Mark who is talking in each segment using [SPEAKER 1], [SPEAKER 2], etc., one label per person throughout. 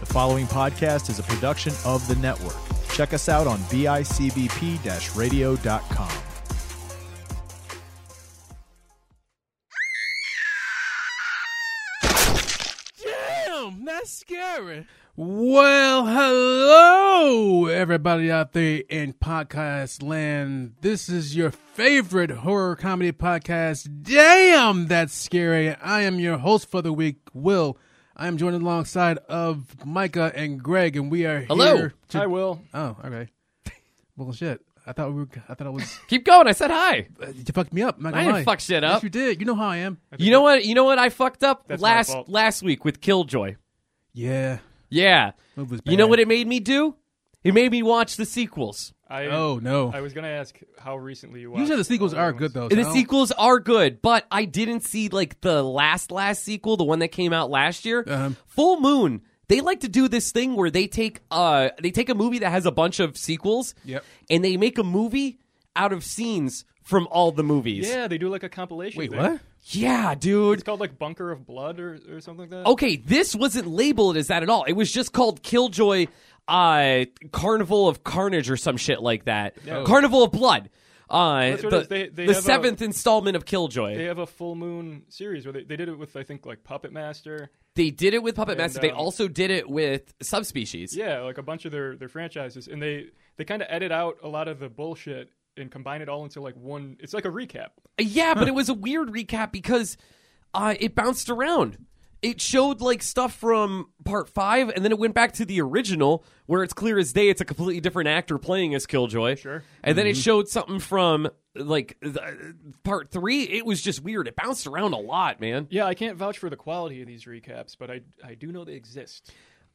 [SPEAKER 1] The following podcast is a production of the network. Check us out on bicbp radio.com.
[SPEAKER 2] Damn, that's scary.
[SPEAKER 3] Well, hello, everybody out there in podcast land. This is your favorite horror comedy podcast. Damn, that's scary. I am your host for the week, Will. I am joined alongside of Micah and Greg, and we are
[SPEAKER 2] Hello.
[SPEAKER 3] here. To-
[SPEAKER 4] I will.
[SPEAKER 3] Oh, okay. Well, shit. I thought we were. I thought I was. uh,
[SPEAKER 2] Keep going. I said hi.
[SPEAKER 3] You fucked me up. I'm not
[SPEAKER 2] I
[SPEAKER 3] gonna
[SPEAKER 2] didn't
[SPEAKER 3] lie.
[SPEAKER 2] fuck shit
[SPEAKER 3] Yes,
[SPEAKER 2] up.
[SPEAKER 3] you did. You know how I am.
[SPEAKER 2] You know what? You know what? I fucked up
[SPEAKER 4] That's my
[SPEAKER 2] last
[SPEAKER 4] fault.
[SPEAKER 2] last week with Killjoy.
[SPEAKER 3] Yeah.
[SPEAKER 2] Yeah.
[SPEAKER 3] It was
[SPEAKER 2] You know
[SPEAKER 3] bad.
[SPEAKER 2] what it made me do? It made me watch the sequels.
[SPEAKER 4] I
[SPEAKER 3] Oh no.
[SPEAKER 4] I was gonna ask how recently you watched.
[SPEAKER 3] Usually the sequels
[SPEAKER 4] all the
[SPEAKER 3] are
[SPEAKER 4] ones.
[SPEAKER 3] good though. so I
[SPEAKER 2] The
[SPEAKER 3] don't-
[SPEAKER 2] sequels are good, but I didn't see like the last last sequel, the one that came out last year.
[SPEAKER 3] Uh-huh.
[SPEAKER 2] Full Moon. They like to do this thing where they take uh they take a movie that has a bunch of sequels,
[SPEAKER 3] Yep.
[SPEAKER 2] and they make a movie out of scenes from all the movies.
[SPEAKER 4] Yeah, they do like a compilation.
[SPEAKER 3] Wait,
[SPEAKER 4] thing.
[SPEAKER 3] what?
[SPEAKER 2] Yeah, dude.
[SPEAKER 4] It's called like Bunker of Blood or, or something like that.
[SPEAKER 2] okay, this wasn't labeled as that at all. It was just called Killjoy uh, Carnival of Carnage or some shit like that. Carnival of Blood. Uh,
[SPEAKER 4] Oh. That's what
[SPEAKER 2] the
[SPEAKER 4] it is. They- they
[SPEAKER 2] the
[SPEAKER 4] have a-
[SPEAKER 2] seventh installment of Killjoy.
[SPEAKER 4] They
[SPEAKER 2] They,
[SPEAKER 4] have a full moon series where they, they did it with I think like Puppet Master.
[SPEAKER 2] did it with Puppet Master. they
[SPEAKER 4] um,
[SPEAKER 2] also did it with Subspecies.
[SPEAKER 4] Yeah, like a bunch of their their franchises, and they they kind of edit out a lot of the bullshit and combine it all into like one. It's like a recap.
[SPEAKER 2] Yeah, but it was a weird recap because uh, it bounced around. It showed like stuff from part five, and then it went back to the original, where it's clear as day it's a completely different actor playing as Killjoy.
[SPEAKER 4] Sure. Mm-hmm.
[SPEAKER 2] And then it showed something from like the, part three. It was just weird. It bounced around a lot, man.
[SPEAKER 4] Yeah, I can't vouch for the quality of these recaps, but I I do know they exist.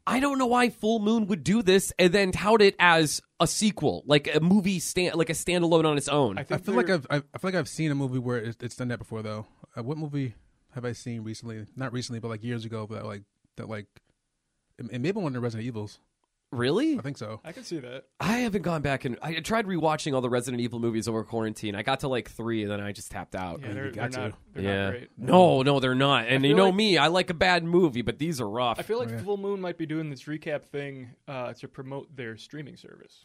[SPEAKER 2] I don't know why Full Moon would do this and then tout it as a sequel, like a movie stand, like a standalone on its own.
[SPEAKER 4] I,
[SPEAKER 3] I
[SPEAKER 4] think
[SPEAKER 3] feel like
[SPEAKER 4] they're-
[SPEAKER 3] I've I I feel like I've seen a movie where it's, it's done that before though. Uh, what movie have I seen recently? Not recently, but like years ago. But like that, like it, it may have been one of the Resident Evils.
[SPEAKER 2] really?
[SPEAKER 3] I think so.
[SPEAKER 4] I can see that.
[SPEAKER 2] I haven't gone back and I tried rewatching all the Resident Evil movies over quarantine. I got to like three and then I just tapped out.
[SPEAKER 4] Yeah, they're, they're
[SPEAKER 3] Oh, got
[SPEAKER 4] not
[SPEAKER 3] to.
[SPEAKER 4] they're
[SPEAKER 2] Yeah.
[SPEAKER 4] not great.
[SPEAKER 2] No, no, they're not. And you
[SPEAKER 4] feel
[SPEAKER 2] know
[SPEAKER 4] like-
[SPEAKER 2] me, I like a bad movie, but these are rough.
[SPEAKER 4] I feel
[SPEAKER 3] Oh,
[SPEAKER 4] like Full Moon might be doing this recap thing uh, to promote their streaming service.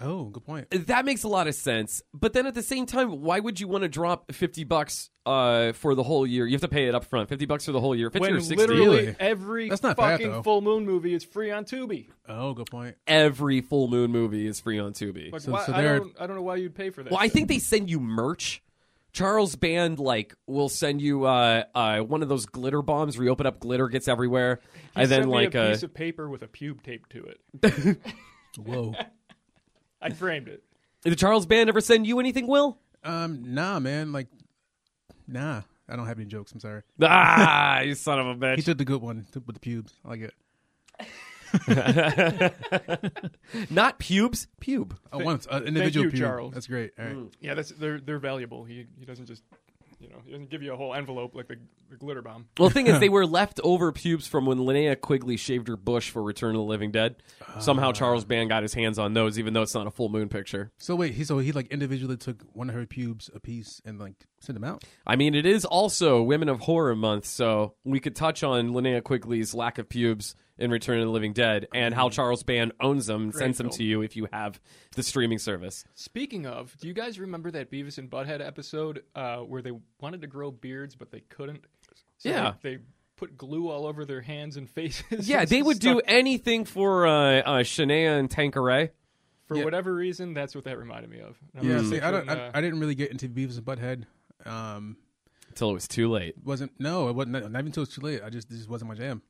[SPEAKER 3] Oh, good point.
[SPEAKER 2] that makes a lot of sense. But then at the same time, why would you want to drop fifty bucks uh, for the whole year? You have to pay it up front. Fifty bucks for the whole year. Fifty
[SPEAKER 4] When
[SPEAKER 2] or sixty.
[SPEAKER 4] literally
[SPEAKER 3] Really?
[SPEAKER 4] every
[SPEAKER 3] That's not bad,
[SPEAKER 4] fucking
[SPEAKER 3] though.
[SPEAKER 4] Full Moon movie is free on Tubi.
[SPEAKER 3] Oh, good point.
[SPEAKER 2] every full moon movie is free on Tubi.
[SPEAKER 4] Like,
[SPEAKER 3] So-
[SPEAKER 4] why,
[SPEAKER 3] so
[SPEAKER 4] I,
[SPEAKER 3] they're-
[SPEAKER 4] don't, I don't know why you'd pay for that.
[SPEAKER 2] Well, I
[SPEAKER 4] shit.
[SPEAKER 2] think they send you merch. Charles Band like will send you uh, uh, one of those glitter bombs where you open up glitter gets everywhere,
[SPEAKER 4] He
[SPEAKER 2] and
[SPEAKER 4] sent
[SPEAKER 2] then
[SPEAKER 4] me
[SPEAKER 2] like
[SPEAKER 4] a
[SPEAKER 2] uh,
[SPEAKER 4] piece of paper with a pube taped to it.
[SPEAKER 3] Whoa.
[SPEAKER 4] I framed it.
[SPEAKER 2] did Charles Band ever send you anything? Will
[SPEAKER 3] um, nah, man. Like, nah. I don't have any jokes. I'm sorry.
[SPEAKER 2] ah, you son of a
[SPEAKER 3] He
[SPEAKER 2] bitch!
[SPEAKER 3] took the good one t- with the pubes. I like it.
[SPEAKER 2] Not pubes, pube.
[SPEAKER 3] Oh, once uh, individual
[SPEAKER 4] you,
[SPEAKER 3] pube.
[SPEAKER 4] Charles. Mm.
[SPEAKER 3] That's great. All right.
[SPEAKER 4] Yeah, that's they're they're valuable. He he doesn't just you know he doesn't give you a whole envelope like the, the glitter bomb.
[SPEAKER 2] Well, the thing is, they were leftover pubes from when Linnea Quigley shaved her bush for Return of the Living Dead. Somehow Charles Band got his hands on those, even though it's not a full moon picture.
[SPEAKER 3] So wait, he so he like individually took one of her pubes a piece and like sent them out.
[SPEAKER 2] I mean, it is also Women of Horror Month, so we could touch on Linnea Quigley's lack of pubes in Return of the Living Dead and how Charles Band owns them and sends them
[SPEAKER 4] film.
[SPEAKER 2] to you if you have the streaming service.
[SPEAKER 4] Speaking of, do you guys remember that Beavis and Butthead episode uh, where they wanted to grow beards but they couldn't? So
[SPEAKER 2] Yeah.
[SPEAKER 4] they, they put glue all over their hands and faces.
[SPEAKER 2] Yeah,
[SPEAKER 4] and
[SPEAKER 2] they would do
[SPEAKER 4] stuff.
[SPEAKER 2] anything for uh, uh, Shania and Tanqueray.
[SPEAKER 4] for
[SPEAKER 3] Yeah.
[SPEAKER 4] whatever reason. That's what that reminded me of. And I'm
[SPEAKER 3] Yeah.
[SPEAKER 4] just
[SPEAKER 3] See, I don't.
[SPEAKER 4] picturing,
[SPEAKER 3] I,
[SPEAKER 4] uh,
[SPEAKER 3] I didn't really get into Beavis and Butthead. Um,
[SPEAKER 2] Until it was too late.
[SPEAKER 3] wasn't no it wasn't not even until it's too late i just this just wasn't my jam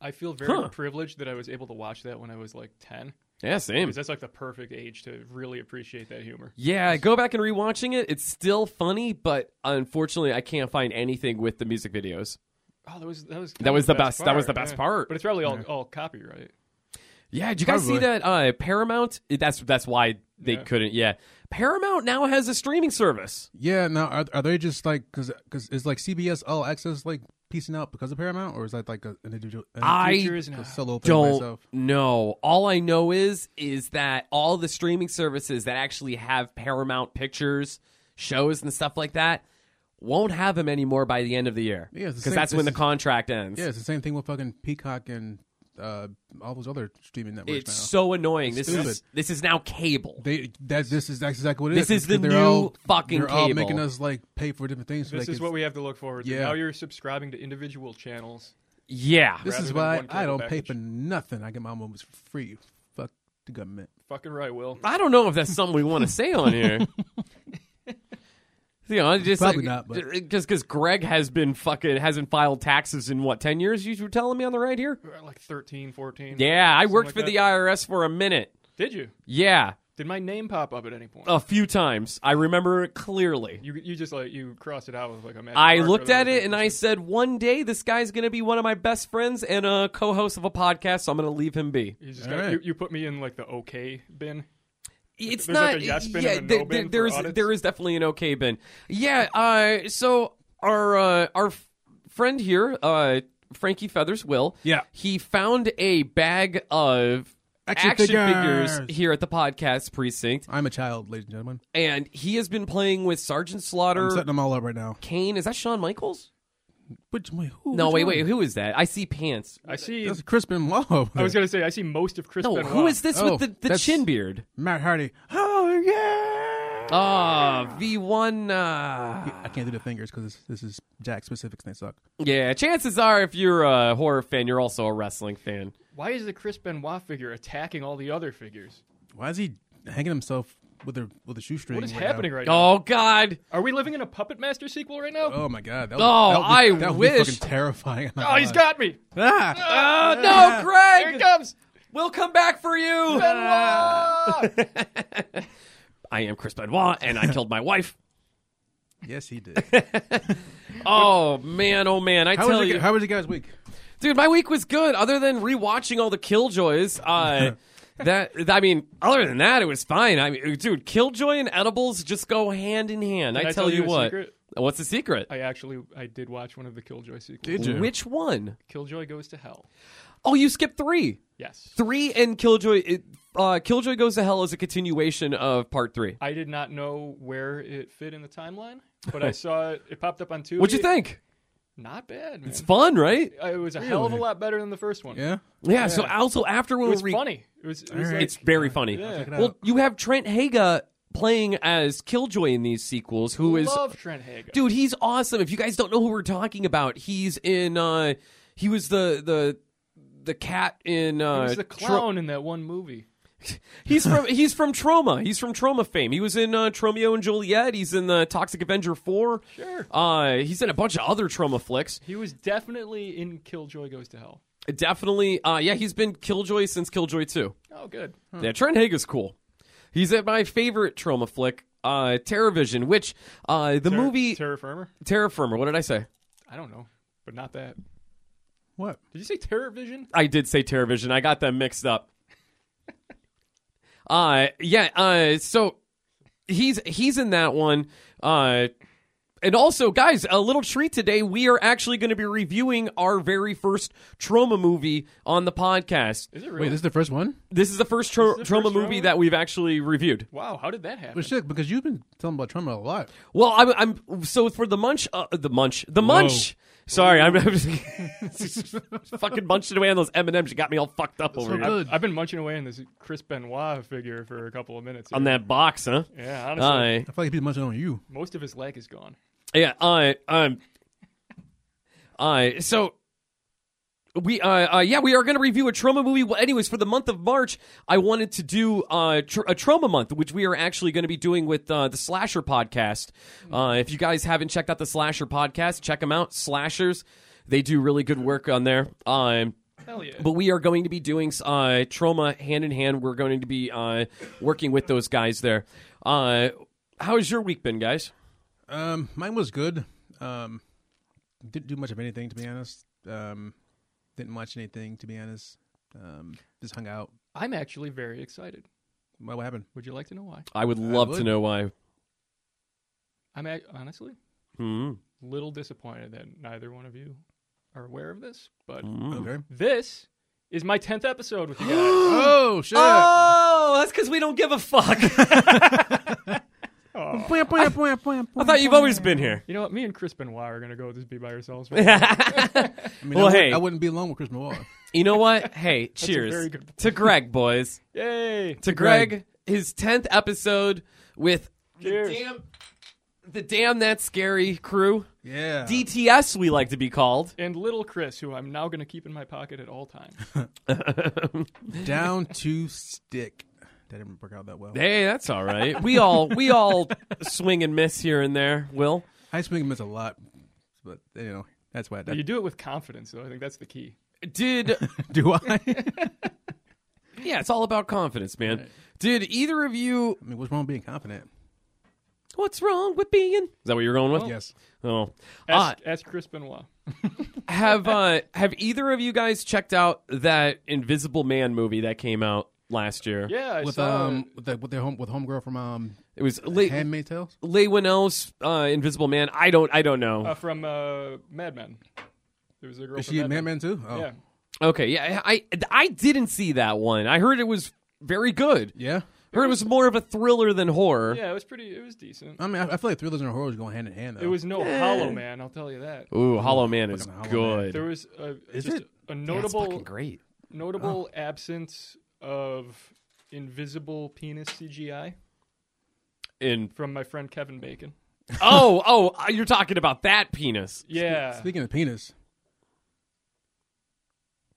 [SPEAKER 4] I feel very
[SPEAKER 2] Huh.
[SPEAKER 4] privileged that I was able to watch that when I was like 10.
[SPEAKER 2] Yeah, same.
[SPEAKER 4] Because that's like the perfect age to really appreciate that humor.
[SPEAKER 2] Yeah, go back and rewatching it. It's still funny, but unfortunately, I can't find anything with the music videos.
[SPEAKER 4] Oh, that was that was
[SPEAKER 2] That was the best- that was the best
[SPEAKER 4] yeah.
[SPEAKER 2] part.
[SPEAKER 4] But it's probably all, all copyright.
[SPEAKER 2] Yeah, did you guys see
[SPEAKER 3] Probably.
[SPEAKER 2] that uh, Paramount? That's that's why they
[SPEAKER 4] Yeah.
[SPEAKER 2] couldn't. Yeah, Paramount now has a streaming service.
[SPEAKER 3] yeah now are, are they just like because because is like cbs all access like piecing out because of paramount or is that like a, an individual an
[SPEAKER 2] I
[SPEAKER 3] individual
[SPEAKER 4] Future is now-
[SPEAKER 3] solo thing by
[SPEAKER 2] Don't
[SPEAKER 3] itself?
[SPEAKER 2] know. All I know is is that all the streaming services that actually have Paramount pictures, shows, and stuff like that won't have them anymore by the end of the year.
[SPEAKER 3] Yeah, it's the
[SPEAKER 2] because
[SPEAKER 3] same-
[SPEAKER 2] that's when the
[SPEAKER 3] this is-
[SPEAKER 2] contract ends.
[SPEAKER 3] yeah it's the same thing with fucking peacock and uh, all those other streaming networks
[SPEAKER 2] It's
[SPEAKER 3] now.
[SPEAKER 2] so annoying. This is
[SPEAKER 3] Stupid.
[SPEAKER 2] this is now cable.
[SPEAKER 3] They that this is that's exactly what it
[SPEAKER 2] This
[SPEAKER 3] is.
[SPEAKER 2] is the
[SPEAKER 3] They're
[SPEAKER 2] new
[SPEAKER 3] all,
[SPEAKER 2] fucking
[SPEAKER 3] They're all
[SPEAKER 2] cable.
[SPEAKER 3] making us like pay for different things. so
[SPEAKER 4] This
[SPEAKER 3] they
[SPEAKER 4] is
[SPEAKER 3] can-
[SPEAKER 4] what we have to look forward to.
[SPEAKER 3] Yeah.
[SPEAKER 4] Now you're subscribing to individual channels.
[SPEAKER 2] yeah.
[SPEAKER 3] This
[SPEAKER 4] rather
[SPEAKER 3] is
[SPEAKER 4] than
[SPEAKER 3] why
[SPEAKER 4] one
[SPEAKER 3] I
[SPEAKER 4] cable
[SPEAKER 3] don't pay
[SPEAKER 4] package.
[SPEAKER 3] for nothing. I get my movies for free. Fuck the government.
[SPEAKER 4] Fucking right, Will.
[SPEAKER 2] I don't know if that's something we want to say on here. you know, just
[SPEAKER 3] Probably
[SPEAKER 2] like,
[SPEAKER 3] not, but-
[SPEAKER 2] just because Greg has been fucking hasn't filed taxes in what ten years? You were telling me on the right here.
[SPEAKER 4] We're at, Like 13, 14.
[SPEAKER 2] Yeah, I
[SPEAKER 4] something
[SPEAKER 2] worked
[SPEAKER 4] like
[SPEAKER 2] for
[SPEAKER 4] that.
[SPEAKER 2] the IRS for a minute.
[SPEAKER 4] Did you?
[SPEAKER 2] Yeah,
[SPEAKER 4] Did my name pop up at any point?
[SPEAKER 2] a few times. I remember it clearly.
[SPEAKER 4] You you just like you crossed it out with like a magic
[SPEAKER 2] I
[SPEAKER 4] marker
[SPEAKER 2] looked
[SPEAKER 4] that
[SPEAKER 2] at
[SPEAKER 4] was
[SPEAKER 2] it and I
[SPEAKER 4] interesting.
[SPEAKER 2] said, one day this guy's going to be one of my best friends and a co host of a podcast, so I'm going to leave him be.
[SPEAKER 4] You, just
[SPEAKER 3] All
[SPEAKER 4] got,
[SPEAKER 3] right.
[SPEAKER 4] you, you put me in like the okay bin.
[SPEAKER 2] It's
[SPEAKER 4] There's
[SPEAKER 2] not.
[SPEAKER 4] like a yes bin
[SPEAKER 2] yeah,
[SPEAKER 4] and a no
[SPEAKER 2] there-
[SPEAKER 4] bin
[SPEAKER 2] there-
[SPEAKER 4] for
[SPEAKER 2] there's
[SPEAKER 4] audits?
[SPEAKER 2] there is definitely an okay bin. Yeah. Uh, so our uh, our f- friend here, uh, Frankie Feathers, will.
[SPEAKER 3] Yeah.
[SPEAKER 2] He found a bag of
[SPEAKER 3] Action
[SPEAKER 2] figures.
[SPEAKER 3] figures.
[SPEAKER 2] here at the podcast precinct,
[SPEAKER 3] I'm a child, ladies and gentlemen.
[SPEAKER 2] and he has been playing with Sergeant
[SPEAKER 3] I'm
[SPEAKER 2] Slaughter.
[SPEAKER 3] setting them all up right now.
[SPEAKER 2] Kane, is that Shawn Michaels?
[SPEAKER 3] Which, wait, who,
[SPEAKER 2] No,
[SPEAKER 3] which
[SPEAKER 2] wait,
[SPEAKER 3] one?
[SPEAKER 2] wait, who is that? I see pants.
[SPEAKER 4] I see.
[SPEAKER 3] That's Chris Benoit. over
[SPEAKER 4] I was
[SPEAKER 3] there.
[SPEAKER 4] gonna say I see most of Chris.
[SPEAKER 2] No,
[SPEAKER 4] Benoit.
[SPEAKER 2] who is this
[SPEAKER 3] Oh,
[SPEAKER 2] with the, the
[SPEAKER 3] that's-
[SPEAKER 2] chin beard?
[SPEAKER 3] Matt Hardy. Oh yeah.
[SPEAKER 2] Ah, V1. Uh...
[SPEAKER 3] I can't do the fingers because this is Jack specifics and they suck.
[SPEAKER 2] Yeah, chances are if you're a horror fan, you're also a wrestling fan.
[SPEAKER 4] Why is the Chris Benoit figure attacking all the other figures?
[SPEAKER 3] Why is he hanging himself with a with a shoestring?
[SPEAKER 4] What is
[SPEAKER 3] right
[SPEAKER 4] happening right now?
[SPEAKER 2] Oh God!
[SPEAKER 4] Are we living in a Puppet Master sequel right now?
[SPEAKER 3] Now? Oh my god! That would,
[SPEAKER 2] Oh,
[SPEAKER 3] that would be,
[SPEAKER 2] I
[SPEAKER 3] that would
[SPEAKER 2] wish-
[SPEAKER 3] Be fucking terrifying.
[SPEAKER 4] Oh, he's got me!
[SPEAKER 3] Ah!
[SPEAKER 2] Oh
[SPEAKER 3] Ah.
[SPEAKER 2] no,
[SPEAKER 4] Here he
[SPEAKER 2] Greg!
[SPEAKER 4] comes! Ah.
[SPEAKER 2] We'll come back for you. Ah.
[SPEAKER 4] Benoit!
[SPEAKER 2] I am Chris Benoit, and I killed my wife.
[SPEAKER 3] Yes, he did.
[SPEAKER 2] Oh man, oh man! I
[SPEAKER 3] How
[SPEAKER 2] tell
[SPEAKER 3] was,
[SPEAKER 2] you,
[SPEAKER 3] how was your guys' week?
[SPEAKER 2] dude, my week was good. Other than rewatching all the Killjoys, uh, that I mean, other than that, it was fine. I mean, dude, Killjoy and edibles just go hand in hand.
[SPEAKER 4] Can
[SPEAKER 2] I,
[SPEAKER 4] I
[SPEAKER 2] tell,
[SPEAKER 4] tell
[SPEAKER 2] you
[SPEAKER 4] you a
[SPEAKER 2] what.
[SPEAKER 4] secret?
[SPEAKER 2] What's the secret?
[SPEAKER 4] I actually I did watch one of the Killjoy sequels.
[SPEAKER 2] Which one?
[SPEAKER 4] Killjoy goes to hell.
[SPEAKER 2] Oh, you skipped three.
[SPEAKER 4] Yes.
[SPEAKER 2] three and Killjoy. It, uh, Killjoy Goes to Hell is a continuation of part three.
[SPEAKER 4] I did not know where it fit in the timeline, but I saw it. It popped up on two.
[SPEAKER 2] What'd you think?
[SPEAKER 4] Not bad. Man.
[SPEAKER 2] It's fun, right?
[SPEAKER 4] Uh, It was a hell of a
[SPEAKER 3] Really?
[SPEAKER 4] lot better than the first one.
[SPEAKER 3] Yeah.
[SPEAKER 2] Yeah. So also after
[SPEAKER 4] It
[SPEAKER 2] we'll
[SPEAKER 4] was
[SPEAKER 2] re-
[SPEAKER 4] funny. It was. It was
[SPEAKER 3] Alright.
[SPEAKER 4] like,
[SPEAKER 2] it's very funny.
[SPEAKER 4] Yeah.
[SPEAKER 3] Check it
[SPEAKER 2] Well,
[SPEAKER 3] out.
[SPEAKER 2] you have Trent Haga playing as Killjoy in these sequels, who is
[SPEAKER 4] love Trent Hagen.
[SPEAKER 2] dude. He's awesome. If you guys don't know who we're talking about, he's in. uh He was the the the cat in.
[SPEAKER 4] he
[SPEAKER 2] uh
[SPEAKER 4] was the
[SPEAKER 2] Tro-
[SPEAKER 4] clown in that one movie.
[SPEAKER 2] He's from he's from Trauma. He's from Trauma fame. He was in uh, Tromeo and Juliet. He's in the Toxic Avenger four.
[SPEAKER 4] Sure.
[SPEAKER 2] Uh, he's in a bunch of other Trauma flicks.
[SPEAKER 4] He was definitely in Killjoy Goes to Hell.
[SPEAKER 2] Definitely. Uh, yeah, he's been Killjoy since Killjoy 2.
[SPEAKER 4] Oh, good.
[SPEAKER 2] Yeah, Trent Haig is cool. He's at my favorite trauma flick, uh, Terrorvision, which uh, the
[SPEAKER 4] Ter-
[SPEAKER 2] movie
[SPEAKER 4] Terra Firma.
[SPEAKER 2] Terra Firma. What did I say?
[SPEAKER 4] I don't know, but not that. Did
[SPEAKER 3] What?
[SPEAKER 4] you say Terror Vision?
[SPEAKER 2] I did say Terrorvision. I got them mixed up. uh, yeah. Uh, so he's he's in that one. Uh, and also, guys, a little treat today. We are actually going to be reviewing our very first trauma movie on the podcast.
[SPEAKER 4] Is it
[SPEAKER 3] Wait,
[SPEAKER 4] really?
[SPEAKER 3] this is the first one?
[SPEAKER 2] This is the first tra-
[SPEAKER 4] the
[SPEAKER 2] trauma
[SPEAKER 4] first
[SPEAKER 2] movie
[SPEAKER 4] trauma?
[SPEAKER 2] that we've actually reviewed.
[SPEAKER 4] wow, how did that happen?
[SPEAKER 3] Well, shit, because you've been telling about trauma a lot.
[SPEAKER 2] Well, I'm, I'm so for the munch, uh, the munch, the munch. Sorry, I'm, I'm just fucking munching away on those M and M's. You got me all fucked up over
[SPEAKER 3] so
[SPEAKER 2] here
[SPEAKER 3] good.
[SPEAKER 4] I've been munching away on this Chris Benoit figure for a couple of minutes.
[SPEAKER 2] on
[SPEAKER 4] here.
[SPEAKER 2] that box, huh?
[SPEAKER 4] Yeah, honestly,
[SPEAKER 2] Uh,
[SPEAKER 3] I feel like people munching on you.
[SPEAKER 4] most of his leg is gone.
[SPEAKER 2] yeah, uh, um, uh, so. We uh, uh yeah we are going to review a trauma movie. Well, anyways, for the month of March, I wanted to do uh tr- a trauma month, which we are actually going to be doing with uh, the Slasher podcast. Uh, if you guys haven't checked out the Slasher podcast, check them out. Slashers, they do really good work on there. Um,
[SPEAKER 4] Hell yeah.
[SPEAKER 2] But we are going to be doing uh, trauma hand in hand. We're going to be uh, working with those guys there. Uh, how has your week been, guys?
[SPEAKER 3] Um, mine was good. Um, didn't do much of anything to be honest. Um, didn't watch anything to be honest. Um, just hung out.
[SPEAKER 4] I'm actually very excited.
[SPEAKER 3] What, what happened?
[SPEAKER 4] Would you like to know why?
[SPEAKER 2] I would love to
[SPEAKER 3] would.
[SPEAKER 2] know why.
[SPEAKER 4] I'm ac honestly
[SPEAKER 2] Hmm.
[SPEAKER 4] little disappointed that neither one of you are aware of this, but
[SPEAKER 2] Hmm.
[SPEAKER 3] Okay.
[SPEAKER 4] this is my 10th episode with you guys.
[SPEAKER 3] Oh shit!
[SPEAKER 2] Oh, that's because we don't give a fuck. I thought you've always been here.
[SPEAKER 4] You know what? Me and Chris Benoit are gonna go just be by ourselves.
[SPEAKER 3] I mean,
[SPEAKER 2] Well,
[SPEAKER 3] I,
[SPEAKER 2] hey.
[SPEAKER 3] would, I wouldn't be alone with Chris Miller.
[SPEAKER 2] You know what? Hey, cheers
[SPEAKER 4] very good-
[SPEAKER 2] to Greg, boys.
[SPEAKER 4] Yay!
[SPEAKER 2] To Greg, his tenth episode with
[SPEAKER 4] Cheers.
[SPEAKER 2] the damn, the damn that's scary crew.
[SPEAKER 3] Yeah.
[SPEAKER 2] DTS, we like to be called.
[SPEAKER 4] and little Chris, who I'm now gonna keep in my pocket at all times.
[SPEAKER 3] Down to stick. That didn't work out that well.
[SPEAKER 2] Hey, that's all right. We all we all swing and miss here and there. Will
[SPEAKER 3] I swing and miss a lot, but you know that's why. I
[SPEAKER 4] you do it with confidence, though. I think that's the key.
[SPEAKER 2] did
[SPEAKER 3] do I? I
[SPEAKER 2] yeah? It's all about confidence, man. Did either of you?
[SPEAKER 3] mean, what's wrong with being confident?
[SPEAKER 2] What's wrong with being? Is that what you're going with?
[SPEAKER 3] Yes.
[SPEAKER 2] Oh,
[SPEAKER 3] Ah.
[SPEAKER 2] uh,
[SPEAKER 4] Ask, ask Chris Benoit.
[SPEAKER 2] have uh, have either of you guys checked out that Invisible Man movie that came out last year?
[SPEAKER 4] Yeah, I
[SPEAKER 3] With
[SPEAKER 4] saw
[SPEAKER 3] um
[SPEAKER 4] it.
[SPEAKER 3] with, the, with their home with homegirl from um
[SPEAKER 2] It was Le-
[SPEAKER 3] Handmaid Tales.
[SPEAKER 2] Leigh Winnell's uh, Invisible Man. I don't I don't know.
[SPEAKER 4] Uh, from uh, Mad Men. There was a girl.
[SPEAKER 3] Is
[SPEAKER 4] from
[SPEAKER 3] she
[SPEAKER 4] Mad
[SPEAKER 3] in Mad
[SPEAKER 4] Men.
[SPEAKER 3] Men too? Oh.
[SPEAKER 4] Yeah.
[SPEAKER 2] Okay, yeah, I I didn't see that one. I heard it was very good.
[SPEAKER 3] Yeah.
[SPEAKER 2] Heard it was more of a thriller than horror.
[SPEAKER 4] Yeah, it was pretty. It was decent.
[SPEAKER 3] I mean, I, I feel like thrillers and horrors go hand in hand. Though.
[SPEAKER 4] It was no Hollow Man. I'll tell you that.
[SPEAKER 2] Ooh, Hollow Man is
[SPEAKER 3] Fucking Hollow
[SPEAKER 2] good.
[SPEAKER 4] There was a,
[SPEAKER 3] Is
[SPEAKER 4] just
[SPEAKER 3] it?
[SPEAKER 4] a
[SPEAKER 2] Yeah, it's
[SPEAKER 4] notable
[SPEAKER 2] fucking great. Oh.
[SPEAKER 4] notable absence of invisible penis CGI
[SPEAKER 2] In
[SPEAKER 4] from my friend Kevin Bacon.
[SPEAKER 2] oh oh, uh, you're talking about that penis.
[SPEAKER 4] Yeah.
[SPEAKER 3] Speaking of penis,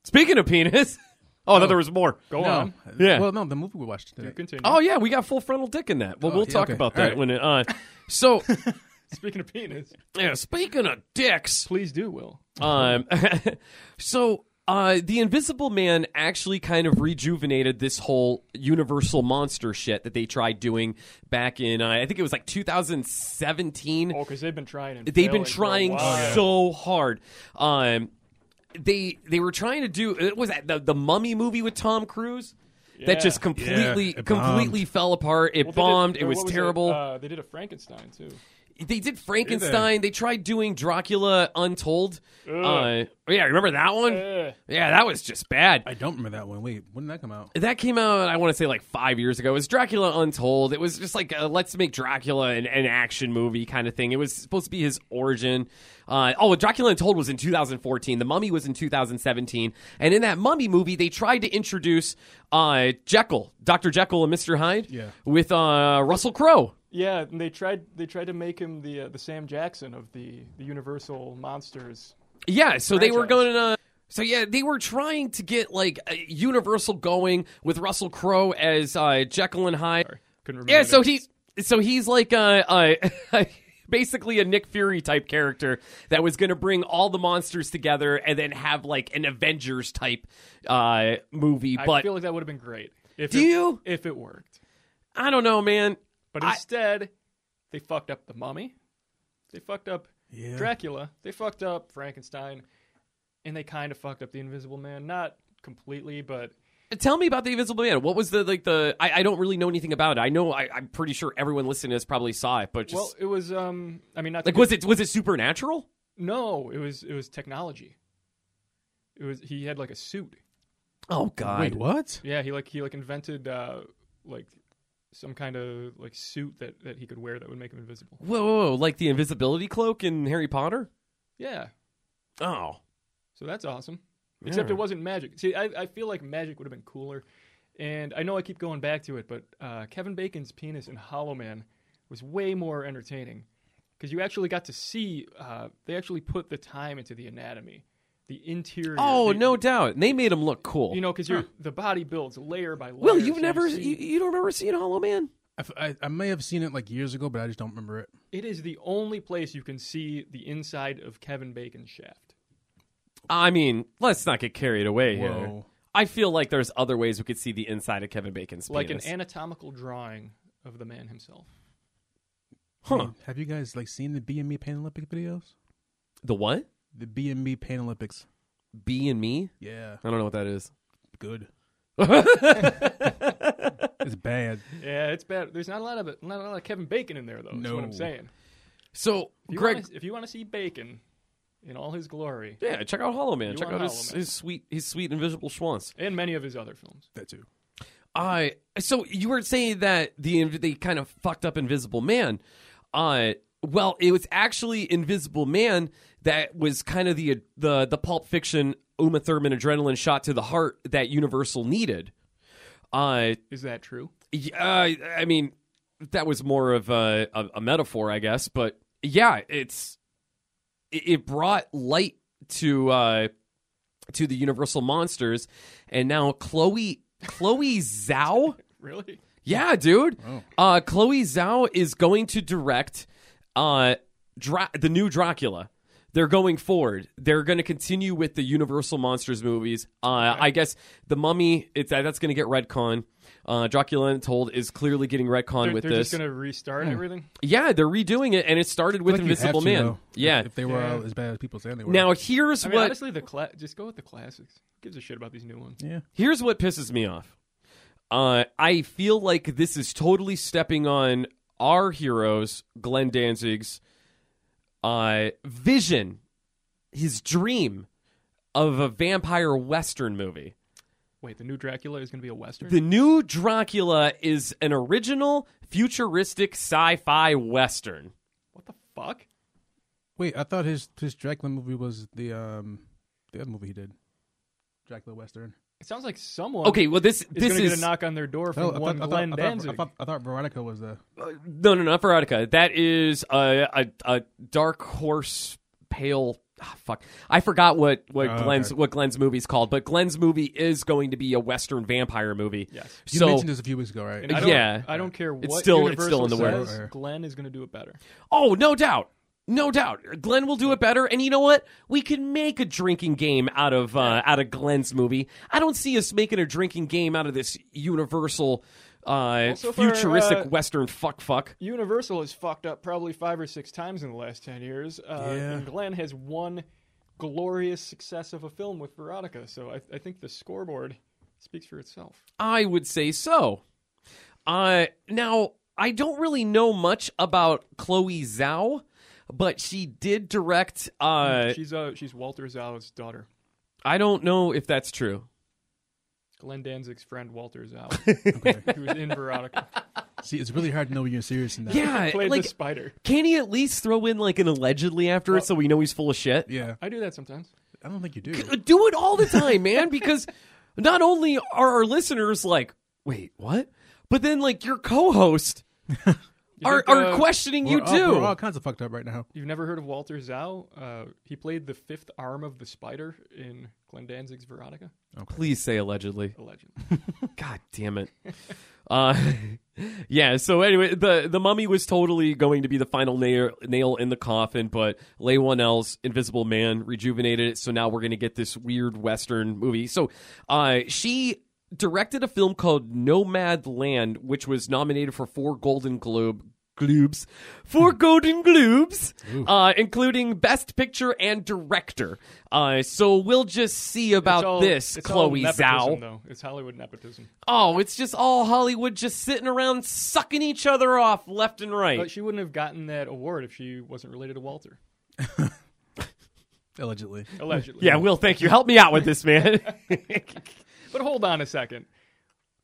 [SPEAKER 2] Speaking of penis, oh, I thought there was more.
[SPEAKER 4] Go
[SPEAKER 3] no, Uh,
[SPEAKER 4] on.
[SPEAKER 2] Yeah.
[SPEAKER 3] Well, no, the movie we watched today.
[SPEAKER 4] Continue.
[SPEAKER 2] Oh yeah, we got full frontal dick in that. Well,
[SPEAKER 3] Oh,
[SPEAKER 2] we'll
[SPEAKER 3] yeah,
[SPEAKER 2] talk
[SPEAKER 3] okay.
[SPEAKER 2] about
[SPEAKER 3] All
[SPEAKER 2] that
[SPEAKER 3] right.
[SPEAKER 2] when it. Uh, so
[SPEAKER 4] Speaking of penis,
[SPEAKER 2] yeah, speaking of dicks,
[SPEAKER 4] please do, Will.
[SPEAKER 2] Um, so uh, the Invisible Man actually kind of rejuvenated this whole Universal monster shit that they tried doing back in uh, I think it was like 2017.
[SPEAKER 4] Oh, because they've been trying. And
[SPEAKER 2] They've been
[SPEAKER 4] failing for a
[SPEAKER 2] trying
[SPEAKER 4] while.
[SPEAKER 2] so hard. Um, they they were trying to do it was that the, the Mummy movie with Tom Cruise
[SPEAKER 4] Yeah.
[SPEAKER 2] that just completely
[SPEAKER 3] Yeah, it bombed.
[SPEAKER 2] completely fell apart. It
[SPEAKER 4] Well, they did-
[SPEAKER 2] bombed. it
[SPEAKER 4] or
[SPEAKER 2] was
[SPEAKER 4] what
[SPEAKER 2] terrible
[SPEAKER 4] Uh, they did a Frankenstein too.
[SPEAKER 2] they did Frankenstein. They tried doing Dracula Untold. Uh,
[SPEAKER 4] Ugh.
[SPEAKER 2] yeah, remember that one?
[SPEAKER 4] Ugh.
[SPEAKER 2] Yeah, that was just bad.
[SPEAKER 3] I don't remember that one. Wait, when did that come out?
[SPEAKER 2] That came out, I want to say, like five years ago. It was Dracula Untold. It was just like a, let's make Dracula an, an action movie kind of thing. It was supposed to be his origin. Uh, oh, Dracula Untold was in 2014. The Mummy was in 2017. And in that Mummy movie, they tried to introduce uh, Jekyll, Dr. Jekyll and Mr. Hyde,
[SPEAKER 3] Yeah.
[SPEAKER 2] with uh, Russell Crowe.
[SPEAKER 4] Yeah, and they tried. They tried to make him the uh, the Sam Jackson of the the Universal monsters.
[SPEAKER 2] Yeah, so they were going
[SPEAKER 4] franchise.
[SPEAKER 2] to. So yeah, they were trying to get like a Universal going with Russell Crowe as uh, Jekyll and Hyde.
[SPEAKER 4] Couldn't remember.
[SPEAKER 2] Yeah, so
[SPEAKER 4] the-
[SPEAKER 2] he's so he's like uh, uh, basically a Nick Fury type character that was going to bring all the monsters together and then have like an Avengers type uh, movie.
[SPEAKER 4] I
[SPEAKER 2] but
[SPEAKER 4] feel like that would have been great. If
[SPEAKER 2] Do
[SPEAKER 4] it,
[SPEAKER 2] you?
[SPEAKER 4] If it worked,
[SPEAKER 2] I don't know, man.
[SPEAKER 4] but
[SPEAKER 2] I-
[SPEAKER 4] instead, they fucked up the Mummy. They fucked up
[SPEAKER 3] Yeah.
[SPEAKER 4] Dracula. They fucked up Frankenstein, and they kind of fucked up the Invisible Man. Not completely, but
[SPEAKER 2] Tell me about the Invisible Man. What was the like the? I, I don't really know anything about it. I know I, I'm pretty sure everyone listening to this probably saw it, but just
[SPEAKER 4] well, it was. Um, I mean, not to
[SPEAKER 2] like
[SPEAKER 4] be-
[SPEAKER 2] was it was it supernatural?
[SPEAKER 4] No, it was it was technology. It was he had like a suit.
[SPEAKER 2] Oh God!
[SPEAKER 3] Wait, what?
[SPEAKER 4] Yeah, he like he like invented uh like some kind of like suit that that he could wear that would make him invisible.
[SPEAKER 2] Whoa, whoa, whoa, like the invisibility cloak in Harry Potter?
[SPEAKER 4] Yeah.
[SPEAKER 2] Oh.
[SPEAKER 4] So that's awesome. Except it wasn't magic. See, I, I feel like magic would have been cooler. And I know I keep going back to it, but uh, Kevin Bacon's penis in Hollow Man was way more entertaining because you actually got to see. Uh, they actually put the time into the anatomy, the interior.
[SPEAKER 2] Oh,
[SPEAKER 4] the-
[SPEAKER 2] no doubt. They made him look cool.
[SPEAKER 4] You know, because the body builds layer by layer.
[SPEAKER 2] Will,
[SPEAKER 4] so
[SPEAKER 2] you've
[SPEAKER 4] you
[SPEAKER 2] never,
[SPEAKER 4] see-
[SPEAKER 2] you, you don't remember seeing Hollow Man?
[SPEAKER 3] I, f- I- I may have seen it like years ago, but I just don't remember it.
[SPEAKER 4] It is the only place you can see the inside of Kevin Bacon's shaft.
[SPEAKER 2] I mean, let's not get carried away here.
[SPEAKER 3] Whoa.
[SPEAKER 2] I feel like there's other ways we could see the inside of Kevin Bacon's
[SPEAKER 4] Like
[SPEAKER 2] penis.
[SPEAKER 4] an anatomical drawing of the man himself.
[SPEAKER 2] Huh.
[SPEAKER 3] Have you guys like seen the BME Panolympic videos?
[SPEAKER 2] the what?
[SPEAKER 3] The BME Panolympics.
[SPEAKER 2] B and me?
[SPEAKER 3] Yeah,
[SPEAKER 2] I don't know what that is.
[SPEAKER 3] good. it's bad.
[SPEAKER 4] Yeah, it's bad. There's not a lot of not a lot of Kevin Bacon in there though. That's
[SPEAKER 3] No.
[SPEAKER 4] what I'm saying.
[SPEAKER 2] So,
[SPEAKER 4] If you
[SPEAKER 2] Greg,
[SPEAKER 4] wanna, if you want to see Bacon in all his glory
[SPEAKER 2] yeah, check out Hollow Man.
[SPEAKER 4] You
[SPEAKER 2] Check
[SPEAKER 4] want
[SPEAKER 2] out
[SPEAKER 4] Hollow
[SPEAKER 2] his,
[SPEAKER 4] Man.
[SPEAKER 2] his sweet, his sweet invisible schwanz.
[SPEAKER 4] and many of his other films,
[SPEAKER 3] That too.
[SPEAKER 2] Uh, so you were saying that the they kind of fucked up Invisible Man. Uh, well, it was actually Invisible Man that was kind of the the the Pulp Fiction Uma Thurman adrenaline shot to the heart that Universal needed. Uh,
[SPEAKER 4] Is that true?
[SPEAKER 2] yeah, I mean, that was more of a, a, a metaphor, I guess. But yeah, it's it, it brought light to uh, to the Universal monsters, and now Chloe Chloe Zhao,
[SPEAKER 4] Really?
[SPEAKER 2] yeah, dude, uh, Chloe Zhao is going to direct uh, Dra- the new Dracula. They're going forward. They're going to continue with the Universal Monsters movies. Uh, I guess the Mummy. It's uh, that's going to get retcon. Uh, Dracula Untold is clearly getting retcon
[SPEAKER 4] They're,
[SPEAKER 2] with
[SPEAKER 4] they're
[SPEAKER 2] this.
[SPEAKER 4] just gonna restart everything.
[SPEAKER 2] Yeah, they're redoing it, and it started with
[SPEAKER 3] Like, you
[SPEAKER 2] Invisible
[SPEAKER 3] have to,
[SPEAKER 2] Man.
[SPEAKER 3] though,
[SPEAKER 2] yeah.
[SPEAKER 3] If they were all as bad as people say they were.
[SPEAKER 2] Now here's
[SPEAKER 4] I mean,
[SPEAKER 2] what
[SPEAKER 4] honestly, the cla- just go with the classics. Who gives a shit about these new ones?
[SPEAKER 3] yeah.
[SPEAKER 2] here's what pisses me off. Uh, I feel like this is totally stepping on our heroes, Glenn Danzig's uh, vision, his dream of a vampire western movie.
[SPEAKER 4] Wait, the new Dracula is gonna be a western.
[SPEAKER 2] The new Dracula is an original, futuristic sci-fi western.
[SPEAKER 4] what the fuck?
[SPEAKER 3] Wait, I thought his his Dracula movie was the um the other movie he did, Dracula Western.
[SPEAKER 4] It sounds like someone.
[SPEAKER 2] Okay, well this
[SPEAKER 4] is
[SPEAKER 2] this
[SPEAKER 4] gonna
[SPEAKER 2] is
[SPEAKER 4] get a knock on their door from
[SPEAKER 3] No, Oh, I
[SPEAKER 4] one
[SPEAKER 3] thought, I,
[SPEAKER 4] Glenn
[SPEAKER 3] thought, I, thought,
[SPEAKER 4] Danzig.
[SPEAKER 3] I, thought, I thought Veronica was the.
[SPEAKER 2] No, no, not Veronica. That is a a, a dark horse pale. ah, fuck, I forgot what what
[SPEAKER 3] Oh,
[SPEAKER 2] Glenn's
[SPEAKER 3] okay.
[SPEAKER 2] what Glenn's movie's called, but Glenn's movie is going to be a western vampire movie.
[SPEAKER 4] Yes.
[SPEAKER 3] You
[SPEAKER 2] So
[SPEAKER 3] mentioned this a few weeks ago, right?
[SPEAKER 4] And I don't,
[SPEAKER 2] Yeah.
[SPEAKER 4] I don't care what
[SPEAKER 2] It's still- it's
[SPEAKER 4] Universal
[SPEAKER 2] still in the
[SPEAKER 4] says,
[SPEAKER 3] works.
[SPEAKER 4] Glenn is going to do it better.
[SPEAKER 2] oh, no doubt, no doubt, Glenn will do it better. And you know what? We can make a drinking game out of uh, out of Glenn's movie. I don't see us making a drinking game out of this universal. Uh,
[SPEAKER 4] Also for,
[SPEAKER 2] futuristic
[SPEAKER 4] uh,
[SPEAKER 2] Western fuck fuck.
[SPEAKER 4] Universal has fucked up probably five or six times in the last ten years. Uh,
[SPEAKER 3] Yeah.
[SPEAKER 4] And Glenn has one glorious success of a film with Veronica, so I, I think the scoreboard speaks for itself.
[SPEAKER 2] I would say so. Uh, now, I don't really know much about Chloe Zhao, but she did direct. Uh,
[SPEAKER 4] she's uh, she's Walter Zau's daughter.
[SPEAKER 2] I don't know if that's true.
[SPEAKER 4] Glenn Danzig's friend Walter Zau, who was in Veronica,
[SPEAKER 3] See, it's really hard to know when you're serious in that.
[SPEAKER 2] Yeah,
[SPEAKER 4] played
[SPEAKER 2] like
[SPEAKER 4] the spider.
[SPEAKER 2] can he at least throw in like an allegedly after it so we know he's full of shit? Uh,
[SPEAKER 3] Yeah.
[SPEAKER 4] I do that sometimes.
[SPEAKER 3] I don't think you do.
[SPEAKER 2] Do it all the time, man, because not only are our listeners like, wait, what? But then like your co-host are,
[SPEAKER 4] think,
[SPEAKER 2] are
[SPEAKER 4] uh,
[SPEAKER 2] questioning you
[SPEAKER 3] We're all-
[SPEAKER 2] too.
[SPEAKER 3] We're all kinds of fucked up right now.
[SPEAKER 4] You've never heard of Walter Zau? Uh, he played the fifth arm of the spider in Glenn Danzig's Veronica.
[SPEAKER 2] Please say allegedly.
[SPEAKER 4] A legend.
[SPEAKER 2] God damn it. Uh, yeah. So anyway, the the mummy was totally going to be the final nail nail in the coffin, but Lay One L's Invisible Man rejuvenated it. So now we're gonna get this weird western movie. So, uh, she directed a film called Nomad Land, which was nominated for four Golden Globe. Globes, four Golden Globes, uh, including Best Picture and Director. Uh, so we'll just see about
[SPEAKER 4] It's all-
[SPEAKER 2] this,
[SPEAKER 4] it's all
[SPEAKER 2] Chloe
[SPEAKER 4] nepotism,
[SPEAKER 2] Zhao.
[SPEAKER 4] Though. It's Hollywood nepotism.
[SPEAKER 2] Oh, it's just all Hollywood just sitting around sucking each other off left and right.
[SPEAKER 4] But she wouldn't have gotten that award if she wasn't related to Walter,
[SPEAKER 3] Allegedly.
[SPEAKER 4] allegedly.
[SPEAKER 2] yeah, Will, thank you. Help me out with this, man.
[SPEAKER 4] But hold on a second.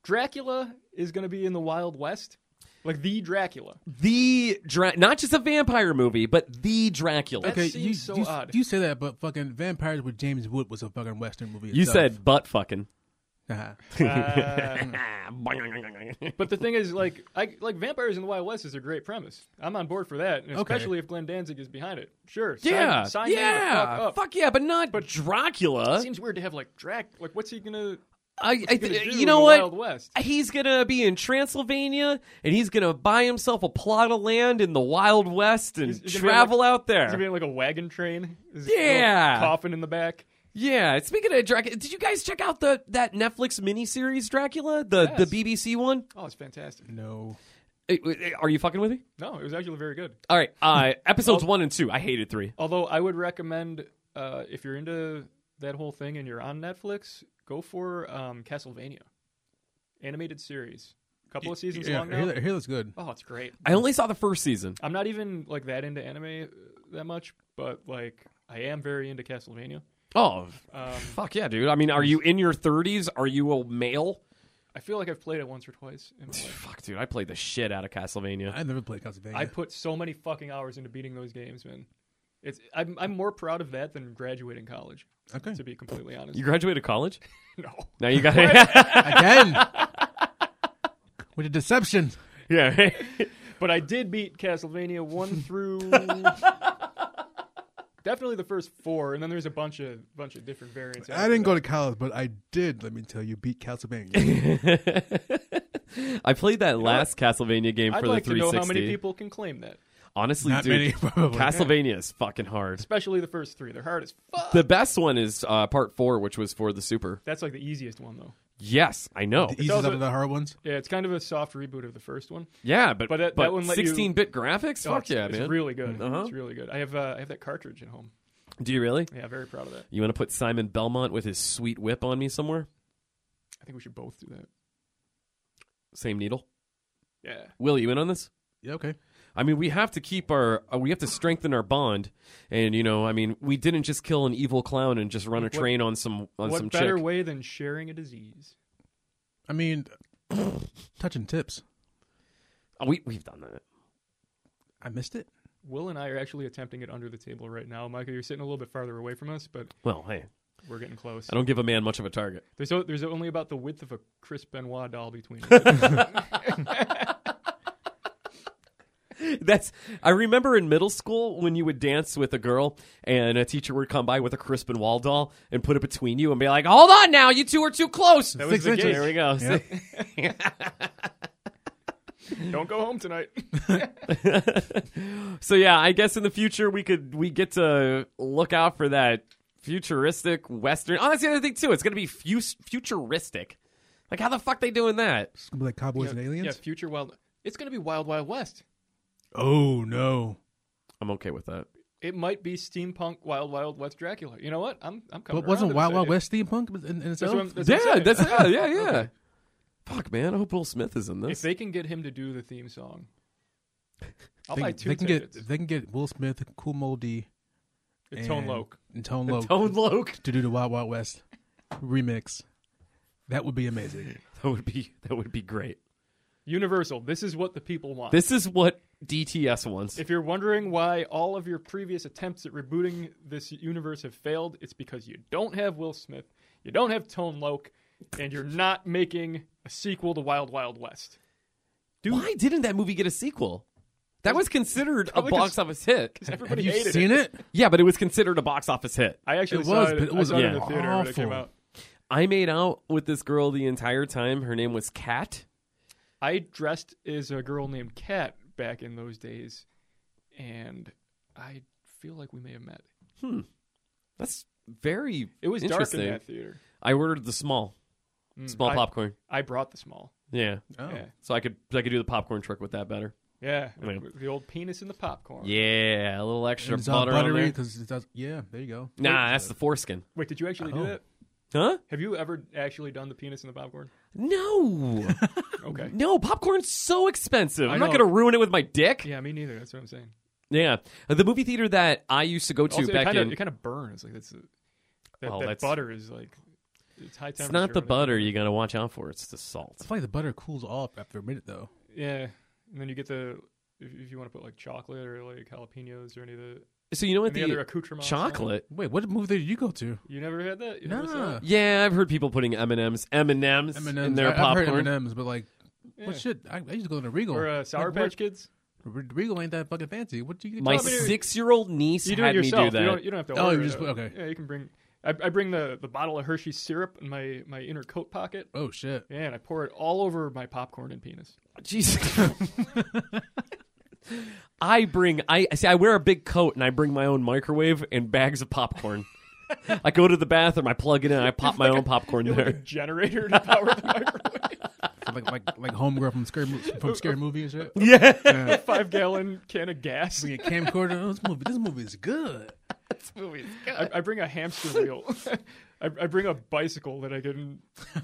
[SPEAKER 4] Dracula is going to be in the Wild West, like the Dracula.
[SPEAKER 2] the Dra- not just a vampire movie, but the Dracula.
[SPEAKER 4] That
[SPEAKER 3] you,
[SPEAKER 4] seems so
[SPEAKER 3] you,
[SPEAKER 4] odd.
[SPEAKER 3] you say that, but fucking Vampires with James Wood was a fucking Western movie.
[SPEAKER 2] You
[SPEAKER 3] itself.
[SPEAKER 2] said butt fucking.
[SPEAKER 3] Uh-huh.
[SPEAKER 4] Uh, but the thing is, like, I like vampires in the Wild West is a great premise. I'm on board for that, and
[SPEAKER 3] Okay.
[SPEAKER 4] especially if Glenn Danzig is behind it. Sure, sign-
[SPEAKER 2] yeah,
[SPEAKER 4] sign, me the
[SPEAKER 2] yeah,
[SPEAKER 4] fuck up.
[SPEAKER 2] yeah, but not but Dracula.
[SPEAKER 4] Seems weird to have like Drac. Like, what's he gonna?
[SPEAKER 2] I, I
[SPEAKER 4] gonna
[SPEAKER 2] th-
[SPEAKER 4] do
[SPEAKER 2] uh, you
[SPEAKER 4] in
[SPEAKER 2] know
[SPEAKER 4] the
[SPEAKER 2] what?
[SPEAKER 4] Wild West?
[SPEAKER 2] He's gonna be in Transylvania, and he's gonna buy himself a plot of land in the Wild West and
[SPEAKER 4] He's- he's gonna be
[SPEAKER 2] travel
[SPEAKER 4] like-
[SPEAKER 2] out there.
[SPEAKER 4] Is he being like a wagon train? Is he-
[SPEAKER 2] Yeah.
[SPEAKER 4] coffin in the back.
[SPEAKER 2] Yeah, speaking of Dracula, did you guys check out the that Netflix miniseries Dracula, the
[SPEAKER 4] Yes.
[SPEAKER 2] the BBC one?
[SPEAKER 4] Oh, it's fantastic.
[SPEAKER 3] No.
[SPEAKER 2] Eh, eh, Are you fucking with me?
[SPEAKER 4] No, it was actually very good.
[SPEAKER 2] All right, uh, episodes one and two. I hated three.
[SPEAKER 4] Although I would recommend uh, if you're into that whole thing and you're on Netflix, go for um, Castlevania, animated series, couple of seasons
[SPEAKER 3] Yeah,
[SPEAKER 4] long
[SPEAKER 3] here,
[SPEAKER 4] now.
[SPEAKER 3] here looks good.
[SPEAKER 4] Oh, it's great.
[SPEAKER 2] I only saw the first season.
[SPEAKER 4] I'm not even like that into anime uh, that much, but like I am very into Castlevania.
[SPEAKER 2] Oh,
[SPEAKER 4] Um,
[SPEAKER 2] fuck yeah, dude! I mean, are you in your thirties? Are you a male?
[SPEAKER 4] I feel like I've played it once or twice. in my life.
[SPEAKER 2] Fuck, dude, I played the shit out of Castlevania.
[SPEAKER 3] I never played Castlevania.
[SPEAKER 4] I put so many fucking hours into beating those games, man. It's I'm I'm more proud of that than graduating college.
[SPEAKER 3] Okay.
[SPEAKER 4] To be completely honest,
[SPEAKER 2] You graduated college?
[SPEAKER 4] no.
[SPEAKER 2] Now you got it.
[SPEAKER 3] Again. With the deception.
[SPEAKER 2] yeah.
[SPEAKER 4] But I did beat Castlevania one through definitely the first four, and then there's a bunch of bunch of different variants.
[SPEAKER 3] I didn't go to college, but I did, let me tell you, beat Castlevania.
[SPEAKER 2] I played that last Castlevania game
[SPEAKER 4] I'd
[SPEAKER 2] for
[SPEAKER 4] like
[SPEAKER 2] the
[SPEAKER 4] to know
[SPEAKER 2] 360.
[SPEAKER 4] how many people can claim that,
[SPEAKER 2] Honestly,
[SPEAKER 3] Not
[SPEAKER 2] dude,
[SPEAKER 3] many, probably.
[SPEAKER 2] Castlevania is fucking hard.
[SPEAKER 4] especially the first three. They're hard as fuck.
[SPEAKER 2] The best one is uh, part four, which was for the Super.
[SPEAKER 4] That's like the easiest one though.
[SPEAKER 2] Yes, I know.
[SPEAKER 3] The easiest
[SPEAKER 4] also-
[SPEAKER 3] out of the hard ones.
[SPEAKER 4] Yeah, it's kind of a soft reboot of the first one.
[SPEAKER 2] Yeah, but
[SPEAKER 4] But that- that one let you-
[SPEAKER 2] 16-bit graphics.
[SPEAKER 4] Oh,
[SPEAKER 2] Fuck
[SPEAKER 4] it's-
[SPEAKER 2] yeah,
[SPEAKER 4] it's
[SPEAKER 2] man.
[SPEAKER 4] really good.
[SPEAKER 2] Uh-huh.
[SPEAKER 4] It's really good. I have uh, I have that cartridge at home.
[SPEAKER 2] Do you really?
[SPEAKER 4] Yeah, very proud of that.
[SPEAKER 2] You want to put Simon Belmont with his sweet whip on me somewhere?
[SPEAKER 4] I think we should both do that.
[SPEAKER 2] Same needle.
[SPEAKER 4] Yeah.
[SPEAKER 2] Will you in on this?
[SPEAKER 3] Yeah, okay.
[SPEAKER 2] I mean, we have to keep our, uh, we have to strengthen our bond, and you know, I mean, we didn't just kill an evil clown and just run a
[SPEAKER 4] What-
[SPEAKER 2] train on some on
[SPEAKER 4] what
[SPEAKER 2] some
[SPEAKER 4] better
[SPEAKER 2] chick.
[SPEAKER 4] way than sharing a disease?
[SPEAKER 3] I mean, touching tips.
[SPEAKER 2] Oh, we we've done that.
[SPEAKER 3] I missed it.
[SPEAKER 4] Will and I are actually attempting it under the table right now. Michael, you're sitting a little bit farther away from us, but
[SPEAKER 2] Well, hey,
[SPEAKER 4] we're getting close.
[SPEAKER 2] I don't give a man much of a target.
[SPEAKER 4] There's o- there's only about the width of a Chris Benoit doll between us.
[SPEAKER 2] That's I remember in middle school when you would dance with a girl and a teacher would come by with a Crispin Wall doll and put it between you and be like, "Hold on now, you two are too close."
[SPEAKER 4] That was
[SPEAKER 3] Six
[SPEAKER 4] the
[SPEAKER 3] inches.
[SPEAKER 4] gauge.
[SPEAKER 2] There we go.
[SPEAKER 3] Yep.
[SPEAKER 4] don't go home tonight.
[SPEAKER 2] So yeah, I guess in the future we could we get to look out for that futuristic western. Oh, that's the other thing too. It's gonna be fu- futuristic. Like how the fuck they doing that?
[SPEAKER 3] It's gonna be like Cowboys
[SPEAKER 4] yeah,
[SPEAKER 3] and Aliens.
[SPEAKER 4] yeah, future wild. It's gonna be Wild Wild West.
[SPEAKER 3] Oh no!
[SPEAKER 2] I'm okay with that.
[SPEAKER 4] It might be steampunk Wild Wild West Dracula. You know what? I'm I'm coming.
[SPEAKER 3] But
[SPEAKER 4] around to
[SPEAKER 3] wasn't
[SPEAKER 4] this
[SPEAKER 3] Wild Wild
[SPEAKER 4] idea.
[SPEAKER 3] West steampunk in, in
[SPEAKER 4] That's
[SPEAKER 3] itself?
[SPEAKER 4] what I'm- that's what I'm
[SPEAKER 2] yeah,
[SPEAKER 4] saying.
[SPEAKER 2] that's yeah, yeah, yeah. Fuck man, I hope Will Smith is in
[SPEAKER 4] If
[SPEAKER 2] this.
[SPEAKER 4] they can get him to do the theme song, I'll
[SPEAKER 3] they,
[SPEAKER 4] buy
[SPEAKER 3] they
[SPEAKER 4] two
[SPEAKER 3] can
[SPEAKER 4] tickets.
[SPEAKER 3] get they can get Will Smith, Cool Moldy,
[SPEAKER 4] It's Tone
[SPEAKER 3] and-
[SPEAKER 4] Loc.
[SPEAKER 3] and Tone Loc
[SPEAKER 2] Tone Loke.
[SPEAKER 3] to do the Wild Wild West remix. That would be amazing.
[SPEAKER 2] That would be that would be great.
[SPEAKER 4] Universal. This is what the people want.
[SPEAKER 2] This is what DTS wants.
[SPEAKER 4] If you're wondering why all of your previous attempts at rebooting this universe have failed, it's because you don't have Will Smith, you don't have Tone Loc, and you're not making a sequel to Wild Wild West.
[SPEAKER 2] Why didn't that movie get a sequel? That was considered a
[SPEAKER 4] Probably 'cause-
[SPEAKER 2] box office hit.
[SPEAKER 4] Everybody
[SPEAKER 3] Have you
[SPEAKER 4] hated
[SPEAKER 3] seen
[SPEAKER 4] it.
[SPEAKER 3] it?
[SPEAKER 2] Yeah, but it was considered a box office hit.
[SPEAKER 4] I actually
[SPEAKER 3] It
[SPEAKER 4] saw
[SPEAKER 3] was,
[SPEAKER 4] it.
[SPEAKER 3] but it was
[SPEAKER 4] I saw it in the
[SPEAKER 3] awful.
[SPEAKER 4] theater when it came out.
[SPEAKER 2] I made out with this girl the entire time. Her name was Kat.
[SPEAKER 4] I dressed as a girl named Kat back in those days, and I feel like we may have met.
[SPEAKER 2] That's very
[SPEAKER 4] It was dark
[SPEAKER 2] interesting.
[SPEAKER 4] in that theater.
[SPEAKER 2] I ordered the small, small
[SPEAKER 4] I-
[SPEAKER 2] popcorn.
[SPEAKER 4] I brought the small.
[SPEAKER 2] Yeah,
[SPEAKER 3] Oh,
[SPEAKER 4] Yeah.
[SPEAKER 2] so I could I could do the popcorn trick with that better.
[SPEAKER 4] Yeah.
[SPEAKER 2] Yeah.
[SPEAKER 4] The old penis in the popcorn.
[SPEAKER 2] Yeah, a little extra
[SPEAKER 3] it's all
[SPEAKER 2] butter on
[SPEAKER 3] buttery
[SPEAKER 2] there.
[SPEAKER 3] because it does. Yeah, there you go.
[SPEAKER 2] Nah, that's the foreskin.
[SPEAKER 4] Wait, did you actually
[SPEAKER 3] Oh.
[SPEAKER 4] do that?
[SPEAKER 2] Huh?
[SPEAKER 4] Have you ever actually done the penis in the popcorn?
[SPEAKER 2] No,
[SPEAKER 4] Okay.
[SPEAKER 2] no, popcorn's so expensive.
[SPEAKER 4] I
[SPEAKER 2] I'm not
[SPEAKER 4] know.
[SPEAKER 2] gonna ruin it with my dick.
[SPEAKER 4] Yeah, me neither. That's what I'm saying.
[SPEAKER 2] Yeah, Uh, the movie theater that I used to go to
[SPEAKER 4] Also, it
[SPEAKER 2] back
[SPEAKER 4] kind of
[SPEAKER 2] in.
[SPEAKER 4] it kind of burns. Like that's that,
[SPEAKER 2] Well,
[SPEAKER 4] that
[SPEAKER 2] that's-
[SPEAKER 4] butter is like it's high temperature.
[SPEAKER 2] It's not the
[SPEAKER 4] when it-
[SPEAKER 2] butter you gotta watch out for. It's the salt.
[SPEAKER 3] I feel like the butter cools off after a minute though.
[SPEAKER 4] Yeah, and then you get the if, if you want to put like chocolate or like jalapenos or any of the
[SPEAKER 2] So you know what
[SPEAKER 4] any other
[SPEAKER 2] the
[SPEAKER 4] accoutrements. on it?
[SPEAKER 2] chocolate?
[SPEAKER 3] Wait, what movie did you go to?
[SPEAKER 4] You never had that? You never saw
[SPEAKER 3] Nah.
[SPEAKER 4] it?
[SPEAKER 2] Yeah, I've heard people putting M and M's, M and M's in their
[SPEAKER 3] I, have heard
[SPEAKER 2] popcorn.
[SPEAKER 3] M&Ms, but like,
[SPEAKER 4] Yeah.
[SPEAKER 3] what shit? I, I used to go to Regal.
[SPEAKER 4] Or uh, Sour
[SPEAKER 3] Like, where-
[SPEAKER 4] Patch Kids?
[SPEAKER 3] Re- Regal ain't that fucking fancy. What do you?
[SPEAKER 2] My
[SPEAKER 4] No, but it-
[SPEAKER 2] six-year-old niece
[SPEAKER 4] You do
[SPEAKER 2] had
[SPEAKER 4] it
[SPEAKER 2] me
[SPEAKER 4] yourself.
[SPEAKER 2] do that.
[SPEAKER 4] You don't, you don't have to.
[SPEAKER 3] Oh,
[SPEAKER 4] order
[SPEAKER 3] you just
[SPEAKER 4] it.
[SPEAKER 3] put- okay.
[SPEAKER 4] Yeah, you can bring. I, I bring the, the bottle of Hershey syrup in my, my inner coat pocket,
[SPEAKER 3] oh shit!
[SPEAKER 4] yeah, and I pour it all over my popcorn and penis.
[SPEAKER 2] Jesus. I bring I see I wear a big coat and I bring my own microwave and bags of popcorn. I go to the bathroom, I plug it in, I pop my own popcorn in
[SPEAKER 4] Like a
[SPEAKER 2] there.
[SPEAKER 4] generator to power the microwave.
[SPEAKER 3] like like like homegirl from scary Mo- from scary movie and shit.
[SPEAKER 2] Yeah.
[SPEAKER 4] Five gallon can of gas.
[SPEAKER 3] Bring a camcorder. Oh, this movie, this movie is good.
[SPEAKER 5] this movie's good.
[SPEAKER 4] I, I bring a hamster wheel. I, I bring a bicycle that I can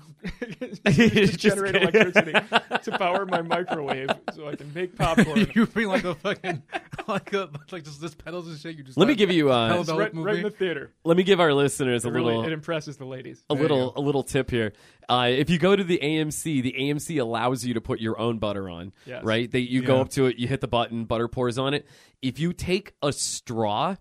[SPEAKER 2] Just
[SPEAKER 4] just generate
[SPEAKER 2] kidding.
[SPEAKER 4] electricity to power my microwave, so I can make popcorn.
[SPEAKER 3] you bring like a fucking like a like just this pedals and shit. You just
[SPEAKER 2] Let me
[SPEAKER 3] like-
[SPEAKER 2] give you uh,
[SPEAKER 3] Hell no.
[SPEAKER 4] right,
[SPEAKER 3] movie.
[SPEAKER 4] right in the theater.
[SPEAKER 2] let me give our listeners a
[SPEAKER 4] It really,
[SPEAKER 2] little uh,
[SPEAKER 4] it impresses the ladies.
[SPEAKER 2] a
[SPEAKER 3] There you
[SPEAKER 2] little
[SPEAKER 3] go.
[SPEAKER 2] a little tip here. Uh, if you go to the AMC, the AMC allows you to put your own butter on.
[SPEAKER 4] Yes.
[SPEAKER 2] Right? They, you go
[SPEAKER 3] Yeah.
[SPEAKER 2] up to it, you hit the button, butter pours on it. If you take a straw,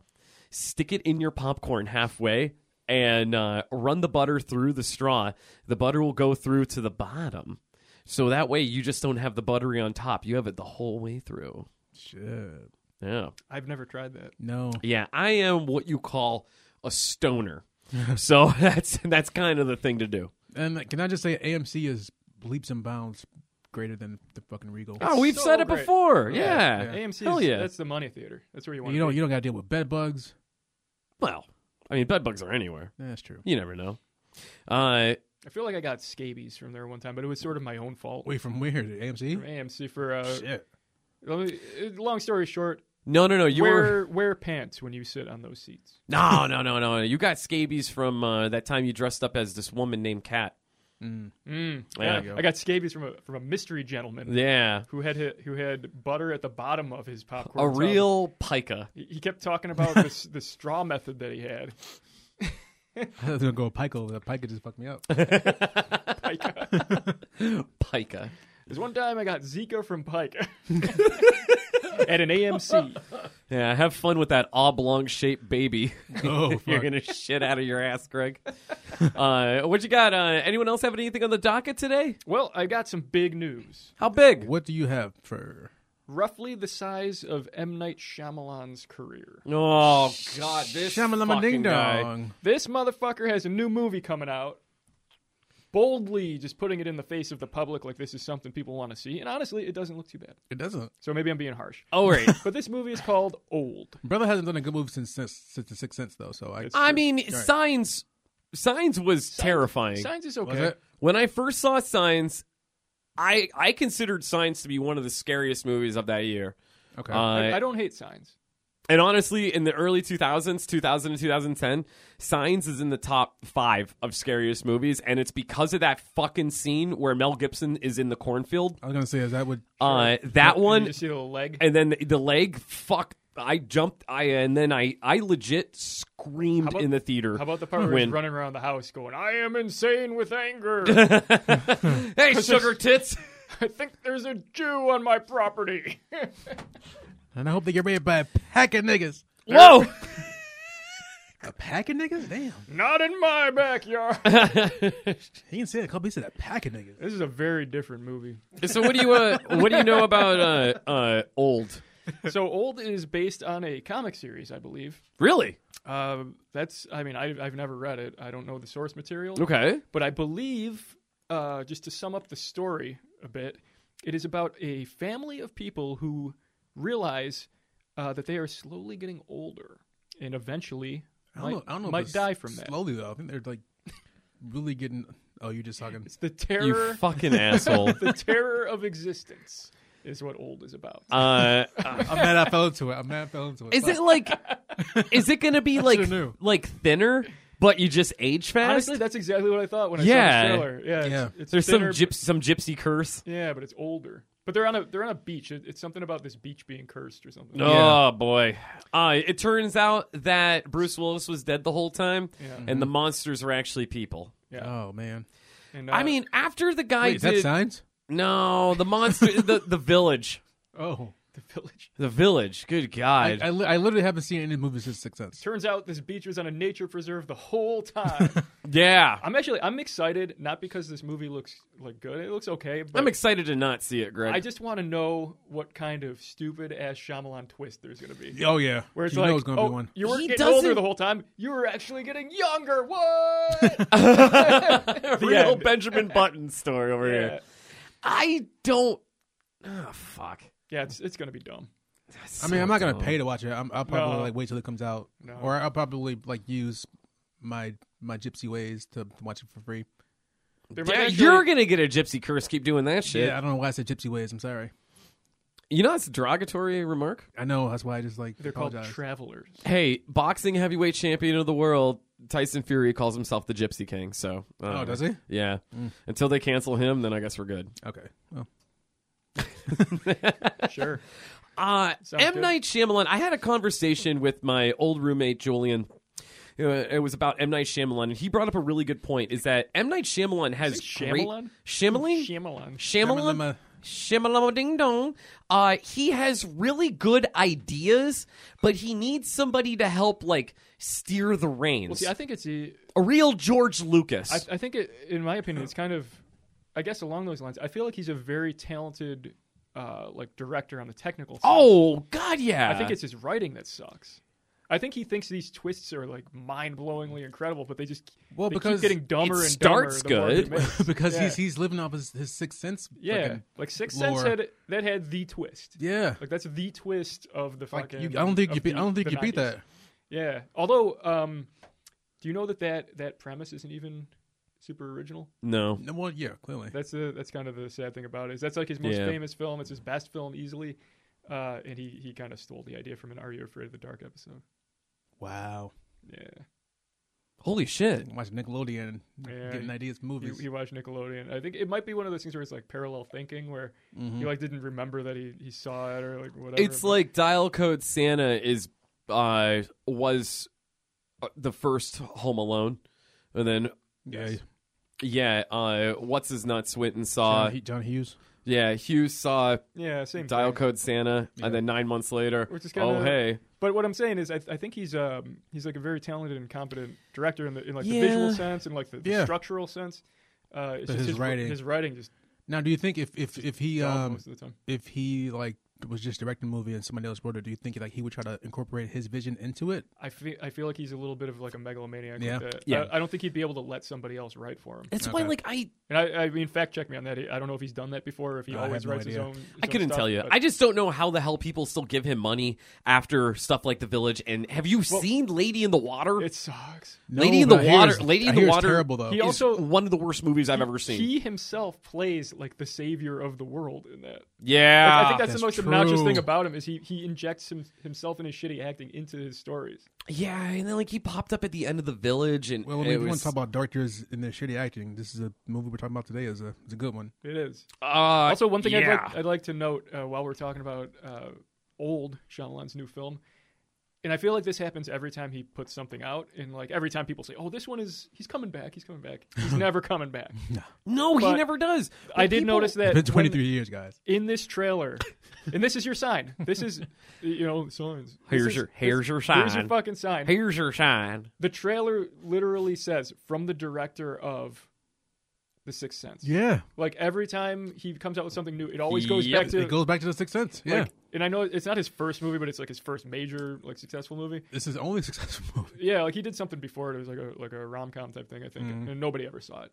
[SPEAKER 2] stick it in your popcorn halfway, and uh, run the butter through the straw, the butter will go through to the bottom. So that way, you just don't have the buttery on top. You have it the whole way through.
[SPEAKER 3] Shit.
[SPEAKER 2] Yeah.
[SPEAKER 4] I've never tried that.
[SPEAKER 3] No.
[SPEAKER 2] Yeah, I am what you call a stoner. so that's that's kind of the thing to do.
[SPEAKER 3] And can I just say AMC is leaps and bounds greater than the fucking Regal.
[SPEAKER 2] Oh, we've
[SPEAKER 4] so
[SPEAKER 2] said it
[SPEAKER 4] great.
[SPEAKER 2] before. Yeah.
[SPEAKER 4] AMC,
[SPEAKER 2] Hell
[SPEAKER 4] 's-
[SPEAKER 2] yeah.
[SPEAKER 4] that's the money theater. That's where you want.
[SPEAKER 3] you
[SPEAKER 4] to
[SPEAKER 3] don't you don't got to deal with bed bugs.
[SPEAKER 2] Well, I mean, bed bugs are anywhere.
[SPEAKER 3] That's true.
[SPEAKER 2] You never know. Uh,
[SPEAKER 4] I feel like I got scabies from there one time, but it was sort of my own fault.
[SPEAKER 3] Wait, from where? The
[SPEAKER 4] From
[SPEAKER 3] AMC?
[SPEAKER 4] AMC for uh,
[SPEAKER 3] Shit.
[SPEAKER 4] let me, uh, long story short,
[SPEAKER 2] no, no, no. You
[SPEAKER 4] wear
[SPEAKER 2] were
[SPEAKER 4] wear pants when you sit on those seats.
[SPEAKER 2] no, no, no, no. You got scabies from uh, that time you dressed up as this woman named Kat.
[SPEAKER 4] Mm.
[SPEAKER 2] There you
[SPEAKER 4] Yeah.
[SPEAKER 2] go.
[SPEAKER 4] I got scabies from a from a mystery gentleman
[SPEAKER 2] Yeah,
[SPEAKER 4] who had hi- who had butter at the bottom of his popcorn.
[SPEAKER 2] a
[SPEAKER 4] tub.
[SPEAKER 2] real pica.
[SPEAKER 4] He he kept talking about this the straw method that he had.
[SPEAKER 3] I was gonna go with Pico. That Pico just fucked me up.
[SPEAKER 4] Pica.
[SPEAKER 2] Pica.
[SPEAKER 4] There's one time I got Zika from Pica at an AMC.
[SPEAKER 2] Yeah, have fun with that oblong shaped baby.
[SPEAKER 3] oh,
[SPEAKER 2] You're
[SPEAKER 3] fuck.
[SPEAKER 2] gonna shit out of your ass, Greg. uh, what you got? Uh, anyone else have anything on the docket today?
[SPEAKER 4] Well, I got some big news.
[SPEAKER 2] How big?
[SPEAKER 3] What do you have for?
[SPEAKER 4] Roughly the size of M Night Shyamalan's career.
[SPEAKER 2] Oh God, this
[SPEAKER 3] Shamalama
[SPEAKER 2] fucking
[SPEAKER 3] ding
[SPEAKER 2] guy.
[SPEAKER 3] dong.
[SPEAKER 4] This motherfucker has a new movie coming out. Boldly just putting it in the face of the public like this is something people want to see. And honestly, it doesn't look too bad.
[SPEAKER 3] It doesn't.
[SPEAKER 4] So maybe I'm being harsh.
[SPEAKER 2] Oh right.
[SPEAKER 4] But this movie is called Old.
[SPEAKER 3] Brother hasn't done a good move since since, since the Sixth Sense though. So I.
[SPEAKER 4] It's-
[SPEAKER 2] I mean, signs. Signs was terrifying.
[SPEAKER 4] Signs is
[SPEAKER 3] Was
[SPEAKER 4] okay.
[SPEAKER 3] it?
[SPEAKER 2] When I first saw Signs, I I considered Signs to be one of the scariest movies of that year.
[SPEAKER 3] Okay.
[SPEAKER 2] Uh,
[SPEAKER 4] I, I don't hate signs.
[SPEAKER 2] and honestly, in the early 2000s, 2000 to 2010, Signs is in the top five of scariest movies, and it's because of that fucking scene where Mel Gibson is in the cornfield.
[SPEAKER 3] I was gonna say is that would.
[SPEAKER 2] Uh, that
[SPEAKER 4] You
[SPEAKER 2] one,
[SPEAKER 4] just see the leg.
[SPEAKER 2] and then the, the leg. Fuck! I jumped. I and then I I legit screamed
[SPEAKER 4] about-
[SPEAKER 2] in the theater.
[SPEAKER 4] How about the part where
[SPEAKER 2] When-
[SPEAKER 4] he's running around the house going, I am insane with anger.
[SPEAKER 2] hey, sugar tits!
[SPEAKER 4] I think there's a Jew on my property.
[SPEAKER 3] And I hope they get raided by a pack of niggas.
[SPEAKER 2] Whoa!
[SPEAKER 3] A pack of niggas? Damn.
[SPEAKER 4] Not in my backyard.
[SPEAKER 3] He didn't say that. He said a pack of niggas.
[SPEAKER 4] this is a very different movie.
[SPEAKER 2] so what do you uh, what do you know about uh, uh, old?
[SPEAKER 4] So Old is based on a comic series, I believe.
[SPEAKER 2] Really?
[SPEAKER 4] Uh, that's, I mean, I, I've never read it. I don't know the source material.
[SPEAKER 2] Okay.
[SPEAKER 4] But I believe, uh, just to sum up the story a bit, it is about a family of people who realize uh, that they are slowly getting older and eventually
[SPEAKER 3] I
[SPEAKER 4] might,
[SPEAKER 3] don't know. I don't know. if
[SPEAKER 4] might
[SPEAKER 3] it's
[SPEAKER 4] die from that.
[SPEAKER 3] Slowly though. I think they're like really getting. Oh, you're just talking.
[SPEAKER 4] It's the terror,
[SPEAKER 2] You fucking asshole.
[SPEAKER 4] the terror of existence is what old is about.
[SPEAKER 2] Uh,
[SPEAKER 3] I'm mad I fell into it. I'm mad I fell into it.
[SPEAKER 2] is it like? Is it gonna be like
[SPEAKER 3] should've knew.
[SPEAKER 2] like thinner, but you just age fast?
[SPEAKER 4] Honestly, that's exactly what I thought when I
[SPEAKER 2] Yeah.
[SPEAKER 4] saw the trailer. Yeah,
[SPEAKER 3] Yeah.
[SPEAKER 4] It's, it's
[SPEAKER 2] There's
[SPEAKER 4] thinner,
[SPEAKER 2] some gypsy some gypsy curse.
[SPEAKER 4] Yeah, but it's older. But they're on a they're on a beach. It, it's something about this beach being cursed or something.
[SPEAKER 2] Oh boy! Uh, it turns out that Bruce Willis was dead the whole time,
[SPEAKER 4] Yeah.
[SPEAKER 2] and the monsters were actually people.
[SPEAKER 4] Yeah.
[SPEAKER 3] Oh man.
[SPEAKER 4] And, uh,
[SPEAKER 2] I mean, after the guy
[SPEAKER 3] Wait, is that
[SPEAKER 2] did
[SPEAKER 3] signs?
[SPEAKER 2] no, the monster, the the village,
[SPEAKER 3] Oh.
[SPEAKER 4] the village.
[SPEAKER 2] the village. Good
[SPEAKER 3] I,
[SPEAKER 2] God!
[SPEAKER 3] I, li- I literally haven't seen any movies since Sixth Sense.
[SPEAKER 4] Turns out this beach was on a nature preserve the whole time.
[SPEAKER 2] yeah,
[SPEAKER 4] I'm actually I'm excited not because this movie looks like good. It looks okay. But
[SPEAKER 2] I'm excited to not see it, Greg.
[SPEAKER 4] I just want to know what kind of stupid ass Shyamalan twist there's going to be.
[SPEAKER 3] Oh yeah.
[SPEAKER 4] Where it's
[SPEAKER 3] you
[SPEAKER 4] like,
[SPEAKER 3] know it's gonna
[SPEAKER 4] oh,
[SPEAKER 3] be one.
[SPEAKER 4] you were
[SPEAKER 2] He
[SPEAKER 4] getting
[SPEAKER 2] doesn't-
[SPEAKER 4] older the whole time. You were actually getting younger. What?
[SPEAKER 2] real
[SPEAKER 4] end.
[SPEAKER 2] Benjamin Button story over
[SPEAKER 4] yeah,
[SPEAKER 2] here. I don't. Oh fuck!
[SPEAKER 4] yeah, it's it's going to be dumb.
[SPEAKER 3] I mean, I'm not gonna pay to watch it. I'm, I'll probably
[SPEAKER 4] No.
[SPEAKER 3] like wait till it comes out,
[SPEAKER 4] No.
[SPEAKER 3] or I'll probably like use my my gypsy ways to watch it for free.
[SPEAKER 4] There might
[SPEAKER 2] Yeah,
[SPEAKER 4] actually-
[SPEAKER 2] you're gonna get a gypsy curse. Keep doing that shit.
[SPEAKER 3] Yeah, I don't know why I said gypsy ways. I'm sorry.
[SPEAKER 2] You know that's a derogatory remark.
[SPEAKER 3] I know that's why I just like
[SPEAKER 4] They're
[SPEAKER 3] apologize.
[SPEAKER 4] called travelers.
[SPEAKER 2] Hey, boxing heavyweight champion of the world, Tyson Fury calls himself the Gypsy King. So, I don't
[SPEAKER 3] Oh,
[SPEAKER 2] know.
[SPEAKER 3] does he? Mm.
[SPEAKER 2] Yeah. Until they cancel him, then I guess we're good.
[SPEAKER 3] Okay. Well,
[SPEAKER 4] Sure.
[SPEAKER 2] Uh,
[SPEAKER 4] Sounds
[SPEAKER 2] M.
[SPEAKER 4] good.
[SPEAKER 2] Night Shyamalan. I had a conversation with my old roommate Julian. Uh, It was about M. Night Shyamalan, and he brought up a really good point: is that M. Night Shyamalan has
[SPEAKER 4] Is it
[SPEAKER 2] great
[SPEAKER 4] Shyamalan?
[SPEAKER 2] Shyamalan, Shyamalan,
[SPEAKER 4] Shyamalan. uh,
[SPEAKER 3] Shyamalan.
[SPEAKER 2] Shyamalan Ding Dong. Uh, he has really good ideas, but he needs somebody to help, like steer the reins.
[SPEAKER 4] Well, see, I think it's e the
[SPEAKER 2] a real George Lucas.
[SPEAKER 4] I, I think, it, in my opinion, it's kind of, I guess, along those lines. I feel like he's a very talented, uh, like director on the technical. side.
[SPEAKER 2] oh God, yeah.
[SPEAKER 4] I think it's his writing that sucks. I think he thinks these twists are like mind-blowingly incredible, but they just
[SPEAKER 3] Well,
[SPEAKER 4] they
[SPEAKER 3] because
[SPEAKER 4] keep getting dumber
[SPEAKER 2] it
[SPEAKER 4] and dumber
[SPEAKER 2] starts
[SPEAKER 4] the more they
[SPEAKER 2] good.
[SPEAKER 4] make.
[SPEAKER 3] because
[SPEAKER 4] Yeah.
[SPEAKER 3] he's he's living off his, his sixth sense.
[SPEAKER 4] yeah,
[SPEAKER 3] fucking-
[SPEAKER 4] like Sixth Sense
[SPEAKER 3] lore.
[SPEAKER 4] had that had the twist.
[SPEAKER 3] yeah.
[SPEAKER 4] Like that's the twist of the
[SPEAKER 3] Like
[SPEAKER 4] fucking.
[SPEAKER 3] you, I don't think you
[SPEAKER 4] of
[SPEAKER 3] beat. I don't
[SPEAKER 4] the-
[SPEAKER 3] think
[SPEAKER 4] the
[SPEAKER 3] you beat
[SPEAKER 4] 90s.
[SPEAKER 3] that.
[SPEAKER 4] Yeah. Although, um, do you know that that that premise isn't even super original?
[SPEAKER 2] no.
[SPEAKER 3] No, Well, yeah, clearly.
[SPEAKER 4] That's the that's kind of the sad thing about it. Is that's like his most
[SPEAKER 2] Yeah.
[SPEAKER 4] famous film. It's his best film easily, uh, and he he kind of stole the idea from an Are You Afraid of the Dark episode.
[SPEAKER 3] Wow.
[SPEAKER 4] Yeah.
[SPEAKER 2] Holy shit.
[SPEAKER 3] Watch Nickelodeon,
[SPEAKER 4] Yeah,
[SPEAKER 3] getting
[SPEAKER 4] he-
[SPEAKER 3] ideas,
[SPEAKER 4] He,
[SPEAKER 3] movies.
[SPEAKER 4] he watched Nickelodeon. I think it might be one of those things where it's like parallel thinking, where
[SPEAKER 3] Mm-hmm.
[SPEAKER 4] he like didn't remember that he, he saw it or like whatever.
[SPEAKER 2] It's
[SPEAKER 4] but-
[SPEAKER 2] like dial code Santa is uh was uh, the first Home Alone, and then
[SPEAKER 3] yeah.
[SPEAKER 2] yeah, uh, what's his nuts Swinton saw
[SPEAKER 3] John, Hu- John Hughes.
[SPEAKER 2] yeah Hughes saw
[SPEAKER 4] yeah, same
[SPEAKER 2] dial
[SPEAKER 4] thing.
[SPEAKER 2] code Santa, and then nine months later,
[SPEAKER 4] Which is
[SPEAKER 2] oh
[SPEAKER 4] kinda-
[SPEAKER 2] hey,
[SPEAKER 4] But what I'm saying is, I, I think he's um he's like a very talented and competent director in the in like
[SPEAKER 2] Yeah.
[SPEAKER 4] the visual sense and like the, the
[SPEAKER 3] Yeah.
[SPEAKER 4] structural sense. Uh, it's
[SPEAKER 3] But
[SPEAKER 4] just
[SPEAKER 3] his writing-
[SPEAKER 4] his writing just
[SPEAKER 3] Now, do you think if if if he
[SPEAKER 4] dumb
[SPEAKER 3] um
[SPEAKER 4] most of the time.
[SPEAKER 3] if he like was just directing a movie and somebody else wrote it, do you think like he would try to incorporate his vision into it?
[SPEAKER 4] I feel I feel like he's a little bit of like a megalomaniac.
[SPEAKER 3] Yeah.
[SPEAKER 4] With that.
[SPEAKER 2] Yeah.
[SPEAKER 4] I, I don't think he'd be able to let somebody else write for him.
[SPEAKER 2] that's why
[SPEAKER 3] Okay.
[SPEAKER 2] like I
[SPEAKER 4] And I, I mean, fact check me on that. I don't know if he's done that before. Or if he
[SPEAKER 3] I have
[SPEAKER 4] always
[SPEAKER 3] no
[SPEAKER 4] writes his
[SPEAKER 3] idea.
[SPEAKER 4] own. his
[SPEAKER 2] I
[SPEAKER 4] own
[SPEAKER 2] couldn't
[SPEAKER 4] stuff,
[SPEAKER 2] tell you.
[SPEAKER 4] but-
[SPEAKER 2] I just don't know how the hell people still give him money after stuff like The Village. And have you seen Lady in the Water?
[SPEAKER 4] it sucks.
[SPEAKER 2] Lady in the
[SPEAKER 3] but I hear
[SPEAKER 2] Water-
[SPEAKER 3] it's-
[SPEAKER 2] Lady
[SPEAKER 3] I
[SPEAKER 2] in the
[SPEAKER 3] hear it's
[SPEAKER 2] Water-
[SPEAKER 3] Terrible though.
[SPEAKER 4] He
[SPEAKER 2] It's
[SPEAKER 4] also-
[SPEAKER 2] one of the worst movies I've ever seen.
[SPEAKER 4] He himself plays like the savior of the world in that.
[SPEAKER 2] yeah,
[SPEAKER 4] I think that's,
[SPEAKER 3] That's
[SPEAKER 4] the most obnoxious
[SPEAKER 3] true.
[SPEAKER 4] thing about him is he he injects him, himself and his shitty acting into his stories.
[SPEAKER 2] yeah. And then like he popped up at the end of The Village, and
[SPEAKER 3] well, I
[SPEAKER 2] it
[SPEAKER 3] mean, if you want
[SPEAKER 2] was-
[SPEAKER 3] to talk about directors and their shitty acting, this is a movie we're talking about today. is a is a good one.
[SPEAKER 4] It is
[SPEAKER 2] Uh,
[SPEAKER 4] also one thing I'd,
[SPEAKER 2] yeah.
[SPEAKER 4] like, I'd like to note uh, while we're talking about uh, old Shyamalan's new film. And I feel like this happens every time he puts something out, and like every time people say, "Oh, this one is he's coming back, he's coming back, he's never coming back."
[SPEAKER 2] No, he
[SPEAKER 4] But
[SPEAKER 2] never does.
[SPEAKER 4] I
[SPEAKER 2] When
[SPEAKER 4] did
[SPEAKER 2] people-
[SPEAKER 4] notice that
[SPEAKER 3] It's been
[SPEAKER 4] when-
[SPEAKER 3] 23 years, guys.
[SPEAKER 4] in this trailer, and this is your sign. This is, you know, signs. This
[SPEAKER 2] Here's
[SPEAKER 4] is-
[SPEAKER 2] your-
[SPEAKER 4] this-
[SPEAKER 2] here's your
[SPEAKER 4] Here's
[SPEAKER 2] sign.
[SPEAKER 4] your fucking sign.
[SPEAKER 2] Here's your sign.
[SPEAKER 4] The trailer literally says from the director of The Sixth Sense.
[SPEAKER 3] Yeah,
[SPEAKER 4] Like every time he comes out with something new, it always
[SPEAKER 2] Yep.
[SPEAKER 4] goes back to
[SPEAKER 3] it goes back to the Sixth Sense. Yeah,
[SPEAKER 4] like, and I know it's not his first movie, but it's like his first major like successful movie.
[SPEAKER 3] this is the only successful movie.
[SPEAKER 4] Yeah, like he did something before it. It was like a like a rom com type thing, I think,
[SPEAKER 3] Mm-hmm.
[SPEAKER 4] and nobody ever saw it.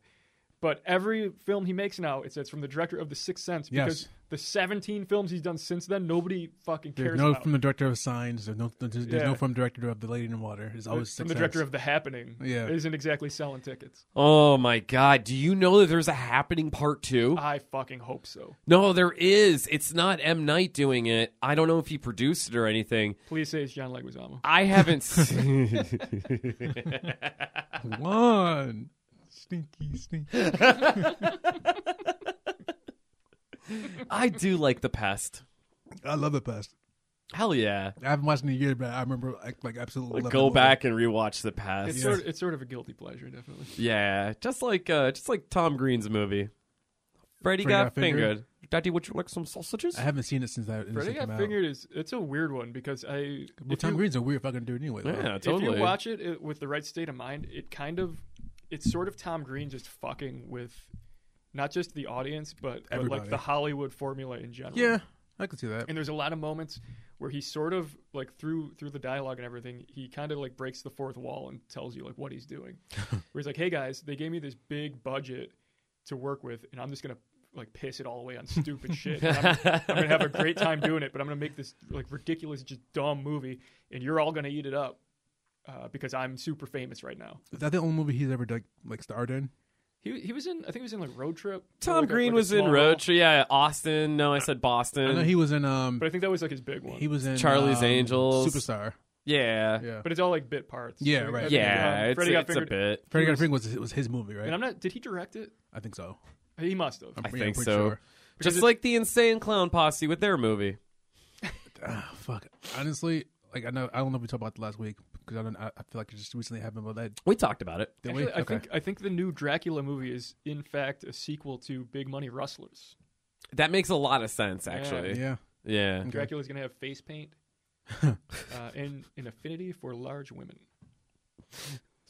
[SPEAKER 4] But every film he makes now, it says from the director of The Sixth Sense because
[SPEAKER 3] Yes.
[SPEAKER 4] the 17 films he's done since then, nobody fucking
[SPEAKER 3] There's
[SPEAKER 4] cares
[SPEAKER 3] no
[SPEAKER 4] about.
[SPEAKER 3] from the director of Signs. There's no there's, there's
[SPEAKER 4] Yeah.
[SPEAKER 3] no from director of The Lady in the Water. There's always Sixth
[SPEAKER 4] from the director
[SPEAKER 3] Sense.
[SPEAKER 4] of The Happening.
[SPEAKER 3] Yeah.
[SPEAKER 4] isn't exactly selling tickets.
[SPEAKER 2] Oh my god! Do you know that there's a happening part two?
[SPEAKER 4] I fucking hope so.
[SPEAKER 2] no, there is. It's not M Night doing it. I don't know if he produced it or anything.
[SPEAKER 4] Please say it's John Leguizamo.
[SPEAKER 2] I haven't. seen...
[SPEAKER 3] one. Stinky, stinky.
[SPEAKER 2] I do like the pest.
[SPEAKER 3] I love the past.
[SPEAKER 2] Hell yeah!
[SPEAKER 3] I haven't watched it in a year, but I remember like, like absolutely. loving
[SPEAKER 2] Go
[SPEAKER 3] it.
[SPEAKER 2] back and rewatch the past.
[SPEAKER 4] It's
[SPEAKER 2] Yeah.
[SPEAKER 4] sort of, it's sort of a guilty pleasure, definitely.
[SPEAKER 2] just like uh, just like Tom Green's movie. Freddy
[SPEAKER 3] Freddy
[SPEAKER 2] got,
[SPEAKER 3] got
[SPEAKER 2] fingered.
[SPEAKER 3] fingered.
[SPEAKER 2] Daddy, would you like some sausages?
[SPEAKER 3] I haven't seen it since that.
[SPEAKER 4] Freddy
[SPEAKER 3] Freddy
[SPEAKER 4] Got Fingered is it's a weird one because I
[SPEAKER 3] Well,
[SPEAKER 4] if
[SPEAKER 3] Tom
[SPEAKER 4] you-
[SPEAKER 3] Green's a weird fucking dude anyway. though.
[SPEAKER 2] yeah,
[SPEAKER 4] if
[SPEAKER 2] totally.
[SPEAKER 4] you watch it, it with the right state of mind, it kind of it's sort of Tom Green just fucking with not just the audience but, but like
[SPEAKER 3] Everybody.
[SPEAKER 4] the Hollywood formula in general.
[SPEAKER 3] Yeah, I could see that.
[SPEAKER 4] and there's a lot of moments where he sort of like through through the dialogue and everything he kind of like breaks the fourth wall and tells you like what he's doing where he's like hey guys they gave me this big budget to work with and i'm just gonna like piss it all away on stupid shit And I'm, I'm gonna have a great time doing it but i'm gonna make this like ridiculous just dumb movie and you're all gonna eat it up uh, because i'm super famous right now
[SPEAKER 3] Is that the only movie he's ever like, like starred in?
[SPEAKER 4] He he was in. I think he was in like Road Trip. or,
[SPEAKER 2] Tom
[SPEAKER 4] like, a-
[SPEAKER 2] Green
[SPEAKER 4] like, a
[SPEAKER 2] was in
[SPEAKER 4] small
[SPEAKER 2] Road
[SPEAKER 4] role.
[SPEAKER 2] Trip. Yeah, Austin. No, I said Boston.
[SPEAKER 3] I know he was in um
[SPEAKER 4] But I think that was like his big one.
[SPEAKER 3] he was in
[SPEAKER 2] Charlie's
[SPEAKER 3] um,
[SPEAKER 2] Angels.
[SPEAKER 3] Superstar.
[SPEAKER 2] yeah,
[SPEAKER 3] Yeah.
[SPEAKER 4] but it's all like bit parts.
[SPEAKER 3] Yeah,
[SPEAKER 4] I think-
[SPEAKER 3] right.
[SPEAKER 4] I think,
[SPEAKER 2] yeah.
[SPEAKER 4] um,
[SPEAKER 2] It's,
[SPEAKER 4] Freddy got
[SPEAKER 2] it's a
[SPEAKER 4] fingered.
[SPEAKER 2] bit.
[SPEAKER 3] Freddy Got
[SPEAKER 4] was-
[SPEAKER 3] Fingered was it was his movie, right?
[SPEAKER 4] And I'm not. Did he direct it?
[SPEAKER 3] I think so.
[SPEAKER 4] He must have.
[SPEAKER 2] I
[SPEAKER 3] Yeah,
[SPEAKER 2] think
[SPEAKER 3] pretty
[SPEAKER 2] so.
[SPEAKER 3] sure.
[SPEAKER 4] Because
[SPEAKER 2] Just
[SPEAKER 4] it-
[SPEAKER 2] like the insane clown posse with their movie.
[SPEAKER 3] Ah, fuck. Honestly, like I know I don't know if we talked about it last week because I don't. I, I feel like it just recently happened, but that
[SPEAKER 2] We talked about it.
[SPEAKER 3] did
[SPEAKER 4] Actually,
[SPEAKER 3] we?
[SPEAKER 4] I think I think the new Dracula movie is in fact a sequel to Big Money Rustlers.
[SPEAKER 2] That makes a lot of sense, actually.
[SPEAKER 3] yeah.
[SPEAKER 2] Yeah.
[SPEAKER 3] Okay.
[SPEAKER 4] Dracula's gonna have face paint uh, and an affinity for large women.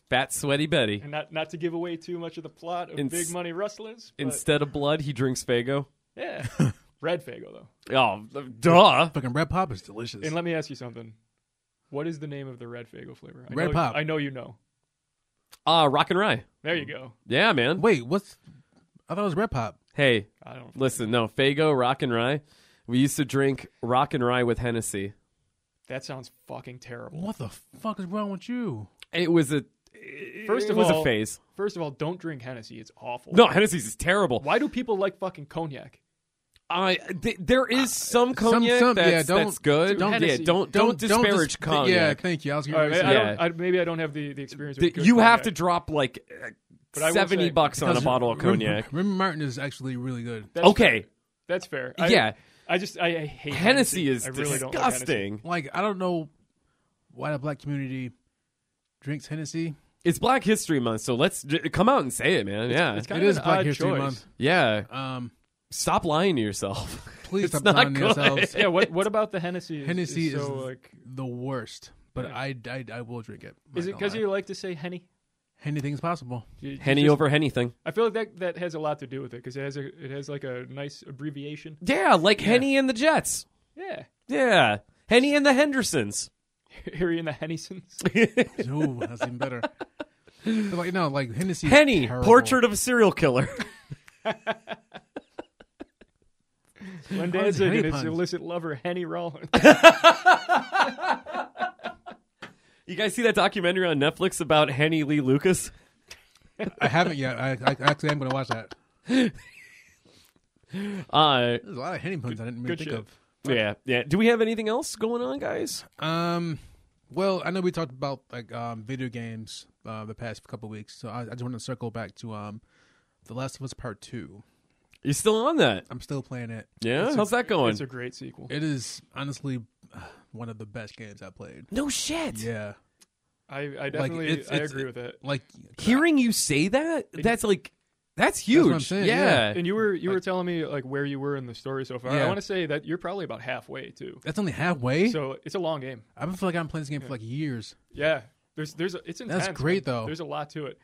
[SPEAKER 2] Fat, sweaty Betty.
[SPEAKER 4] And not not to give away too much of the plot of
[SPEAKER 2] Ins-
[SPEAKER 4] Big Money Rustlers. But,
[SPEAKER 2] Instead of blood, he drinks Fago.
[SPEAKER 4] yeah, Red Fago though.
[SPEAKER 2] Oh, duh.
[SPEAKER 3] Fucking red pop is delicious.
[SPEAKER 4] And let me ask you something. What is the name of the Red Fago flavor? I
[SPEAKER 3] Red
[SPEAKER 4] know,
[SPEAKER 3] Pop.
[SPEAKER 4] I know you know.
[SPEAKER 2] Uh, rock and rye.
[SPEAKER 4] There you go.
[SPEAKER 2] Yeah, man.
[SPEAKER 3] Wait, what's? I thought it was red pop.
[SPEAKER 2] Hey,
[SPEAKER 4] I don't.
[SPEAKER 2] listen. No, Fago, rock and rye. We used to drink rock and rye with Hennessy.
[SPEAKER 4] That sounds fucking terrible.
[SPEAKER 3] What the fuck is wrong with you?
[SPEAKER 2] It was a
[SPEAKER 4] First
[SPEAKER 2] it
[SPEAKER 4] of
[SPEAKER 2] was
[SPEAKER 4] all-
[SPEAKER 2] a phase.
[SPEAKER 4] First of all, don't drink Hennessy. It's awful.
[SPEAKER 2] No, Hennessy's is terrible.
[SPEAKER 4] Why do people like fucking cognac?
[SPEAKER 2] I th- there
[SPEAKER 4] Uh,
[SPEAKER 2] is some cognac
[SPEAKER 3] some- yeah,
[SPEAKER 2] that's,
[SPEAKER 3] don't-
[SPEAKER 2] that's good.
[SPEAKER 4] Dude,
[SPEAKER 2] yeah,
[SPEAKER 4] Hennessy-
[SPEAKER 2] don't, don't
[SPEAKER 3] dis-
[SPEAKER 2] disparage
[SPEAKER 3] th-
[SPEAKER 2] cognac.
[SPEAKER 3] Yeah, thank you. I was
[SPEAKER 4] All right,
[SPEAKER 3] going
[SPEAKER 4] I-
[SPEAKER 3] to
[SPEAKER 4] I
[SPEAKER 3] say.
[SPEAKER 2] Yeah.
[SPEAKER 4] don't, I, maybe I don't have the, the experience.
[SPEAKER 2] Th-
[SPEAKER 4] With good
[SPEAKER 2] you have
[SPEAKER 4] cognac.
[SPEAKER 2] to drop like uh,
[SPEAKER 4] But I will
[SPEAKER 2] seventy
[SPEAKER 4] say-
[SPEAKER 2] bucks on a
[SPEAKER 3] Because
[SPEAKER 2] bottle of
[SPEAKER 3] Remy-
[SPEAKER 2] cognac.
[SPEAKER 3] Remy Martin is actually really good.
[SPEAKER 4] That's
[SPEAKER 2] Okay,
[SPEAKER 4] fair. that's fair. I,
[SPEAKER 2] Yeah.
[SPEAKER 4] I just I, I hate
[SPEAKER 2] Hennessy is
[SPEAKER 4] I really don't like Hennessy.
[SPEAKER 2] disgusting.
[SPEAKER 3] Like I don't know why the black community drinks Hennessy.
[SPEAKER 2] it's Black History Month, so let's j- come out and say it, man. yeah,
[SPEAKER 4] it's
[SPEAKER 3] It
[SPEAKER 4] kind of
[SPEAKER 3] is
[SPEAKER 4] an
[SPEAKER 3] Black
[SPEAKER 4] odd
[SPEAKER 3] History
[SPEAKER 4] choice.
[SPEAKER 3] Month.
[SPEAKER 2] yeah.
[SPEAKER 3] Um,
[SPEAKER 2] Stop lying to yourself.
[SPEAKER 3] please
[SPEAKER 2] It's
[SPEAKER 3] stop
[SPEAKER 2] not
[SPEAKER 3] lying to
[SPEAKER 2] good.
[SPEAKER 3] yourselves.
[SPEAKER 4] yeah. What what about the Hennessy? Is,
[SPEAKER 3] Hennessy
[SPEAKER 4] is,
[SPEAKER 3] is
[SPEAKER 4] so like.
[SPEAKER 3] the worst, but I, I I will drink it. I'm
[SPEAKER 4] Is it
[SPEAKER 3] not gonna
[SPEAKER 4] because
[SPEAKER 3] lie.
[SPEAKER 4] you like to say Henny?
[SPEAKER 3] anything's possible?
[SPEAKER 4] You- you
[SPEAKER 2] Henny
[SPEAKER 4] just-
[SPEAKER 2] over anything.
[SPEAKER 4] I feel like that that has a lot to do with it because it has a it has like a nice abbreviation.
[SPEAKER 2] Yeah, like Henny and the Jets.
[SPEAKER 4] Yeah.
[SPEAKER 2] Yeah, Henny and the Hendersons.
[SPEAKER 4] Harry and the Hennisons.
[SPEAKER 3] No, that's even better. But like no, like Hennessy. is
[SPEAKER 2] Henny,
[SPEAKER 3] terrible.
[SPEAKER 2] portrait of a serial killer.
[SPEAKER 4] Glenn
[SPEAKER 3] How is
[SPEAKER 4] Danzig
[SPEAKER 3] Henny
[SPEAKER 4] and his
[SPEAKER 3] puns?
[SPEAKER 4] illicit lover Henny Rollins.
[SPEAKER 2] you guys see that documentary on Netflix about Henny Lee Lucas?
[SPEAKER 3] I haven't yet. I, I actually am going to watch that.
[SPEAKER 2] Uh,
[SPEAKER 3] There's a lot of Henny puns I didn't even
[SPEAKER 4] good
[SPEAKER 3] think
[SPEAKER 4] shit.
[SPEAKER 2] yeah, yeah. Do we have anything else going on, guys?
[SPEAKER 3] of. Um, well, I know we talked about like um, video games uh, the past couple weeks, so I, I just want to circle back to um, The Last of Us Part Two.
[SPEAKER 2] You're still on that?
[SPEAKER 3] I'm still playing it.
[SPEAKER 2] Yeah. How's that going?
[SPEAKER 4] It's a great sequel.
[SPEAKER 3] It is honestly uh, one of the best games I played.
[SPEAKER 2] no shit.
[SPEAKER 3] Yeah,
[SPEAKER 4] I, I definitely
[SPEAKER 3] it's-
[SPEAKER 4] I
[SPEAKER 3] it's-
[SPEAKER 4] agree with that.
[SPEAKER 3] like
[SPEAKER 2] Hearing you say that, that's like, that's huge.
[SPEAKER 3] what I'm saying,
[SPEAKER 2] yeah.
[SPEAKER 4] And you were you were telling me like where you were in the story so far. I
[SPEAKER 3] Yeah.
[SPEAKER 4] want to say that you're probably about halfway too.
[SPEAKER 3] that's only halfway.
[SPEAKER 4] So it's a long game.
[SPEAKER 3] I've been feeling like I'm playing this game for like years.
[SPEAKER 4] Yeah, there's there's a- it's intense.
[SPEAKER 3] great,
[SPEAKER 4] man.
[SPEAKER 3] though.
[SPEAKER 4] There's a lot to it.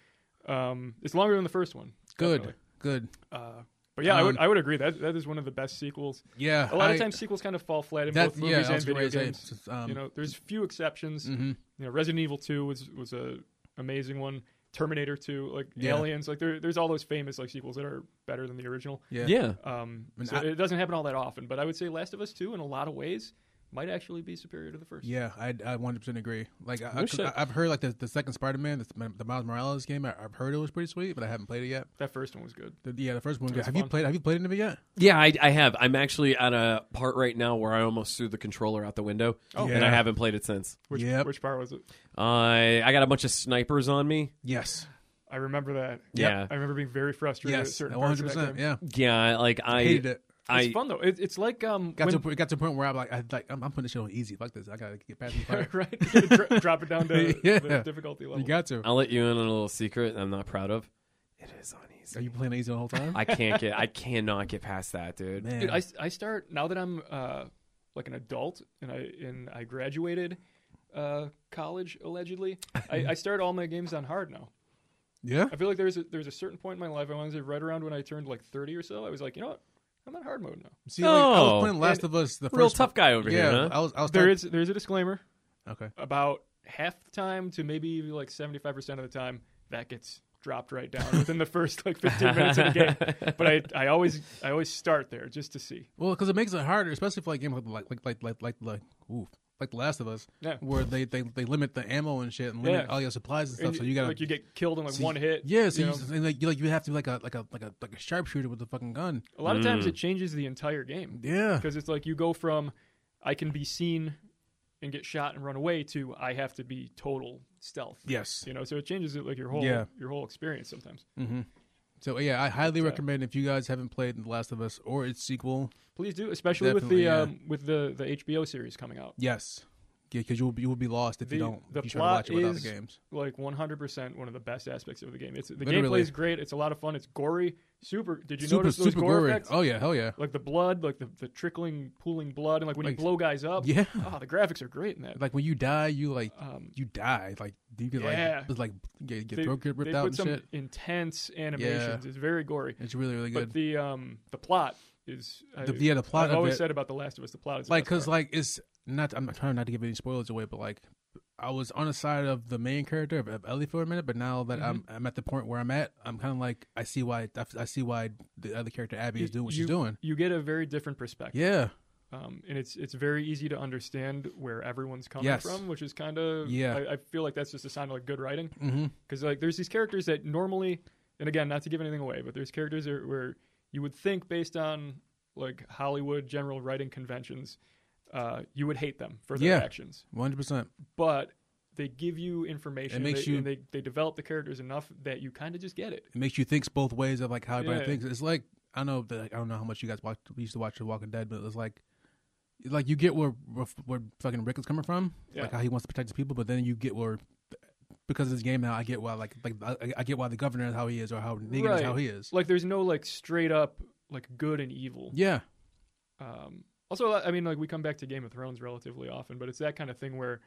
[SPEAKER 4] Um, it's longer than the first one.
[SPEAKER 3] Good,
[SPEAKER 4] definitely.
[SPEAKER 3] good.
[SPEAKER 4] Uh, but yeah, I would
[SPEAKER 3] Um,
[SPEAKER 4] I would agree that that is one of the best sequels.
[SPEAKER 3] Yeah,
[SPEAKER 4] A lot
[SPEAKER 3] I-
[SPEAKER 4] of times sequels kind of fall flat in
[SPEAKER 3] That-
[SPEAKER 4] both movies
[SPEAKER 3] yeah, I
[SPEAKER 4] and
[SPEAKER 3] was gonna
[SPEAKER 4] video
[SPEAKER 3] say,
[SPEAKER 4] games.
[SPEAKER 3] just, um,
[SPEAKER 4] you know, there's few exceptions.
[SPEAKER 3] Mhm.
[SPEAKER 4] You know, Resident Evil Two was was a amazing one. Terminator Two, like
[SPEAKER 3] Yeah.
[SPEAKER 4] Aliens, like there, there's all those famous like sequels that are better than the original.
[SPEAKER 3] Yeah.
[SPEAKER 2] Yeah.
[SPEAKER 4] Um,
[SPEAKER 3] And
[SPEAKER 4] so
[SPEAKER 3] I-
[SPEAKER 4] it doesn't happen all that often, but I would say Last of Us Two, in a lot of ways, might actually be superior to the first.
[SPEAKER 3] Yeah, I I 100% agree. Like I, I, 'cause
[SPEAKER 2] shit.
[SPEAKER 3] I- I've heard like the, the second Spider-Man, the, the Miles Morales game. I, I've heard it was pretty sweet, but I haven't played it yet.
[SPEAKER 4] That first one was good.
[SPEAKER 3] The, yeah, the first one.
[SPEAKER 4] was
[SPEAKER 3] Have you
[SPEAKER 4] fun.
[SPEAKER 3] played? Have you played it yet?
[SPEAKER 2] Yeah, I, I have. I'm actually at a part right now where I almost threw the controller out the window,
[SPEAKER 4] Oh.
[SPEAKER 2] and I
[SPEAKER 3] Yeah.
[SPEAKER 2] haven't played it since.
[SPEAKER 4] Which
[SPEAKER 3] Yep.
[SPEAKER 4] which part was it?
[SPEAKER 2] I I got a bunch of snipers on me.
[SPEAKER 3] Yes.
[SPEAKER 4] I remember that.
[SPEAKER 2] Yeah.
[SPEAKER 4] I remember being very frustrated at
[SPEAKER 3] Yes.
[SPEAKER 4] certain
[SPEAKER 3] One
[SPEAKER 4] parts
[SPEAKER 3] hundred
[SPEAKER 4] of that
[SPEAKER 3] percent.
[SPEAKER 4] game.
[SPEAKER 3] Yeah.
[SPEAKER 2] Yeah, like I
[SPEAKER 3] Hated it.
[SPEAKER 2] I
[SPEAKER 4] It's fun though. It, it's like um,
[SPEAKER 3] Got
[SPEAKER 4] when,
[SPEAKER 3] to it got to a point where I'm like, I like I'm, I'm putting this shit on easy. Fuck this. I gotta get past this part.
[SPEAKER 4] right? You gotta dro- drop it down to
[SPEAKER 3] Yeah.
[SPEAKER 4] the difficulty level.
[SPEAKER 3] you got to.
[SPEAKER 2] I'll let you in on a little secret. I'm not proud of. It is on
[SPEAKER 3] Are
[SPEAKER 2] easy.
[SPEAKER 3] you playing easy the whole time?
[SPEAKER 2] I can't get. I cannot get past that, dude.
[SPEAKER 3] Man.
[SPEAKER 4] Dude, I, I start now that I'm uh, like an adult and I and I graduated uh, college allegedly. I, I start all my games on hard now.
[SPEAKER 3] yeah.
[SPEAKER 4] I feel like there's a, there's a certain point in my life I want to say right around when I turned like 30 or so. I was like, you know what? I'm on hard mode now.
[SPEAKER 3] See, like, I
[SPEAKER 2] No.
[SPEAKER 3] was playing Last of Us. The
[SPEAKER 2] Real
[SPEAKER 3] first
[SPEAKER 2] tough guy over
[SPEAKER 3] Yeah.
[SPEAKER 2] here, huh?
[SPEAKER 3] I was. I was.
[SPEAKER 4] There
[SPEAKER 3] start-
[SPEAKER 4] is there's a disclaimer
[SPEAKER 3] Okay.
[SPEAKER 4] about half the time to maybe like 75 percent of the time that gets dropped right down within the first like 15 minutes of the game. But I, I always I always start there just to see.
[SPEAKER 3] Well, because it makes it harder, especially for like games like like like like like, like ooh, like The Last of Us,
[SPEAKER 4] Yeah.
[SPEAKER 3] where they, they they limit the ammo and shit and limit
[SPEAKER 4] Yeah.
[SPEAKER 3] all your supplies and stuff.
[SPEAKER 4] And
[SPEAKER 3] so you gotta
[SPEAKER 4] like you get killed in like
[SPEAKER 3] so you-
[SPEAKER 4] one hit.
[SPEAKER 3] Yeah, so
[SPEAKER 4] you
[SPEAKER 3] you,
[SPEAKER 4] know?
[SPEAKER 3] and like you like you have to be like a like a like a like a sharpshooter with a fucking gun.
[SPEAKER 4] a lot of times it changes the entire game.
[SPEAKER 3] Yeah,
[SPEAKER 4] because it's like you go from I can be seen and get shot and run away to I have to be total stealth.
[SPEAKER 3] yes.
[SPEAKER 4] You know, so it changes it like your whole
[SPEAKER 3] Yeah.
[SPEAKER 4] your whole experience sometimes.
[SPEAKER 3] So yeah, I highly recommend if you guys haven't played The Last of Us or its sequel.
[SPEAKER 4] Please do, especially with
[SPEAKER 3] Definitely,
[SPEAKER 4] the
[SPEAKER 3] yeah.
[SPEAKER 4] um, with the the HBO series coming out.
[SPEAKER 3] Yes, yeah, because you'll be- you will be lost if you
[SPEAKER 4] The-
[SPEAKER 3] don't.
[SPEAKER 4] the
[SPEAKER 3] if you try to watch
[SPEAKER 4] plot
[SPEAKER 3] it without
[SPEAKER 4] is-
[SPEAKER 3] the games.
[SPEAKER 4] Like 100% one of the best aspects of the game. It's the
[SPEAKER 3] Literally.
[SPEAKER 4] gameplay is great. It's a lot of fun. It's gory. Super. Did you
[SPEAKER 3] super
[SPEAKER 4] notice those
[SPEAKER 3] super
[SPEAKER 4] gore
[SPEAKER 3] gory.
[SPEAKER 4] effects?
[SPEAKER 3] Oh yeah, hell yeah.
[SPEAKER 4] Like the blood, like the, the trickling, pooling blood, and like when
[SPEAKER 3] Like-
[SPEAKER 4] you blow guys up.
[SPEAKER 3] Yeah.
[SPEAKER 4] Oh, the graphics are great in that.
[SPEAKER 3] Like when you die, you like
[SPEAKER 4] Um,
[SPEAKER 3] you die. Like you get
[SPEAKER 4] Yeah.
[SPEAKER 3] like it's like get, get
[SPEAKER 4] they,
[SPEAKER 3] throat get
[SPEAKER 4] they
[SPEAKER 3] ripped
[SPEAKER 4] put
[SPEAKER 3] out and
[SPEAKER 4] some
[SPEAKER 3] shit.
[SPEAKER 4] intense animations. It's very gory.
[SPEAKER 3] It's really really good.
[SPEAKER 4] but the um the plot is I,
[SPEAKER 3] The, yeah, the plot
[SPEAKER 4] I've
[SPEAKER 3] of
[SPEAKER 4] always
[SPEAKER 3] it,
[SPEAKER 4] said about the Last of Us the plot is the
[SPEAKER 3] like
[SPEAKER 4] best
[SPEAKER 3] because
[SPEAKER 4] part.
[SPEAKER 3] like it's not. I'm not trying not to give any spoilers away, but like I was on the side of the main character of of Ellie for a minute, but now that I'm
[SPEAKER 4] Mm-hmm.
[SPEAKER 3] I'm at the point where I'm at, I'm kind of like I see why I, I see why the other character Abby is doing what she's doing.
[SPEAKER 4] you get a very different perspective
[SPEAKER 3] Yeah,
[SPEAKER 4] um and it's it's very easy to understand where everyone's coming
[SPEAKER 3] Yes.
[SPEAKER 4] from which is kind of
[SPEAKER 3] Yeah.
[SPEAKER 4] I, I feel like that's just a sign of like good writing
[SPEAKER 3] mm-hmm.
[SPEAKER 4] because like there's these characters that normally and again not to give anything away but there's characters that, where you would think based on like Hollywood general writing conventions uh you would hate them for their
[SPEAKER 3] Yeah.
[SPEAKER 4] actions
[SPEAKER 3] 100. percent
[SPEAKER 4] but they give you information
[SPEAKER 3] makes
[SPEAKER 4] they,
[SPEAKER 3] you-
[SPEAKER 4] and they, they develop the characters enough that you kind of just get it
[SPEAKER 3] It makes you think both ways of like how everybody
[SPEAKER 4] Yeah.
[SPEAKER 3] thinks. It's like I know that I don't know how much you guys watched. We used to watch The Walking Dead, but it was like. Like you get where where, where fucking Rick is coming from,
[SPEAKER 4] Yeah.
[SPEAKER 3] like how he wants to protect his people, but then you get where because of this game now, I get why like like I, I get why the governor is how he is or how Negan is
[SPEAKER 4] Right.
[SPEAKER 3] how he is.
[SPEAKER 4] like there's no like straight up like good and evil
[SPEAKER 3] Yeah,
[SPEAKER 4] um also i mean like we come back to game of thrones relatively often but it's that kind of thing where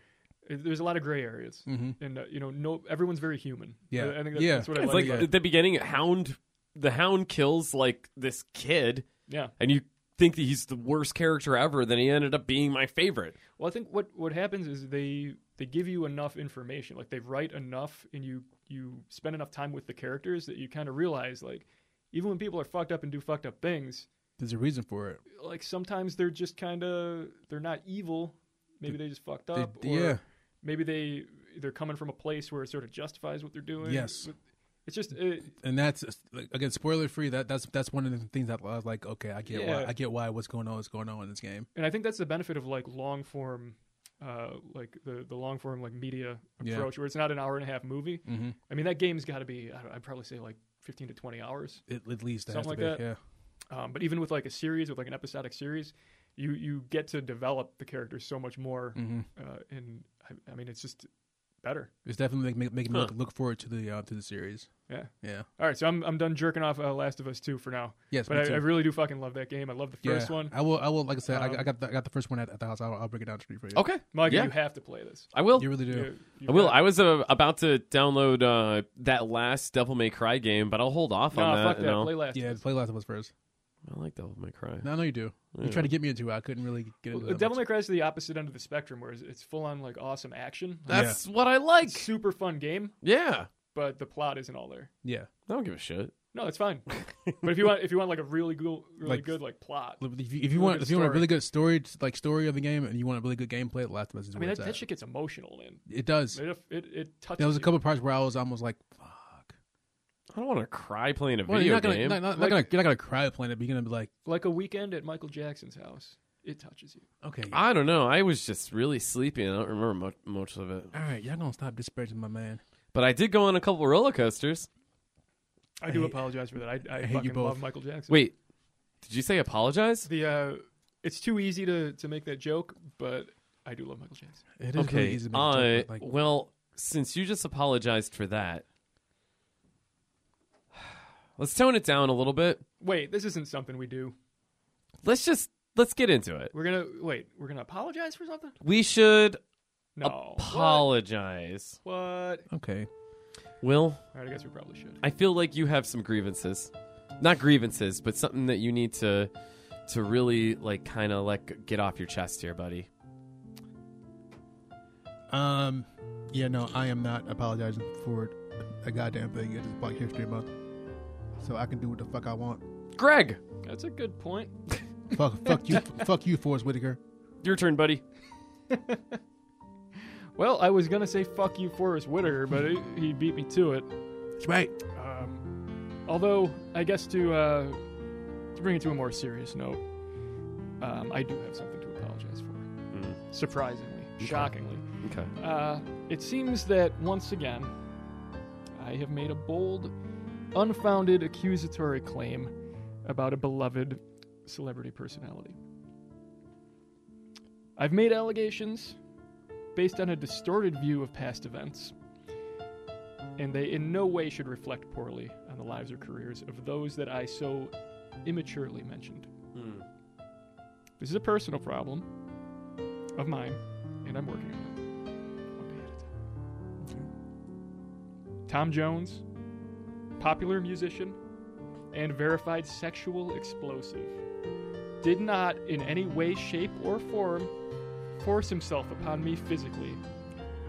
[SPEAKER 4] uh, there's a lot of gray areas
[SPEAKER 3] mm-hmm.
[SPEAKER 4] and uh, you know no everyone's very human
[SPEAKER 3] Yeah.
[SPEAKER 4] i, I think that's,
[SPEAKER 3] Yeah.
[SPEAKER 4] that's what i
[SPEAKER 2] It's
[SPEAKER 4] like,
[SPEAKER 2] like
[SPEAKER 4] about it.
[SPEAKER 2] at the beginning, Hound. The Hound kills like this kid,
[SPEAKER 4] yeah
[SPEAKER 2] and you think that he's the worst character ever. Then he ended up being my favorite.
[SPEAKER 4] well i think what what happens is they they give you enough information like they write enough and you you spend enough time with the characters that you kind of realize like even when people are fucked up and do fucked up things
[SPEAKER 3] there's a reason for it.
[SPEAKER 4] like sometimes they're just kind of they're not evil. Maybe they just fucked
[SPEAKER 3] They-
[SPEAKER 4] up. or
[SPEAKER 3] yeah,
[SPEAKER 4] Maybe they they're coming from a place where it sort of justifies what they're doing.
[SPEAKER 3] Yes.
[SPEAKER 4] But It's just it,
[SPEAKER 3] and that's like, again spoiler free. That that's that's one of the things that I was like, okay, I get why
[SPEAKER 4] Yeah.
[SPEAKER 3] I get why what's going on is going on in this game.
[SPEAKER 4] and I think that's the benefit of like long form, uh, like the the long form like media
[SPEAKER 3] Yeah.
[SPEAKER 4] approach where it's not an hour and a half movie.
[SPEAKER 3] Mm-hmm.
[SPEAKER 4] I mean that game's got to be I don't, I'd probably say like fifteen to twenty hours.
[SPEAKER 3] It, at least it has to
[SPEAKER 4] Something
[SPEAKER 3] be.
[SPEAKER 4] like
[SPEAKER 3] Yeah,
[SPEAKER 4] Um, but even with like a series with like an episodic series, you you get to develop the characters so much more.
[SPEAKER 3] mm-hmm.
[SPEAKER 4] Uh, and I, I mean it's just better.
[SPEAKER 3] it's definitely making making me
[SPEAKER 2] Huh.
[SPEAKER 3] look, look forward to the uh, to the series.
[SPEAKER 4] Yeah.
[SPEAKER 3] Yeah.
[SPEAKER 4] All right, so I'm I'm done jerking off uh, Last of Us two for now.
[SPEAKER 3] Yes,
[SPEAKER 4] but
[SPEAKER 3] me
[SPEAKER 4] I,
[SPEAKER 3] too.
[SPEAKER 4] I really do fucking love that game. I love the first
[SPEAKER 3] yeah.
[SPEAKER 4] one.
[SPEAKER 3] I will. I will. Like I said,
[SPEAKER 4] Um,
[SPEAKER 3] I, I got the, I got the first one at, at the house. I'll, I'll break it down for you. For you.
[SPEAKER 2] Okay,
[SPEAKER 4] Mike,
[SPEAKER 2] yeah,
[SPEAKER 4] you have to play this.
[SPEAKER 2] I will.
[SPEAKER 3] you really do.
[SPEAKER 4] You- you've
[SPEAKER 2] I will.
[SPEAKER 4] got-
[SPEAKER 2] I was uh, about to download uh, that last Devil May Cry game, but I'll hold off
[SPEAKER 4] no,
[SPEAKER 2] on that.
[SPEAKER 4] fuck
[SPEAKER 2] you
[SPEAKER 4] that.
[SPEAKER 2] know?
[SPEAKER 4] Play Last.
[SPEAKER 3] Yeah,
[SPEAKER 4] of Us.
[SPEAKER 3] play Last of Us first.
[SPEAKER 2] I like Devil May Cry.
[SPEAKER 3] No, I know you do.
[SPEAKER 2] Yeah.
[SPEAKER 3] You tried to get me into it. I couldn't really get into
[SPEAKER 4] Well,
[SPEAKER 3] it.
[SPEAKER 4] Devil May Cry is the opposite end of the spectrum, where it's- it's full on like awesome action. Like,
[SPEAKER 2] That's what I like.
[SPEAKER 4] super fun game,
[SPEAKER 2] Yeah,
[SPEAKER 4] but the plot isn't all there.
[SPEAKER 3] Yeah,
[SPEAKER 2] I don't give a shit.
[SPEAKER 4] No, it's fine. but if you want, if you want like a really good, really
[SPEAKER 3] Like-
[SPEAKER 4] good like plot, I
[SPEAKER 3] if you, if you
[SPEAKER 4] Really
[SPEAKER 3] want
[SPEAKER 4] good
[SPEAKER 3] if you want a
[SPEAKER 4] story.
[SPEAKER 3] really good story like story of the game and you want a really good gameplay, The Last of Us is where
[SPEAKER 4] mean that,
[SPEAKER 3] it's
[SPEAKER 4] that
[SPEAKER 3] at.
[SPEAKER 4] shit gets emotional, man.
[SPEAKER 3] It does.
[SPEAKER 4] It it, it touches.
[SPEAKER 3] There was a
[SPEAKER 4] you.
[SPEAKER 3] couple parts where I was almost like, "Fuck!"
[SPEAKER 2] I don't want to cry playing a
[SPEAKER 3] Well, you're
[SPEAKER 2] video
[SPEAKER 3] not gonna,
[SPEAKER 2] game.
[SPEAKER 3] not, not, not
[SPEAKER 4] Like-
[SPEAKER 3] gonna, you're not gonna cry playing it. But you're gonna be like,
[SPEAKER 4] like a weekend at Michael Jackson's house. It touches you.
[SPEAKER 3] "Okay,
[SPEAKER 2] I don't know. I was just really sleepy. and I don't remember much, much of it.
[SPEAKER 3] all right, y'all gonna stop disparaging my man."
[SPEAKER 2] But I did go on a couple roller coasters.
[SPEAKER 4] I do apologize for that. I, I,
[SPEAKER 3] hate you
[SPEAKER 4] fucking love
[SPEAKER 3] both.
[SPEAKER 4] Michael Jackson.
[SPEAKER 2] Wait, did you say apologize?
[SPEAKER 4] the uh, it's too easy to to make that joke, but I do love Michael Jackson.
[SPEAKER 3] It is really
[SPEAKER 2] Okay.
[SPEAKER 3] easy to make a
[SPEAKER 2] I
[SPEAKER 3] joke, but, like,
[SPEAKER 2] well, since you just apologized for that, let's tone it down a little bit.
[SPEAKER 4] Wait, this isn't something we do.
[SPEAKER 2] Let's just let's get into it.
[SPEAKER 4] We're gonna wait. We're gonna apologize for something?
[SPEAKER 2] We should
[SPEAKER 4] No.
[SPEAKER 2] apologize.
[SPEAKER 4] what? what?
[SPEAKER 3] okay,
[SPEAKER 2] Will,
[SPEAKER 4] All right, I guess we probably should.
[SPEAKER 2] I feel like you have some grievances. Not grievances, but something that you need to to really like kind of like get off your chest here, buddy.
[SPEAKER 3] um, yeah, no, I am not apologizing for a goddamn thing. It is Black History Month, so I can do what the fuck I want.
[SPEAKER 2] Greg,
[SPEAKER 4] That's a good point.
[SPEAKER 3] Fuck, fuck you, fuck you, Forrest Whitaker.
[SPEAKER 2] your turn, buddy.
[SPEAKER 4] Well, I was gonna say fuck you, Forrest Whitaker, but it, he beat me to it.
[SPEAKER 3] That's right.
[SPEAKER 4] Um, although, I guess to, uh, to bring it to a more serious note, um, I do have something to apologize for.
[SPEAKER 2] Mm,
[SPEAKER 4] Surprisingly, shockingly,
[SPEAKER 2] okay.
[SPEAKER 4] uh, it seems that once again, I have made a bold, unfounded accusatory claim about a beloved celebrity personality. I've made allegations based on a distorted view of past events, and they in no way should reflect poorly on the lives or careers of those that I so immaturely mentioned.
[SPEAKER 2] Mm.
[SPEAKER 4] This is a personal problem of mine, and I'm working on it. One day at a time. Tom Jones, popular musician and verified sexual explosive, did not in any way, shape, or form force himself upon me physically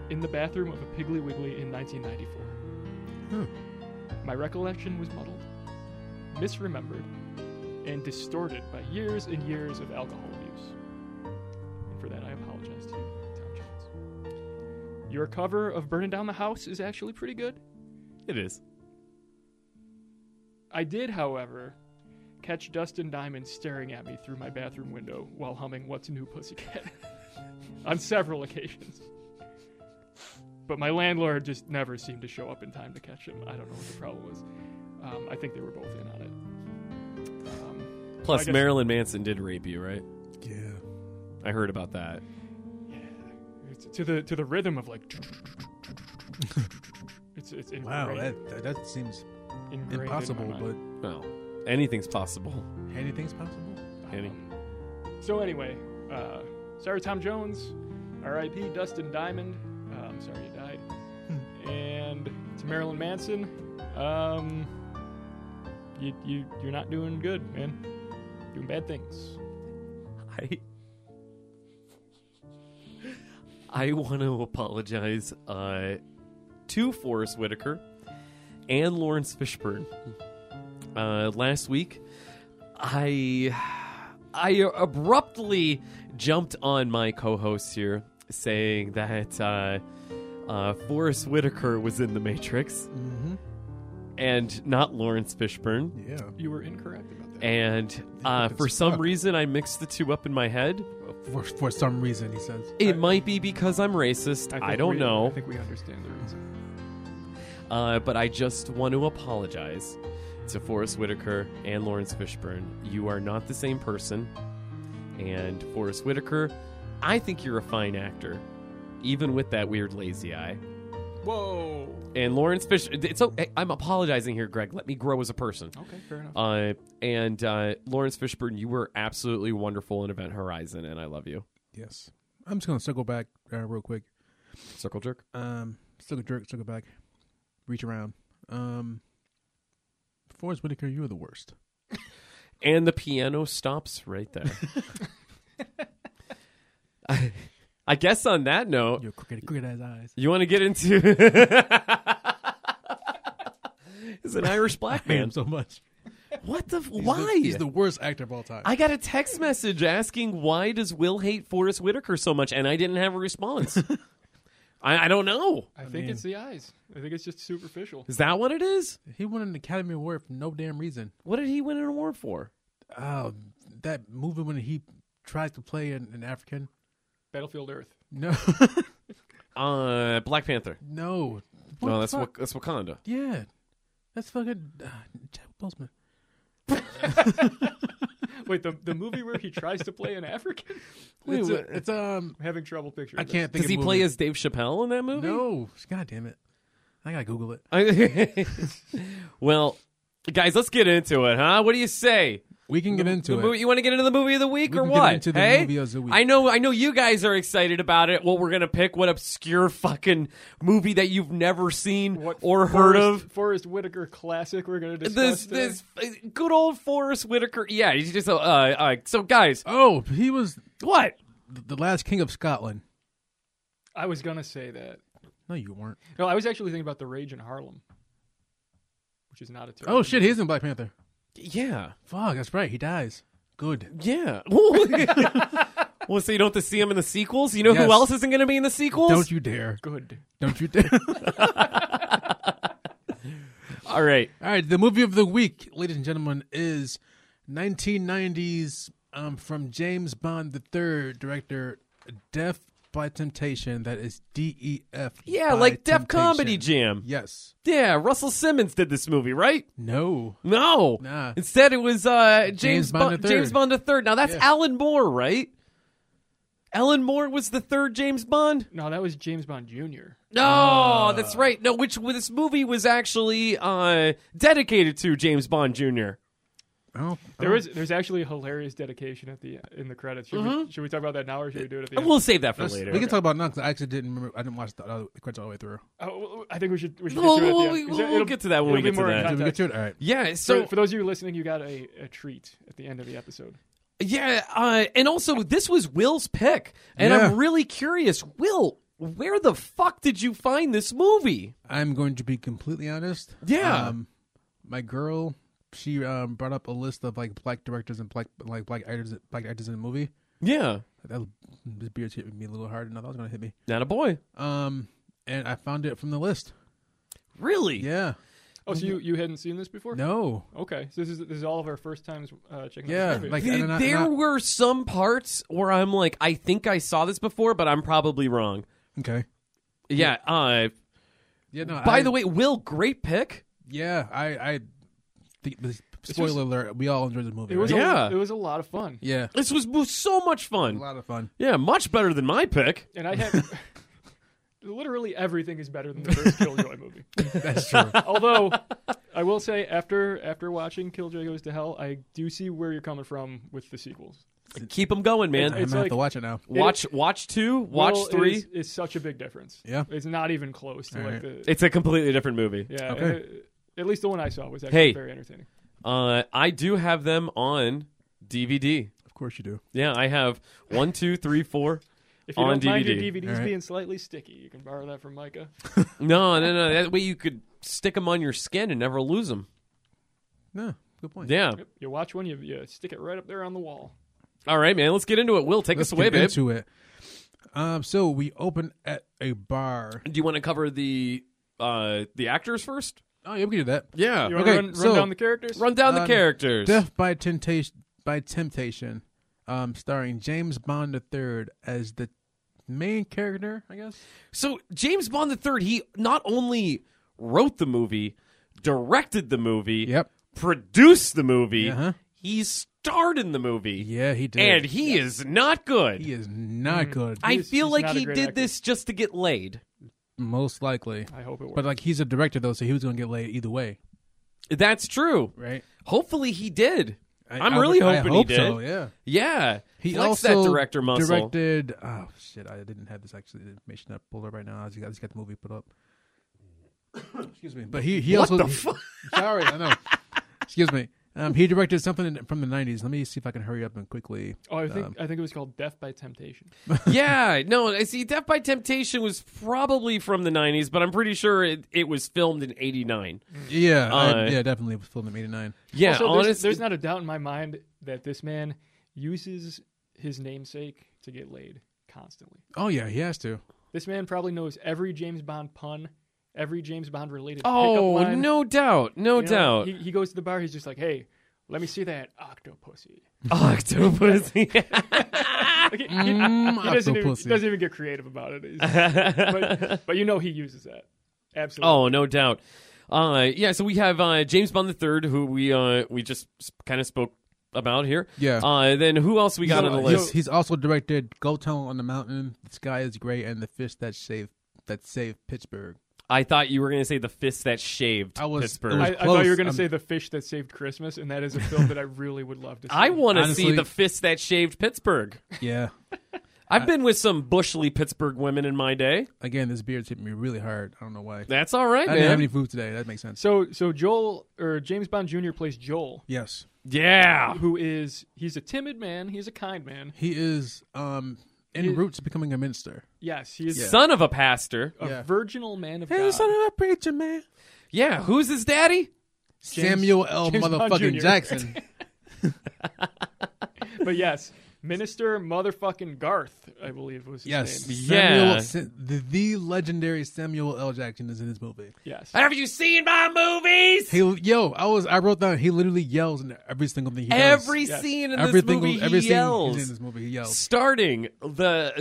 [SPEAKER 4] in the bathroom of a Piggly Wiggly in 1994. My recollection was muddled, misremembered, and distorted by years and years of alcohol abuse. And for that, I apologize to you, Tom Jones. Your cover of Burning Down the House is actually pretty good.
[SPEAKER 2] It is.
[SPEAKER 4] I did, however, catch Dustin Diamond staring at me through my bathroom window while humming What's New Pussycat on several occasions. But my landlord just never seemed to show up in time to catch him. I don't know what the problem was. Um, I think they were both in on it. Um,
[SPEAKER 2] Plus,
[SPEAKER 4] I guess-
[SPEAKER 2] Marilyn Manson did rape you, right?
[SPEAKER 3] Yeah.
[SPEAKER 2] I heard about that.
[SPEAKER 4] It's to the to the rhythm of like. it's it's
[SPEAKER 3] Wow,
[SPEAKER 4] ingrained,
[SPEAKER 3] that, that that seems
[SPEAKER 4] ingrained in my
[SPEAKER 3] impossible,
[SPEAKER 4] mind.
[SPEAKER 3] but
[SPEAKER 2] No, anything's possible.
[SPEAKER 3] anything's possible.
[SPEAKER 2] Kenny.
[SPEAKER 4] Um, so anyway, uh, sorry Tom Jones, R.I.P. Dustin Diamond. Uh, I'm sorry you died. Hmm. and to Marilyn Manson, um, you you you're not doing good, man. Doing bad things.
[SPEAKER 2] I I want to apologize uh, to Forrest Whitaker and Lawrence Fishburne. Uh, last week, I I abruptly jumped on my co-host here, saying that uh, uh, Forrest Whitaker was in The Matrix
[SPEAKER 3] Mm-hmm.
[SPEAKER 2] and not Lawrence Fishburne.
[SPEAKER 3] Yeah.
[SPEAKER 4] You were incorrect about that.
[SPEAKER 2] And uh,
[SPEAKER 3] It's
[SPEAKER 2] for some
[SPEAKER 3] stuck.
[SPEAKER 2] reason, I mixed the two up in my head.
[SPEAKER 3] For for some reason, he says.
[SPEAKER 2] It might be because I'm racist.
[SPEAKER 4] think
[SPEAKER 2] I, don't
[SPEAKER 4] we- I
[SPEAKER 2] know.
[SPEAKER 4] think we understand the reason.
[SPEAKER 2] Uh, but I just want to apologize to Forrest Whitaker and Lawrence Fishburne. You are not the same person. And Forrest Whitaker, I think you're a fine actor, even with that weird lazy eye.
[SPEAKER 4] Whoa.
[SPEAKER 2] And Lawrence Fish, it's okay. I'm apologizing here, Greg. Let me grow as a person.
[SPEAKER 4] Okay, fair enough.
[SPEAKER 2] Uh, and uh, Lawrence Fishburne, you were absolutely wonderful in Event Horizon, and I love you.
[SPEAKER 3] Yes. I'm just gonna circle back uh, real quick.
[SPEAKER 2] Circle jerk.
[SPEAKER 3] Um, circle jerk, circle back, reach around. Um, Forrest Whitaker, you are the worst.
[SPEAKER 2] And the piano stops right there. I, I guess on that note,
[SPEAKER 3] Your crooked, crooked ass eyes.
[SPEAKER 2] you want to get into. It's an Irish
[SPEAKER 3] I
[SPEAKER 2] black
[SPEAKER 3] hate
[SPEAKER 2] man.
[SPEAKER 3] him so much.
[SPEAKER 2] What the? f
[SPEAKER 3] He's
[SPEAKER 2] why?
[SPEAKER 3] The, he's the worst actor of all time.
[SPEAKER 2] I got a text message asking why does Will hate Forrest Whitaker so much, and I didn't have a response. I, I don't know.
[SPEAKER 4] I think it's the eyes. I think it's just superficial.
[SPEAKER 2] Is that what it is?
[SPEAKER 3] he won an Academy Award for no damn reason.
[SPEAKER 2] What did he win an award for?
[SPEAKER 3] Oh, that movie when he tried to play an, an African.
[SPEAKER 4] Battlefield Earth.
[SPEAKER 3] No,
[SPEAKER 2] Uh, Black Panther.
[SPEAKER 3] no. What
[SPEAKER 2] No,
[SPEAKER 3] the
[SPEAKER 2] that's
[SPEAKER 3] fuck?
[SPEAKER 2] Wak- that's Wakanda.
[SPEAKER 3] Yeah, that's fucking uh, Chadwick Boseman.
[SPEAKER 4] Wait, the the movie where he tries to play an African?
[SPEAKER 3] it's,
[SPEAKER 2] Wait,
[SPEAKER 3] a-
[SPEAKER 2] what-
[SPEAKER 3] it's um.
[SPEAKER 4] I'm having trouble picturing.
[SPEAKER 3] I
[SPEAKER 4] this.
[SPEAKER 3] can't think.
[SPEAKER 2] Does
[SPEAKER 3] of
[SPEAKER 2] he
[SPEAKER 3] movie.
[SPEAKER 2] play as Dave Chappelle in that movie?
[SPEAKER 3] No, god damn it! I gotta Google it.
[SPEAKER 2] I- well, guys, let's get into it, huh? What do you say?
[SPEAKER 3] We can get into
[SPEAKER 2] The
[SPEAKER 3] it.
[SPEAKER 2] movie- you want to get into the movie of the week
[SPEAKER 3] We
[SPEAKER 2] or
[SPEAKER 3] can get
[SPEAKER 2] what?
[SPEAKER 3] into the
[SPEAKER 2] hey?
[SPEAKER 3] movie of the week.
[SPEAKER 2] I know, I know, you guys are excited about it. What we're gonna pick? What obscure fucking movie that you've never seen
[SPEAKER 4] What
[SPEAKER 2] or heard
[SPEAKER 4] Forrest-
[SPEAKER 2] of?
[SPEAKER 4] Forrest Whitaker classic we're going to discuss.
[SPEAKER 2] This,
[SPEAKER 4] today.
[SPEAKER 2] this uh, good old Forrest Whitaker. Yeah, he's just uh, uh, so guys,
[SPEAKER 3] Oh, he was
[SPEAKER 2] what?
[SPEAKER 3] th- the last king of Scotland.
[SPEAKER 4] I was going to say that.
[SPEAKER 3] No, you weren't.
[SPEAKER 4] No, I was actually thinking about the Rage in Harlem, which is not a terrible.
[SPEAKER 3] Oh shit, he's in Black Panther.
[SPEAKER 2] Yeah,
[SPEAKER 3] Fuck, that's right. He dies. Good.
[SPEAKER 2] yeah. Well, so you don't have to see him in the sequels. You know
[SPEAKER 3] Yes.
[SPEAKER 2] who else isn't going to be in the sequels?
[SPEAKER 3] Don't you dare.
[SPEAKER 4] Good.
[SPEAKER 3] Don't you dare. All
[SPEAKER 2] All right.
[SPEAKER 3] right, the movie of the week, ladies and gentlemen, is 1990s um, from James Bond III, director Death by Temptation. That is D E F.
[SPEAKER 2] Yeah,
[SPEAKER 3] by
[SPEAKER 2] like Def Comedy
[SPEAKER 3] Temptation.
[SPEAKER 2] Jam.
[SPEAKER 3] Yes.
[SPEAKER 2] Yeah, Russell Simmons did this movie, right?
[SPEAKER 3] No.
[SPEAKER 2] No.
[SPEAKER 3] Nah.
[SPEAKER 2] Instead, it was uh, James,
[SPEAKER 3] James
[SPEAKER 2] Bond.
[SPEAKER 3] Bond III.
[SPEAKER 2] James Bond III. Now that's
[SPEAKER 3] Yeah.
[SPEAKER 2] Alan Moore, right? Alan Moore was the third James Bond.
[SPEAKER 4] No, that was James Bond Jr.
[SPEAKER 2] No,
[SPEAKER 3] Ah.
[SPEAKER 2] that's right. No, which this movie was actually uh, dedicated to James Bond Jr.
[SPEAKER 3] Oh,
[SPEAKER 4] There is there's actually a hilarious dedication at the in the credits. Should, we, should we talk about that now, or should we do it at the end?
[SPEAKER 2] Uh-huh. Uh, We'll save that for later.
[SPEAKER 3] We can talk about it now 'cause I actually didn't remember. I didn't watch the other the credits all the way through.
[SPEAKER 4] Oh, well, I think we should. We should
[SPEAKER 2] Well,
[SPEAKER 4] get to it at the
[SPEAKER 2] well,
[SPEAKER 4] end,
[SPEAKER 2] we-
[SPEAKER 4] 'cause
[SPEAKER 2] we'll
[SPEAKER 4] it'll-
[SPEAKER 2] get to that when
[SPEAKER 4] it'll
[SPEAKER 2] we
[SPEAKER 4] be
[SPEAKER 2] get to
[SPEAKER 4] more in
[SPEAKER 2] that.
[SPEAKER 3] Did we get
[SPEAKER 4] context.
[SPEAKER 3] to it? All right.
[SPEAKER 2] yeah.
[SPEAKER 4] So,
[SPEAKER 2] So
[SPEAKER 4] for those of you listening, you got a, a treat at the end of the episode.
[SPEAKER 2] yeah, uh, and also this was Will's pick, and
[SPEAKER 3] Yeah.
[SPEAKER 2] I'm really curious, Will. Where the fuck did you find this movie?
[SPEAKER 3] I'm going to be completely honest.
[SPEAKER 2] Yeah.
[SPEAKER 3] Um, my girl, she um, brought up a list of like black directors and black like black actors black actors in the movie.
[SPEAKER 2] Yeah,
[SPEAKER 3] That this beer's hitting me a little hard, and I thought it was gonna hit me.
[SPEAKER 2] not a boy.
[SPEAKER 3] Um, and I found it from the list.
[SPEAKER 2] Really?
[SPEAKER 3] Yeah.
[SPEAKER 4] Oh,
[SPEAKER 2] Mm-hmm.
[SPEAKER 4] so you, you hadn't seen this before?
[SPEAKER 3] No.
[SPEAKER 4] Okay, so this is this is all of our first times uh, checking.
[SPEAKER 3] Yeah,
[SPEAKER 4] out this movie.
[SPEAKER 3] like-
[SPEAKER 2] Th-
[SPEAKER 3] And I- and
[SPEAKER 2] there
[SPEAKER 3] I-
[SPEAKER 2] were some parts where I'm like, I think I saw this before, but I'm probably wrong.
[SPEAKER 3] Okay.
[SPEAKER 2] Yeah. Uh,
[SPEAKER 3] Yeah. No.
[SPEAKER 2] by
[SPEAKER 3] I-
[SPEAKER 2] the way, Will, great pick.
[SPEAKER 3] Yeah. I. I. Think, this- spoiler alert: We all enjoyed the movie.
[SPEAKER 4] it was
[SPEAKER 3] right?
[SPEAKER 2] Yeah.
[SPEAKER 4] a, it was a lot of fun,
[SPEAKER 3] yeah.
[SPEAKER 2] This was, was so much
[SPEAKER 3] A
[SPEAKER 2] fun.
[SPEAKER 3] lot of fun.
[SPEAKER 2] Yeah, much better than my pick.
[SPEAKER 4] and I had literally everything is better than the first Killjoy movie.
[SPEAKER 3] That's true.
[SPEAKER 4] Although I will say, after after watching Killjoy Goes to Hell, I do see where you're coming from with the sequels.
[SPEAKER 2] Keep them going, man.
[SPEAKER 3] I'm gonna have
[SPEAKER 4] like-
[SPEAKER 3] to watch it now.
[SPEAKER 2] watch watch two, watch
[SPEAKER 4] Well,
[SPEAKER 2] three.
[SPEAKER 4] It is, it's such a big difference.
[SPEAKER 3] Yeah.
[SPEAKER 4] it's not even close to like
[SPEAKER 3] Alright.
[SPEAKER 4] the
[SPEAKER 2] it's a completely different movie.
[SPEAKER 4] yeah.
[SPEAKER 3] Okay.
[SPEAKER 4] and it- at least the one I saw was actually
[SPEAKER 2] Hey.
[SPEAKER 4] very entertaining.
[SPEAKER 2] Uh, I do have them on DVD.
[SPEAKER 3] Of course you do.
[SPEAKER 2] Yeah, I have one, two, three, four.
[SPEAKER 4] If you
[SPEAKER 2] On
[SPEAKER 4] don't mind your
[SPEAKER 2] DVD.
[SPEAKER 4] DVDs
[SPEAKER 3] Alright.
[SPEAKER 4] being slightly sticky, you can borrow that from Micah.
[SPEAKER 2] No, no, no. That way you could stick them on your skin and never lose them.
[SPEAKER 3] No. Good point.
[SPEAKER 2] Yeah.
[SPEAKER 4] Yep, you watch one, you, you stick it right up there on the wall.
[SPEAKER 2] All right, man. Let's get into it. Will, take
[SPEAKER 3] Let's
[SPEAKER 2] us away,
[SPEAKER 3] get
[SPEAKER 2] babe.
[SPEAKER 3] into it. Um, so we open at a bar.
[SPEAKER 2] Do you want to cover the uh the actors first?
[SPEAKER 3] Oh, yeah, we can do that.
[SPEAKER 2] Yeah.
[SPEAKER 4] You want to
[SPEAKER 3] Okay,
[SPEAKER 4] run, run
[SPEAKER 3] so-
[SPEAKER 4] down the characters?
[SPEAKER 2] Run down the
[SPEAKER 3] Um,
[SPEAKER 2] characters.
[SPEAKER 3] Death by Temptation, by Temptation, um, starring James Bond III as the main character, I guess.
[SPEAKER 2] so James Bond III, he not only wrote the movie, directed the movie,
[SPEAKER 3] Yep.
[SPEAKER 2] produced the movie,
[SPEAKER 3] Uh-huh.
[SPEAKER 2] he starred in the movie,
[SPEAKER 3] Yeah, he did.
[SPEAKER 2] and he is not good.
[SPEAKER 3] he is not good,
[SPEAKER 2] I
[SPEAKER 4] He's-
[SPEAKER 2] feel
[SPEAKER 4] he's
[SPEAKER 2] like
[SPEAKER 4] not a
[SPEAKER 2] he
[SPEAKER 4] great
[SPEAKER 2] did
[SPEAKER 4] actor.
[SPEAKER 2] this just to get laid.
[SPEAKER 3] most likely.
[SPEAKER 4] I hope it works.
[SPEAKER 3] But like, he's a director though, so he was gonna get laid either way,
[SPEAKER 2] That's true.
[SPEAKER 3] right?
[SPEAKER 2] Hopefully he did.
[SPEAKER 3] I,
[SPEAKER 2] am
[SPEAKER 3] I
[SPEAKER 2] really
[SPEAKER 3] would- I
[SPEAKER 2] hoping
[SPEAKER 3] hope
[SPEAKER 2] he did.
[SPEAKER 3] so. Yeah,
[SPEAKER 2] Yeah.
[SPEAKER 3] he
[SPEAKER 2] Flex
[SPEAKER 3] also
[SPEAKER 2] that director muscle.
[SPEAKER 3] directed. Oh shit, I didn't have this actually information up pulled up right now. I just got, I just got the movie put up. Excuse me, but he he
[SPEAKER 2] What
[SPEAKER 3] also
[SPEAKER 2] the fu-
[SPEAKER 3] sorry, I know. Excuse me. Um, he directed something in- from the '90s. Let me see if I can hurry up and quickly.
[SPEAKER 4] oh, I
[SPEAKER 2] Um,
[SPEAKER 4] think I think it was called Death by Temptation.
[SPEAKER 2] yeah, no, I see Death by Temptation was probably from the 90s, but I'm pretty sure it, it was filmed in 89.
[SPEAKER 3] Yeah, I-
[SPEAKER 2] Uh,
[SPEAKER 3] yeah, definitely was filmed in '89.
[SPEAKER 2] Yeah,
[SPEAKER 4] also, there's,
[SPEAKER 2] honest-
[SPEAKER 4] there's not a doubt in my mind that this man uses his namesake to get laid constantly.
[SPEAKER 3] Oh yeah, he has to.
[SPEAKER 4] This man probably knows every James Bond pun, every James Bond related
[SPEAKER 2] Oh,
[SPEAKER 4] pickup line.
[SPEAKER 2] no doubt. No
[SPEAKER 4] You know,
[SPEAKER 2] doubt.
[SPEAKER 4] He, he goes to the bar. He's just like, "Hey, let me see that octopussy."
[SPEAKER 2] Octopus.
[SPEAKER 4] Like, he, he-
[SPEAKER 3] Mm,
[SPEAKER 4] he doesn't, even,
[SPEAKER 3] octopussy.
[SPEAKER 4] he doesn't even get creative about it. He's- but, but you know he uses that. Absolutely.
[SPEAKER 2] oh, no doubt. Uh, yeah, so we have uh, James Bond III, who we uh, we just kind of spoke about here.
[SPEAKER 3] Yeah.
[SPEAKER 2] Uh, then who else we got
[SPEAKER 4] So,
[SPEAKER 2] on the
[SPEAKER 4] uh,
[SPEAKER 2] list?
[SPEAKER 3] He's, he's also directed "Gold Tunnel on the Mountain," "The Sky Is Gray," and "The Fish That Saved That Saved Pittsburgh."
[SPEAKER 2] I thought you were going to say the fist that shaved
[SPEAKER 3] I was-
[SPEAKER 2] Pittsburgh.
[SPEAKER 3] it
[SPEAKER 4] I,
[SPEAKER 3] was-
[SPEAKER 4] I thought you
[SPEAKER 3] close.
[SPEAKER 4] were going to
[SPEAKER 3] I'm-
[SPEAKER 4] say the fish that saved Christmas, and that is a film that I really would love to see.
[SPEAKER 2] I want to see
[SPEAKER 3] Honestly-
[SPEAKER 2] the fist that shaved Pittsburgh.
[SPEAKER 3] Yeah.
[SPEAKER 2] I've been with some bushly Pittsburgh women in my day.
[SPEAKER 3] Again, this beard's hitting me really hard. I don't know why.
[SPEAKER 2] That's all right,
[SPEAKER 3] I didn't have
[SPEAKER 2] man.
[SPEAKER 3] any food today. That makes sense.
[SPEAKER 4] So, so Joel or James Bond Jr. plays Joel,
[SPEAKER 3] Yes,
[SPEAKER 2] yeah.
[SPEAKER 4] who is he's a timid man. He's a kind man.
[SPEAKER 3] he is um en
[SPEAKER 4] He-
[SPEAKER 3] route to becoming a minister.
[SPEAKER 4] Yes, he is
[SPEAKER 2] Son of a pastor.
[SPEAKER 4] a
[SPEAKER 3] Yeah.
[SPEAKER 4] virginal man of God.
[SPEAKER 3] a preacher man.
[SPEAKER 2] Yeah, who's his daddy?
[SPEAKER 3] Samuel L.
[SPEAKER 4] James Bond
[SPEAKER 3] motherfucking
[SPEAKER 4] Jr..
[SPEAKER 3] Jackson.
[SPEAKER 4] but yes, Minister motherfucking Garth, I believe was his
[SPEAKER 3] Yes,
[SPEAKER 4] name.
[SPEAKER 3] Samuel,
[SPEAKER 2] Yeah.
[SPEAKER 3] Sa- the, the legendary Samuel L. Jackson is in this movie.
[SPEAKER 4] Yes.
[SPEAKER 2] Have you seen my movies?
[SPEAKER 3] He, yo, I was, I wrote down. He literally yells in every single thing. He does.
[SPEAKER 2] every
[SPEAKER 4] Yes.
[SPEAKER 2] scene in
[SPEAKER 3] every
[SPEAKER 2] this movie,
[SPEAKER 3] single, every
[SPEAKER 2] he
[SPEAKER 3] scene
[SPEAKER 2] yells.
[SPEAKER 3] he's in this movie, he yells.
[SPEAKER 2] Starting the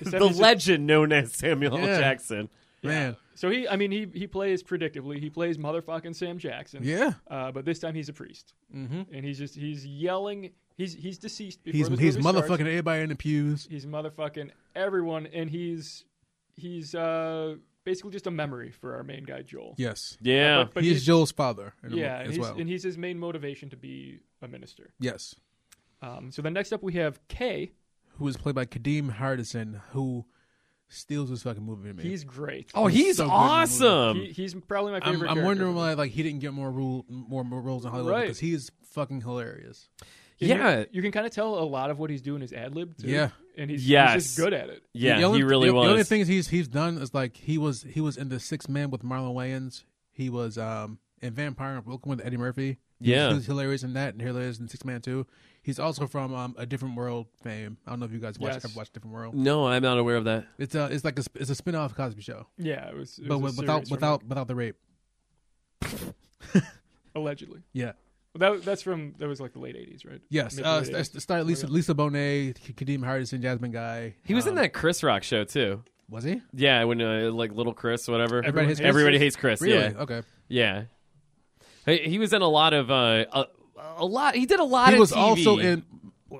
[SPEAKER 2] the,
[SPEAKER 4] that
[SPEAKER 2] the
[SPEAKER 4] his-
[SPEAKER 2] legend known as Samuel L.
[SPEAKER 3] Yeah.
[SPEAKER 2] Jackson.
[SPEAKER 3] Man,
[SPEAKER 4] So he, I mean, he he plays predictably. He plays motherfucking Sam Jackson.
[SPEAKER 3] yeah,
[SPEAKER 4] Uh, but this time he's a priest, mm-hmm. and he's just he's yelling. He's he's deceased. Before
[SPEAKER 3] he's
[SPEAKER 4] this
[SPEAKER 3] he's
[SPEAKER 4] movie
[SPEAKER 3] motherfucking
[SPEAKER 4] starts.
[SPEAKER 3] everybody in the pews.
[SPEAKER 4] He's motherfucking everyone, and he's he's uh basically just a memory for our main guy Joel.
[SPEAKER 3] Yes,
[SPEAKER 2] Yeah.
[SPEAKER 4] But
[SPEAKER 3] he's,
[SPEAKER 4] he's-
[SPEAKER 3] Joel's father. in the
[SPEAKER 4] yeah,
[SPEAKER 3] movie
[SPEAKER 4] and
[SPEAKER 3] as
[SPEAKER 4] he's,
[SPEAKER 3] well.
[SPEAKER 4] and he's his main motivation to be a minister.
[SPEAKER 3] yes,
[SPEAKER 4] Um, so then next up we have Kay.
[SPEAKER 3] who is played by Kadeem Hardison, who steals this fucking movie to me.
[SPEAKER 4] He's great.
[SPEAKER 2] oh, he's
[SPEAKER 3] so good in the movie.
[SPEAKER 2] awesome.
[SPEAKER 4] he, he's probably my
[SPEAKER 3] um, I'm,
[SPEAKER 4] favorite.
[SPEAKER 3] I'm
[SPEAKER 4] character.
[SPEAKER 3] wondering why like he didn't get more rule more, more roles in Hollywood
[SPEAKER 4] Right.
[SPEAKER 3] because he's fucking hilarious.
[SPEAKER 4] And
[SPEAKER 2] yeah.
[SPEAKER 4] you, you can kind of tell a lot of what he's doing is ad lib.
[SPEAKER 3] Yeah.
[SPEAKER 4] and he's,
[SPEAKER 2] Yes.
[SPEAKER 4] he's just good at it.
[SPEAKER 2] yeah,
[SPEAKER 3] The only-
[SPEAKER 2] he really
[SPEAKER 3] the,
[SPEAKER 2] was.
[SPEAKER 3] The only things he's he's done is like he was he was in the Sixth Man with Marlon Wayans. He was um in Vampire and Welcome with Eddie Murphy. He was-
[SPEAKER 2] Yeah.
[SPEAKER 3] he was hilarious in that and hilarious in Sixth Man too. He's also from um, a Different World fame. I don't know if you guys watch
[SPEAKER 4] Yes.
[SPEAKER 3] ever watched Different World.
[SPEAKER 2] no, I'm not aware of that.
[SPEAKER 3] It's a it's like a, sp- it's a spin off Cosby Show,
[SPEAKER 4] Yeah, it was, it
[SPEAKER 3] but
[SPEAKER 4] was
[SPEAKER 3] with,
[SPEAKER 4] a
[SPEAKER 3] without
[SPEAKER 4] series from,
[SPEAKER 3] without without the rape.
[SPEAKER 4] like, allegedly.
[SPEAKER 3] Yeah.
[SPEAKER 4] Well, that, that's from that was like the late '80s, right?
[SPEAKER 3] Yes.
[SPEAKER 4] Mid-
[SPEAKER 3] Uh,
[SPEAKER 4] late 80s.
[SPEAKER 3] st- started
[SPEAKER 4] Oh,
[SPEAKER 3] Lisa Lisa Bonet, K- Kadeem Hardison, Jasmine Guy.
[SPEAKER 2] He was in
[SPEAKER 3] Um,
[SPEAKER 2] that Chris Rock show too.
[SPEAKER 3] Was he?
[SPEAKER 2] Yeah, when uh, like little Chris, whatever.
[SPEAKER 3] Everybody hates Chris?
[SPEAKER 2] Everybody hates Chris.
[SPEAKER 3] Really?
[SPEAKER 2] Yeah,
[SPEAKER 3] Okay.
[SPEAKER 2] yeah. He, he was in a lot of uh, a, a lot. He did a lot.
[SPEAKER 3] he
[SPEAKER 2] of
[SPEAKER 3] was
[SPEAKER 2] TV.
[SPEAKER 3] also in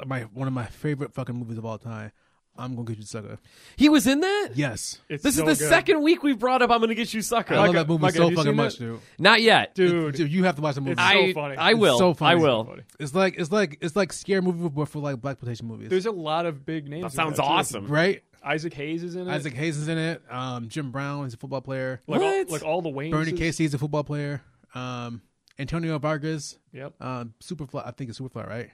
[SPEAKER 3] my one of my favorite fucking movies of all time. I'm gonna get you sucker.
[SPEAKER 2] He was in that.
[SPEAKER 3] Yes,
[SPEAKER 4] It's
[SPEAKER 2] This
[SPEAKER 4] so
[SPEAKER 2] is the
[SPEAKER 4] good.
[SPEAKER 2] second week we brought up. I'm gonna get you, sucker.
[SPEAKER 3] I love
[SPEAKER 4] Micah-
[SPEAKER 3] that movie
[SPEAKER 4] Micah, have
[SPEAKER 3] so
[SPEAKER 4] you
[SPEAKER 3] fucking
[SPEAKER 4] seen
[SPEAKER 3] much,
[SPEAKER 4] that?
[SPEAKER 3] dude.
[SPEAKER 2] Not yet.
[SPEAKER 4] dude.
[SPEAKER 3] You have to watch the movie.
[SPEAKER 4] It's so
[SPEAKER 2] I
[SPEAKER 4] funny.
[SPEAKER 2] I
[SPEAKER 4] It's
[SPEAKER 2] will.
[SPEAKER 3] so funny.
[SPEAKER 2] I will.
[SPEAKER 4] Funny.
[SPEAKER 3] it's like it's like it's like scary movie but for like black plantation movies,
[SPEAKER 4] There's a lot of big names. in
[SPEAKER 2] That sounds
[SPEAKER 4] too.
[SPEAKER 2] awesome.
[SPEAKER 3] right?
[SPEAKER 4] Isaac Hayes is in it.
[SPEAKER 3] Isaac Hayes is in it. Um, Jim Brown is a football player.
[SPEAKER 4] like
[SPEAKER 2] What?
[SPEAKER 4] all like all the Wayne.
[SPEAKER 3] Bernie Casey is a football player. Um, Antonio Vargas,
[SPEAKER 4] Yep.
[SPEAKER 3] um, Superfly. I think it's Superfly, right?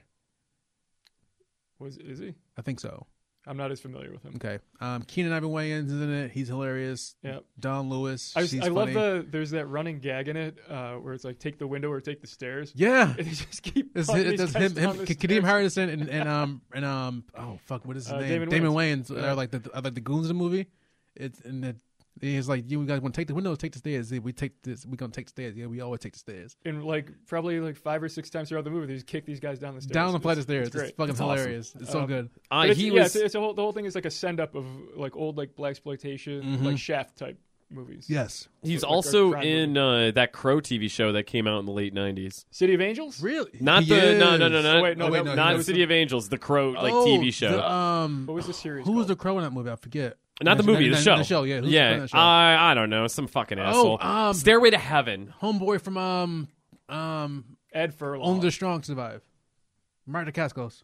[SPEAKER 4] Was is he?
[SPEAKER 3] I think so.
[SPEAKER 4] I'm not as familiar with him.
[SPEAKER 3] Okay. Um, Keenan Ivan Wayans is in it. He's hilarious.
[SPEAKER 4] Yep.
[SPEAKER 3] Don Lewis.
[SPEAKER 4] I,
[SPEAKER 3] she's
[SPEAKER 4] I love
[SPEAKER 3] funny.
[SPEAKER 4] the there's that running gag in it uh, where it's like take the window or take the stairs.
[SPEAKER 3] yeah.
[SPEAKER 4] And they just keep.
[SPEAKER 3] It's,
[SPEAKER 4] putting
[SPEAKER 3] it,
[SPEAKER 4] these
[SPEAKER 3] it's
[SPEAKER 4] guys
[SPEAKER 3] him, him,
[SPEAKER 4] down the
[SPEAKER 3] K-
[SPEAKER 4] stairs.
[SPEAKER 3] Kadeem Harrison and, and um and um oh fuck what is his
[SPEAKER 4] Uh,
[SPEAKER 3] name
[SPEAKER 4] Damon
[SPEAKER 3] Wayans,
[SPEAKER 4] Yeah.
[SPEAKER 3] are like the are like the goons in the movie. It's and the, he's like you guys want to take the windows, take the stairs. Yeah, We take this, we gonna take the stairs. Yeah, we always take the stairs.
[SPEAKER 4] and like probably like five or six times throughout the movie, they just kick these guys down the stairs.
[SPEAKER 3] Down the flight of stairs.
[SPEAKER 4] It's-
[SPEAKER 3] It's,
[SPEAKER 4] It's, great.
[SPEAKER 3] fucking
[SPEAKER 2] It's awesome.
[SPEAKER 3] hilarious. It's so
[SPEAKER 4] Um,
[SPEAKER 3] good.
[SPEAKER 4] But
[SPEAKER 2] Uh,
[SPEAKER 4] it's-
[SPEAKER 2] he
[SPEAKER 4] yeah,
[SPEAKER 2] was.
[SPEAKER 4] it's, it's a whole, the whole thing is like a send up of like old like black exploitation
[SPEAKER 3] Mm-hmm.
[SPEAKER 4] like Shaft type movies.
[SPEAKER 3] Yes,
[SPEAKER 2] He's
[SPEAKER 4] like a
[SPEAKER 2] also
[SPEAKER 4] crime
[SPEAKER 2] in uh, that Crow TV show that came out in the late '90s.
[SPEAKER 4] City of Angels.
[SPEAKER 3] really.
[SPEAKER 2] Not the no no no
[SPEAKER 3] Yes.
[SPEAKER 2] no
[SPEAKER 4] Oh, wait, no,
[SPEAKER 3] Oh, wait,
[SPEAKER 4] that-
[SPEAKER 3] no,
[SPEAKER 2] not
[SPEAKER 3] he does.
[SPEAKER 2] City of Angels, the Crow like
[SPEAKER 3] Oh,
[SPEAKER 2] TV show.
[SPEAKER 3] The, um,
[SPEAKER 4] What was the series?
[SPEAKER 3] who was the
[SPEAKER 4] called?
[SPEAKER 3] crow in that movie? I forget.
[SPEAKER 2] not the
[SPEAKER 3] Nineteen-
[SPEAKER 2] movie, the
[SPEAKER 3] nineteen-
[SPEAKER 2] show.
[SPEAKER 3] The show. Yeah. who's the crow in
[SPEAKER 2] yeah. uh,
[SPEAKER 3] that show?
[SPEAKER 2] I I don't know, some fucking asshole.
[SPEAKER 3] um,
[SPEAKER 2] Stairway to Heaven.
[SPEAKER 3] Homeboy from um um
[SPEAKER 4] Ed Furlong?
[SPEAKER 3] Only the Strong Survive. Martin Cascos.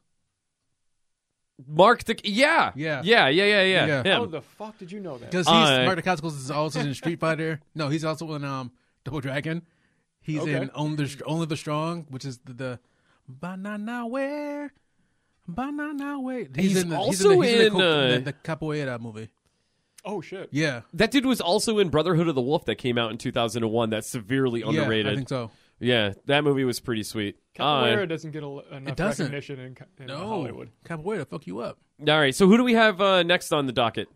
[SPEAKER 2] Mark the yeah
[SPEAKER 3] Yeah.
[SPEAKER 2] yeah yeah yeah yeah.
[SPEAKER 3] Yeah.
[SPEAKER 4] How
[SPEAKER 2] Him.
[SPEAKER 4] the fuck did you know that?
[SPEAKER 3] Because he's
[SPEAKER 2] Uh,
[SPEAKER 3] Mark Dacascos is also in Street Fighter. No, he's also in um Double Dragon. He's
[SPEAKER 4] Okay.
[SPEAKER 3] in Only the, Only the Strong, which is the, the Banana Wear. Banana Wear. He's,
[SPEAKER 2] He's
[SPEAKER 3] in the,
[SPEAKER 2] also
[SPEAKER 3] he's in, the, he's
[SPEAKER 2] in,
[SPEAKER 3] in the, co-
[SPEAKER 2] uh,
[SPEAKER 3] the, the Capoeira movie.
[SPEAKER 4] Oh shit!
[SPEAKER 3] Yeah.
[SPEAKER 2] That dude was also in Brotherhood of the Wolf that came out in 2001. That's severely
[SPEAKER 3] Yeah,
[SPEAKER 2] underrated.
[SPEAKER 3] I think so.
[SPEAKER 2] Yeah, that movie was pretty sweet.
[SPEAKER 4] Capoeira
[SPEAKER 2] Uh,
[SPEAKER 4] doesn't get a, enough
[SPEAKER 3] doesn't.
[SPEAKER 4] recognition in, in
[SPEAKER 3] No.
[SPEAKER 4] Hollywood.
[SPEAKER 3] Capoeira, fuck you up.
[SPEAKER 2] all right, so who do we have uh, next on the docket?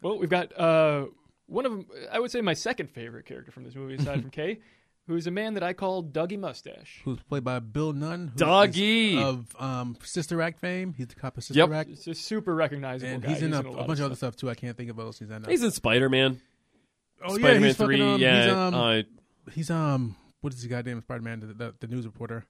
[SPEAKER 4] Well, we've got uh, one of them. I would say my second favorite character from this movie, aside from Kay, who is a man that I call Dougie Mustache.
[SPEAKER 3] Who's played by Bill Nunn. who is
[SPEAKER 2] Dougie.
[SPEAKER 3] Of um, Sister Act fame. He's the cop of Sister
[SPEAKER 2] Yep.
[SPEAKER 3] Act.
[SPEAKER 4] It's a super recognizable
[SPEAKER 3] And
[SPEAKER 4] guy.
[SPEAKER 3] he's in a,
[SPEAKER 4] lot
[SPEAKER 3] a bunch of
[SPEAKER 4] stuff.
[SPEAKER 3] other stuff, too. I can't think of what else he's in.
[SPEAKER 2] He's in Spider Man,
[SPEAKER 3] oh,
[SPEAKER 2] Spider Man
[SPEAKER 3] he's fucking,
[SPEAKER 2] Three.
[SPEAKER 3] um,
[SPEAKER 2] yeah,
[SPEAKER 3] He's, um,
[SPEAKER 2] uh,
[SPEAKER 3] he's, um, what is the goddamn Spider Man, the, the, the news reporter?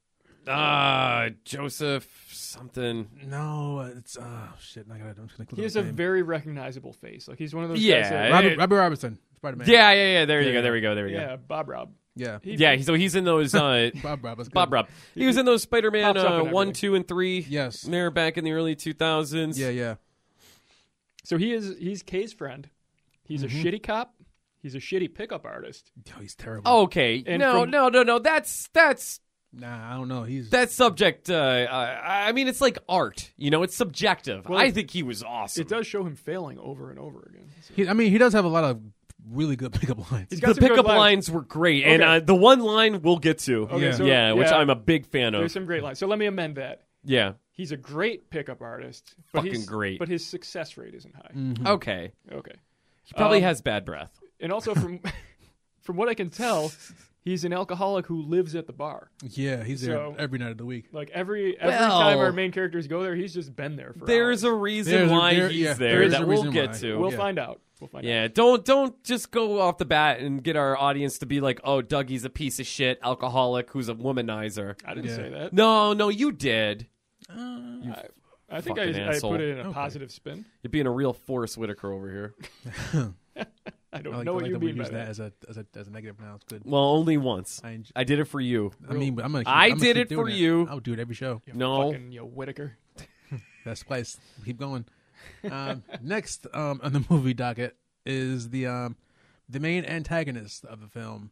[SPEAKER 2] Ah, Joseph something.
[SPEAKER 3] No, it's oh shit. I gotta, I'm just gonna click on
[SPEAKER 4] He has
[SPEAKER 3] the
[SPEAKER 4] a
[SPEAKER 3] name.
[SPEAKER 4] very recognizable face. Like he's one of those.
[SPEAKER 2] Yeah,
[SPEAKER 4] guys that-
[SPEAKER 2] I-
[SPEAKER 3] Robert, Robbie Robertson, Spider Man.
[SPEAKER 2] Yeah, yeah, yeah. There you
[SPEAKER 3] Yeah,
[SPEAKER 2] go.
[SPEAKER 3] yeah.
[SPEAKER 2] There we go. There we
[SPEAKER 4] yeah,
[SPEAKER 2] go.
[SPEAKER 4] Bob Rob.
[SPEAKER 3] yeah.
[SPEAKER 4] He-
[SPEAKER 2] Yeah, he- so he's in those uh,
[SPEAKER 3] Bob Rob. that's
[SPEAKER 2] Bob
[SPEAKER 3] good.
[SPEAKER 2] Rob. He was in those Spider Man
[SPEAKER 4] Pops up
[SPEAKER 2] uh,
[SPEAKER 4] in
[SPEAKER 2] one,
[SPEAKER 4] everything.
[SPEAKER 2] two, and three.
[SPEAKER 3] Yes.
[SPEAKER 2] they're back in the early two thousands.
[SPEAKER 3] Yeah, yeah.
[SPEAKER 4] So he is. He's Kay's friend. He's
[SPEAKER 3] Mm-hmm.
[SPEAKER 4] a shitty cop. He's a shitty pickup artist.
[SPEAKER 3] Oh, he's terrible.
[SPEAKER 2] Okay.
[SPEAKER 4] And
[SPEAKER 2] no,
[SPEAKER 4] from-
[SPEAKER 2] no, no, no. That's that's
[SPEAKER 3] nah, I don't know. He's
[SPEAKER 2] that subject. Uh, I I mean, it's like art. You know, it's subjective.
[SPEAKER 4] Well,
[SPEAKER 2] I think he was awesome.
[SPEAKER 4] It does show him failing over and over again. So-
[SPEAKER 3] He, I mean, he does have a lot of really good pickup lines.
[SPEAKER 4] He's
[SPEAKER 2] The
[SPEAKER 4] got some good
[SPEAKER 2] pickup
[SPEAKER 4] lines.
[SPEAKER 2] lines were great, and
[SPEAKER 4] Okay.
[SPEAKER 2] uh, the one line we'll get to.
[SPEAKER 4] Okay,
[SPEAKER 3] Yeah.
[SPEAKER 4] so-
[SPEAKER 2] yeah, which
[SPEAKER 4] yeah,
[SPEAKER 2] I'm a big fan of.
[SPEAKER 4] There's some great lines. So let me amend that.
[SPEAKER 2] Yeah.
[SPEAKER 4] He's a great pickup artist. But
[SPEAKER 2] Fucking
[SPEAKER 4] he's,
[SPEAKER 2] great.
[SPEAKER 4] But his success rate isn't high.
[SPEAKER 2] Okay.
[SPEAKER 4] Okay.
[SPEAKER 2] He probably
[SPEAKER 4] Um,
[SPEAKER 2] has bad breath.
[SPEAKER 4] And also from from what I can tell, he's an alcoholic who lives at the bar.
[SPEAKER 3] Yeah, he's there
[SPEAKER 4] So-
[SPEAKER 3] every night of the week.
[SPEAKER 4] Like every every
[SPEAKER 2] Well-
[SPEAKER 4] time our main characters go there, he's just been there for
[SPEAKER 2] There's
[SPEAKER 4] hours.
[SPEAKER 2] a reason
[SPEAKER 3] There's a-
[SPEAKER 2] why
[SPEAKER 3] there-
[SPEAKER 2] he's
[SPEAKER 3] yeah,
[SPEAKER 2] there,
[SPEAKER 3] there's a
[SPEAKER 2] that we'll
[SPEAKER 3] reason
[SPEAKER 2] get
[SPEAKER 3] why.
[SPEAKER 2] to.
[SPEAKER 4] We'll
[SPEAKER 3] yeah.
[SPEAKER 4] find out. We'll find out.
[SPEAKER 2] yeah, don't don't just go off the bat and get our audience to be like, "Oh, Dougie's a piece of shit, alcoholic who's a womanizer."
[SPEAKER 4] I didn't
[SPEAKER 3] Yeah.
[SPEAKER 4] say that.
[SPEAKER 2] No, no, you did.
[SPEAKER 4] I think
[SPEAKER 2] fucking
[SPEAKER 4] I, I
[SPEAKER 2] asshole.
[SPEAKER 4] put it in a positive spin.
[SPEAKER 2] You're being a real Forrest Whitaker over here.
[SPEAKER 4] I don't
[SPEAKER 3] I like,
[SPEAKER 4] know
[SPEAKER 3] I
[SPEAKER 4] what
[SPEAKER 3] like
[SPEAKER 4] you
[SPEAKER 3] that we
[SPEAKER 4] mean by
[SPEAKER 3] use that
[SPEAKER 4] that.
[SPEAKER 3] as a, as a as a negative now. It's good.
[SPEAKER 2] Well, only once.
[SPEAKER 3] I, enj-
[SPEAKER 2] I did it for you.
[SPEAKER 3] I mean, but I'm gonna. Keep,
[SPEAKER 2] I
[SPEAKER 3] I'm gonna
[SPEAKER 2] did
[SPEAKER 3] keep
[SPEAKER 2] it
[SPEAKER 3] doing
[SPEAKER 2] for you.
[SPEAKER 3] I'll do it every show.
[SPEAKER 2] No.
[SPEAKER 4] Fucking you, Whitaker.
[SPEAKER 3] That's why it's- keep going. Um, next um, on the movie docket is the um, the main antagonist of the film,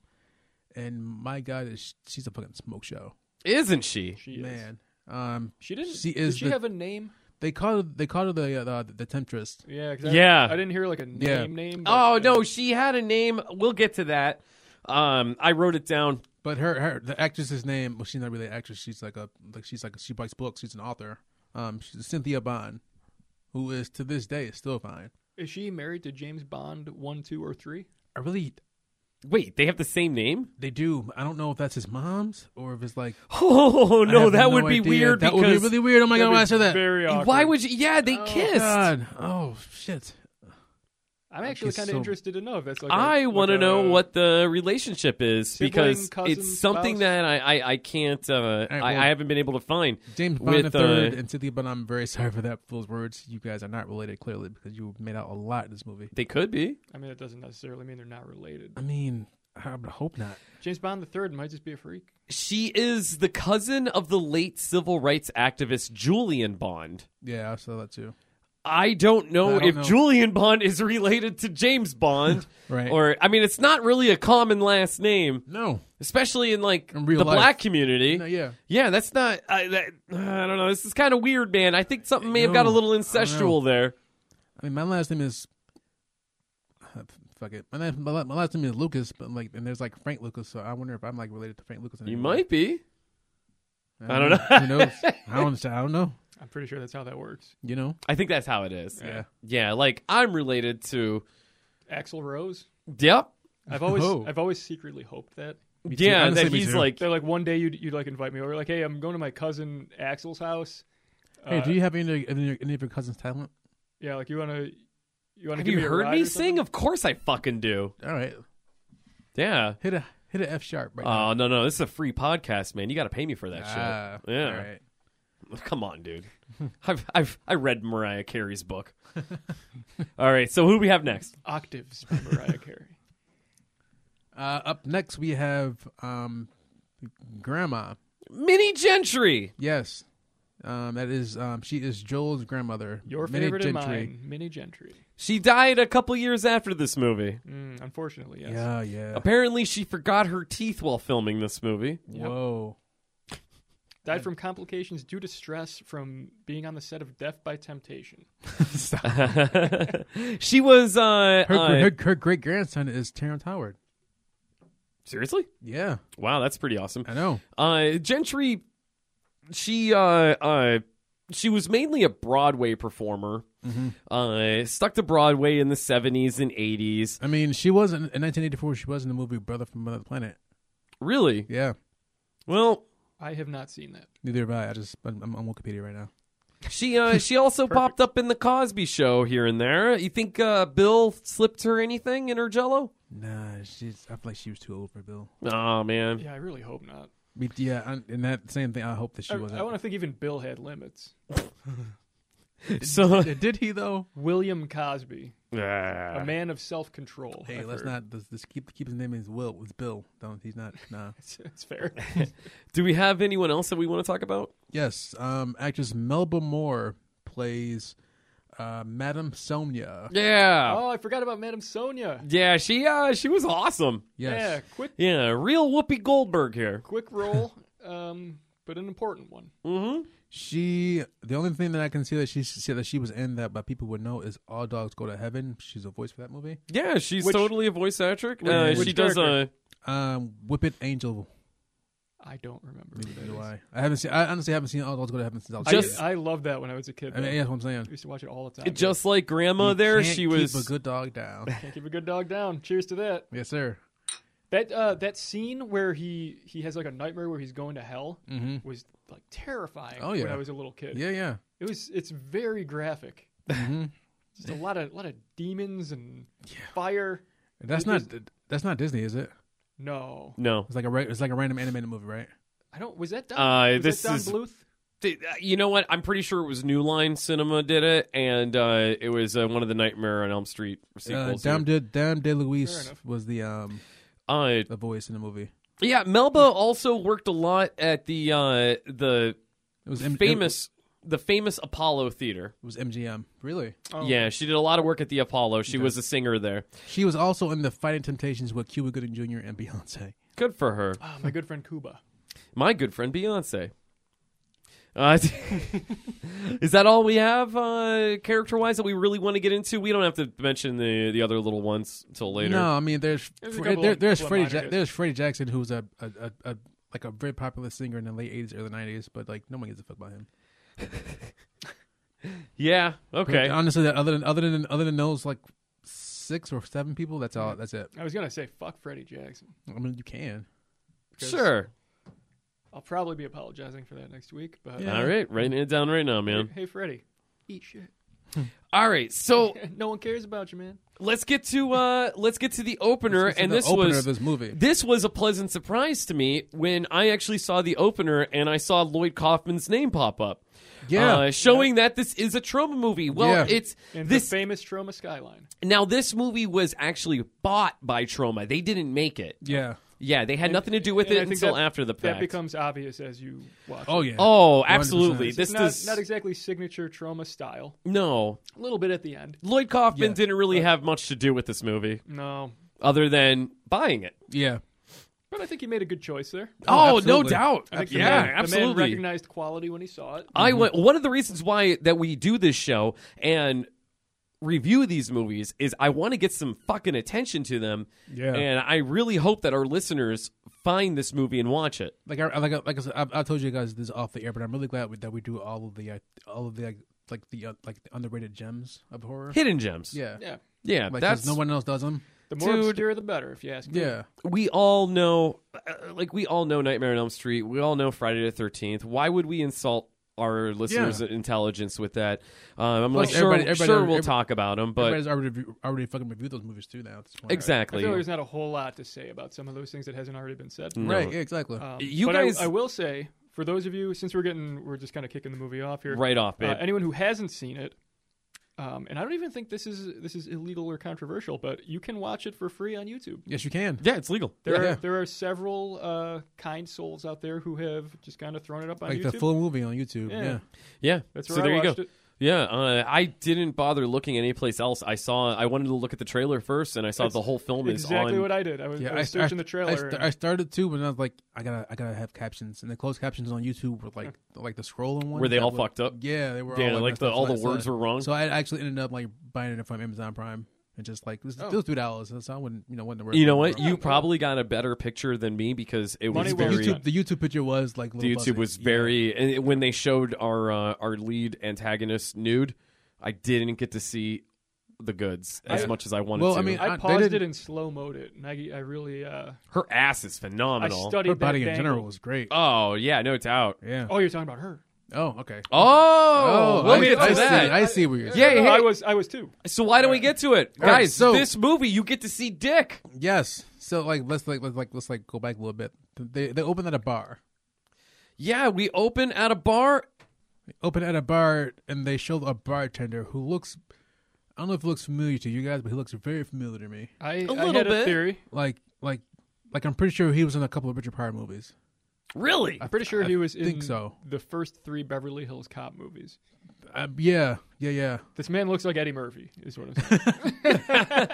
[SPEAKER 3] and my God, is sh- she's a fucking smoke show,
[SPEAKER 2] Isn't she?
[SPEAKER 4] She is.
[SPEAKER 3] man. Um,
[SPEAKER 4] She didn't.
[SPEAKER 3] She
[SPEAKER 4] did
[SPEAKER 3] is
[SPEAKER 4] she
[SPEAKER 3] the-
[SPEAKER 4] have a name?
[SPEAKER 3] they call her, they call her the uh, the, the temptress.
[SPEAKER 4] Yeah. 'cause I-
[SPEAKER 2] Yeah.
[SPEAKER 4] I, didn't hear like a name.
[SPEAKER 3] Yeah.
[SPEAKER 4] Name.
[SPEAKER 2] Oh
[SPEAKER 4] but-
[SPEAKER 2] no, she had a name. We'll get to that. Um, I wrote it down.
[SPEAKER 3] But her, her the actress's name well she's not really an actress she's like a like she's like she writes books she's an author um she's Cynthia Bond who is to this day is still fine
[SPEAKER 4] Is she married to James Bond one, two, or three?
[SPEAKER 3] I really
[SPEAKER 2] Wait, they have the same name?
[SPEAKER 3] they do I don't know if that's his mom's or if it's like
[SPEAKER 2] Oh
[SPEAKER 3] I
[SPEAKER 2] no,
[SPEAKER 3] have
[SPEAKER 2] that would be
[SPEAKER 3] idea.
[SPEAKER 2] weird
[SPEAKER 3] that
[SPEAKER 2] because
[SPEAKER 3] would be really weird oh my god
[SPEAKER 4] That'd
[SPEAKER 3] why
[SPEAKER 4] be
[SPEAKER 3] I said that Oh
[SPEAKER 4] Very awkward.
[SPEAKER 2] why would you? Yeah, they kissed.
[SPEAKER 3] God oh shit
[SPEAKER 4] I'm actually
[SPEAKER 3] She's
[SPEAKER 4] kind of
[SPEAKER 3] so-
[SPEAKER 4] interested to know if that's like. a-
[SPEAKER 2] I
[SPEAKER 4] like
[SPEAKER 2] want to
[SPEAKER 4] a-
[SPEAKER 2] know what the relationship is
[SPEAKER 4] Sibling,
[SPEAKER 2] because
[SPEAKER 4] cousin,
[SPEAKER 2] it's something
[SPEAKER 4] spouse?
[SPEAKER 2] that I I, I can't uh,
[SPEAKER 3] right,
[SPEAKER 2] I,
[SPEAKER 3] well-
[SPEAKER 2] I haven't been able to find.
[SPEAKER 3] James Bond
[SPEAKER 2] With,
[SPEAKER 3] the third
[SPEAKER 2] uh,
[SPEAKER 3] and Cynthia Bond I'm very sorry for that those words you guys are not related clearly because you made out a lot in this movie
[SPEAKER 2] They could be.
[SPEAKER 4] I mean, that doesn't necessarily mean they're not related.
[SPEAKER 3] I mean I would hope not
[SPEAKER 4] James Bond the third might just be a freak.
[SPEAKER 2] She is the cousin of the late civil rights activist Julian Bond.
[SPEAKER 3] yeah I saw that too
[SPEAKER 2] I don't know
[SPEAKER 3] I don't
[SPEAKER 2] if
[SPEAKER 3] know.
[SPEAKER 2] Julian Bond is related to James Bond.
[SPEAKER 3] Right.
[SPEAKER 2] Or I mean it's not really a common last name,
[SPEAKER 3] no
[SPEAKER 2] especially in like
[SPEAKER 3] In real
[SPEAKER 2] the
[SPEAKER 3] life.
[SPEAKER 2] black community.
[SPEAKER 3] no yeah
[SPEAKER 2] Yeah, that's not I that, I don't know. This is kind of weird, man. I think something may have got a
[SPEAKER 3] No,
[SPEAKER 2] little
[SPEAKER 3] I don't know.
[SPEAKER 2] incestual there.
[SPEAKER 3] I mean, my last name is uh, fuck it. My last, my la- my last name is Lucas, but like, and there's like Frank Lucas, so I wonder if I'm like related to Frank Lucas. in
[SPEAKER 2] You
[SPEAKER 3] any way.
[SPEAKER 2] might be. I don't know.
[SPEAKER 3] Who knows? I don't. I don't know.
[SPEAKER 4] I'm pretty sure that's how that works.
[SPEAKER 3] You know?
[SPEAKER 2] I think that's how it is.
[SPEAKER 3] Yeah.
[SPEAKER 2] Yeah, like I'm related to.
[SPEAKER 4] Axel Rose.
[SPEAKER 2] Yep.
[SPEAKER 4] I've always,
[SPEAKER 3] Oh.
[SPEAKER 4] I've always secretly hoped that.
[SPEAKER 3] too.
[SPEAKER 2] Yeah,
[SPEAKER 3] Honestly,
[SPEAKER 2] that
[SPEAKER 3] me
[SPEAKER 2] he's
[SPEAKER 3] too.
[SPEAKER 2] like.
[SPEAKER 4] They're like one day you'd, you'd like invite me over, like, hey, I'm going to my cousin Axel's house.
[SPEAKER 3] hey,
[SPEAKER 4] Uh,
[SPEAKER 3] do you have any any, of- any of your cousins' talent?
[SPEAKER 4] Yeah, like you wanna, you wanna
[SPEAKER 2] Have
[SPEAKER 4] give
[SPEAKER 2] you
[SPEAKER 4] me a
[SPEAKER 2] heard
[SPEAKER 4] ride
[SPEAKER 2] me
[SPEAKER 4] or something?
[SPEAKER 2] sing? Of course I fucking do.
[SPEAKER 3] All right,
[SPEAKER 2] Yeah.
[SPEAKER 3] hit a hit a F sharp right
[SPEAKER 2] Oh no no, this is a free podcast, man. You got to pay me for that
[SPEAKER 3] now. Ah,
[SPEAKER 2] shit. Yeah.
[SPEAKER 3] All right.
[SPEAKER 2] Come on, dude. I've I've I read Mariah Carey's book. All right, so who do we have next?
[SPEAKER 4] Octaves by Mariah Carey.
[SPEAKER 3] Uh, up next, we have um, Grandma.
[SPEAKER 2] Minnie Gentry.
[SPEAKER 3] Yes. Um, that is, um, she is Joel's grandmother.
[SPEAKER 4] Your
[SPEAKER 3] Minnie
[SPEAKER 4] favorite and
[SPEAKER 3] Gentry.
[SPEAKER 4] mine, Minnie Gentry.
[SPEAKER 2] She died a couple years after this movie.
[SPEAKER 4] Mm, unfortunately, yes.
[SPEAKER 3] Yeah, yeah.
[SPEAKER 2] Apparently, she forgot her teeth while filming this movie.
[SPEAKER 3] Whoa.
[SPEAKER 4] Died from complications due to stress from being on the set of Death by Temptation.
[SPEAKER 3] Stop.
[SPEAKER 2] she was uh,
[SPEAKER 3] Her,
[SPEAKER 2] uh,
[SPEAKER 3] her, her great grandson is Terrence Howard.
[SPEAKER 2] seriously.
[SPEAKER 3] Yeah,
[SPEAKER 2] Wow, that's pretty awesome.
[SPEAKER 3] I know.
[SPEAKER 2] Uh, Gentry, she uh, uh, she was mainly a Broadway performer.
[SPEAKER 3] Mm-hmm.
[SPEAKER 2] Uh, stuck to Broadway in the seventies and eighties.
[SPEAKER 3] I mean, she was in, in 1984. She was in the movie Brother from Another Planet.
[SPEAKER 2] Really?
[SPEAKER 3] Yeah,
[SPEAKER 2] Well,
[SPEAKER 4] I have not seen that.
[SPEAKER 3] neither have I. I just I'm, I'm on Wikipedia right now.
[SPEAKER 2] she uh, she also popped up in the Cosby Show here and there. You think uh, Bill slipped her anything in her Jello?
[SPEAKER 3] Nah, she's. I feel like she was too old for Bill.
[SPEAKER 2] Oh man.
[SPEAKER 4] Yeah, I really hope not.
[SPEAKER 3] But yeah, I, and that same thing. I hope that she
[SPEAKER 4] I,
[SPEAKER 3] wasn't.
[SPEAKER 4] I want to think even Bill had limits.
[SPEAKER 2] So
[SPEAKER 3] Did he though?
[SPEAKER 4] William Cosby,
[SPEAKER 2] Ah.
[SPEAKER 4] a man of self control.
[SPEAKER 3] Hey, let's not. Let's, let's keep keep his name as Will. It's Bill. Don't. He's not. Nah.
[SPEAKER 4] It's, it's fair.
[SPEAKER 2] Do we have anyone else that we want to talk about?
[SPEAKER 3] yes. Um. Actress Melba Moore plays, uh, Madame Sonia.
[SPEAKER 2] Yeah.
[SPEAKER 4] oh, I forgot about Madame Sonia.
[SPEAKER 2] Yeah, she uh she was awesome.
[SPEAKER 4] Yeah,
[SPEAKER 3] Yes.
[SPEAKER 4] quick,
[SPEAKER 2] Yeah, real Whoopi Goldberg here.
[SPEAKER 4] quick roll, um, but an important one.
[SPEAKER 2] Mm-hmm.
[SPEAKER 3] She the only thing that I can see that she said that she was in that but people would know is All Dogs Go to Heaven. She's a voice for that movie.
[SPEAKER 2] Yeah, she's
[SPEAKER 4] Which-
[SPEAKER 2] totally a voice actric.
[SPEAKER 4] which-
[SPEAKER 2] uh,
[SPEAKER 4] which
[SPEAKER 2] she does uh
[SPEAKER 4] character?
[SPEAKER 3] Um Whippet Angel.
[SPEAKER 4] I don't remember. who that
[SPEAKER 3] Neither do
[SPEAKER 4] is.
[SPEAKER 3] I. I haven't seen. I honestly haven't seen all those. What happens since I was
[SPEAKER 2] Just-
[SPEAKER 3] a
[SPEAKER 4] I, I loved that when I was a
[SPEAKER 3] kid.
[SPEAKER 4] kid.
[SPEAKER 3] I, mean,
[SPEAKER 4] though.
[SPEAKER 3] that's what I'm saying.
[SPEAKER 4] I used to watch it all the time.
[SPEAKER 2] It just like grandma
[SPEAKER 3] You
[SPEAKER 2] there,
[SPEAKER 3] can't
[SPEAKER 2] she
[SPEAKER 3] keep
[SPEAKER 2] was.
[SPEAKER 3] a good dog down.
[SPEAKER 4] Can't keep a good dog down. Cheers to that.
[SPEAKER 3] yes, sir.
[SPEAKER 4] That uh, that scene where he he has like a nightmare where he's going to hell
[SPEAKER 3] Mm-hmm.
[SPEAKER 4] was like terrifying.
[SPEAKER 3] Oh,
[SPEAKER 4] when
[SPEAKER 3] yeah.
[SPEAKER 4] I was a little kid.
[SPEAKER 3] Yeah, yeah.
[SPEAKER 4] It was it's very graphic.
[SPEAKER 2] Mm-hmm.
[SPEAKER 3] Mhm.
[SPEAKER 4] Just a lot of lot of demons and fire.
[SPEAKER 3] That's
[SPEAKER 4] It
[SPEAKER 3] not. That's not Disney, is it?
[SPEAKER 4] No,
[SPEAKER 2] no.
[SPEAKER 3] It's like a. ra- It's like a random animated movie, right?
[SPEAKER 4] I don't. Was that Don?
[SPEAKER 2] Uh,
[SPEAKER 4] was
[SPEAKER 2] this
[SPEAKER 4] that Don
[SPEAKER 2] is-
[SPEAKER 4] Bluth?
[SPEAKER 2] Th- uh, You know what? I'm pretty sure it was New Line Cinema did it, and uh, it was uh, one of the Nightmare on Elm Street
[SPEAKER 3] Uh,
[SPEAKER 2] sequels.
[SPEAKER 3] Dame de Dame de
[SPEAKER 4] Fair
[SPEAKER 3] Luis
[SPEAKER 4] enough.
[SPEAKER 3] was the um
[SPEAKER 2] Uh,
[SPEAKER 3] the voice in the movie.
[SPEAKER 2] yeah, Melba also worked a lot at the uh, the
[SPEAKER 3] It was M-
[SPEAKER 2] famous the famous Apollo Theater.
[SPEAKER 3] It was MGM. Really?
[SPEAKER 4] Oh.
[SPEAKER 2] Yeah, she did a lot of work at the Apollo. She was a singer there.
[SPEAKER 3] She was also in the Fighting Temptations with Cuba Gooding Jr. and Beyonce.
[SPEAKER 2] Good for her.
[SPEAKER 4] Ah, my good friend Cuba.
[SPEAKER 2] My good friend Beyonce. Uh, is that all we have uh, character wise that we really want to get into? We don't have to mention the the other little ones until later.
[SPEAKER 3] No, I mean there's
[SPEAKER 4] There's a
[SPEAKER 3] Fre-
[SPEAKER 4] couple
[SPEAKER 3] there,
[SPEAKER 4] of-
[SPEAKER 3] there's
[SPEAKER 4] couple of
[SPEAKER 3] Freddie
[SPEAKER 4] minor
[SPEAKER 3] ja-
[SPEAKER 4] hits.
[SPEAKER 3] there's Freddie Jackson who's a, a, a, a like a very popular singer in the late '80s, early '90s, but like no one gives a fuck about him.
[SPEAKER 2] Yeah. Okay.
[SPEAKER 3] But honestly, that other than other than other than those like six or seven people, that's all. That's it.
[SPEAKER 4] I was gonna say fuck Freddie Jackson.
[SPEAKER 3] I mean, you can.
[SPEAKER 4] because
[SPEAKER 2] Sure.
[SPEAKER 4] I'll probably be apologizing for that next week. But
[SPEAKER 3] Yeah.
[SPEAKER 2] All right. Writing it down right now, man.
[SPEAKER 4] hey, hey Freddie, eat shit.
[SPEAKER 2] All right. So
[SPEAKER 4] no one cares about you, man.
[SPEAKER 2] let's get to uh let's get to the opener,
[SPEAKER 3] It's
[SPEAKER 2] and
[SPEAKER 3] the
[SPEAKER 2] this
[SPEAKER 3] opener
[SPEAKER 2] was
[SPEAKER 3] of this movie.
[SPEAKER 2] this was a pleasant surprise to me when I actually saw the opener and I saw Lloyd Kaufman's name pop up.
[SPEAKER 3] Yeah.
[SPEAKER 2] Uh, showing that this is a trauma movie. Well,
[SPEAKER 3] Yeah.
[SPEAKER 2] it's
[SPEAKER 4] And
[SPEAKER 2] this
[SPEAKER 4] the famous Troma Skyline.
[SPEAKER 2] Now, this movie was actually bought by Trauma. They didn't make it.
[SPEAKER 3] yeah.
[SPEAKER 2] Yeah, they had nothing to do
[SPEAKER 4] And
[SPEAKER 2] with
[SPEAKER 4] I
[SPEAKER 2] it
[SPEAKER 4] think
[SPEAKER 2] until
[SPEAKER 4] that-
[SPEAKER 2] after the fact.
[SPEAKER 4] That becomes obvious as you watch.
[SPEAKER 3] Oh
[SPEAKER 4] it.
[SPEAKER 3] yeah.
[SPEAKER 2] oh, absolutely.
[SPEAKER 3] 100%.
[SPEAKER 2] This
[SPEAKER 4] not,
[SPEAKER 2] does
[SPEAKER 4] not exactly signature trauma style.
[SPEAKER 2] no.
[SPEAKER 4] A little bit at the end.
[SPEAKER 2] Lloyd Kaufman
[SPEAKER 3] Yeah.
[SPEAKER 2] didn't really have much to do with this movie
[SPEAKER 4] No,
[SPEAKER 2] other than buying it.
[SPEAKER 3] Yeah.
[SPEAKER 4] but I think he made a good choice there.
[SPEAKER 2] Oh,
[SPEAKER 3] Oh,
[SPEAKER 2] no
[SPEAKER 3] absolutely.
[SPEAKER 2] doubt.
[SPEAKER 4] I think the
[SPEAKER 2] yeah,
[SPEAKER 4] man- The man
[SPEAKER 2] absolutely.
[SPEAKER 4] recognized quality when he saw it.
[SPEAKER 3] Mm-hmm.
[SPEAKER 2] I went. One of the reasons why that we do this show and review these movies is I want to get some fucking attention to them.
[SPEAKER 3] Yeah.
[SPEAKER 2] And I really hope that our listeners find this movie and watch it.
[SPEAKER 3] like I like I, like I, said, I, I told you guys this off the air, but I'm really glad that we do all of the uh, all of the like, like the uh, like the underrated gems of horror.
[SPEAKER 2] Hidden gems.
[SPEAKER 3] Yeah,
[SPEAKER 4] Yeah,
[SPEAKER 2] Yeah,
[SPEAKER 3] like 'cause
[SPEAKER 2] that's
[SPEAKER 3] no one else does them.
[SPEAKER 4] the more
[SPEAKER 2] Uh, Dude.
[SPEAKER 4] obscure, the better, if you ask me.
[SPEAKER 3] Yeah,
[SPEAKER 2] we all know uh, like we all know Nightmare on Elm Street. We all know Friday the 13th. Why would we insult our listeners' intelligence with that? Um, I'm
[SPEAKER 3] Plus,
[SPEAKER 2] not sure,
[SPEAKER 3] everybody- everybody-
[SPEAKER 2] sure we'll
[SPEAKER 3] every-
[SPEAKER 2] talk about them, but
[SPEAKER 3] everybody's already review, already fucking reviewed those movies too now. At this point.
[SPEAKER 4] I
[SPEAKER 2] exactly.
[SPEAKER 4] feel like there's not a whole lot to say about some of those things that hasn't already been said.
[SPEAKER 2] No. Uh,
[SPEAKER 3] right? Yeah, exactly.
[SPEAKER 4] Um,
[SPEAKER 2] You
[SPEAKER 4] but I-
[SPEAKER 2] guys-
[SPEAKER 4] I, will say for those of you, since we're getting, we're just kind of kicking the movie off here.
[SPEAKER 2] Right off,
[SPEAKER 4] Uh,
[SPEAKER 2] babe.
[SPEAKER 4] anyone who hasn't seen it, um, and I don't even think this is this is illegal or controversial, but you can watch it for free on YouTube.
[SPEAKER 3] yes, you can.
[SPEAKER 2] yeah, it's legal.
[SPEAKER 4] There
[SPEAKER 3] Yeah.
[SPEAKER 4] are there are several uh, kind souls out there who have just kind of thrown it up on
[SPEAKER 3] Like
[SPEAKER 4] YouTube.
[SPEAKER 3] the full movie on YouTube.
[SPEAKER 4] Yeah.
[SPEAKER 3] Yeah,
[SPEAKER 2] Yeah.
[SPEAKER 4] That's
[SPEAKER 2] so
[SPEAKER 4] where I
[SPEAKER 2] there you go.
[SPEAKER 4] watched it.
[SPEAKER 2] Yeah, uh, I didn't bother looking anyplace else. I saw I wanted to look at the trailer first and I saw
[SPEAKER 4] That's
[SPEAKER 2] the whole film
[SPEAKER 4] Exactly
[SPEAKER 2] is on
[SPEAKER 4] what I did. I was,
[SPEAKER 3] yeah.
[SPEAKER 4] I was
[SPEAKER 3] st-
[SPEAKER 4] searching the trailer.
[SPEAKER 3] I, st-
[SPEAKER 4] and-
[SPEAKER 3] I started too, but I was like, I gotta I gotta have captions, and the closed captions on YouTube were like like the scrolling one.
[SPEAKER 2] were they all fucked up?
[SPEAKER 3] Yeah, they were. all,
[SPEAKER 2] Yeah, like,
[SPEAKER 3] messed
[SPEAKER 2] the
[SPEAKER 3] up, so
[SPEAKER 2] all
[SPEAKER 3] I-
[SPEAKER 2] the
[SPEAKER 3] so I-
[SPEAKER 2] words were wrong.
[SPEAKER 3] So I actually ended up like buying it from Amazon Prime and just like this,
[SPEAKER 4] Oh.
[SPEAKER 3] those two dollars. So I wouldn't, you know, wouldn't worth
[SPEAKER 2] you
[SPEAKER 3] it.
[SPEAKER 2] know what?
[SPEAKER 3] Yeah.
[SPEAKER 2] You probably got a better picture than me because it was
[SPEAKER 4] Money
[SPEAKER 3] the
[SPEAKER 4] well
[SPEAKER 2] very
[SPEAKER 4] spent.
[SPEAKER 3] YouTube, the YouTube picture was like
[SPEAKER 2] the
[SPEAKER 3] little
[SPEAKER 2] YouTube
[SPEAKER 3] fuzzy.
[SPEAKER 2] was very and it- when they showed our uh, our lead antagonist nude. I didn't get to see the goods as
[SPEAKER 4] I-
[SPEAKER 2] much as I wanted
[SPEAKER 3] well,
[SPEAKER 2] to.
[SPEAKER 3] I mean,
[SPEAKER 4] I
[SPEAKER 3] they
[SPEAKER 4] paused it
[SPEAKER 3] didn't-
[SPEAKER 4] and slow mode it, and I, I really uh,
[SPEAKER 2] her ass is
[SPEAKER 4] I
[SPEAKER 2] phenomenal.
[SPEAKER 4] studied
[SPEAKER 3] her body
[SPEAKER 4] that
[SPEAKER 3] in
[SPEAKER 4] dangle.
[SPEAKER 3] general was great.
[SPEAKER 2] oh yeah, no doubt.
[SPEAKER 3] yeah.
[SPEAKER 4] Oh, you're talking about her.
[SPEAKER 3] Oh, okay. Oh,
[SPEAKER 2] Oh, we'll
[SPEAKER 3] I,
[SPEAKER 2] get
[SPEAKER 3] I
[SPEAKER 2] to
[SPEAKER 3] see.
[SPEAKER 2] that.
[SPEAKER 3] I see where you're.
[SPEAKER 2] Yeah. Hey,
[SPEAKER 4] No,
[SPEAKER 2] hey.
[SPEAKER 4] I was I was too.
[SPEAKER 2] so why don't we get to it,
[SPEAKER 3] All right,
[SPEAKER 2] guys?
[SPEAKER 3] so-
[SPEAKER 2] this movie, you get to see Dick.
[SPEAKER 3] Yes. So like, let's like let's like let's like go back a little bit. They they opened at a bar.
[SPEAKER 2] Yeah, we open at a bar.
[SPEAKER 3] Open at a bar, and they showed a bartender who looks. I don't know if it looks familiar to you guys, but he looks very familiar to me.
[SPEAKER 4] I, I
[SPEAKER 2] little
[SPEAKER 4] had
[SPEAKER 2] bit.
[SPEAKER 4] a theory.
[SPEAKER 3] Like like like I'm pretty sure he was in a couple of Richard Pryor movies.
[SPEAKER 2] Really?
[SPEAKER 4] I'm pretty sure he was in
[SPEAKER 3] think so.
[SPEAKER 4] the first three Beverly Hills Cop movies.
[SPEAKER 3] Uh, yeah, yeah, yeah.
[SPEAKER 4] This man looks like Eddie Murphy, is what I'm saying.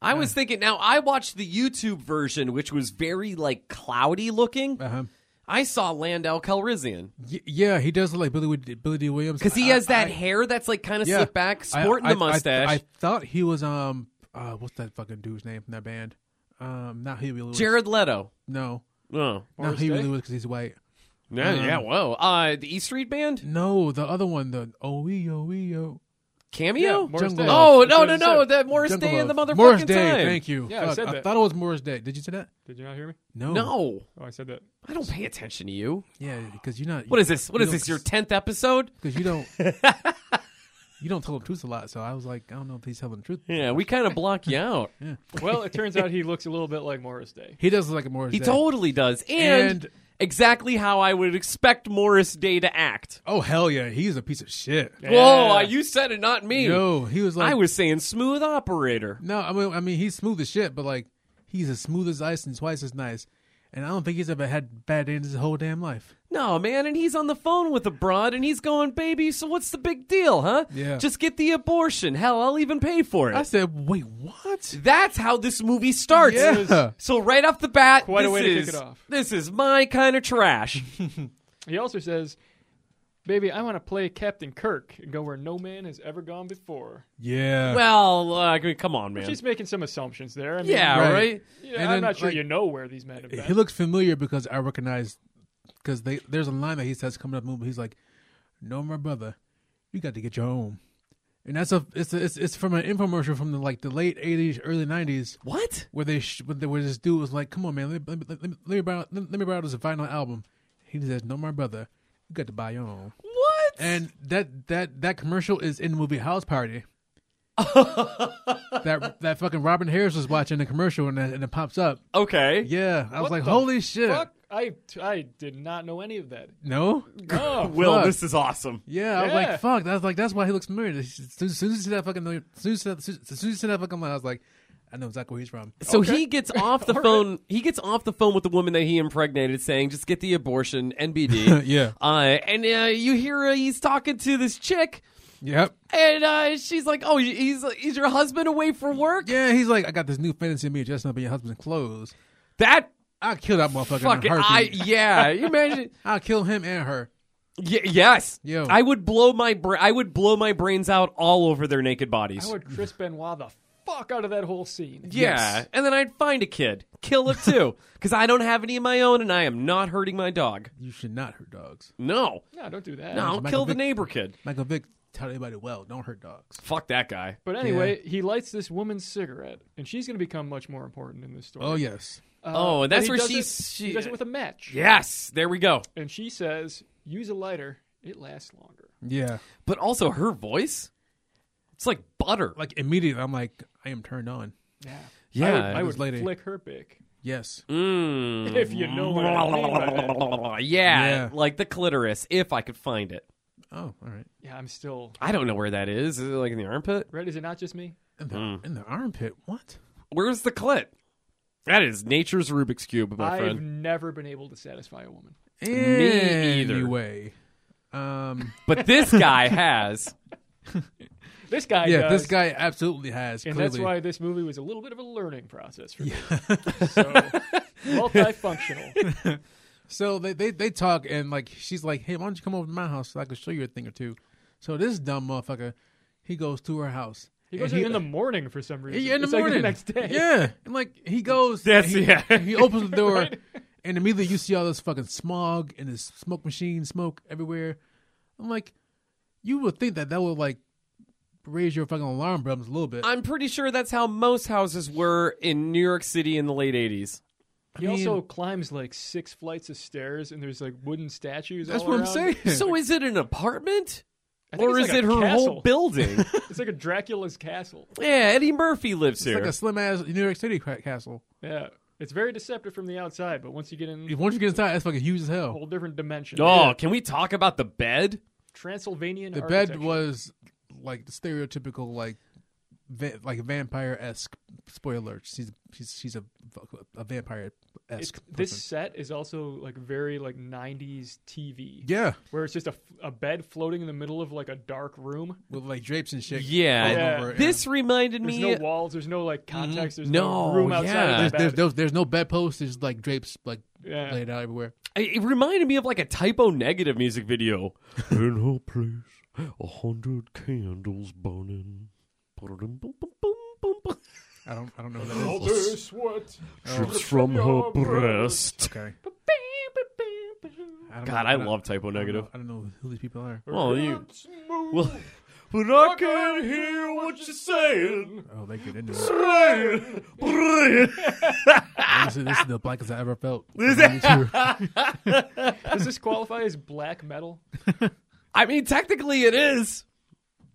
[SPEAKER 2] I was thinking. Now I watched the YouTube version, which was very like cloudy looking.
[SPEAKER 3] Uh-huh.
[SPEAKER 2] I saw Landau Calrissian
[SPEAKER 3] Y- yeah, he does look like Billy Wi- Billy D. Williams
[SPEAKER 2] because he
[SPEAKER 3] I-
[SPEAKER 2] has that
[SPEAKER 3] Uh, I-
[SPEAKER 2] hair that's like kind of
[SPEAKER 3] yeah.
[SPEAKER 2] slicked back,
[SPEAKER 3] I-
[SPEAKER 2] sporting
[SPEAKER 3] I-
[SPEAKER 2] the mustache.
[SPEAKER 3] I, I thought he was um uh what's that fucking dude's name from that band? Um, not Huey Lewis.
[SPEAKER 2] Jared Leto.
[SPEAKER 3] No.
[SPEAKER 2] No.
[SPEAKER 3] No,
[SPEAKER 4] Morris
[SPEAKER 3] he
[SPEAKER 4] Day?
[SPEAKER 3] really was because he's white.
[SPEAKER 2] Yeah,
[SPEAKER 3] Uh-huh.
[SPEAKER 2] yeah, whoa. Uh, the E Street Band?
[SPEAKER 3] No, the other one, the oh we oh we oh.
[SPEAKER 2] Cameo?
[SPEAKER 4] Morris
[SPEAKER 3] Jungle
[SPEAKER 4] Day.
[SPEAKER 3] Love.
[SPEAKER 2] oh,
[SPEAKER 4] That's
[SPEAKER 2] no,
[SPEAKER 4] what
[SPEAKER 2] no,
[SPEAKER 4] I
[SPEAKER 2] no.
[SPEAKER 4] said.
[SPEAKER 2] That Morris
[SPEAKER 3] Jungle
[SPEAKER 2] Day and the
[SPEAKER 3] Love.
[SPEAKER 2] motherfucking
[SPEAKER 3] Morris Day.
[SPEAKER 2] time.
[SPEAKER 3] Thank you.
[SPEAKER 4] Yeah, I
[SPEAKER 3] Fuck,
[SPEAKER 4] said that.
[SPEAKER 3] thought it was Morris Day. Did you say that?
[SPEAKER 4] Did you not hear me?
[SPEAKER 3] No.
[SPEAKER 2] No.
[SPEAKER 4] Oh, I said that.
[SPEAKER 2] I don't pay attention to you.
[SPEAKER 3] Yeah, because you're not.
[SPEAKER 2] What is this? What
[SPEAKER 3] you
[SPEAKER 2] is
[SPEAKER 3] don't-
[SPEAKER 2] this? Your 10th episode?
[SPEAKER 3] Because you don't. you don't tell the truth a lot, so I was like, I don't know if he's telling the truth.
[SPEAKER 2] Yeah, we kind of block you out.
[SPEAKER 4] Well, it turns out he looks a little bit like Morris Day.
[SPEAKER 3] He does look like a Morris
[SPEAKER 2] He
[SPEAKER 3] Day.
[SPEAKER 2] totally does. And,
[SPEAKER 3] And-
[SPEAKER 2] exactly how I would expect Morris Day to act.
[SPEAKER 3] Oh hell yeah, he's a piece of shit.
[SPEAKER 2] Whoa, uh, you said it, not me.
[SPEAKER 3] No, he was like
[SPEAKER 2] I was saying smooth operator.
[SPEAKER 3] No, I mean, I mean, he's smooth as shit, but like, he's as smooth as ice and twice as nice. And I don't think he's ever had bad days his whole damn life.
[SPEAKER 2] No, man, and he's on the phone with a broad and he's going, baby, so what's the big deal, huh?
[SPEAKER 3] Yeah.
[SPEAKER 2] Just get the abortion. Hell, I'll even pay for it.
[SPEAKER 3] I said, wait, what?
[SPEAKER 2] That's how this movie starts.
[SPEAKER 3] Yeah.
[SPEAKER 2] So right off the bat,
[SPEAKER 4] Quite a
[SPEAKER 2] this
[SPEAKER 4] way to kick
[SPEAKER 2] is-
[SPEAKER 4] it off.
[SPEAKER 2] This is my kind of trash.
[SPEAKER 4] He also says, "Baby, I want to play Captain Kirk and go where no man has ever gone before."
[SPEAKER 3] Yeah.
[SPEAKER 2] well, uh, I mean, come on, man.
[SPEAKER 4] She's making some assumptions there. I mean,
[SPEAKER 2] yeah,
[SPEAKER 3] Right.
[SPEAKER 2] right.
[SPEAKER 4] yeah,
[SPEAKER 3] And
[SPEAKER 4] I'm
[SPEAKER 3] then,
[SPEAKER 4] not sure
[SPEAKER 3] like,
[SPEAKER 4] you know where these men have been.
[SPEAKER 3] he looks familiar because I recognize, because they there's a line that he says coming up movie. He's like, no, my brother, you got to get your own. And that's a it's a, it's it's from an infomercial from the like the late '80s, early '90s.
[SPEAKER 2] What?
[SPEAKER 3] where they sh- where they- where this dude was like, "Come on, man, let me, let me, let me, let me borrow let, me borrow this vinyl album." He says, "No, my brother, you got to buy your own."
[SPEAKER 2] What?
[SPEAKER 3] And that that that commercial is in the movie House Party. that that fucking Robin Harris was watching the commercial and it, and it pops up.
[SPEAKER 2] okay.
[SPEAKER 3] Yeah, I was
[SPEAKER 4] What
[SPEAKER 3] like,
[SPEAKER 4] the
[SPEAKER 3] "Holy shit!"
[SPEAKER 4] Fuck, I I did not know any of that.
[SPEAKER 3] No.
[SPEAKER 4] Oh,
[SPEAKER 2] Will,
[SPEAKER 3] fuck.
[SPEAKER 2] this is awesome.
[SPEAKER 3] Yeah, I was
[SPEAKER 4] Yeah.
[SPEAKER 3] like, "Fuck!" That's like that's why he looks familiar. As soon as soon as you see that fucking, as soon as as soon as you see that fucking line, I was like, "I know exactly where he's from."
[SPEAKER 2] So he gets off the phone. He gets off the phone with the woman that he impregnated, saying, "Just get the abortion, NBD."
[SPEAKER 3] Yeah.
[SPEAKER 2] Uh, and uh, you hear uh, he's talking to this chick,
[SPEAKER 3] Yep.
[SPEAKER 2] and uh, she's like, "Oh, he's is your husband away for work?"
[SPEAKER 3] Yeah, he's like, "I got this new fantasy of me dressing up in your husband's clothes."
[SPEAKER 2] That
[SPEAKER 3] I'll kill that motherfucker.
[SPEAKER 2] fucking
[SPEAKER 3] in a
[SPEAKER 2] I
[SPEAKER 3] heartbeat.
[SPEAKER 2] yeah. You imagine?
[SPEAKER 3] I'll kill him and her.
[SPEAKER 2] Y- yes.
[SPEAKER 3] Yo.
[SPEAKER 2] I would blow my bra- I would blow my brains out all over their naked bodies.
[SPEAKER 4] I would Chris Benoit the fuck out of that whole scene.
[SPEAKER 2] yeah.
[SPEAKER 3] Yes.
[SPEAKER 2] And then I'd find a kid, kill it too, cuz I don't have any of my own and I am not hurting my dog.
[SPEAKER 3] You should not hurt dogs.
[SPEAKER 2] No.
[SPEAKER 4] No, don't do that.
[SPEAKER 2] No, I'll
[SPEAKER 3] Michael
[SPEAKER 2] kill the
[SPEAKER 3] Vick-
[SPEAKER 2] neighbor kid.
[SPEAKER 3] Michael Vick tell everybody, well, don't hurt dogs.
[SPEAKER 2] Fuck that guy.
[SPEAKER 4] But anyway, he lights this woman's cigarette, and she's going to become much more important in this story.
[SPEAKER 3] Oh yes,
[SPEAKER 4] Uh,
[SPEAKER 2] Oh, and
[SPEAKER 4] but
[SPEAKER 2] that's
[SPEAKER 4] he
[SPEAKER 2] where
[SPEAKER 4] does
[SPEAKER 2] she-
[SPEAKER 4] it-
[SPEAKER 2] she-
[SPEAKER 4] he does it with a match.
[SPEAKER 2] Yes, there we go.
[SPEAKER 4] And she says, "Use a lighter; it lasts longer."
[SPEAKER 3] yeah.
[SPEAKER 2] But also her voice? It's like butter.
[SPEAKER 3] Like immediately, I'm like, I am turned on.
[SPEAKER 4] Yeah,
[SPEAKER 2] Yeah,
[SPEAKER 4] I would,
[SPEAKER 2] it
[SPEAKER 4] I
[SPEAKER 3] was
[SPEAKER 4] would
[SPEAKER 3] lady.
[SPEAKER 4] flick her pick
[SPEAKER 3] Yes,
[SPEAKER 2] Mm.
[SPEAKER 4] if you know what I mean. by that.
[SPEAKER 2] yeah,
[SPEAKER 3] Yeah.
[SPEAKER 2] like the clitoris if I could find it.
[SPEAKER 3] Oh, all right.
[SPEAKER 4] Yeah, I'm still.
[SPEAKER 2] I don't know where that is. Is it like in the armpit?
[SPEAKER 4] Red, is it not just me?
[SPEAKER 3] In the,
[SPEAKER 4] Hmm.
[SPEAKER 3] in the armpit. What?
[SPEAKER 2] Where's the clit? That is nature's Rubik's cube, my
[SPEAKER 4] I've
[SPEAKER 2] friend.
[SPEAKER 4] never been able to satisfy a woman.
[SPEAKER 2] Me either.
[SPEAKER 3] Anyway, um,
[SPEAKER 2] But this guy has.
[SPEAKER 4] This guy
[SPEAKER 3] yeah,
[SPEAKER 4] does,
[SPEAKER 3] this guy absolutely has.
[SPEAKER 4] and
[SPEAKER 3] clearly.
[SPEAKER 4] that's why this movie was a little bit of a learning process for me. so multifunctional.
[SPEAKER 3] So they, they they talk and like she's like, hey, why don't you come over to my house so I can show you a thing or two. So this dumb motherfucker, he goes to her house.
[SPEAKER 4] He goes
[SPEAKER 3] And
[SPEAKER 4] in the morning for some reason.
[SPEAKER 3] Yeah, in the
[SPEAKER 4] It's like
[SPEAKER 3] morning.
[SPEAKER 4] the next day.
[SPEAKER 3] Yeah. And like he goes
[SPEAKER 2] That's-
[SPEAKER 3] he,
[SPEAKER 2] yeah.
[SPEAKER 3] he opens the door and immediately you see all this fucking smog and this smoke machine, smoke everywhere. I'm like, you would think that that would like raise your fucking alarm bells a little bit.
[SPEAKER 2] I'm pretty sure that's how most houses were in New York City in the late 80s.
[SPEAKER 4] He
[SPEAKER 3] I mean-
[SPEAKER 4] also climbs like six flights of stairs, and there's like wooden statues.
[SPEAKER 3] That's
[SPEAKER 4] all
[SPEAKER 3] what I'm
[SPEAKER 4] around.
[SPEAKER 3] saying.
[SPEAKER 2] So is it an apartment?
[SPEAKER 4] I think
[SPEAKER 2] Or is
[SPEAKER 4] it's
[SPEAKER 2] it
[SPEAKER 4] like a
[SPEAKER 2] her whole
[SPEAKER 4] castle.
[SPEAKER 2] building?
[SPEAKER 4] It's like a Dracula's castle.
[SPEAKER 2] yeah, Eddie Murphy lives
[SPEAKER 3] it's
[SPEAKER 2] here.
[SPEAKER 3] like a slim ass New York City ca- castle.
[SPEAKER 4] Yeah, it's very deceptive from the outside, but once you get in, a
[SPEAKER 3] Once you get inside, that's fucking huge as hell.
[SPEAKER 4] whole different dimension.
[SPEAKER 2] oh,
[SPEAKER 4] Yeah.
[SPEAKER 2] can we talk about the bed?
[SPEAKER 4] Transylvanian.
[SPEAKER 3] The bed
[SPEAKER 4] architecture.
[SPEAKER 3] was like the stereotypical like va- like vampire esque. Spoiler alert: she's she's she's a a vampire
[SPEAKER 4] It's,
[SPEAKER 3] esque.
[SPEAKER 4] this set is also like very like '90s TV.
[SPEAKER 3] yeah,
[SPEAKER 4] where it's just a, a bed floating in the middle of like a dark room.
[SPEAKER 3] with like drapes and shit.
[SPEAKER 2] Oh, Yeah.
[SPEAKER 3] all
[SPEAKER 4] Yeah.
[SPEAKER 3] over it.
[SPEAKER 2] This reminded
[SPEAKER 4] There's
[SPEAKER 2] me.
[SPEAKER 4] no walls. There's no like context. There's
[SPEAKER 2] No,
[SPEAKER 4] no, room outside.
[SPEAKER 2] yeah.
[SPEAKER 3] there's,
[SPEAKER 4] Of
[SPEAKER 3] Mm-hmm.
[SPEAKER 4] the
[SPEAKER 3] there's,
[SPEAKER 4] bed.
[SPEAKER 3] there's, there's no bedposts. There's like drapes like
[SPEAKER 4] Yeah.
[SPEAKER 3] laid out everywhere.
[SPEAKER 2] it it reminded me of like a typo negative music video.
[SPEAKER 5] In her place, a hundred candles burning. Ba-da-dum, bum, bum, bum, bum, bum.
[SPEAKER 3] I don't. I don't know who that is.
[SPEAKER 4] sweat.
[SPEAKER 2] Drips from her breast.
[SPEAKER 3] Okay. I don't
[SPEAKER 2] God,
[SPEAKER 3] know-
[SPEAKER 2] I
[SPEAKER 3] don't-
[SPEAKER 2] love typo
[SPEAKER 3] I don't know-
[SPEAKER 2] negative.
[SPEAKER 3] I don't know who these people are.
[SPEAKER 2] Well, Oh, you. Well, but I can't hear what you're saying.
[SPEAKER 3] Oh, they get into it.
[SPEAKER 2] Brian, Brian.
[SPEAKER 3] Honestly, this is the blackest I ever felt.
[SPEAKER 4] Does this qualify as black metal?
[SPEAKER 2] I mean, technically it is.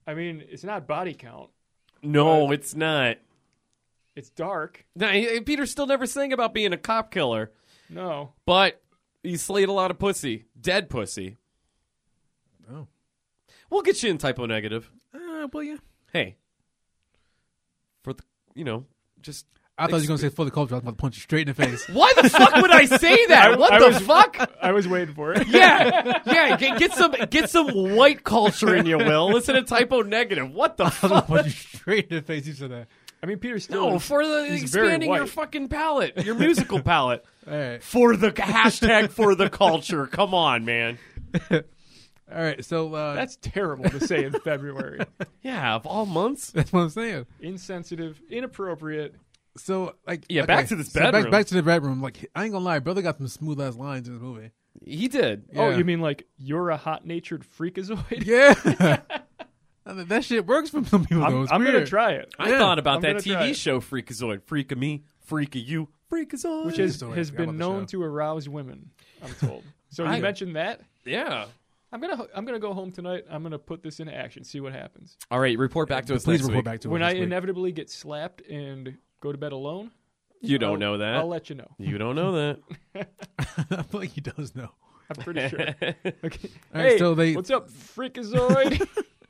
[SPEAKER 4] I mean, it's not body count.
[SPEAKER 2] No, it's not.
[SPEAKER 4] It's dark.
[SPEAKER 2] Now, he- Peter still never sang about being a cop killer,
[SPEAKER 4] No.
[SPEAKER 2] but he slayed a lot of pussy, dead pussy.
[SPEAKER 3] Oh.
[SPEAKER 2] We'll get you in typo negative.
[SPEAKER 3] Uh, well, yeah.
[SPEAKER 2] Hey, for the you know, just
[SPEAKER 3] I thought you were gonna say for the culture. I was about to punch you straight in the face.
[SPEAKER 2] why the fuck would I say that? what
[SPEAKER 4] I
[SPEAKER 2] the
[SPEAKER 4] was-
[SPEAKER 2] fuck?
[SPEAKER 4] I was waiting for it.
[SPEAKER 2] Yeah, yeah. Get, get some get some white culture in you, Will. Listen to typo negative. What the
[SPEAKER 3] I was about
[SPEAKER 2] fuck?
[SPEAKER 3] to punch you straight in the face. You said that.
[SPEAKER 4] I mean, Peter still.
[SPEAKER 2] No, for the
[SPEAKER 4] He's very
[SPEAKER 2] expanding your
[SPEAKER 4] white.
[SPEAKER 2] fucking palette, your musical palette.
[SPEAKER 3] All right.
[SPEAKER 2] For the hashtag for the culture. Come on, man.
[SPEAKER 3] All right. So uh, that's
[SPEAKER 4] that's terrible to say in February.
[SPEAKER 2] Yeah, of all months.
[SPEAKER 3] that's what I'm saying.
[SPEAKER 4] Insensitive, inappropriate.
[SPEAKER 3] So like
[SPEAKER 2] Yeah,
[SPEAKER 3] okay.
[SPEAKER 2] back to this
[SPEAKER 3] So back,
[SPEAKER 2] bedroom.
[SPEAKER 3] back to the bedroom. Like I ain't gonna lie, brother got some smooth ass lines in this movie.
[SPEAKER 2] He did.
[SPEAKER 4] Oh,
[SPEAKER 3] Yeah.
[SPEAKER 4] you mean like you're a hot natured freakazoid?
[SPEAKER 3] Yeah. I mean, that shit works for some people. though.
[SPEAKER 4] I'm,
[SPEAKER 3] It's
[SPEAKER 4] I'm going to
[SPEAKER 3] weird.
[SPEAKER 4] try it.
[SPEAKER 2] I
[SPEAKER 3] Yeah,
[SPEAKER 2] thought about
[SPEAKER 4] I'm
[SPEAKER 2] that
[SPEAKER 4] gonna try
[SPEAKER 2] TV
[SPEAKER 4] it.
[SPEAKER 2] show Freakazoid. Freak of me, freak of you, Freakazoid.
[SPEAKER 4] Which is,
[SPEAKER 3] Freakazoid.
[SPEAKER 4] has
[SPEAKER 3] Forgot
[SPEAKER 4] been
[SPEAKER 3] about the
[SPEAKER 4] known
[SPEAKER 3] show.
[SPEAKER 4] to arouse women, I'm told. So
[SPEAKER 2] I-
[SPEAKER 4] you mentioned that.
[SPEAKER 2] yeah.
[SPEAKER 4] I'm gonna I'm gonna go home tonight. I'm gonna put this into action. See what happens.
[SPEAKER 2] All right, report back to us.
[SPEAKER 3] Please
[SPEAKER 2] next
[SPEAKER 3] report
[SPEAKER 2] week.
[SPEAKER 3] back to
[SPEAKER 4] when
[SPEAKER 3] us
[SPEAKER 4] I
[SPEAKER 3] next week.
[SPEAKER 4] inevitably get slapped and go to bed alone,
[SPEAKER 2] You don't
[SPEAKER 4] I'll-
[SPEAKER 2] know that.
[SPEAKER 4] I'll let you know.
[SPEAKER 2] you don't know that.
[SPEAKER 3] I feel like he does know.
[SPEAKER 4] I'm pretty sure. Okay.
[SPEAKER 3] All right,
[SPEAKER 4] hey,
[SPEAKER 3] so they-
[SPEAKER 4] what's up, Freakazoid?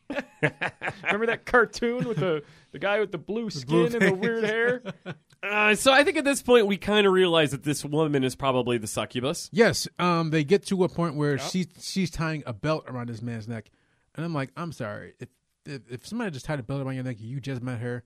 [SPEAKER 4] Remember that cartoon with the, the guy with the blue skin and the
[SPEAKER 3] face.
[SPEAKER 4] weird hair?
[SPEAKER 2] Uh, so I think at this point we kind of realize that this woman is probably the succubus.
[SPEAKER 3] Yes, um, they get to a point where she she's tying a belt around this man's neck, and I'm like, I'm sorry, if if, if somebody just tied a belt around your neck, you just met her,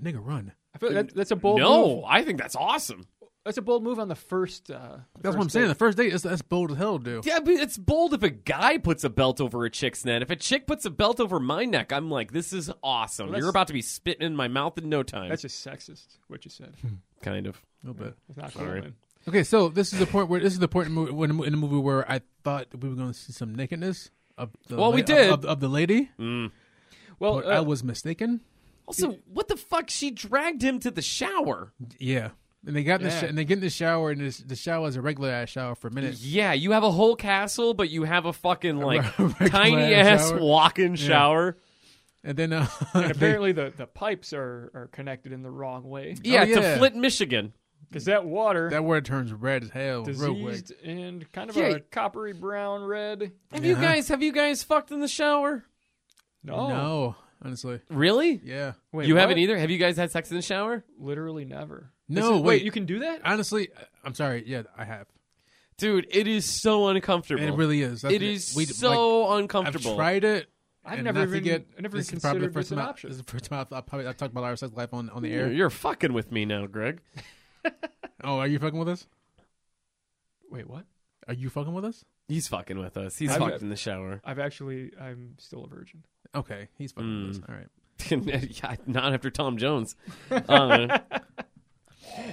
[SPEAKER 3] nigga, run.
[SPEAKER 4] I feel like that, that's a bold move.
[SPEAKER 2] No, I think that's awesome.
[SPEAKER 4] That's a bold move on the first. Uh,
[SPEAKER 3] That's what I'm
[SPEAKER 4] first
[SPEAKER 3] saying.
[SPEAKER 4] date.
[SPEAKER 3] The first date, that's, that's bold as hell, dude.
[SPEAKER 2] Yeah, but it's bold if a guy puts a belt over a chick's neck. If a chick puts a belt over my neck, I'm like, this is awesome.
[SPEAKER 4] that's-
[SPEAKER 2] You're about to be spitting in my mouth in no time.
[SPEAKER 4] That's just sexist. What you said.
[SPEAKER 3] Hmm.
[SPEAKER 2] kind of.
[SPEAKER 3] A little bit.
[SPEAKER 4] It's not
[SPEAKER 2] Sorry.
[SPEAKER 4] cool, man.
[SPEAKER 3] Okay, so this is the point where this is the point in, mo- when- in the movie where I thought we were going to see some nakedness. Of the
[SPEAKER 2] Well,
[SPEAKER 3] la-
[SPEAKER 2] we did.
[SPEAKER 3] of, of, of the lady,
[SPEAKER 4] Well,
[SPEAKER 3] but I
[SPEAKER 4] uh,
[SPEAKER 3] was mistaken.
[SPEAKER 2] Also, what the fuck? She dragged him to the shower.
[SPEAKER 3] Yeah, and they got in the
[SPEAKER 4] Yeah.
[SPEAKER 3] sh- and they get in the shower, and this, the shower is a regular ass shower for a minute.
[SPEAKER 2] Yeah, you have a whole castle, but you have a fucking like
[SPEAKER 3] regular
[SPEAKER 2] tiny ass
[SPEAKER 3] shower.
[SPEAKER 2] walk-in shower.
[SPEAKER 3] And then uh,
[SPEAKER 4] and
[SPEAKER 3] they-
[SPEAKER 4] apparently the, the pipes are, are connected in the wrong way
[SPEAKER 2] Yeah,
[SPEAKER 3] yeah.
[SPEAKER 2] to Flint, Michigan.
[SPEAKER 4] because that water
[SPEAKER 3] E- that word turns red as hell real quick.
[SPEAKER 4] diseased and kind of
[SPEAKER 2] Yeah.
[SPEAKER 4] a coppery brown red.
[SPEAKER 2] Have you guys have you guys fucked in the shower?
[SPEAKER 4] No,
[SPEAKER 3] No, honestly,
[SPEAKER 2] Really?
[SPEAKER 3] yeah.
[SPEAKER 4] Oh. Wait,
[SPEAKER 2] you
[SPEAKER 4] what?
[SPEAKER 2] haven't either. Have you guys had sex in the shower?
[SPEAKER 4] Literally never.
[SPEAKER 3] No,
[SPEAKER 4] This is- wait,
[SPEAKER 3] wait.
[SPEAKER 4] you can do that?
[SPEAKER 3] Honestly, I'm sorry. Yeah, I have.
[SPEAKER 2] Dude, it is so uncomfortable.
[SPEAKER 3] It really is. That's-
[SPEAKER 2] It is
[SPEAKER 3] we- like,
[SPEAKER 2] so
[SPEAKER 3] I've
[SPEAKER 2] uncomfortable.
[SPEAKER 3] tried it.
[SPEAKER 4] I've
[SPEAKER 3] and
[SPEAKER 4] never
[SPEAKER 3] not to
[SPEAKER 4] even-
[SPEAKER 3] get-
[SPEAKER 4] I never
[SPEAKER 3] this
[SPEAKER 4] even
[SPEAKER 3] is probably the
[SPEAKER 4] considered
[SPEAKER 3] first
[SPEAKER 4] this an
[SPEAKER 3] time I-
[SPEAKER 4] option.
[SPEAKER 3] This is the first time I've, I've probably I've talked about our sex life on, on the
[SPEAKER 2] You're,
[SPEAKER 3] air.
[SPEAKER 2] you're fucking with me now, Greg.
[SPEAKER 3] Oh, are you fucking with us?
[SPEAKER 4] Wait, what?
[SPEAKER 3] Are you fucking with us?
[SPEAKER 2] He's fucking with us. He's
[SPEAKER 4] I've-
[SPEAKER 2] fucked in the shower.
[SPEAKER 4] I've actually, I'm still a virgin.
[SPEAKER 3] Okay, he's fucking with us. All right.
[SPEAKER 2] Yeah, Not after Tom Jones. Uh,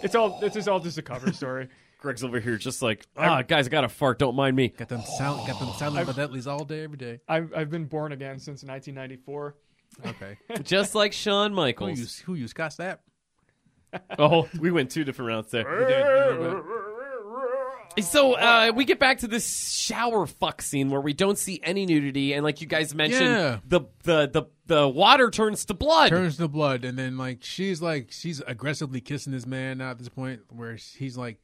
[SPEAKER 4] It's all. This is all just a cover story.
[SPEAKER 2] Greg's over here just like, ah, guys, I got a fart. Don't mind me.
[SPEAKER 3] Got them sound. Got them sounding Badetlis all day, every day.
[SPEAKER 4] I've I've been born again since 1994.
[SPEAKER 3] Okay.
[SPEAKER 2] Just like Shawn
[SPEAKER 3] who
[SPEAKER 2] Michaels.
[SPEAKER 3] you? Who you? Scott Stapp.
[SPEAKER 2] Oh, we went two different routes there. So uh, we get back to this shower fuck scene where we don't see any nudity, and like you guys mentioned,
[SPEAKER 3] Yeah.
[SPEAKER 2] the, the the the water turns to blood.
[SPEAKER 3] Turns to blood, and then like she's like she's aggressively kissing this man now at this point where he's like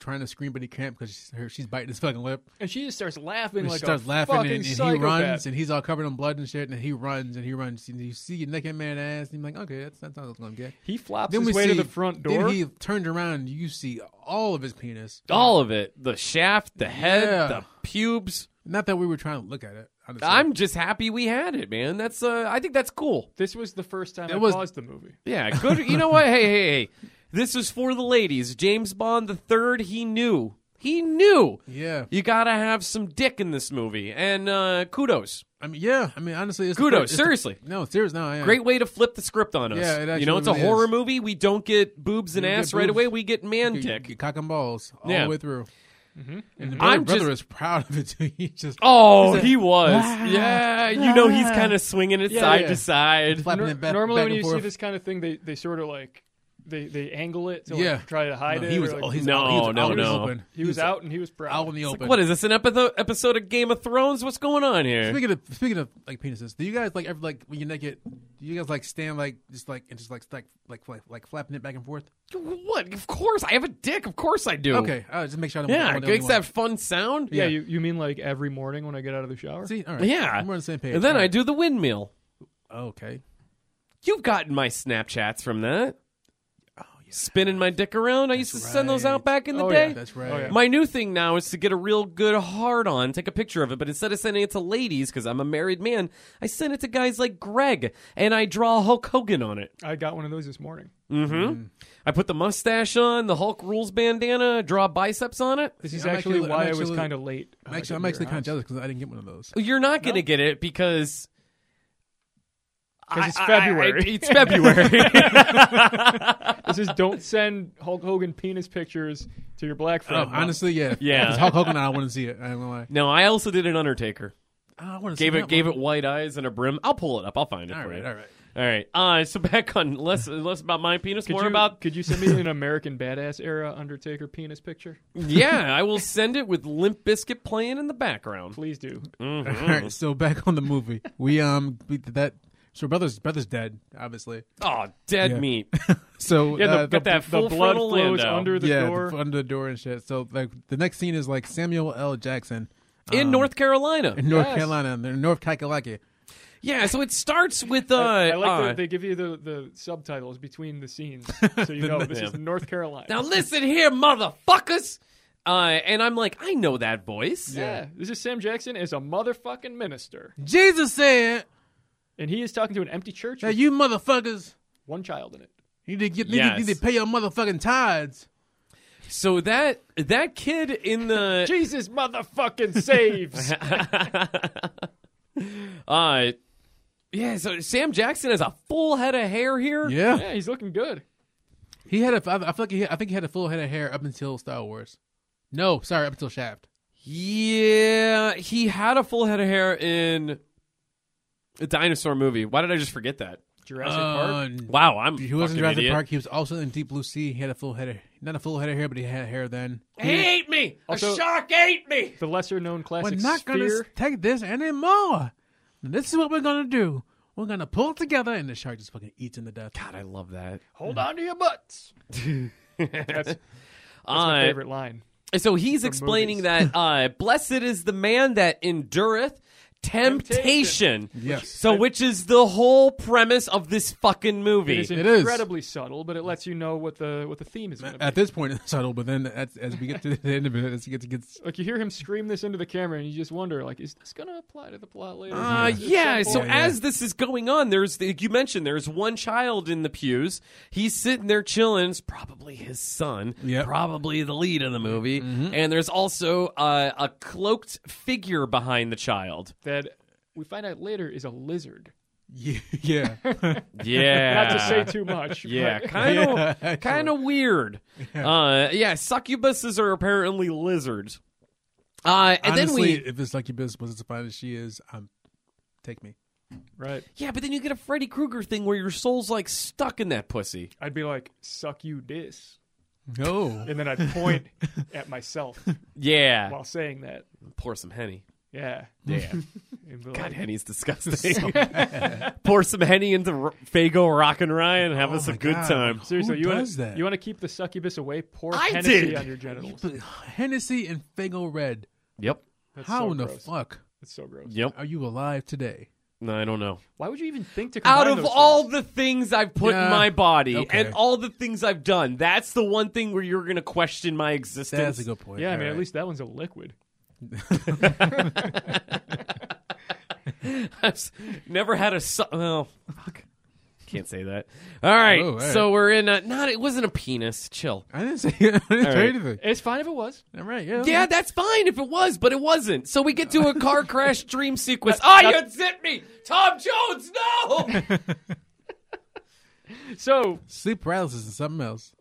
[SPEAKER 3] trying to scream, but he can't because she's, her, she's biting his fucking lip.
[SPEAKER 4] And she just starts laughing
[SPEAKER 3] He
[SPEAKER 4] like
[SPEAKER 3] starts
[SPEAKER 4] a
[SPEAKER 3] laughing and,
[SPEAKER 4] fucking
[SPEAKER 3] and he
[SPEAKER 4] psychopath.
[SPEAKER 3] runs and he's all covered in blood and shit and he runs and he runs and you see your naked man ass and you're like okay that's that's all it's gonna get.
[SPEAKER 4] He flops
[SPEAKER 3] Then we
[SPEAKER 4] his way
[SPEAKER 3] see
[SPEAKER 4] to the front door.
[SPEAKER 3] Then he turned around and you see all of his penis.
[SPEAKER 2] All of it, the shaft, the head,
[SPEAKER 3] Yeah.
[SPEAKER 2] the pubes.
[SPEAKER 3] Not that we were trying to look at it. Honestly.
[SPEAKER 2] I'm just happy we had it, man. That's uh, I think that's cool.
[SPEAKER 4] This was the first time I
[SPEAKER 3] was-
[SPEAKER 4] paused the movie.
[SPEAKER 2] Yeah, good. you know what? Hey, hey, hey. This is for the ladies. James Bond the third. He knew He knew.
[SPEAKER 3] Yeah.
[SPEAKER 2] You gotta have some dick in this movie, and uh, kudos.
[SPEAKER 3] I mean, yeah. I mean, honestly, it's the
[SPEAKER 2] Kudos,
[SPEAKER 3] first- it's the-
[SPEAKER 2] seriously.
[SPEAKER 3] no, serious. No, yeah.
[SPEAKER 2] Great way to flip the script on us.
[SPEAKER 3] Yeah, it actually
[SPEAKER 2] you know, it's a
[SPEAKER 3] really
[SPEAKER 2] horror
[SPEAKER 3] is.
[SPEAKER 2] movie. We don't get boobs and
[SPEAKER 3] You get
[SPEAKER 2] ass right
[SPEAKER 3] boobs.
[SPEAKER 2] away. We get man
[SPEAKER 3] You- you
[SPEAKER 2] dick.
[SPEAKER 3] get cock and balls all
[SPEAKER 2] Yeah.
[SPEAKER 3] the way through.
[SPEAKER 4] Mm-hmm.
[SPEAKER 3] And the
[SPEAKER 2] I'm
[SPEAKER 3] brother, brother is
[SPEAKER 2] just-
[SPEAKER 3] proud of it too. He just
[SPEAKER 2] Oh,
[SPEAKER 3] He's a-
[SPEAKER 2] he was. yeah, you know he's kind of swinging it
[SPEAKER 4] Yeah,
[SPEAKER 2] side
[SPEAKER 3] yeah.
[SPEAKER 2] to side.
[SPEAKER 3] Flapping
[SPEAKER 4] Nor-
[SPEAKER 3] it back,
[SPEAKER 4] normally
[SPEAKER 3] back
[SPEAKER 4] when
[SPEAKER 3] and
[SPEAKER 4] you see
[SPEAKER 3] forth.
[SPEAKER 4] this kind of thing, they, they sort of like they, they angle it to like,
[SPEAKER 3] Yeah.
[SPEAKER 4] try to hide
[SPEAKER 3] No,
[SPEAKER 4] it.
[SPEAKER 3] he
[SPEAKER 4] or,
[SPEAKER 3] was,
[SPEAKER 4] like,
[SPEAKER 3] oh, he's
[SPEAKER 2] No,
[SPEAKER 3] out, he was
[SPEAKER 2] no,
[SPEAKER 3] out in the
[SPEAKER 2] no.
[SPEAKER 3] open.
[SPEAKER 4] he was out and he was proud.
[SPEAKER 3] out in the
[SPEAKER 4] It's like,
[SPEAKER 3] open.
[SPEAKER 2] What is this? An epi- episode of Game of Thrones? What's going on here?
[SPEAKER 3] Speaking of speaking of like penises, do you guys like ever like when you're naked? Do you guys like stand like just like and just like like like like, like flapping it back and forth?
[SPEAKER 2] what? Of course, I have a dick. Of course, I do.
[SPEAKER 3] Okay, uh, just make sure I don't.
[SPEAKER 2] Yeah,
[SPEAKER 3] I
[SPEAKER 2] it
[SPEAKER 3] don't
[SPEAKER 2] makes
[SPEAKER 3] want-
[SPEAKER 2] that fun sound.
[SPEAKER 4] Yeah, You, you mean like every morning when I get out of the shower?
[SPEAKER 3] See, all right.
[SPEAKER 2] yeah.
[SPEAKER 3] we're on the same page.
[SPEAKER 2] And then
[SPEAKER 3] All
[SPEAKER 2] I
[SPEAKER 3] right.
[SPEAKER 2] do the windmill.
[SPEAKER 3] Okay,
[SPEAKER 2] You've gotten my Snapchats from that. Spinning my dick around. I used to send those out
[SPEAKER 3] right.
[SPEAKER 2] back in the
[SPEAKER 4] Oh,
[SPEAKER 2] day.
[SPEAKER 4] yeah,
[SPEAKER 3] Oh, that's right.
[SPEAKER 4] Oh, yeah.
[SPEAKER 2] My new thing now is to get a real good hard on, take a picture of it, but instead of sending it to ladies, because I'm a married man, I send it to guys like Greg, and I draw Hulk Hogan on it.
[SPEAKER 4] I got one of those this morning.
[SPEAKER 2] Mm-hmm.
[SPEAKER 3] Hmm.
[SPEAKER 2] I put the mustache on, the Hulk rules bandana, draw biceps on it.
[SPEAKER 4] This
[SPEAKER 3] See,
[SPEAKER 4] is
[SPEAKER 3] I'm
[SPEAKER 4] actually,
[SPEAKER 3] actually-
[SPEAKER 4] why
[SPEAKER 3] I'm
[SPEAKER 4] I was
[SPEAKER 3] actually-
[SPEAKER 4] kind of late. uh,
[SPEAKER 3] I'm actually, I'm actually kind of jealous because I didn't get one of those.
[SPEAKER 2] You're not going to get it because.
[SPEAKER 4] Because it's
[SPEAKER 2] I- I-
[SPEAKER 4] February.
[SPEAKER 2] I- it's February.
[SPEAKER 4] This is don't send Hulk Hogan penis pictures to your black
[SPEAKER 3] Oh,
[SPEAKER 4] friend.
[SPEAKER 3] honestly, yeah,
[SPEAKER 2] Yeah.
[SPEAKER 3] 'Cause Hulk Hogan, I wouldn't see it. I don't know why.
[SPEAKER 2] no, I also did an Undertaker.
[SPEAKER 3] I want to
[SPEAKER 2] Gave
[SPEAKER 3] see
[SPEAKER 2] it,
[SPEAKER 3] that
[SPEAKER 2] gave
[SPEAKER 3] one.
[SPEAKER 2] it white eyes and a brim. I'll pull it up. I'll find it
[SPEAKER 3] All
[SPEAKER 2] for
[SPEAKER 3] right,
[SPEAKER 2] you.
[SPEAKER 3] all right.
[SPEAKER 2] All right. Uh, so back on less less about my penis,
[SPEAKER 4] could
[SPEAKER 2] more
[SPEAKER 4] you,
[SPEAKER 2] about
[SPEAKER 4] could you send me an American Badass era Undertaker penis picture?
[SPEAKER 2] yeah. I will send it with Limp Biscuit playing in the background.
[SPEAKER 4] Please do.
[SPEAKER 3] All right, so back on the movie. We um we did that. So brother's brother's dead, obviously.
[SPEAKER 2] Oh, dead
[SPEAKER 3] Yeah.
[SPEAKER 2] meat.
[SPEAKER 3] So
[SPEAKER 4] Yeah, the,
[SPEAKER 3] uh,
[SPEAKER 4] the,
[SPEAKER 2] got that
[SPEAKER 4] the
[SPEAKER 2] full
[SPEAKER 4] blood
[SPEAKER 2] frontal
[SPEAKER 4] flows
[SPEAKER 2] Lando.
[SPEAKER 4] under the
[SPEAKER 3] yeah,
[SPEAKER 4] door.
[SPEAKER 3] the- under the door and shit. So like the next scene is like Samuel L. Jackson
[SPEAKER 2] In
[SPEAKER 3] um,
[SPEAKER 2] North Carolina.
[SPEAKER 3] in North
[SPEAKER 4] Yes.
[SPEAKER 3] Carolina, in the North Kakalaki.
[SPEAKER 2] yeah, so it starts with uh,
[SPEAKER 4] I like
[SPEAKER 2] uh,
[SPEAKER 4] that they give you the, the subtitles between the scenes, so you know this is North Carolina.
[SPEAKER 2] Now listen here, motherfuckers. Uh, and I'm like, I know that voice.
[SPEAKER 4] yeah. this is Sam Jackson as a motherfucking minister,
[SPEAKER 3] Jesus said
[SPEAKER 4] and he is talking to an empty church
[SPEAKER 3] that
[SPEAKER 4] with
[SPEAKER 3] you motherfuckers
[SPEAKER 4] one child in it.
[SPEAKER 3] need to get need,
[SPEAKER 2] Yes.
[SPEAKER 3] to, need to pay your motherfucking tithes.
[SPEAKER 2] So that that kid in the
[SPEAKER 4] Jesus motherfucking saves.
[SPEAKER 2] uh yeah, so Sam Jackson has a full head of hair here.
[SPEAKER 3] Yeah,
[SPEAKER 4] yeah, he's looking good.
[SPEAKER 3] he had a. I, I feel like he, I think he had a full head of hair up until Star Wars. No, sorry, up until Shaft.
[SPEAKER 2] Yeah, he had a full head of hair in a dinosaur movie. Why did I just forget that?
[SPEAKER 4] Jurassic Park.
[SPEAKER 3] Uh,
[SPEAKER 2] Wow, I'm
[SPEAKER 3] He was in
[SPEAKER 2] fucking
[SPEAKER 3] Jurassic
[SPEAKER 2] idiot.
[SPEAKER 3] Park. He was also in Deep Blue Sea. He had a full head of not a full head of hair, but he had hair then.
[SPEAKER 2] He ate me.
[SPEAKER 4] Also-
[SPEAKER 2] a shark ate me.
[SPEAKER 4] The lesser known
[SPEAKER 3] We're
[SPEAKER 4] classic
[SPEAKER 3] not gonna
[SPEAKER 4] Sphere.
[SPEAKER 3] take this anymore. This is what we're gonna do. We're gonna pull it together, and the shark just fucking eats him to death.
[SPEAKER 2] God, I love that.
[SPEAKER 4] Hold on to your butts. That's, that's my
[SPEAKER 2] Uh,
[SPEAKER 4] favorite line.
[SPEAKER 2] so he's explaining that uh, blessed is the man that endureth temptation.
[SPEAKER 3] Yes.
[SPEAKER 2] So which is the whole premise of this fucking movie.
[SPEAKER 4] It's
[SPEAKER 3] It is.
[SPEAKER 4] incredibly subtle, but it lets you know what the what the theme is. Gonna be.
[SPEAKER 3] At this point, it's subtle, but then as, as we get to the end of it, as it gets, gets
[SPEAKER 4] Like you hear him scream this into the camera, and you just wonder, like, is this gonna apply to the plot later?
[SPEAKER 2] Uh,
[SPEAKER 4] At some
[SPEAKER 2] yeah. So
[SPEAKER 4] point.
[SPEAKER 3] Yeah, yeah.
[SPEAKER 2] as this is going on, there's the, you mentioned there's one child in the pews. He's sitting there chilling. It's probably his son.
[SPEAKER 3] Yep.
[SPEAKER 2] Probably the lead of the movie. And there's also uh, a cloaked figure behind the child.
[SPEAKER 4] that we find out later is a lizard.
[SPEAKER 3] yeah, yeah.
[SPEAKER 2] Yeah.
[SPEAKER 4] Not to say too much.
[SPEAKER 2] Yeah,
[SPEAKER 4] but-
[SPEAKER 2] kind
[SPEAKER 3] Yeah,
[SPEAKER 2] of,
[SPEAKER 3] actually.
[SPEAKER 2] kind of weird. Uh, yeah, succubuses are apparently lizards. Uh, and
[SPEAKER 3] Honestly,
[SPEAKER 2] then we,
[SPEAKER 3] if it's Lucky Biz was as fine as she is, um, take me.
[SPEAKER 4] right.
[SPEAKER 2] yeah, but then you get a Freddy Krueger thing where your soul's like stuck in that pussy.
[SPEAKER 4] I'd be like, "Suck you, dis,"
[SPEAKER 3] No,
[SPEAKER 4] and then I'd point at myself
[SPEAKER 2] Yeah,
[SPEAKER 4] while saying that.
[SPEAKER 2] pour some henny.
[SPEAKER 4] Yeah.
[SPEAKER 2] Yeah.
[SPEAKER 4] And be
[SPEAKER 2] God,
[SPEAKER 4] like,
[SPEAKER 2] Henny's disgusting. Pour some Henny into R- Fago Rock and Ryan and have us a
[SPEAKER 3] Oh my
[SPEAKER 2] good
[SPEAKER 3] God.
[SPEAKER 2] time.
[SPEAKER 4] Seriously,
[SPEAKER 3] Who
[SPEAKER 4] you wanna,
[SPEAKER 3] does that?
[SPEAKER 4] You want to keep the succubus away? Pour
[SPEAKER 2] I
[SPEAKER 4] Hennessy
[SPEAKER 2] did.
[SPEAKER 4] on your genitals.
[SPEAKER 3] Hennessy and Fango Red.
[SPEAKER 2] Yep.
[SPEAKER 4] That's
[SPEAKER 3] How
[SPEAKER 4] so
[SPEAKER 3] in the
[SPEAKER 4] gross.
[SPEAKER 3] fuck
[SPEAKER 4] That's so gross.
[SPEAKER 2] Yep.
[SPEAKER 3] are you alive today?
[SPEAKER 2] No, I don't know.
[SPEAKER 4] Why would you even think to combine
[SPEAKER 2] Out of
[SPEAKER 4] those
[SPEAKER 2] all
[SPEAKER 4] things?
[SPEAKER 2] the things I've put
[SPEAKER 3] Yeah.
[SPEAKER 2] in my body
[SPEAKER 3] Okay.
[SPEAKER 2] and all the things I've done, that's the one thing where you're going to question my existence.
[SPEAKER 3] That's a good point.
[SPEAKER 4] Yeah, I
[SPEAKER 3] All
[SPEAKER 4] mean, at
[SPEAKER 3] right.
[SPEAKER 4] least that one's a liquid.
[SPEAKER 2] I've s- never had a. Su- well, fuck. can't say that. All right,
[SPEAKER 3] Oh, all right. Oh,
[SPEAKER 2] so we're in. A, not it wasn't a penis. Chill.
[SPEAKER 3] I didn't say, I didn't say
[SPEAKER 2] right.
[SPEAKER 3] anything.
[SPEAKER 4] It's fine if it was.
[SPEAKER 3] All right, yeah.
[SPEAKER 2] Yeah, that's fine if it was, but it wasn't. So we get to a car crash dream sequence. Ah, you zit me, Tom Jones. No.
[SPEAKER 4] So,
[SPEAKER 3] Sleep paralysis is something else.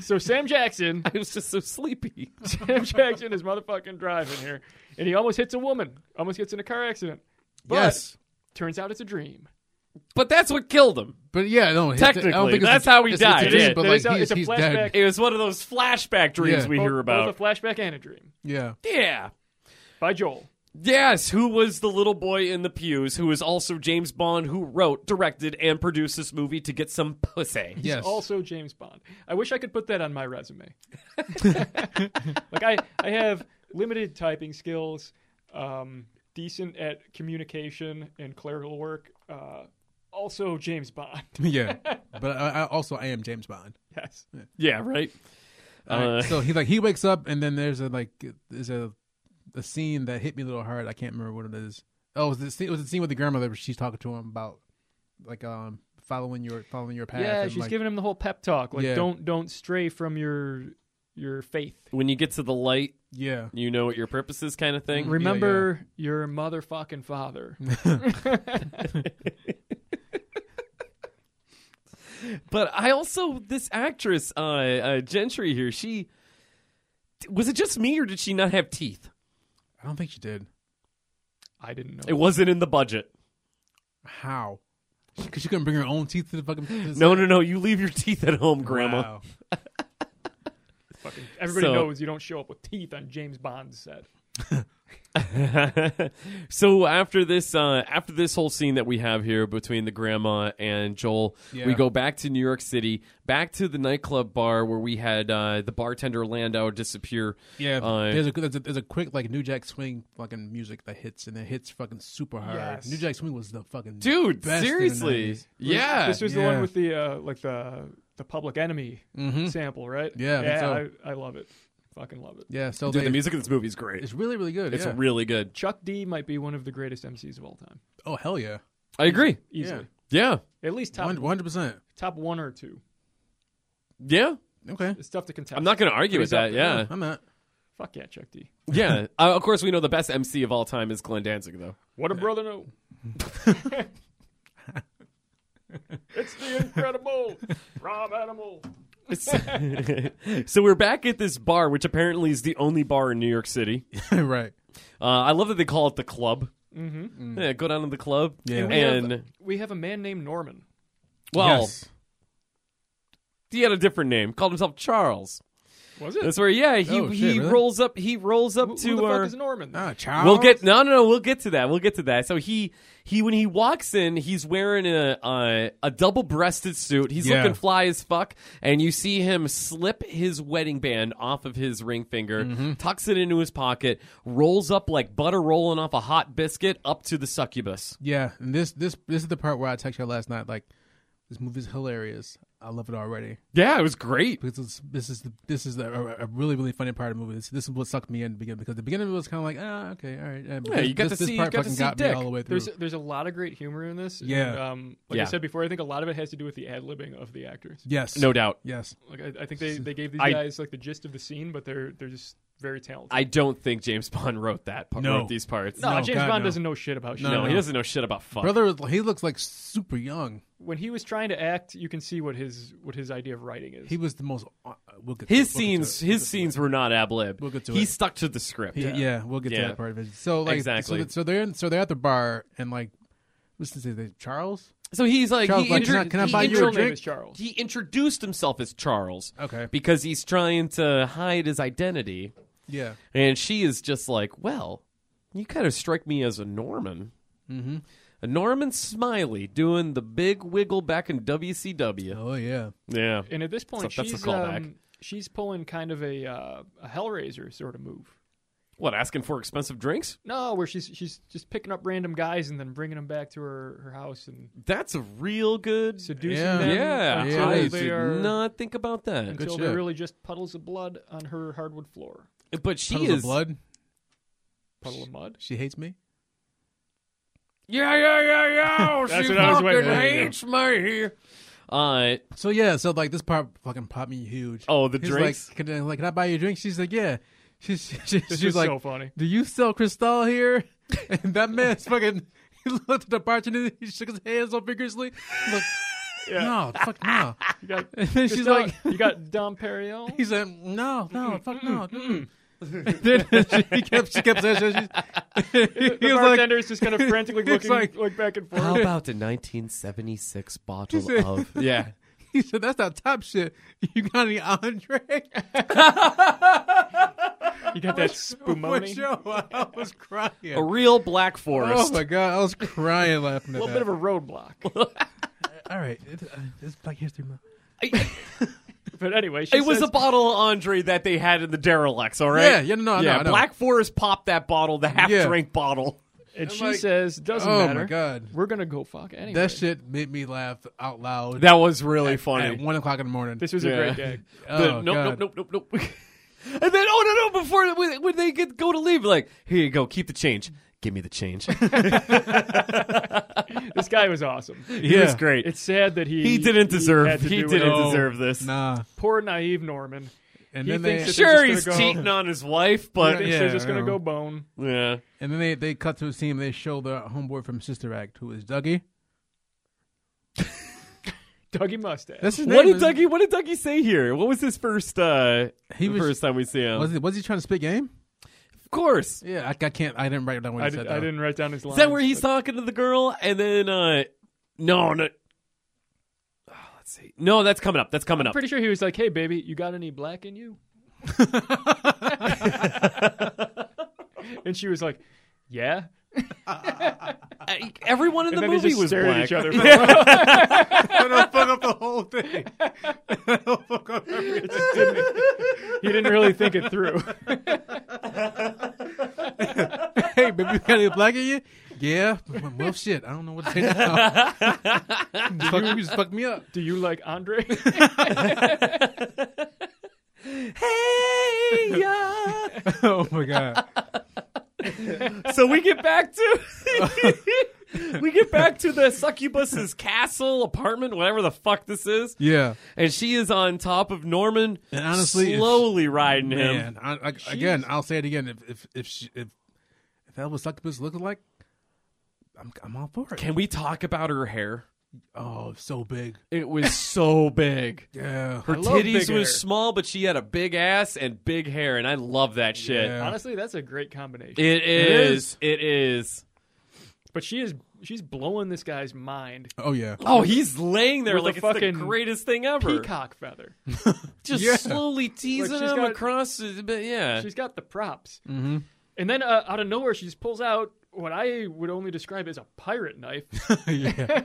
[SPEAKER 4] so Sam Jackson,
[SPEAKER 2] I was just so sleepy.
[SPEAKER 4] Sam Jackson is motherfucking driving here, and he almost hits a woman. Almost gets in a car accident. But
[SPEAKER 3] yes.
[SPEAKER 4] turns out it's a dream.
[SPEAKER 2] But that's what killed him.
[SPEAKER 3] But yeah, no. it's- I don't
[SPEAKER 2] Technically,
[SPEAKER 3] think it's
[SPEAKER 2] that's
[SPEAKER 3] a-
[SPEAKER 2] how he
[SPEAKER 3] it's- it's a
[SPEAKER 2] died.
[SPEAKER 3] dream,
[SPEAKER 2] It-
[SPEAKER 3] but
[SPEAKER 4] it
[SPEAKER 3] like
[SPEAKER 4] is a-
[SPEAKER 3] he's,
[SPEAKER 4] it's a
[SPEAKER 3] he's dead.
[SPEAKER 4] flashback.
[SPEAKER 2] It was one of those flashback dreams
[SPEAKER 3] Yeah.
[SPEAKER 2] we
[SPEAKER 4] Both-
[SPEAKER 2] hear about.
[SPEAKER 4] both a flashback and a dream
[SPEAKER 3] Yeah.
[SPEAKER 2] yeah.
[SPEAKER 4] by Joel.
[SPEAKER 2] Yes, who was the little boy in the pews who is also James Bond who wrote, directed, and produced this movie to get some pussy.
[SPEAKER 3] Yes.
[SPEAKER 4] Also James Bond. I wish I could put that on my resume. like I, I have limited typing skills, um, decent at communication and clerical work. Uh, also James Bond.
[SPEAKER 3] yeah. But I, I also I am James Bond.
[SPEAKER 4] yes.
[SPEAKER 2] Yeah, right? Uh,
[SPEAKER 3] so he like he wakes up and then there's a like there's a a scene that hit me a little hard. I can't remember what it is. Oh, it was the scene, it was the scene with the grandmother where she's talking to him about like um following your following your path.
[SPEAKER 4] Yeah,
[SPEAKER 3] and,
[SPEAKER 4] she's
[SPEAKER 3] like,
[SPEAKER 4] giving him the whole pep talk. Like
[SPEAKER 3] Yeah.
[SPEAKER 4] don't don't stray from your your faith.
[SPEAKER 2] when you get to the light,
[SPEAKER 3] yeah.
[SPEAKER 2] you know what your purpose is kind of thing.
[SPEAKER 3] Rem-
[SPEAKER 4] Remember your motherfucking father.
[SPEAKER 2] But I also, this actress, uh, uh, Gentry here, she. Was it just me or did she not have teeth?
[SPEAKER 3] I don't think she did.
[SPEAKER 4] I didn't know.
[SPEAKER 2] It wasn't in the budget.
[SPEAKER 3] How? Because she couldn't bring her own teeth to the fucking. to the-
[SPEAKER 2] No, no, no. You leave your teeth at home, Grandma.
[SPEAKER 3] Wow.
[SPEAKER 4] Fucking, everybody
[SPEAKER 2] So-
[SPEAKER 4] knows you don't show up with teeth on James Bond's set.
[SPEAKER 2] so after this uh, after this whole scene that we have here between the grandma and Joel,
[SPEAKER 3] Yeah.
[SPEAKER 2] we go back to New York City, back to the nightclub bar where we had uh, the bartender Landau disappear.
[SPEAKER 3] Yeah,
[SPEAKER 2] Uh,
[SPEAKER 3] there's a there's a, there's a quick like New Jack Swing fucking music that hits and it hits fucking super hard.
[SPEAKER 4] Yes.
[SPEAKER 3] New Jack Swing was the fucking
[SPEAKER 2] Dude,
[SPEAKER 3] best in the
[SPEAKER 2] seriously.
[SPEAKER 3] 90s.
[SPEAKER 2] Yeah.
[SPEAKER 4] This was the
[SPEAKER 3] Yeah. Mm-hmm.
[SPEAKER 4] one with the uh, like the the Public Enemy sample, right?
[SPEAKER 3] Yeah, I think
[SPEAKER 4] yeah.
[SPEAKER 3] so.
[SPEAKER 4] I, I love it. Fucking love it.
[SPEAKER 3] Yeah, so
[SPEAKER 2] Dude,
[SPEAKER 3] they,
[SPEAKER 2] the music in this movie is great.
[SPEAKER 3] it's really really good.
[SPEAKER 2] It's
[SPEAKER 3] yeah.
[SPEAKER 2] really good.
[SPEAKER 4] Chuck D might be one of the greatest MCs of all time,
[SPEAKER 3] oh hell yeah,
[SPEAKER 2] I agree.
[SPEAKER 4] easily.
[SPEAKER 2] Yeah.
[SPEAKER 4] At least top
[SPEAKER 3] one hundred percent.
[SPEAKER 4] top one or two.
[SPEAKER 2] Yeah.
[SPEAKER 3] Okay,
[SPEAKER 4] It's tough to contest.
[SPEAKER 2] I'm not going to argue with
[SPEAKER 4] He's
[SPEAKER 2] that.
[SPEAKER 4] up
[SPEAKER 2] Yeah.
[SPEAKER 3] Yeah, I'm not.
[SPEAKER 4] Fuck yeah, Chuck D.
[SPEAKER 2] Yeah. uh, of course, we know the best MC of all time is Glenn Danzig, though.
[SPEAKER 4] What a brother no. it's the incredible Rob Animal.
[SPEAKER 2] so we're back at this bar, which apparently is the only bar in New York City.
[SPEAKER 3] right.
[SPEAKER 2] Uh, I love that they call it the club. Mm-hmm. Yeah, go down to the club.
[SPEAKER 3] Mm. Yeah.
[SPEAKER 2] And,
[SPEAKER 3] And
[SPEAKER 4] We have, we have a man named Norman.
[SPEAKER 2] well, he had a different name. Called himself Charles.
[SPEAKER 4] Was it?
[SPEAKER 2] That's where, yeah, he
[SPEAKER 3] Oh, shit,
[SPEAKER 2] he
[SPEAKER 3] really?
[SPEAKER 2] rolls up. He rolls up
[SPEAKER 4] who,
[SPEAKER 2] to
[SPEAKER 4] who the
[SPEAKER 2] our.
[SPEAKER 4] fuck is Norman?
[SPEAKER 3] Ah, Charles.
[SPEAKER 2] We'll get no, no, no. We'll get to that. We'll get to that. So he he when he walks in, he's wearing a a, a double breasted suit. He's
[SPEAKER 3] Yeah.
[SPEAKER 2] looking fly as fuck, and you see him slip his wedding band off of his ring finger,
[SPEAKER 3] Mm-hmm.
[SPEAKER 2] tucks it into his pocket, rolls up like butter rolling off a hot biscuit up to the succubus.
[SPEAKER 3] Yeah, and this this this is the part where I texted her last night. Like, this movie's hilarious. I love it already
[SPEAKER 2] Yeah, it was great.
[SPEAKER 3] because this, this is the, this is the, a, a really really funny part of the movie. This, this is what sucked me in the beginning because the beginning was kind of like ah okay all right. Yeah, but
[SPEAKER 2] Yeah,
[SPEAKER 3] this-
[SPEAKER 2] you got
[SPEAKER 3] this,
[SPEAKER 2] to
[SPEAKER 3] this
[SPEAKER 2] see-
[SPEAKER 3] part
[SPEAKER 2] you got to
[SPEAKER 3] fucking
[SPEAKER 2] see
[SPEAKER 3] got me
[SPEAKER 2] dick.
[SPEAKER 3] all the way through.
[SPEAKER 4] There's there's a lot of great humor in this. and,
[SPEAKER 3] Yeah.
[SPEAKER 4] um, like
[SPEAKER 2] Yeah.
[SPEAKER 4] I said before, I think a lot of it has to do with the ad libbing of the actors.
[SPEAKER 3] yes,
[SPEAKER 2] No doubt.
[SPEAKER 3] yes.
[SPEAKER 4] Like I, I think they, they gave these
[SPEAKER 2] I-
[SPEAKER 4] guys like the gist of the scene, but they're they're just very talented.
[SPEAKER 2] I don't think James Bond wrote that part,
[SPEAKER 3] No.
[SPEAKER 2] wrote these parts.
[SPEAKER 4] no,
[SPEAKER 3] No,
[SPEAKER 4] James
[SPEAKER 3] God,
[SPEAKER 4] Bond
[SPEAKER 3] no.
[SPEAKER 4] doesn't know shit about shit.
[SPEAKER 2] No,
[SPEAKER 3] no.
[SPEAKER 2] he doesn't know shit about fuck.
[SPEAKER 3] Brother, he looks like super young.
[SPEAKER 4] When he was trying to act, you can see what his what his idea of writing is.
[SPEAKER 3] He was the most. uh, We'll get to
[SPEAKER 2] his
[SPEAKER 3] it, we'll get to
[SPEAKER 2] scenes,
[SPEAKER 3] it.
[SPEAKER 2] his scenes were not ad lib.
[SPEAKER 3] We'll get to
[SPEAKER 2] he
[SPEAKER 3] it.
[SPEAKER 2] stuck to the script.
[SPEAKER 3] Yeah, yeah, we'll get
[SPEAKER 2] Yeah.
[SPEAKER 3] to that part of it. So like,
[SPEAKER 2] Exactly.
[SPEAKER 3] So, so they're in, so they're at the bar and like, what's his name? Charles.
[SPEAKER 2] So he's like,
[SPEAKER 3] Charles,
[SPEAKER 2] he
[SPEAKER 3] like,
[SPEAKER 2] intro-
[SPEAKER 3] can I- can I
[SPEAKER 2] he
[SPEAKER 3] buy
[SPEAKER 4] His
[SPEAKER 3] you a
[SPEAKER 2] intro-
[SPEAKER 4] real name
[SPEAKER 3] drink?
[SPEAKER 4] is Charles.
[SPEAKER 2] He introduced himself as Charles
[SPEAKER 3] Okay.
[SPEAKER 2] because he's trying to hide his identity,
[SPEAKER 3] Yeah.
[SPEAKER 2] and she is just like, "Well, you kind of strike me as a Norman, mm-hmm. a Norman Smiley doing the big wiggle back in WCW."
[SPEAKER 3] Oh yeah.
[SPEAKER 2] Yeah,
[SPEAKER 4] and at this point,
[SPEAKER 2] So that's a
[SPEAKER 4] she's
[SPEAKER 2] callback.
[SPEAKER 4] um, she's pulling kind of a uh, a Hellraiser sort of move.
[SPEAKER 2] what asking for expensive drinks?
[SPEAKER 4] No, where she's she's just picking up random guys and then bringing them back to her, her house and
[SPEAKER 2] That's a real good.
[SPEAKER 4] seducing
[SPEAKER 3] Yeah.
[SPEAKER 4] them.
[SPEAKER 2] Yeah,
[SPEAKER 4] until
[SPEAKER 2] I
[SPEAKER 3] Nice.
[SPEAKER 4] they
[SPEAKER 2] did
[SPEAKER 4] are
[SPEAKER 2] not think about that.
[SPEAKER 4] until
[SPEAKER 3] Good
[SPEAKER 4] they're
[SPEAKER 3] shit.
[SPEAKER 4] really just puddles of blood on her hardwood floor,
[SPEAKER 2] But she
[SPEAKER 3] Puddles
[SPEAKER 2] is
[SPEAKER 3] of blood.
[SPEAKER 4] puddle of mud.
[SPEAKER 3] She hates me.
[SPEAKER 2] Yeah, yeah, yeah, yeah.
[SPEAKER 4] That's
[SPEAKER 2] she
[SPEAKER 4] what I was
[SPEAKER 2] fucking
[SPEAKER 4] waiting for.
[SPEAKER 2] hates me. Uh,
[SPEAKER 3] So yeah, so like this part fucking popped me huge.
[SPEAKER 2] Oh, the
[SPEAKER 3] He's
[SPEAKER 2] drinks?
[SPEAKER 3] Like can, I, like, can I buy you a drink? She's like, yeah. She's she, she,
[SPEAKER 4] This
[SPEAKER 3] she was
[SPEAKER 4] was
[SPEAKER 3] like,
[SPEAKER 4] so funny.
[SPEAKER 3] do you sell Cristal here? And that man's fucking. He looked at the bartender. He shook his hands so vigorously. He's like,
[SPEAKER 4] Yeah.
[SPEAKER 3] no, fuck no.
[SPEAKER 4] You got,
[SPEAKER 3] And then she's
[SPEAKER 4] Dom-
[SPEAKER 3] like,
[SPEAKER 4] you got Dom Perignon.
[SPEAKER 3] he's like, no, no, fuck no. mm-mm." And then she kept, she kept saying, she, she,
[SPEAKER 4] the
[SPEAKER 3] he was like,
[SPEAKER 4] bartender is just kind of frantically
[SPEAKER 3] He's
[SPEAKER 4] looking
[SPEAKER 3] like-
[SPEAKER 4] like, back and forth.
[SPEAKER 2] how about the 1976 bottle
[SPEAKER 3] said-
[SPEAKER 2] of? Yeah.
[SPEAKER 3] he said, that's not top shit. You got any Andre?
[SPEAKER 4] You got that
[SPEAKER 3] For
[SPEAKER 4] spumoni.
[SPEAKER 3] sure, I was crying.
[SPEAKER 2] A real Black
[SPEAKER 3] Oh
[SPEAKER 2] Forest.
[SPEAKER 3] my god, I was crying laughing
[SPEAKER 4] A
[SPEAKER 3] at
[SPEAKER 4] little bit
[SPEAKER 3] that.
[SPEAKER 4] of a roadblock.
[SPEAKER 3] All right, it, uh, it's Black History Month.
[SPEAKER 4] But anyway, she
[SPEAKER 2] it was a
[SPEAKER 4] says-
[SPEAKER 2] bottle of Andre that they had in the derelicts, all right?
[SPEAKER 3] Yeah, yeah, no, I know,
[SPEAKER 2] yeah.
[SPEAKER 3] I know.
[SPEAKER 2] Black Forest popped that bottle, the half
[SPEAKER 3] Yeah.
[SPEAKER 2] drink bottle.
[SPEAKER 4] and
[SPEAKER 3] I'm
[SPEAKER 4] she
[SPEAKER 3] like,
[SPEAKER 4] says, "Doesn't
[SPEAKER 3] oh
[SPEAKER 4] matter.
[SPEAKER 3] my god,
[SPEAKER 4] We're gonna go fuck anyway."
[SPEAKER 3] that shit made me laugh out loud.
[SPEAKER 2] That was really
[SPEAKER 3] at
[SPEAKER 2] funny.
[SPEAKER 3] one o'clock in the morning.
[SPEAKER 4] This was
[SPEAKER 2] Yeah.
[SPEAKER 4] a great gag.
[SPEAKER 2] The-
[SPEAKER 3] oh,
[SPEAKER 2] nope,
[SPEAKER 3] god.
[SPEAKER 2] nope, nope, nope, nope, and then, oh no, no! Before when, when they get, go to leave, like here you go, keep the change. Give me the change.
[SPEAKER 4] This guy was awesome.
[SPEAKER 2] He was
[SPEAKER 3] Yeah.
[SPEAKER 2] great.
[SPEAKER 4] It's sad that he
[SPEAKER 2] he didn't
[SPEAKER 4] had
[SPEAKER 2] deserve.
[SPEAKER 4] to
[SPEAKER 2] He,
[SPEAKER 4] do
[SPEAKER 2] didn't
[SPEAKER 4] it. Oh.
[SPEAKER 3] No.
[SPEAKER 2] deserve this.
[SPEAKER 3] Nah,
[SPEAKER 4] Poor naive Norman.
[SPEAKER 3] and
[SPEAKER 4] He
[SPEAKER 3] then they
[SPEAKER 4] thinks that-
[SPEAKER 2] Sure,
[SPEAKER 4] They're
[SPEAKER 2] he's
[SPEAKER 4] just gonna go-
[SPEAKER 2] cheating on his wife,
[SPEAKER 4] He
[SPEAKER 2] but
[SPEAKER 4] thinks
[SPEAKER 2] yeah,
[SPEAKER 3] Yeah.
[SPEAKER 4] they're just gonna
[SPEAKER 3] I
[SPEAKER 4] go
[SPEAKER 3] know.
[SPEAKER 4] bone.
[SPEAKER 3] and then they, they cut to a scene. They show the homeboy from Sister Act, who is Dougie.
[SPEAKER 4] Dougie mustache.
[SPEAKER 3] That's his
[SPEAKER 2] What
[SPEAKER 3] name.
[SPEAKER 2] did
[SPEAKER 3] isn't it?
[SPEAKER 2] Dougie? What did Dougie say here? What was his first? uh
[SPEAKER 3] He
[SPEAKER 2] the
[SPEAKER 3] was-
[SPEAKER 2] first time we see him.
[SPEAKER 3] Was he, was he trying to spit game?
[SPEAKER 2] of course.
[SPEAKER 3] Yeah, I, I can't. I didn't write down what he
[SPEAKER 4] I,
[SPEAKER 3] said.
[SPEAKER 4] did,
[SPEAKER 3] though.
[SPEAKER 4] I didn't write down his lines.
[SPEAKER 2] Is that where he's talking to the girl? And then, uh no, no. Oh, let's see. No, that's coming up. That's coming
[SPEAKER 4] I'm
[SPEAKER 2] up.
[SPEAKER 4] pretty sure he was like, "Hey, baby, you got any black in you?" and she was like, "Yeah."
[SPEAKER 2] I- Everyone in
[SPEAKER 4] And
[SPEAKER 2] the
[SPEAKER 4] then they
[SPEAKER 2] movie
[SPEAKER 4] just
[SPEAKER 2] was
[SPEAKER 4] stared
[SPEAKER 2] black.
[SPEAKER 4] at each other.
[SPEAKER 3] That'll fuck up the whole thing. That'll fuck up everything.
[SPEAKER 4] he didn't really think it through.
[SPEAKER 3] hey, baby, you got any black in you? Yeah. Well, shit, I don't know what to say now. you, just fuck, you just fucked me up.
[SPEAKER 4] Do you like Andre?
[SPEAKER 2] Hey, yeah.
[SPEAKER 3] oh my god.
[SPEAKER 2] so we get back to we get back to the succubus's castle apartment whatever the fuck this is
[SPEAKER 3] Yeah.
[SPEAKER 2] and she is on top of norman
[SPEAKER 3] And honestly, if-
[SPEAKER 2] slowly riding him
[SPEAKER 3] Man, I, I, again, I'll say it again. If if if she, if, if that was succubus looking like, I'm I'm all for it.
[SPEAKER 2] can we talk about her hair
[SPEAKER 3] oh, it's so big.
[SPEAKER 2] it was so big
[SPEAKER 3] Yeah.
[SPEAKER 2] her
[SPEAKER 4] I love
[SPEAKER 2] titties was
[SPEAKER 4] big hair.
[SPEAKER 2] small but she had a big ass and big hair and i love that shit
[SPEAKER 3] Yeah.
[SPEAKER 4] Honestly, that's a great combination.
[SPEAKER 2] it is it is
[SPEAKER 4] But she is she's blowing this guy's mind.
[SPEAKER 3] Oh yeah.
[SPEAKER 2] oh he's laying there
[SPEAKER 4] With
[SPEAKER 2] like
[SPEAKER 4] a
[SPEAKER 2] it's the
[SPEAKER 4] fucking
[SPEAKER 2] greatest thing ever
[SPEAKER 4] Peacock feather.
[SPEAKER 2] just
[SPEAKER 3] Yeah.
[SPEAKER 2] slowly teasing
[SPEAKER 4] she's
[SPEAKER 2] him
[SPEAKER 4] got-
[SPEAKER 2] across his- but yeah
[SPEAKER 4] She's got the props. Mm-hmm. And then uh, out of nowhere, she just pulls out what I would only describe as a pirate knife.
[SPEAKER 3] yeah.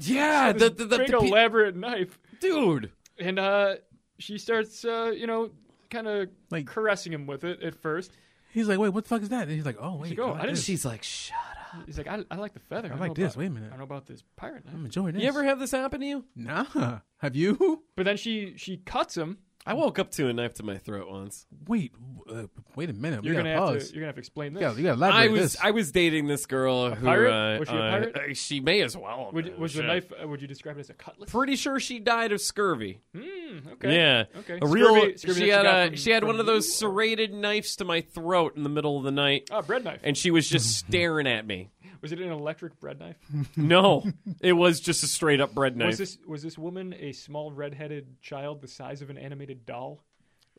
[SPEAKER 2] yeah the, the, the,
[SPEAKER 4] Big
[SPEAKER 2] the pe-
[SPEAKER 4] elaborate knife.
[SPEAKER 2] dude
[SPEAKER 4] And uh, she starts, uh, you know, kind of
[SPEAKER 3] Like-
[SPEAKER 4] caressing him with it at first.
[SPEAKER 3] He's like, wait, what the fuck is that? And he's like, oh wait,
[SPEAKER 4] like, oh,
[SPEAKER 3] like
[SPEAKER 4] I didn't
[SPEAKER 3] this.
[SPEAKER 4] see-
[SPEAKER 2] She's like, shut up.
[SPEAKER 4] He's like, I, I like the feather. I, don't
[SPEAKER 3] like
[SPEAKER 4] know
[SPEAKER 3] this.
[SPEAKER 4] about-
[SPEAKER 3] Wait a minute.
[SPEAKER 4] I don't know about this pirate
[SPEAKER 3] I'm
[SPEAKER 4] knife.
[SPEAKER 3] enjoying this.
[SPEAKER 2] You ever have this happen to you?
[SPEAKER 3] Nah. Have you?
[SPEAKER 4] But then she she cuts him.
[SPEAKER 2] I woke up to a knife to my throat once.
[SPEAKER 3] Wait. Uh, wait a minute.
[SPEAKER 4] You're
[SPEAKER 3] we
[SPEAKER 4] gonna
[SPEAKER 3] gotta
[SPEAKER 4] have
[SPEAKER 3] pause.
[SPEAKER 4] to you're gonna have to explain this.
[SPEAKER 3] Yeah, you gotta elaborate
[SPEAKER 2] I was
[SPEAKER 3] this.
[SPEAKER 2] I was dating this girl who
[SPEAKER 4] pirate?
[SPEAKER 2] uh,
[SPEAKER 4] Was she a
[SPEAKER 2] uh,
[SPEAKER 4] pirate?
[SPEAKER 2] she may as well.
[SPEAKER 4] Would,
[SPEAKER 2] uh,
[SPEAKER 4] was the
[SPEAKER 2] shit.
[SPEAKER 4] knife? Uh, would you describe it as a cutlass?
[SPEAKER 2] Pretty sure she died of scurvy.
[SPEAKER 4] Mm, okay.
[SPEAKER 2] Yeah,
[SPEAKER 4] Okay.
[SPEAKER 2] A real.
[SPEAKER 4] Scurvy- scurvy that
[SPEAKER 2] she
[SPEAKER 4] you
[SPEAKER 2] had
[SPEAKER 4] got
[SPEAKER 2] a,
[SPEAKER 4] from-
[SPEAKER 2] she had
[SPEAKER 4] from
[SPEAKER 2] one of
[SPEAKER 4] you,
[SPEAKER 2] those
[SPEAKER 4] or-
[SPEAKER 2] serrated knives to my throat in the middle of the night,
[SPEAKER 4] Ah, bread knife.
[SPEAKER 2] and she was just staring at me.
[SPEAKER 4] was it an electric bread knife?
[SPEAKER 2] No, it was just a straight up bread knife,
[SPEAKER 4] Was this was this woman a small redheaded child the size of an animated doll?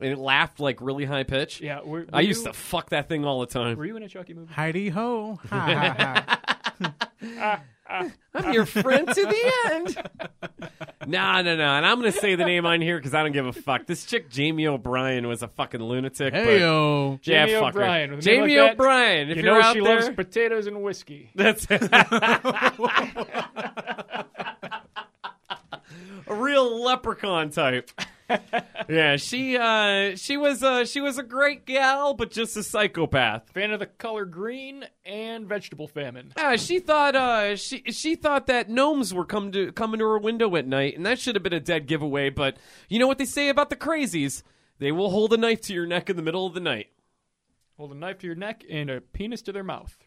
[SPEAKER 2] and it laughed like really high pitch.
[SPEAKER 4] Yeah, were, were
[SPEAKER 2] I used
[SPEAKER 4] you,
[SPEAKER 2] to fuck that thing all the time.
[SPEAKER 4] Were you in a Chucky movie?
[SPEAKER 3] Heidi ho. Ha, ha, ha.
[SPEAKER 2] I'm your friend to the end. nah, no, no. And I'm going to say the name on here because I don't give a fuck. This chick, Jamie O'Brien, was a fucking lunatic. but-
[SPEAKER 3] Heyo.
[SPEAKER 2] yeah,
[SPEAKER 4] Jamie
[SPEAKER 2] fuck her.
[SPEAKER 4] O'Brien, with a name
[SPEAKER 2] Jamie
[SPEAKER 4] like that,
[SPEAKER 2] O'Brien. If
[SPEAKER 4] you
[SPEAKER 2] are
[SPEAKER 4] know
[SPEAKER 2] out
[SPEAKER 4] she
[SPEAKER 2] there,
[SPEAKER 4] loves potatoes and whiskey.
[SPEAKER 2] that's a real leprechaun type. yeah, she uh, she was uh, she was a great gal, but just a psychopath.
[SPEAKER 4] Fan of the color green and vegetable famine.
[SPEAKER 2] Yeah, she thought uh, she she thought that gnomes were come to coming to her window at night, and that should have been a dead giveaway. But you know what they say about the crazies? They will hold a knife to your neck in the middle of the night.
[SPEAKER 4] Hold a knife to your neck and a penis to their mouth.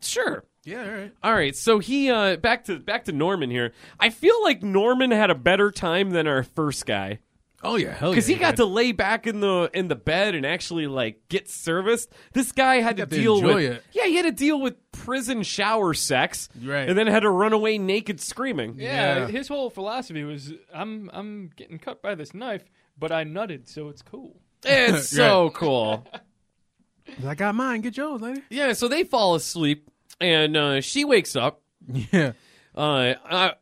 [SPEAKER 2] Sure.
[SPEAKER 3] Yeah, all right.
[SPEAKER 2] All right, so he uh, back to back to Norman here. I feel like Norman had a better time than our first guy
[SPEAKER 3] Oh yeah, hell yeah.
[SPEAKER 2] because he got
[SPEAKER 3] did.
[SPEAKER 2] to lay back in the in the bed and actually like get serviced. This guy had to
[SPEAKER 3] got to
[SPEAKER 2] deal
[SPEAKER 3] enjoy
[SPEAKER 2] with
[SPEAKER 3] it.
[SPEAKER 2] yeah, he had to deal with prison shower sex,
[SPEAKER 3] Right.
[SPEAKER 2] And then had to run away naked screaming.
[SPEAKER 4] Yeah,
[SPEAKER 3] Yeah.
[SPEAKER 4] his whole philosophy was I'm I'm getting cut by this knife, but I nutted, so it's cool.
[SPEAKER 2] It's so cool.
[SPEAKER 3] I got mine. Get yours, lady.
[SPEAKER 2] Yeah, so they fall asleep and uh, she wakes up.
[SPEAKER 3] Yeah.
[SPEAKER 2] Uh, I,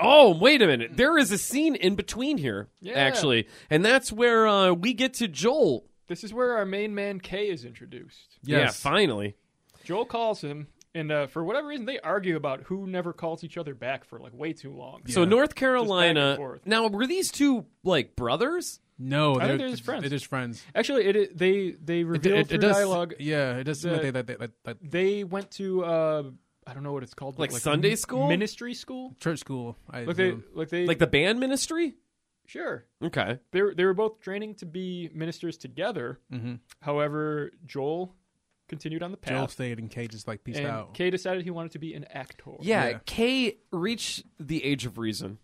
[SPEAKER 2] oh, wait a minute. There is a scene in between here,
[SPEAKER 4] Yeah.
[SPEAKER 2] actually, and that's where uh, we get to Joel.
[SPEAKER 4] This is where our main man Kay is introduced.
[SPEAKER 2] Yeah,
[SPEAKER 3] Yes.
[SPEAKER 2] finally.
[SPEAKER 4] Joel calls him, and uh, for whatever reason, they argue about who never calls each other back for like way too long.
[SPEAKER 2] So North
[SPEAKER 4] and
[SPEAKER 2] Carolina.
[SPEAKER 4] forth.
[SPEAKER 2] Now, were these two like brothers?
[SPEAKER 3] No,
[SPEAKER 4] I
[SPEAKER 3] they're,
[SPEAKER 4] think they're just friends.
[SPEAKER 3] They're just friends.
[SPEAKER 4] actually, it, it they they reveal through dialogue
[SPEAKER 3] Yeah, it does seem
[SPEAKER 4] the-
[SPEAKER 3] like they, that they, like, like
[SPEAKER 4] they went to uh, I don't know what it's called, but
[SPEAKER 2] Like Sunday school?
[SPEAKER 4] ministry school.
[SPEAKER 3] church school. I
[SPEAKER 4] Like they,
[SPEAKER 3] assume.
[SPEAKER 4] like they,
[SPEAKER 2] Like the band ministry?
[SPEAKER 4] sure.
[SPEAKER 2] Okay.
[SPEAKER 4] They were, they were both training to be ministers together.
[SPEAKER 3] Mhm.
[SPEAKER 4] However, Joel continued on the path.
[SPEAKER 3] Joel stayed and Kay just like peaced
[SPEAKER 4] and
[SPEAKER 3] out.
[SPEAKER 4] Kay decided he wanted to be an actor.
[SPEAKER 2] Yeah,
[SPEAKER 3] Yeah.
[SPEAKER 2] Kay reached the age of reason.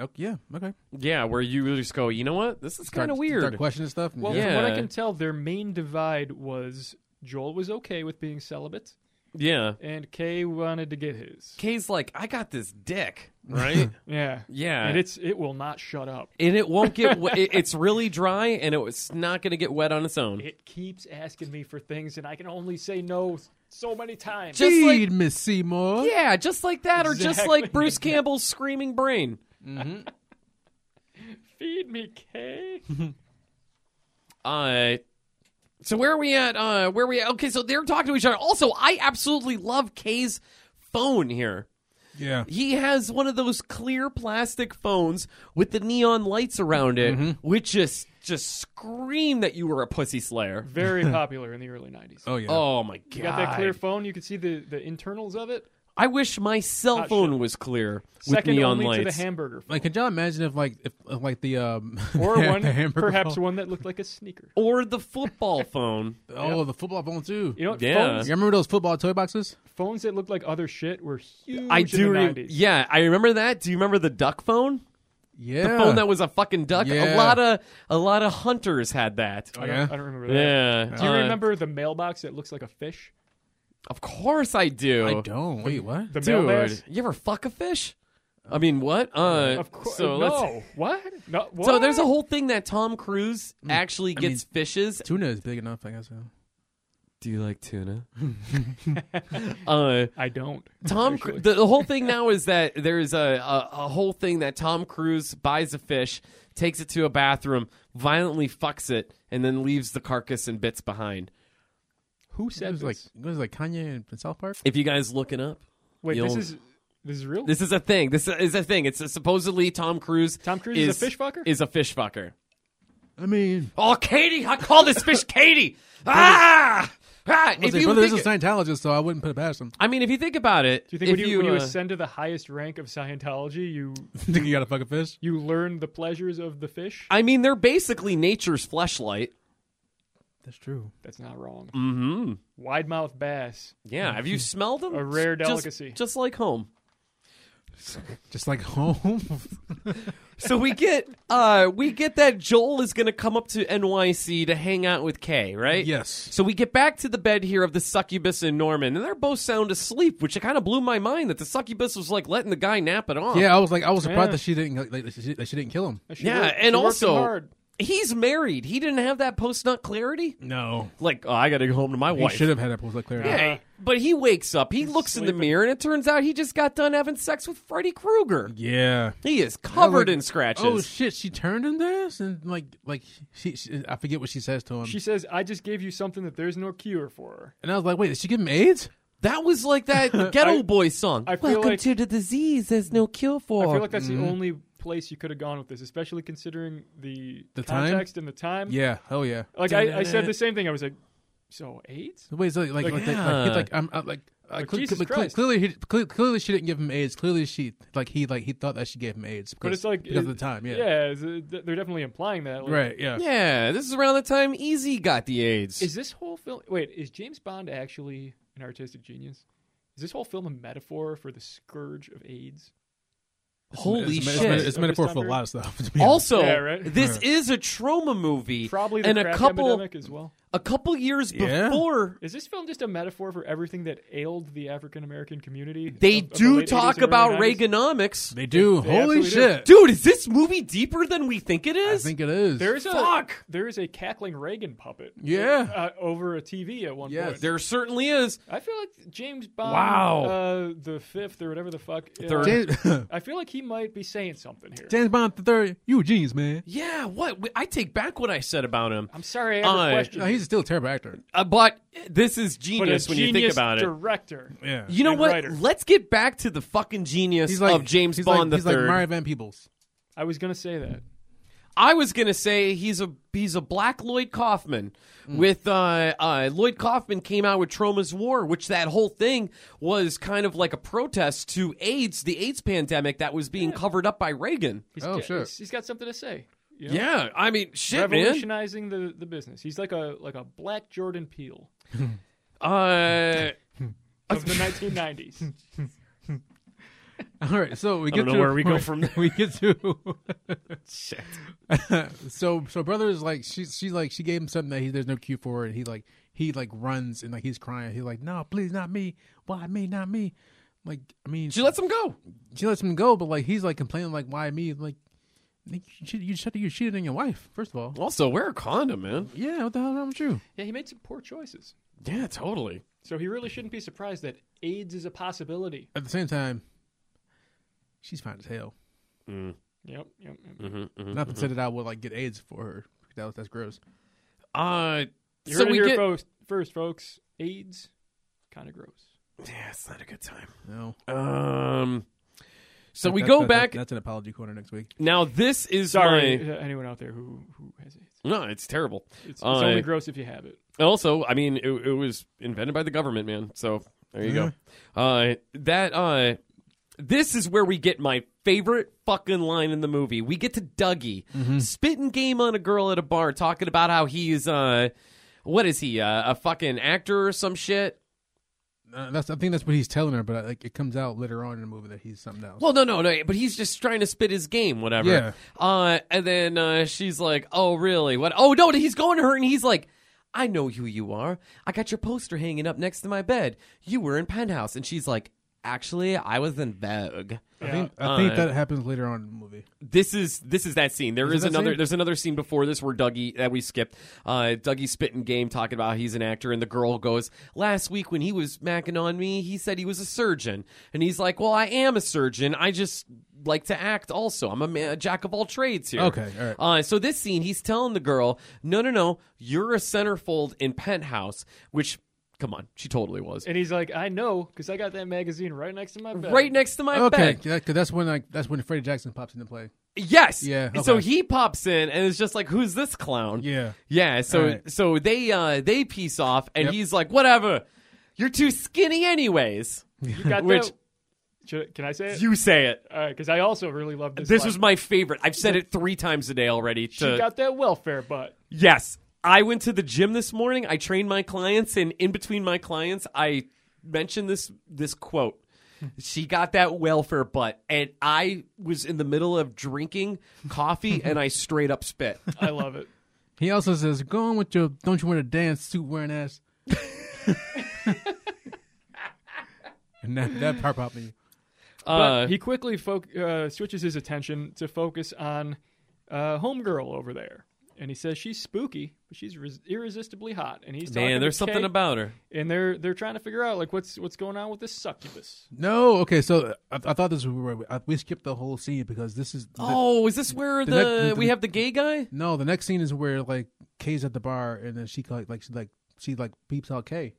[SPEAKER 3] oh, yeah, okay.
[SPEAKER 2] Yeah, where you just go, you know what? This is kind of
[SPEAKER 3] Start- Start
[SPEAKER 2] weird.
[SPEAKER 3] questioning stuff.
[SPEAKER 4] Well,
[SPEAKER 2] Yeah.
[SPEAKER 4] from what I can tell, their main divide was Joel was okay with being celibate,
[SPEAKER 2] Yeah.
[SPEAKER 4] and Kay wanted to get his.
[SPEAKER 2] Kay's like, I got this dick, right?
[SPEAKER 4] Yeah,
[SPEAKER 2] Yeah.
[SPEAKER 4] and it's it will not shut up.
[SPEAKER 2] and it won't get wet. it, it's really dry and it's not going to get wet on its own.
[SPEAKER 4] It keeps asking me for things, and I can only say no so many times.
[SPEAKER 2] Just like-
[SPEAKER 3] Feed Miss Seymour.
[SPEAKER 2] yeah, just like that, or just
[SPEAKER 4] Exactly.
[SPEAKER 2] like Bruce Campbell's screaming brain.
[SPEAKER 4] Feed me, Kay.
[SPEAKER 2] Uh, so where are we at? Uh, where are we at? Okay, so they're talking to each other. Also, I absolutely love Kay's phone here.
[SPEAKER 3] Yeah.
[SPEAKER 2] He has one of those clear plastic phones with the neon lights around it,
[SPEAKER 4] Mm-hmm.
[SPEAKER 2] which just just scream that you were a pussy slayer.
[SPEAKER 4] Very popular in the early '90s.
[SPEAKER 3] Oh yeah.
[SPEAKER 2] Oh my god!
[SPEAKER 4] You got that clear phone. You could see the, the internals of it.
[SPEAKER 2] I wish my cell
[SPEAKER 4] Hot
[SPEAKER 2] phone
[SPEAKER 4] shit.
[SPEAKER 2] was clear with
[SPEAKER 4] Second
[SPEAKER 2] neon
[SPEAKER 4] only
[SPEAKER 2] lights.
[SPEAKER 4] to the hamburger phone,
[SPEAKER 3] Like, could y'all imagine if like if, if like the um
[SPEAKER 4] or
[SPEAKER 3] the
[SPEAKER 4] one
[SPEAKER 3] hamburger
[SPEAKER 4] perhaps
[SPEAKER 3] phone-
[SPEAKER 4] one that looked like a sneaker.
[SPEAKER 2] or the football phone.
[SPEAKER 3] Oh, the football phone too.
[SPEAKER 4] You know, what?
[SPEAKER 2] Yeah.
[SPEAKER 4] phones,
[SPEAKER 3] You remember those football toy boxes?
[SPEAKER 4] phones that looked like other shit were huge.
[SPEAKER 2] I
[SPEAKER 4] in
[SPEAKER 2] do.
[SPEAKER 4] the
[SPEAKER 2] Re-
[SPEAKER 4] 90s.
[SPEAKER 2] yeah, I remember that. Do you remember the duck phone?
[SPEAKER 3] Yeah.
[SPEAKER 2] The phone that was a fucking duck. A
[SPEAKER 3] Yeah.
[SPEAKER 2] lot of a lot of hunters had that.
[SPEAKER 4] I don't,
[SPEAKER 3] Yeah.
[SPEAKER 4] I don't remember that.
[SPEAKER 2] Yeah.
[SPEAKER 4] Oh, Do you
[SPEAKER 2] uh,
[SPEAKER 4] remember the mailbox that looks like a fish?
[SPEAKER 2] Of course I do.
[SPEAKER 3] I don't. Wait, what?
[SPEAKER 4] The mailbox.
[SPEAKER 2] Dude, you ever fuck a fish? I mean, what? Uh,
[SPEAKER 4] Of course.
[SPEAKER 2] So let's.
[SPEAKER 4] no. What? No. What?
[SPEAKER 2] So there's a whole thing that Tom Cruise actually
[SPEAKER 3] Mm. mean-
[SPEAKER 2] gets fishes.
[SPEAKER 3] Tuna is big enough, I guess. So.
[SPEAKER 2] Do you like tuna? uh,
[SPEAKER 4] I don't.
[SPEAKER 2] Tom, Cru-
[SPEAKER 4] Actually.
[SPEAKER 2] the, the whole thing now is that there's a, a a whole thing that Tom Cruise buys a fish, takes it to a bathroom, violently fucks it, and then leaves the carcass and bits behind.
[SPEAKER 4] Who
[SPEAKER 3] It
[SPEAKER 4] said
[SPEAKER 3] was
[SPEAKER 4] this?
[SPEAKER 3] like it was like Kanye in South Park.
[SPEAKER 2] If you guys look it up,
[SPEAKER 4] Wait, this
[SPEAKER 2] you'll-
[SPEAKER 4] is this is real.
[SPEAKER 2] this is a thing. This is a thing. It's supposedly Tom Cruise.
[SPEAKER 4] Tom Cruise is a fish fucker?
[SPEAKER 2] Is a fish fucker.
[SPEAKER 3] I mean,
[SPEAKER 2] Oh, Katie! I call this fish Katie. ah, ah!
[SPEAKER 3] if
[SPEAKER 2] If you
[SPEAKER 3] brother is a
[SPEAKER 2] think-
[SPEAKER 3] Scientologist, so I wouldn't put it past him.
[SPEAKER 2] I mean, if you think about it,
[SPEAKER 4] Do you think
[SPEAKER 2] if
[SPEAKER 4] when you, when you
[SPEAKER 2] uh,
[SPEAKER 4] ascend to the highest rank of Scientology, you
[SPEAKER 3] Think you got a fucking fish?
[SPEAKER 4] you learn the pleasures of the fish?
[SPEAKER 2] I mean, they're basically nature's fleshlight.
[SPEAKER 3] That's true.
[SPEAKER 4] That's not wrong.
[SPEAKER 3] Mm.
[SPEAKER 2] Mm-hmm.
[SPEAKER 4] Wide mouth bass.
[SPEAKER 2] Yeah, have you smelled them?
[SPEAKER 4] Mm-hmm. A rare
[SPEAKER 2] Just-
[SPEAKER 4] delicacy.
[SPEAKER 2] just, like home.
[SPEAKER 3] Just like home.
[SPEAKER 2] So we get, uh, we get that Joel is going to come up to NYC to hang out with Kay, right?
[SPEAKER 3] yes.
[SPEAKER 2] So we get back to the bed here of the succubus and Norman, and they're both sound asleep, which kind of blew my mind that the succubus was like letting the guy nap it off.
[SPEAKER 3] Yeah, I was like, I was surprised
[SPEAKER 4] Yeah.
[SPEAKER 3] that she didn't like, that she, that she didn't kill him.
[SPEAKER 4] She
[SPEAKER 2] Yeah,
[SPEAKER 4] worked- she
[SPEAKER 2] and
[SPEAKER 4] worked
[SPEAKER 2] also-
[SPEAKER 4] him hard.
[SPEAKER 2] he's married. He didn't have that post nut clarity.
[SPEAKER 3] No,
[SPEAKER 2] Like, oh, I got to go home to my
[SPEAKER 3] he
[SPEAKER 2] wife.
[SPEAKER 3] should have had that post like clarity.
[SPEAKER 2] Yeah, but he wakes up. He looks in the
[SPEAKER 4] Uh-huh. sleeping.
[SPEAKER 2] mirror, and it turns out he just got done having sex with Freddy Krueger.
[SPEAKER 3] Yeah.
[SPEAKER 2] He is covered
[SPEAKER 3] Like,
[SPEAKER 2] in scratches.
[SPEAKER 3] Oh shit! She turned him this, and like, like she, she, I forget what she says to him,
[SPEAKER 4] She says, "I just gave you something that there's no cure for."
[SPEAKER 3] and I was like, wait, did she give him AIDS?
[SPEAKER 2] That was like that Ghetto
[SPEAKER 4] I-
[SPEAKER 2] Boy song.
[SPEAKER 4] I feel like-
[SPEAKER 2] the disease there's no cure for.
[SPEAKER 4] I feel like that's the
[SPEAKER 3] mm.
[SPEAKER 4] only place you could have gone with this, especially considering the,
[SPEAKER 3] The time?
[SPEAKER 4] context and the time.
[SPEAKER 3] Yeah, hell yeah.
[SPEAKER 4] Like I, I said the same thing. I was like, so AIDS?
[SPEAKER 3] Wait, so like, like,
[SPEAKER 4] Like,
[SPEAKER 3] like, like,
[SPEAKER 2] yeah.
[SPEAKER 3] he's like, I'm, I'm like, uh, I
[SPEAKER 4] Like,
[SPEAKER 3] cle-
[SPEAKER 4] Jesus
[SPEAKER 3] cle- cle-
[SPEAKER 4] Christ.
[SPEAKER 3] clearly, he, clearly, clearly, she didn't give him AIDS. Clearly, she, like, he, like, he thought that she gave him AIDS, because,
[SPEAKER 4] But it's like
[SPEAKER 3] because of
[SPEAKER 4] it-
[SPEAKER 3] the time, yeah,
[SPEAKER 4] yeah. it's, uh, th- They're definitely implying that. Like,
[SPEAKER 3] right, yeah.
[SPEAKER 2] yeah, this is around the time Easy got the AIDS.
[SPEAKER 4] Is this whole film? Wait, is James Bond actually an artistic genius. Is this whole film a metaphor for the scourge of AIDS?
[SPEAKER 2] Holy
[SPEAKER 3] it's,
[SPEAKER 2] shit!
[SPEAKER 3] It's, it's, a metaphor
[SPEAKER 4] Understand
[SPEAKER 3] for a
[SPEAKER 4] her?
[SPEAKER 3] lot of stuff. to be honest.
[SPEAKER 2] also,
[SPEAKER 4] Yeah, right.
[SPEAKER 2] this is a trauma movie,
[SPEAKER 4] Probably the
[SPEAKER 2] and a
[SPEAKER 4] crack
[SPEAKER 2] couple
[SPEAKER 4] epidemic as well.
[SPEAKER 2] a couple years
[SPEAKER 3] Yeah.
[SPEAKER 2] before
[SPEAKER 4] Is this film just a metaphor for everything that ailed the African American community?
[SPEAKER 2] they
[SPEAKER 4] of- of the
[SPEAKER 2] do
[SPEAKER 4] late 80s
[SPEAKER 2] talk
[SPEAKER 4] and early
[SPEAKER 2] about
[SPEAKER 4] 90s?
[SPEAKER 2] Reaganomics.
[SPEAKER 3] they do.
[SPEAKER 4] They
[SPEAKER 3] Holy
[SPEAKER 4] absolutely do.
[SPEAKER 3] shit!
[SPEAKER 2] Dude, is this movie deeper than we think it
[SPEAKER 3] I
[SPEAKER 2] is?
[SPEAKER 3] think it is.
[SPEAKER 4] There is a
[SPEAKER 2] Fuck!
[SPEAKER 4] there is a cackling Reagan puppet.
[SPEAKER 3] Yeah.
[SPEAKER 4] uh, over a TV at one
[SPEAKER 3] Yes.
[SPEAKER 4] point.
[SPEAKER 2] there certainly is.
[SPEAKER 4] I feel like James Bond,
[SPEAKER 2] Wow.
[SPEAKER 4] uh, the fifth or whatever the fuck. uh,
[SPEAKER 2] Third.
[SPEAKER 3] James,
[SPEAKER 4] I feel like he might be saying something here.
[SPEAKER 3] James Bond the third. You a genius, man.
[SPEAKER 2] Yeah, what? I take back what I said about him.
[SPEAKER 4] I'm sorry, I have
[SPEAKER 2] Uh,
[SPEAKER 4] a question.
[SPEAKER 3] No, he's still a terrible actor.
[SPEAKER 2] Uh, but this is
[SPEAKER 4] but a
[SPEAKER 2] genius when you think
[SPEAKER 4] genius
[SPEAKER 2] about it.
[SPEAKER 4] director.
[SPEAKER 3] Yeah.
[SPEAKER 2] You know
[SPEAKER 4] and
[SPEAKER 2] what?
[SPEAKER 4] writer.
[SPEAKER 2] Let's get back to the fucking genius
[SPEAKER 3] he's like
[SPEAKER 2] of James
[SPEAKER 3] he's Like,
[SPEAKER 2] Bond the
[SPEAKER 3] he's
[SPEAKER 2] third.
[SPEAKER 3] like Mario Van Peebles.
[SPEAKER 4] I was gonna say that.
[SPEAKER 2] I was gonna say he's a he's a black Lloyd Kaufman.
[SPEAKER 3] Hmm.
[SPEAKER 2] With uh, uh, Lloyd Kaufman came out with Troma's War, which that whole thing was kind of like a protest to AIDS, the AIDS pandemic that was being covered up by Reagan.
[SPEAKER 4] He's
[SPEAKER 3] Oh,
[SPEAKER 4] got-
[SPEAKER 3] sure.
[SPEAKER 4] he's- he's got something to say. you know?
[SPEAKER 2] Yeah, I mean, shit, man.
[SPEAKER 4] revolutionizing the, the business. He's like a like a black Jordan Peele
[SPEAKER 2] Uh,
[SPEAKER 4] of the 1990s.
[SPEAKER 3] All right, so we
[SPEAKER 2] I
[SPEAKER 3] get
[SPEAKER 2] don't know
[SPEAKER 3] to a
[SPEAKER 2] where we go
[SPEAKER 3] point-
[SPEAKER 2] from there.
[SPEAKER 3] We get to
[SPEAKER 2] shit.
[SPEAKER 3] so so brother's like she she's like she gave him something that he there's no cue for and he like he like runs and like he's crying he's like no please not me why me not me like I mean
[SPEAKER 2] She lets him go.
[SPEAKER 3] she lets him go but like he's like complaining like why me like Nick, you should you should you cheated on your wife first of all
[SPEAKER 2] Also, wear a condom, man.
[SPEAKER 3] yeah what the hell is wrong with you
[SPEAKER 4] yeah, he made some poor choices.
[SPEAKER 2] Yeah, totally.
[SPEAKER 4] So he really shouldn't be surprised that AIDS is a possibility.
[SPEAKER 3] at the same time she's fine as hell
[SPEAKER 2] Mm-hmm,
[SPEAKER 4] Yep, yep, yep.
[SPEAKER 3] not to say that I would like get AIDS for her that was, that's gross
[SPEAKER 2] Uh,
[SPEAKER 4] You
[SPEAKER 2] so
[SPEAKER 4] heard it
[SPEAKER 2] we
[SPEAKER 4] here
[SPEAKER 2] get.
[SPEAKER 4] folks, first, folks. AIDS, kind of gross.
[SPEAKER 2] Yeah, it's not a good time.
[SPEAKER 3] no
[SPEAKER 2] Um, so we
[SPEAKER 3] That-
[SPEAKER 2] go
[SPEAKER 3] that-
[SPEAKER 2] back.
[SPEAKER 3] that's an apology corner next week
[SPEAKER 2] now this is
[SPEAKER 4] Sorry,
[SPEAKER 2] my-
[SPEAKER 4] uh, anyone out there who who has AIDS.
[SPEAKER 2] No, it's terrible.
[SPEAKER 4] It's, it's
[SPEAKER 2] Uh,
[SPEAKER 4] only gross if you have it.
[SPEAKER 2] Also, I mean, it, it was invented by the government, man. So there you go. Uh, that uh, this is where we get my favorite fucking line in the movie. We get to Dougie spitting game on a girl at a bar, talking about how he's uh, what is he? Uh, a fucking actor or some shit?
[SPEAKER 3] Uh, that's I think that's what he's telling her, but uh, like it comes out later on in the movie that he's something else.
[SPEAKER 2] Well, no, no, no. But he's just trying to spit his game, whatever.
[SPEAKER 3] Yeah.
[SPEAKER 2] Uh, and then uh, she's like, "Oh, really? What? Oh, no." He's going to her, and he's like, "I know who you are. I got your poster hanging up next to my bed. You were in Penthouse." And she's like, "Actually, I was in Vogue."
[SPEAKER 3] I think, I
[SPEAKER 2] Uh,
[SPEAKER 3] think that happens later on in the movie.
[SPEAKER 2] This is this is that scene. There
[SPEAKER 3] Is
[SPEAKER 2] is,
[SPEAKER 3] it that
[SPEAKER 2] another.
[SPEAKER 3] scene?
[SPEAKER 2] There's another scene before this where Dougie that we skipped. Uh, Dougie spitting game talking about he's an actor, and the girl goes, "Last week when he was macking on me, he said he was a surgeon, and he's like, well, I am a surgeon. I just like to act. Also, I'm a, man, a jack of all trades here.
[SPEAKER 3] Okay, all right.
[SPEAKER 2] Uh, so this scene, he's telling the girl, "No, no, no, you're a centerfold in Penthouse," which, come on, she totally was.
[SPEAKER 4] And he's like, I know, because I got that magazine right next to my bed.
[SPEAKER 2] Right next to my
[SPEAKER 3] Okay,
[SPEAKER 2] bed.
[SPEAKER 3] because that's when like that's when Freddie Jackson pops into play.
[SPEAKER 2] Yes.
[SPEAKER 3] Yeah,
[SPEAKER 2] And So
[SPEAKER 3] okay.
[SPEAKER 2] he pops in and is just like, "Who's this clown?"
[SPEAKER 3] Yeah.
[SPEAKER 2] Yeah. So
[SPEAKER 3] Alright.
[SPEAKER 2] so they uh they piece off, and
[SPEAKER 3] Yep.
[SPEAKER 2] he's like, "Whatever, you're too skinny, anyways."
[SPEAKER 4] You got
[SPEAKER 2] Which-
[SPEAKER 4] that? Should- can I say it?
[SPEAKER 2] You say it.
[SPEAKER 4] Because I also really love this.
[SPEAKER 2] This
[SPEAKER 4] line.
[SPEAKER 2] was my favorite. I've said it three times a day already.
[SPEAKER 4] She
[SPEAKER 2] to-
[SPEAKER 4] got that welfare butt.
[SPEAKER 2] yes, I went to the gym this morning. I trained my clients, and in between my clients, I mentioned this this quote. She got that welfare butt, and I was in the middle of drinking coffee, and I straight up spit.
[SPEAKER 4] I love it.
[SPEAKER 3] He also says, "Go on with your don't you want a dance suit wearing ass." and that that part popped me.
[SPEAKER 2] Uh,
[SPEAKER 4] But he quickly fo- uh, switches his attention to focus on uh, homegirl over there. And he says she's spooky, but she's res- irresistibly hot. And he's talking
[SPEAKER 2] Man,
[SPEAKER 4] to
[SPEAKER 2] there's something
[SPEAKER 4] Kay,
[SPEAKER 2] about her.
[SPEAKER 4] and they're they're trying to figure out like what's what's going on with this succubus.
[SPEAKER 3] No, okay, so I, I thought this was where we, I, we skipped the whole scene because this is the-
[SPEAKER 2] Oh, is this where the,
[SPEAKER 3] the next-
[SPEAKER 2] we have the gay guy?
[SPEAKER 3] no the next scene is where like Kay's at the bar and then she like like she like she like peeps out Kay.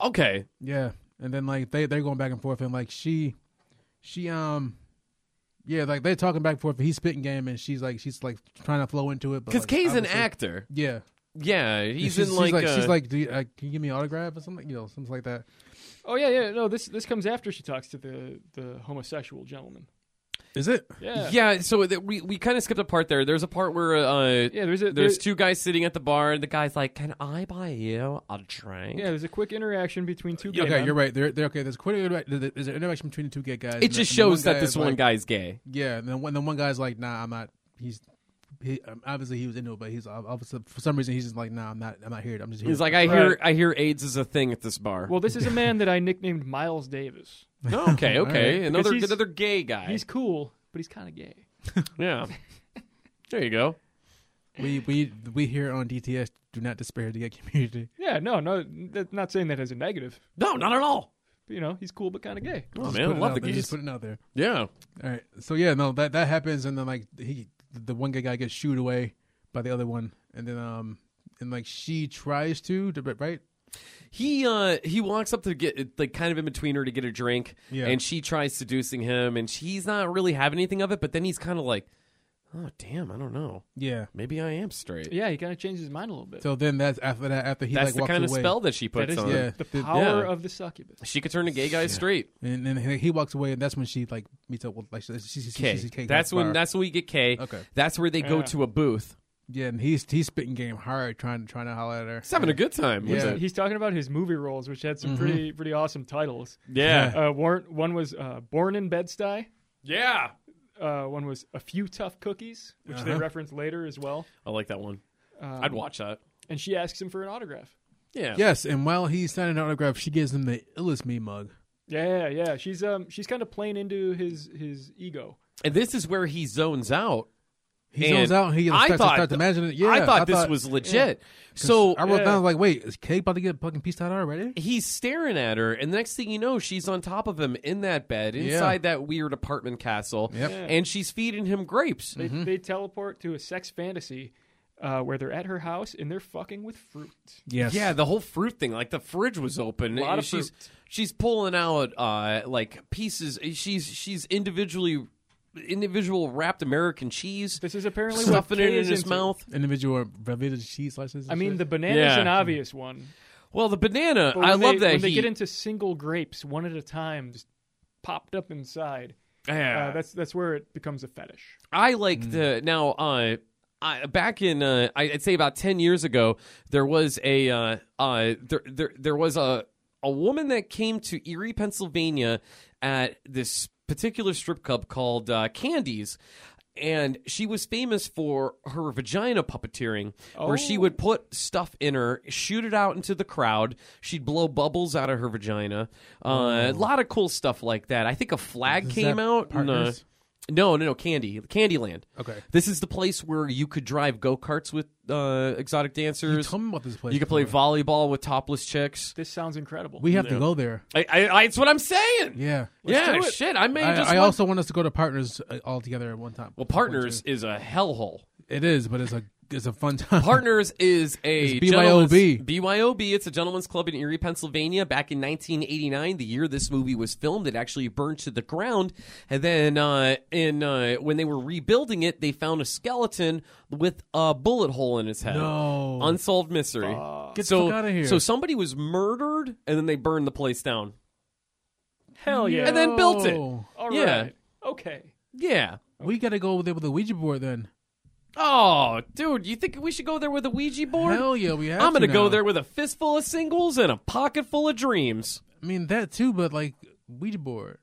[SPEAKER 2] Okay.
[SPEAKER 3] Yeah, and then like they they're going back and forth, and like she, she um, yeah, like they're talking back and forth. But he's spitting game, and she's like she's like trying to flow into it. but,
[SPEAKER 2] Because
[SPEAKER 3] like,
[SPEAKER 2] Kay's an
[SPEAKER 3] obviously-
[SPEAKER 2] actor.
[SPEAKER 3] Yeah,
[SPEAKER 2] Yeah, he's
[SPEAKER 3] she's,
[SPEAKER 2] in
[SPEAKER 3] she's
[SPEAKER 2] like,
[SPEAKER 3] like
[SPEAKER 2] uh,
[SPEAKER 3] she's like, Do you, uh, can you give me an autograph or something? You know, something like that.
[SPEAKER 4] Oh yeah, yeah. No, this this comes after she talks to the the homosexual gentleman.
[SPEAKER 3] Is it?
[SPEAKER 4] Yeah.
[SPEAKER 2] Yeah, so that we, we kind of skipped a part there. There's a part where uh,
[SPEAKER 4] Yeah, there's a
[SPEAKER 2] there's
[SPEAKER 4] there-
[SPEAKER 2] two guys sitting at the bar, and the guy's like, "Can I buy you a drink?"
[SPEAKER 4] Yeah, there's a quick interaction between two gay
[SPEAKER 3] okay,
[SPEAKER 4] men.
[SPEAKER 3] you're right. They're, they're okay. There's quite a, there's an interaction between the two gay guys. and the-
[SPEAKER 2] It just
[SPEAKER 3] and the one
[SPEAKER 2] shows that
[SPEAKER 3] guy
[SPEAKER 2] this
[SPEAKER 3] is
[SPEAKER 2] one
[SPEAKER 3] like-
[SPEAKER 2] guy's gay.
[SPEAKER 3] Yeah, and then, one- then one guy's like, "Nah, I'm not." He's he, um, obviously he was into it, but he's ob- obviously for some reason he's just like, "Nah, I'm not. I'm not here. I'm just here."
[SPEAKER 2] He's like, "I
[SPEAKER 4] Right.
[SPEAKER 2] hear I hear AIDS is a thing at this bar."
[SPEAKER 4] Well, this is a man that I nicknamed Miles Davis.
[SPEAKER 2] okay, okay,
[SPEAKER 3] Alright.
[SPEAKER 2] another
[SPEAKER 4] he's-
[SPEAKER 2] another gay guy.
[SPEAKER 4] He's cool, but he's kind of gay.
[SPEAKER 2] yeah, there you go.
[SPEAKER 3] we we we here on DTS do not despair the gay community.
[SPEAKER 4] Yeah, no, no, that, not saying that as a negative.
[SPEAKER 2] No, not at all.
[SPEAKER 4] But, you know, he's cool, but kind of gay.
[SPEAKER 2] Oh
[SPEAKER 3] Just
[SPEAKER 2] man,
[SPEAKER 3] put
[SPEAKER 2] I
[SPEAKER 3] it
[SPEAKER 2] love
[SPEAKER 3] out,
[SPEAKER 2] the
[SPEAKER 3] there,
[SPEAKER 2] gays.
[SPEAKER 3] Just putting it out there.
[SPEAKER 2] yeah,
[SPEAKER 3] All right, so yeah, no, that that happens, and then like he, the one gay guy gets shooed away by the other one, and then um, and like she tries to, to- but right?
[SPEAKER 2] he uh he walks up to get like kind of in between her to get a drink,
[SPEAKER 3] Yeah.
[SPEAKER 2] and she tries seducing him, and she's not really having anything of it. But then he's kind of like, "Oh damn, I don't know.
[SPEAKER 3] Yeah.
[SPEAKER 2] Maybe I am straight."
[SPEAKER 4] Yeah, he kind of changed his mind a little bit.
[SPEAKER 3] So then that's after that, after he
[SPEAKER 2] That's
[SPEAKER 3] like
[SPEAKER 2] the
[SPEAKER 3] walks
[SPEAKER 2] kind
[SPEAKER 3] away,
[SPEAKER 2] of spell that she
[SPEAKER 4] that
[SPEAKER 2] puts
[SPEAKER 4] is
[SPEAKER 2] on.
[SPEAKER 4] the,
[SPEAKER 3] Yeah.
[SPEAKER 4] the power
[SPEAKER 2] Yeah.
[SPEAKER 4] of the succubus.
[SPEAKER 2] She could turn a gay guy straight.
[SPEAKER 3] and then he he walks away, and that's when she like meets up with like she, she, she, she,
[SPEAKER 2] K.
[SPEAKER 3] she, she
[SPEAKER 2] That's when
[SPEAKER 3] bar.
[SPEAKER 2] that's when we get K.
[SPEAKER 3] Okay.
[SPEAKER 2] That's where they go
[SPEAKER 4] Yeah.
[SPEAKER 2] to a booth.
[SPEAKER 3] Yeah, and he's he's spitting game hard, trying to trying to holler at her.
[SPEAKER 2] He's having a good time. with
[SPEAKER 3] Yeah.
[SPEAKER 2] it.
[SPEAKER 4] He's talking about his movie roles, which had some pretty pretty awesome titles.
[SPEAKER 2] Yeah.
[SPEAKER 4] Uh, warrant, one was uh, Born in Bed-Stuy.
[SPEAKER 2] Yeah.
[SPEAKER 4] Uh, one was A Few Tough Cookies, which they reference later as well.
[SPEAKER 2] I like that one.
[SPEAKER 4] Um,
[SPEAKER 2] I'd watch that.
[SPEAKER 4] And she asks him for an autograph.
[SPEAKER 2] Yeah.
[SPEAKER 3] Yes, and while he's signing an autograph, she gives him the illest me mug.
[SPEAKER 4] Yeah, yeah. She's um she's kind of playing into his his ego.
[SPEAKER 2] And this is where he zones out.
[SPEAKER 3] He
[SPEAKER 2] And
[SPEAKER 3] zones out, and he
[SPEAKER 2] I
[SPEAKER 3] starts,
[SPEAKER 2] thought-
[SPEAKER 3] starts imagining it. Yeah,
[SPEAKER 2] I thought this was legit. So
[SPEAKER 3] I wrote
[SPEAKER 4] yeah.
[SPEAKER 3] down like, wait, is Cake about to get fucking pieced out already?
[SPEAKER 2] he's staring at her, and the next thing you know, she's on top of him in that bed
[SPEAKER 3] Yeah.
[SPEAKER 2] inside that weird apartment castle,
[SPEAKER 3] Yep.
[SPEAKER 4] Yeah.
[SPEAKER 2] and she's feeding him grapes.
[SPEAKER 4] They they teleport to a sex fantasy uh, where they're at her house and they're fucking with fruit.
[SPEAKER 3] Yes.
[SPEAKER 2] Yeah, the whole fruit thing, like the fridge was open.
[SPEAKER 4] Lot of
[SPEAKER 2] she's
[SPEAKER 4] fruit.
[SPEAKER 2] she's pulling out uh like pieces. She's she's individually individual wrapped American cheese,
[SPEAKER 4] This is apparently what
[SPEAKER 2] stuffing it
[SPEAKER 4] Kay
[SPEAKER 2] in
[SPEAKER 4] is
[SPEAKER 2] his
[SPEAKER 4] into.
[SPEAKER 2] mouth.
[SPEAKER 3] Individual Velveeta cheese slices. and
[SPEAKER 4] I mean,
[SPEAKER 3] shit.
[SPEAKER 4] the banana's
[SPEAKER 2] Yeah.
[SPEAKER 4] an obvious one.
[SPEAKER 2] Well, the banana,
[SPEAKER 4] But
[SPEAKER 2] I
[SPEAKER 4] when
[SPEAKER 2] love
[SPEAKER 4] they,
[SPEAKER 2] that
[SPEAKER 4] when they
[SPEAKER 2] he-
[SPEAKER 4] get into single grapes one at a time, just popped up inside.
[SPEAKER 2] Yeah.
[SPEAKER 4] Uh, that's that's where it becomes a fetish.
[SPEAKER 2] I like
[SPEAKER 3] Mm.
[SPEAKER 2] the now. Uh, I, back in uh, I- I'd say about ten years ago, there was a uh, uh, there, there there was a a woman that came to Erie, Pennsylvania, at this particular strip club called uh, Candies. And she was famous for her vagina puppeteering, where she
[SPEAKER 3] Oh.
[SPEAKER 2] would put stuff in her, shoot it out into the crowd. She'd blow bubbles out of her vagina. Uh, A lot of cool stuff like that. I think a flag
[SPEAKER 3] Is
[SPEAKER 2] came
[SPEAKER 3] Oh. that
[SPEAKER 2] out. and, uh,
[SPEAKER 3] Partners?
[SPEAKER 2] no, no, no, Candy, Candyland.
[SPEAKER 3] Okay.
[SPEAKER 2] This is the place where you could drive go karts with uh, exotic
[SPEAKER 3] You
[SPEAKER 2] dancers.
[SPEAKER 3] tell me about this place.
[SPEAKER 2] You could play
[SPEAKER 3] before.
[SPEAKER 2] volleyball with topless chicks.
[SPEAKER 4] This sounds incredible.
[SPEAKER 3] We have to go there.
[SPEAKER 2] I, I, I it's what I'm saying.
[SPEAKER 3] Yeah.
[SPEAKER 2] yeah,
[SPEAKER 4] do it.
[SPEAKER 2] shit. I may
[SPEAKER 3] I,
[SPEAKER 2] just.
[SPEAKER 3] I
[SPEAKER 2] want-
[SPEAKER 3] also want us to go to Partners uh, all together at one time.
[SPEAKER 2] well, partners is a hellhole.
[SPEAKER 3] It is, but it's a it's a fun time.
[SPEAKER 2] Partners is a
[SPEAKER 3] It's BYOB.
[SPEAKER 2] gentleman's- BYOB. It's a gentleman's club in Erie, Pennsylvania. Back in 1989, the year this movie was filmed, it actually burned to the ground. And then, uh, in uh, when they were rebuilding it, they found a skeleton with a bullet hole in his head.
[SPEAKER 3] No.
[SPEAKER 2] unsolved mystery.
[SPEAKER 3] Get the
[SPEAKER 2] so,
[SPEAKER 3] fuck outta here.
[SPEAKER 2] So somebody was murdered, and then they burned the place down.
[SPEAKER 4] Hell yeah!
[SPEAKER 2] And then built it.
[SPEAKER 3] No.
[SPEAKER 4] All
[SPEAKER 2] yeah.
[SPEAKER 4] right. Okay.
[SPEAKER 2] Yeah.
[SPEAKER 3] We got to go over there with a Ouija board then.
[SPEAKER 2] Oh, dude, you think we should go there with a Ouija board?
[SPEAKER 3] Hell yeah, we have.
[SPEAKER 2] I'm
[SPEAKER 3] going to
[SPEAKER 2] go
[SPEAKER 3] now.
[SPEAKER 2] there with a fistful of singles and a pocket full of dreams.
[SPEAKER 3] I mean that too, but like Ouija board.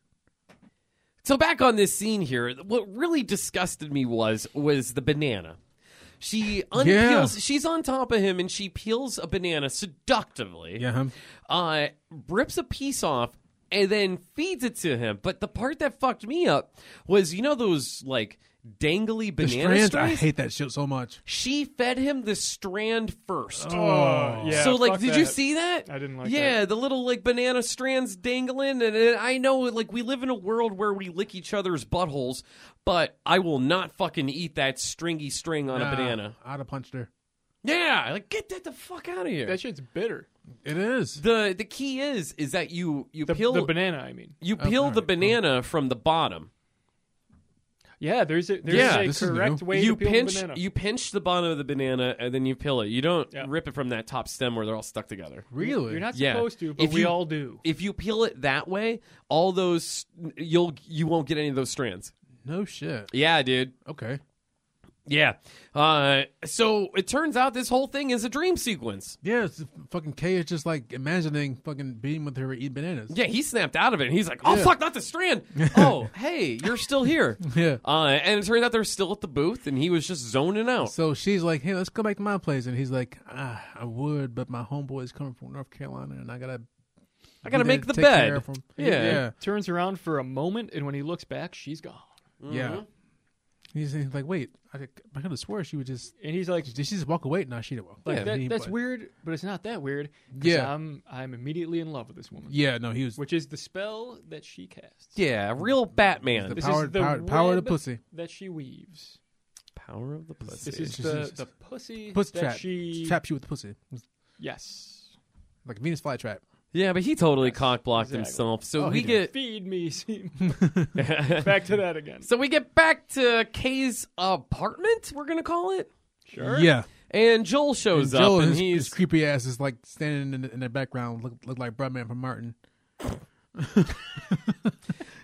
[SPEAKER 2] So back on this scene here, what really disgusted me was was the banana. She unpeels. She's on top of him and she peels a banana seductively.
[SPEAKER 3] Yeah. huh?
[SPEAKER 2] Uh, rips a piece off and then feeds it to him. But the part that fucked me up was you know those like dangly
[SPEAKER 3] The
[SPEAKER 2] banana
[SPEAKER 3] strands. I
[SPEAKER 2] strays?
[SPEAKER 3] hate that shit so much.
[SPEAKER 2] she fed him the strand first.
[SPEAKER 4] Oh yeah.
[SPEAKER 2] so like,
[SPEAKER 4] fuck
[SPEAKER 2] did you
[SPEAKER 4] that.
[SPEAKER 2] see that?
[SPEAKER 4] I didn't like
[SPEAKER 2] Yeah, the little like banana strands dangling, and it, I know like we live in a world where we lick each other's buttholes, but I will not fucking eat that stringy string on
[SPEAKER 3] Oh, Nah,
[SPEAKER 2] a banana.
[SPEAKER 3] I'd have punched her.
[SPEAKER 2] Yeah, like get that the fuck out of here.
[SPEAKER 4] That shit's bitter.
[SPEAKER 3] It is.
[SPEAKER 2] the the key is is that you you
[SPEAKER 4] The,
[SPEAKER 2] peel
[SPEAKER 4] the banana, I mean.
[SPEAKER 2] you peel
[SPEAKER 3] all
[SPEAKER 2] the
[SPEAKER 3] right,
[SPEAKER 2] banana from the bottom.
[SPEAKER 4] Yeah, there's a there's
[SPEAKER 2] Yeah,
[SPEAKER 4] a
[SPEAKER 3] this is
[SPEAKER 4] correct
[SPEAKER 3] new.
[SPEAKER 4] way
[SPEAKER 2] you
[SPEAKER 4] to peel
[SPEAKER 2] pinch
[SPEAKER 4] the banana.
[SPEAKER 2] you pinch the bottom of the banana and then you peel it. You don't
[SPEAKER 4] Yeah.
[SPEAKER 2] rip it from that top stem where they're all stuck together.
[SPEAKER 3] Really?
[SPEAKER 4] You're not
[SPEAKER 2] Yeah.
[SPEAKER 4] supposed to, but
[SPEAKER 2] If
[SPEAKER 4] we
[SPEAKER 2] you-
[SPEAKER 4] all do.
[SPEAKER 2] If you peel it that way, all those you'll you won't get any of those strands.
[SPEAKER 3] No shit.
[SPEAKER 2] Yeah, dude.
[SPEAKER 3] Okay.
[SPEAKER 2] Yeah. Uh, so it turns out this whole thing is a dream sequence.
[SPEAKER 3] Yeah, it's, fucking K is just like imagining fucking being with her eating bananas.
[SPEAKER 2] Yeah, he snapped out of it and he's like, oh,
[SPEAKER 3] Yeah.
[SPEAKER 2] fuck, not the strand. oh, hey, you're still here.
[SPEAKER 3] Yeah.
[SPEAKER 2] Uh, and it turned out they're still at the booth and he was just zoning out.
[SPEAKER 3] So she's like, "Hey, let's go back to my place," and he's like, ah, "I would, but my homeboy is coming from North Carolina, and I gotta,
[SPEAKER 2] I gotta
[SPEAKER 3] be there
[SPEAKER 2] make
[SPEAKER 3] to
[SPEAKER 2] the
[SPEAKER 3] take care
[SPEAKER 2] bed.
[SPEAKER 3] of him."
[SPEAKER 2] Yeah.
[SPEAKER 3] yeah,
[SPEAKER 4] Turns around for a moment, and when he looks back, she's gone.
[SPEAKER 2] Mm-hmm.
[SPEAKER 3] yeah. He's, he's like, "Wait, I, I could have swore she would just
[SPEAKER 4] And he's like,
[SPEAKER 3] did she just walk away? No, she didn't walk.
[SPEAKER 4] like
[SPEAKER 3] away.
[SPEAKER 4] that,
[SPEAKER 3] He-
[SPEAKER 4] that's
[SPEAKER 3] but-
[SPEAKER 4] weird, but it's not that weird. 'cause
[SPEAKER 3] Yeah.
[SPEAKER 4] I'm I'm immediately in love with this woman,
[SPEAKER 3] Yeah, no, he was
[SPEAKER 4] which is the spell that she casts.
[SPEAKER 2] Yeah, real Batman.
[SPEAKER 3] the
[SPEAKER 4] This
[SPEAKER 3] power,
[SPEAKER 4] is the
[SPEAKER 3] power, power of the
[SPEAKER 4] web
[SPEAKER 3] pussy.
[SPEAKER 4] that she weaves.
[SPEAKER 2] power of the pussy.
[SPEAKER 4] This is
[SPEAKER 3] She-
[SPEAKER 4] the,
[SPEAKER 3] she-
[SPEAKER 4] the pussy
[SPEAKER 3] Pussy
[SPEAKER 4] that
[SPEAKER 3] trap.
[SPEAKER 4] she
[SPEAKER 3] Traps you with the pussy,
[SPEAKER 4] yes.
[SPEAKER 3] like a Venus flytrap.
[SPEAKER 2] yeah, but he totally cock blocked
[SPEAKER 4] exactly.
[SPEAKER 2] himself. So
[SPEAKER 3] Oh,
[SPEAKER 2] we
[SPEAKER 3] he
[SPEAKER 2] get
[SPEAKER 4] Feed me. see- Back to that again.
[SPEAKER 2] so we get back to Kay's apartment. We're gonna call it.
[SPEAKER 4] Sure.
[SPEAKER 3] Yeah,
[SPEAKER 2] And Joel shows
[SPEAKER 3] Joe
[SPEAKER 2] up,
[SPEAKER 3] and
[SPEAKER 2] and
[SPEAKER 3] his, his
[SPEAKER 2] he's
[SPEAKER 3] creepy ass is like standing in the, in the background, look, look like Breadman from Martin.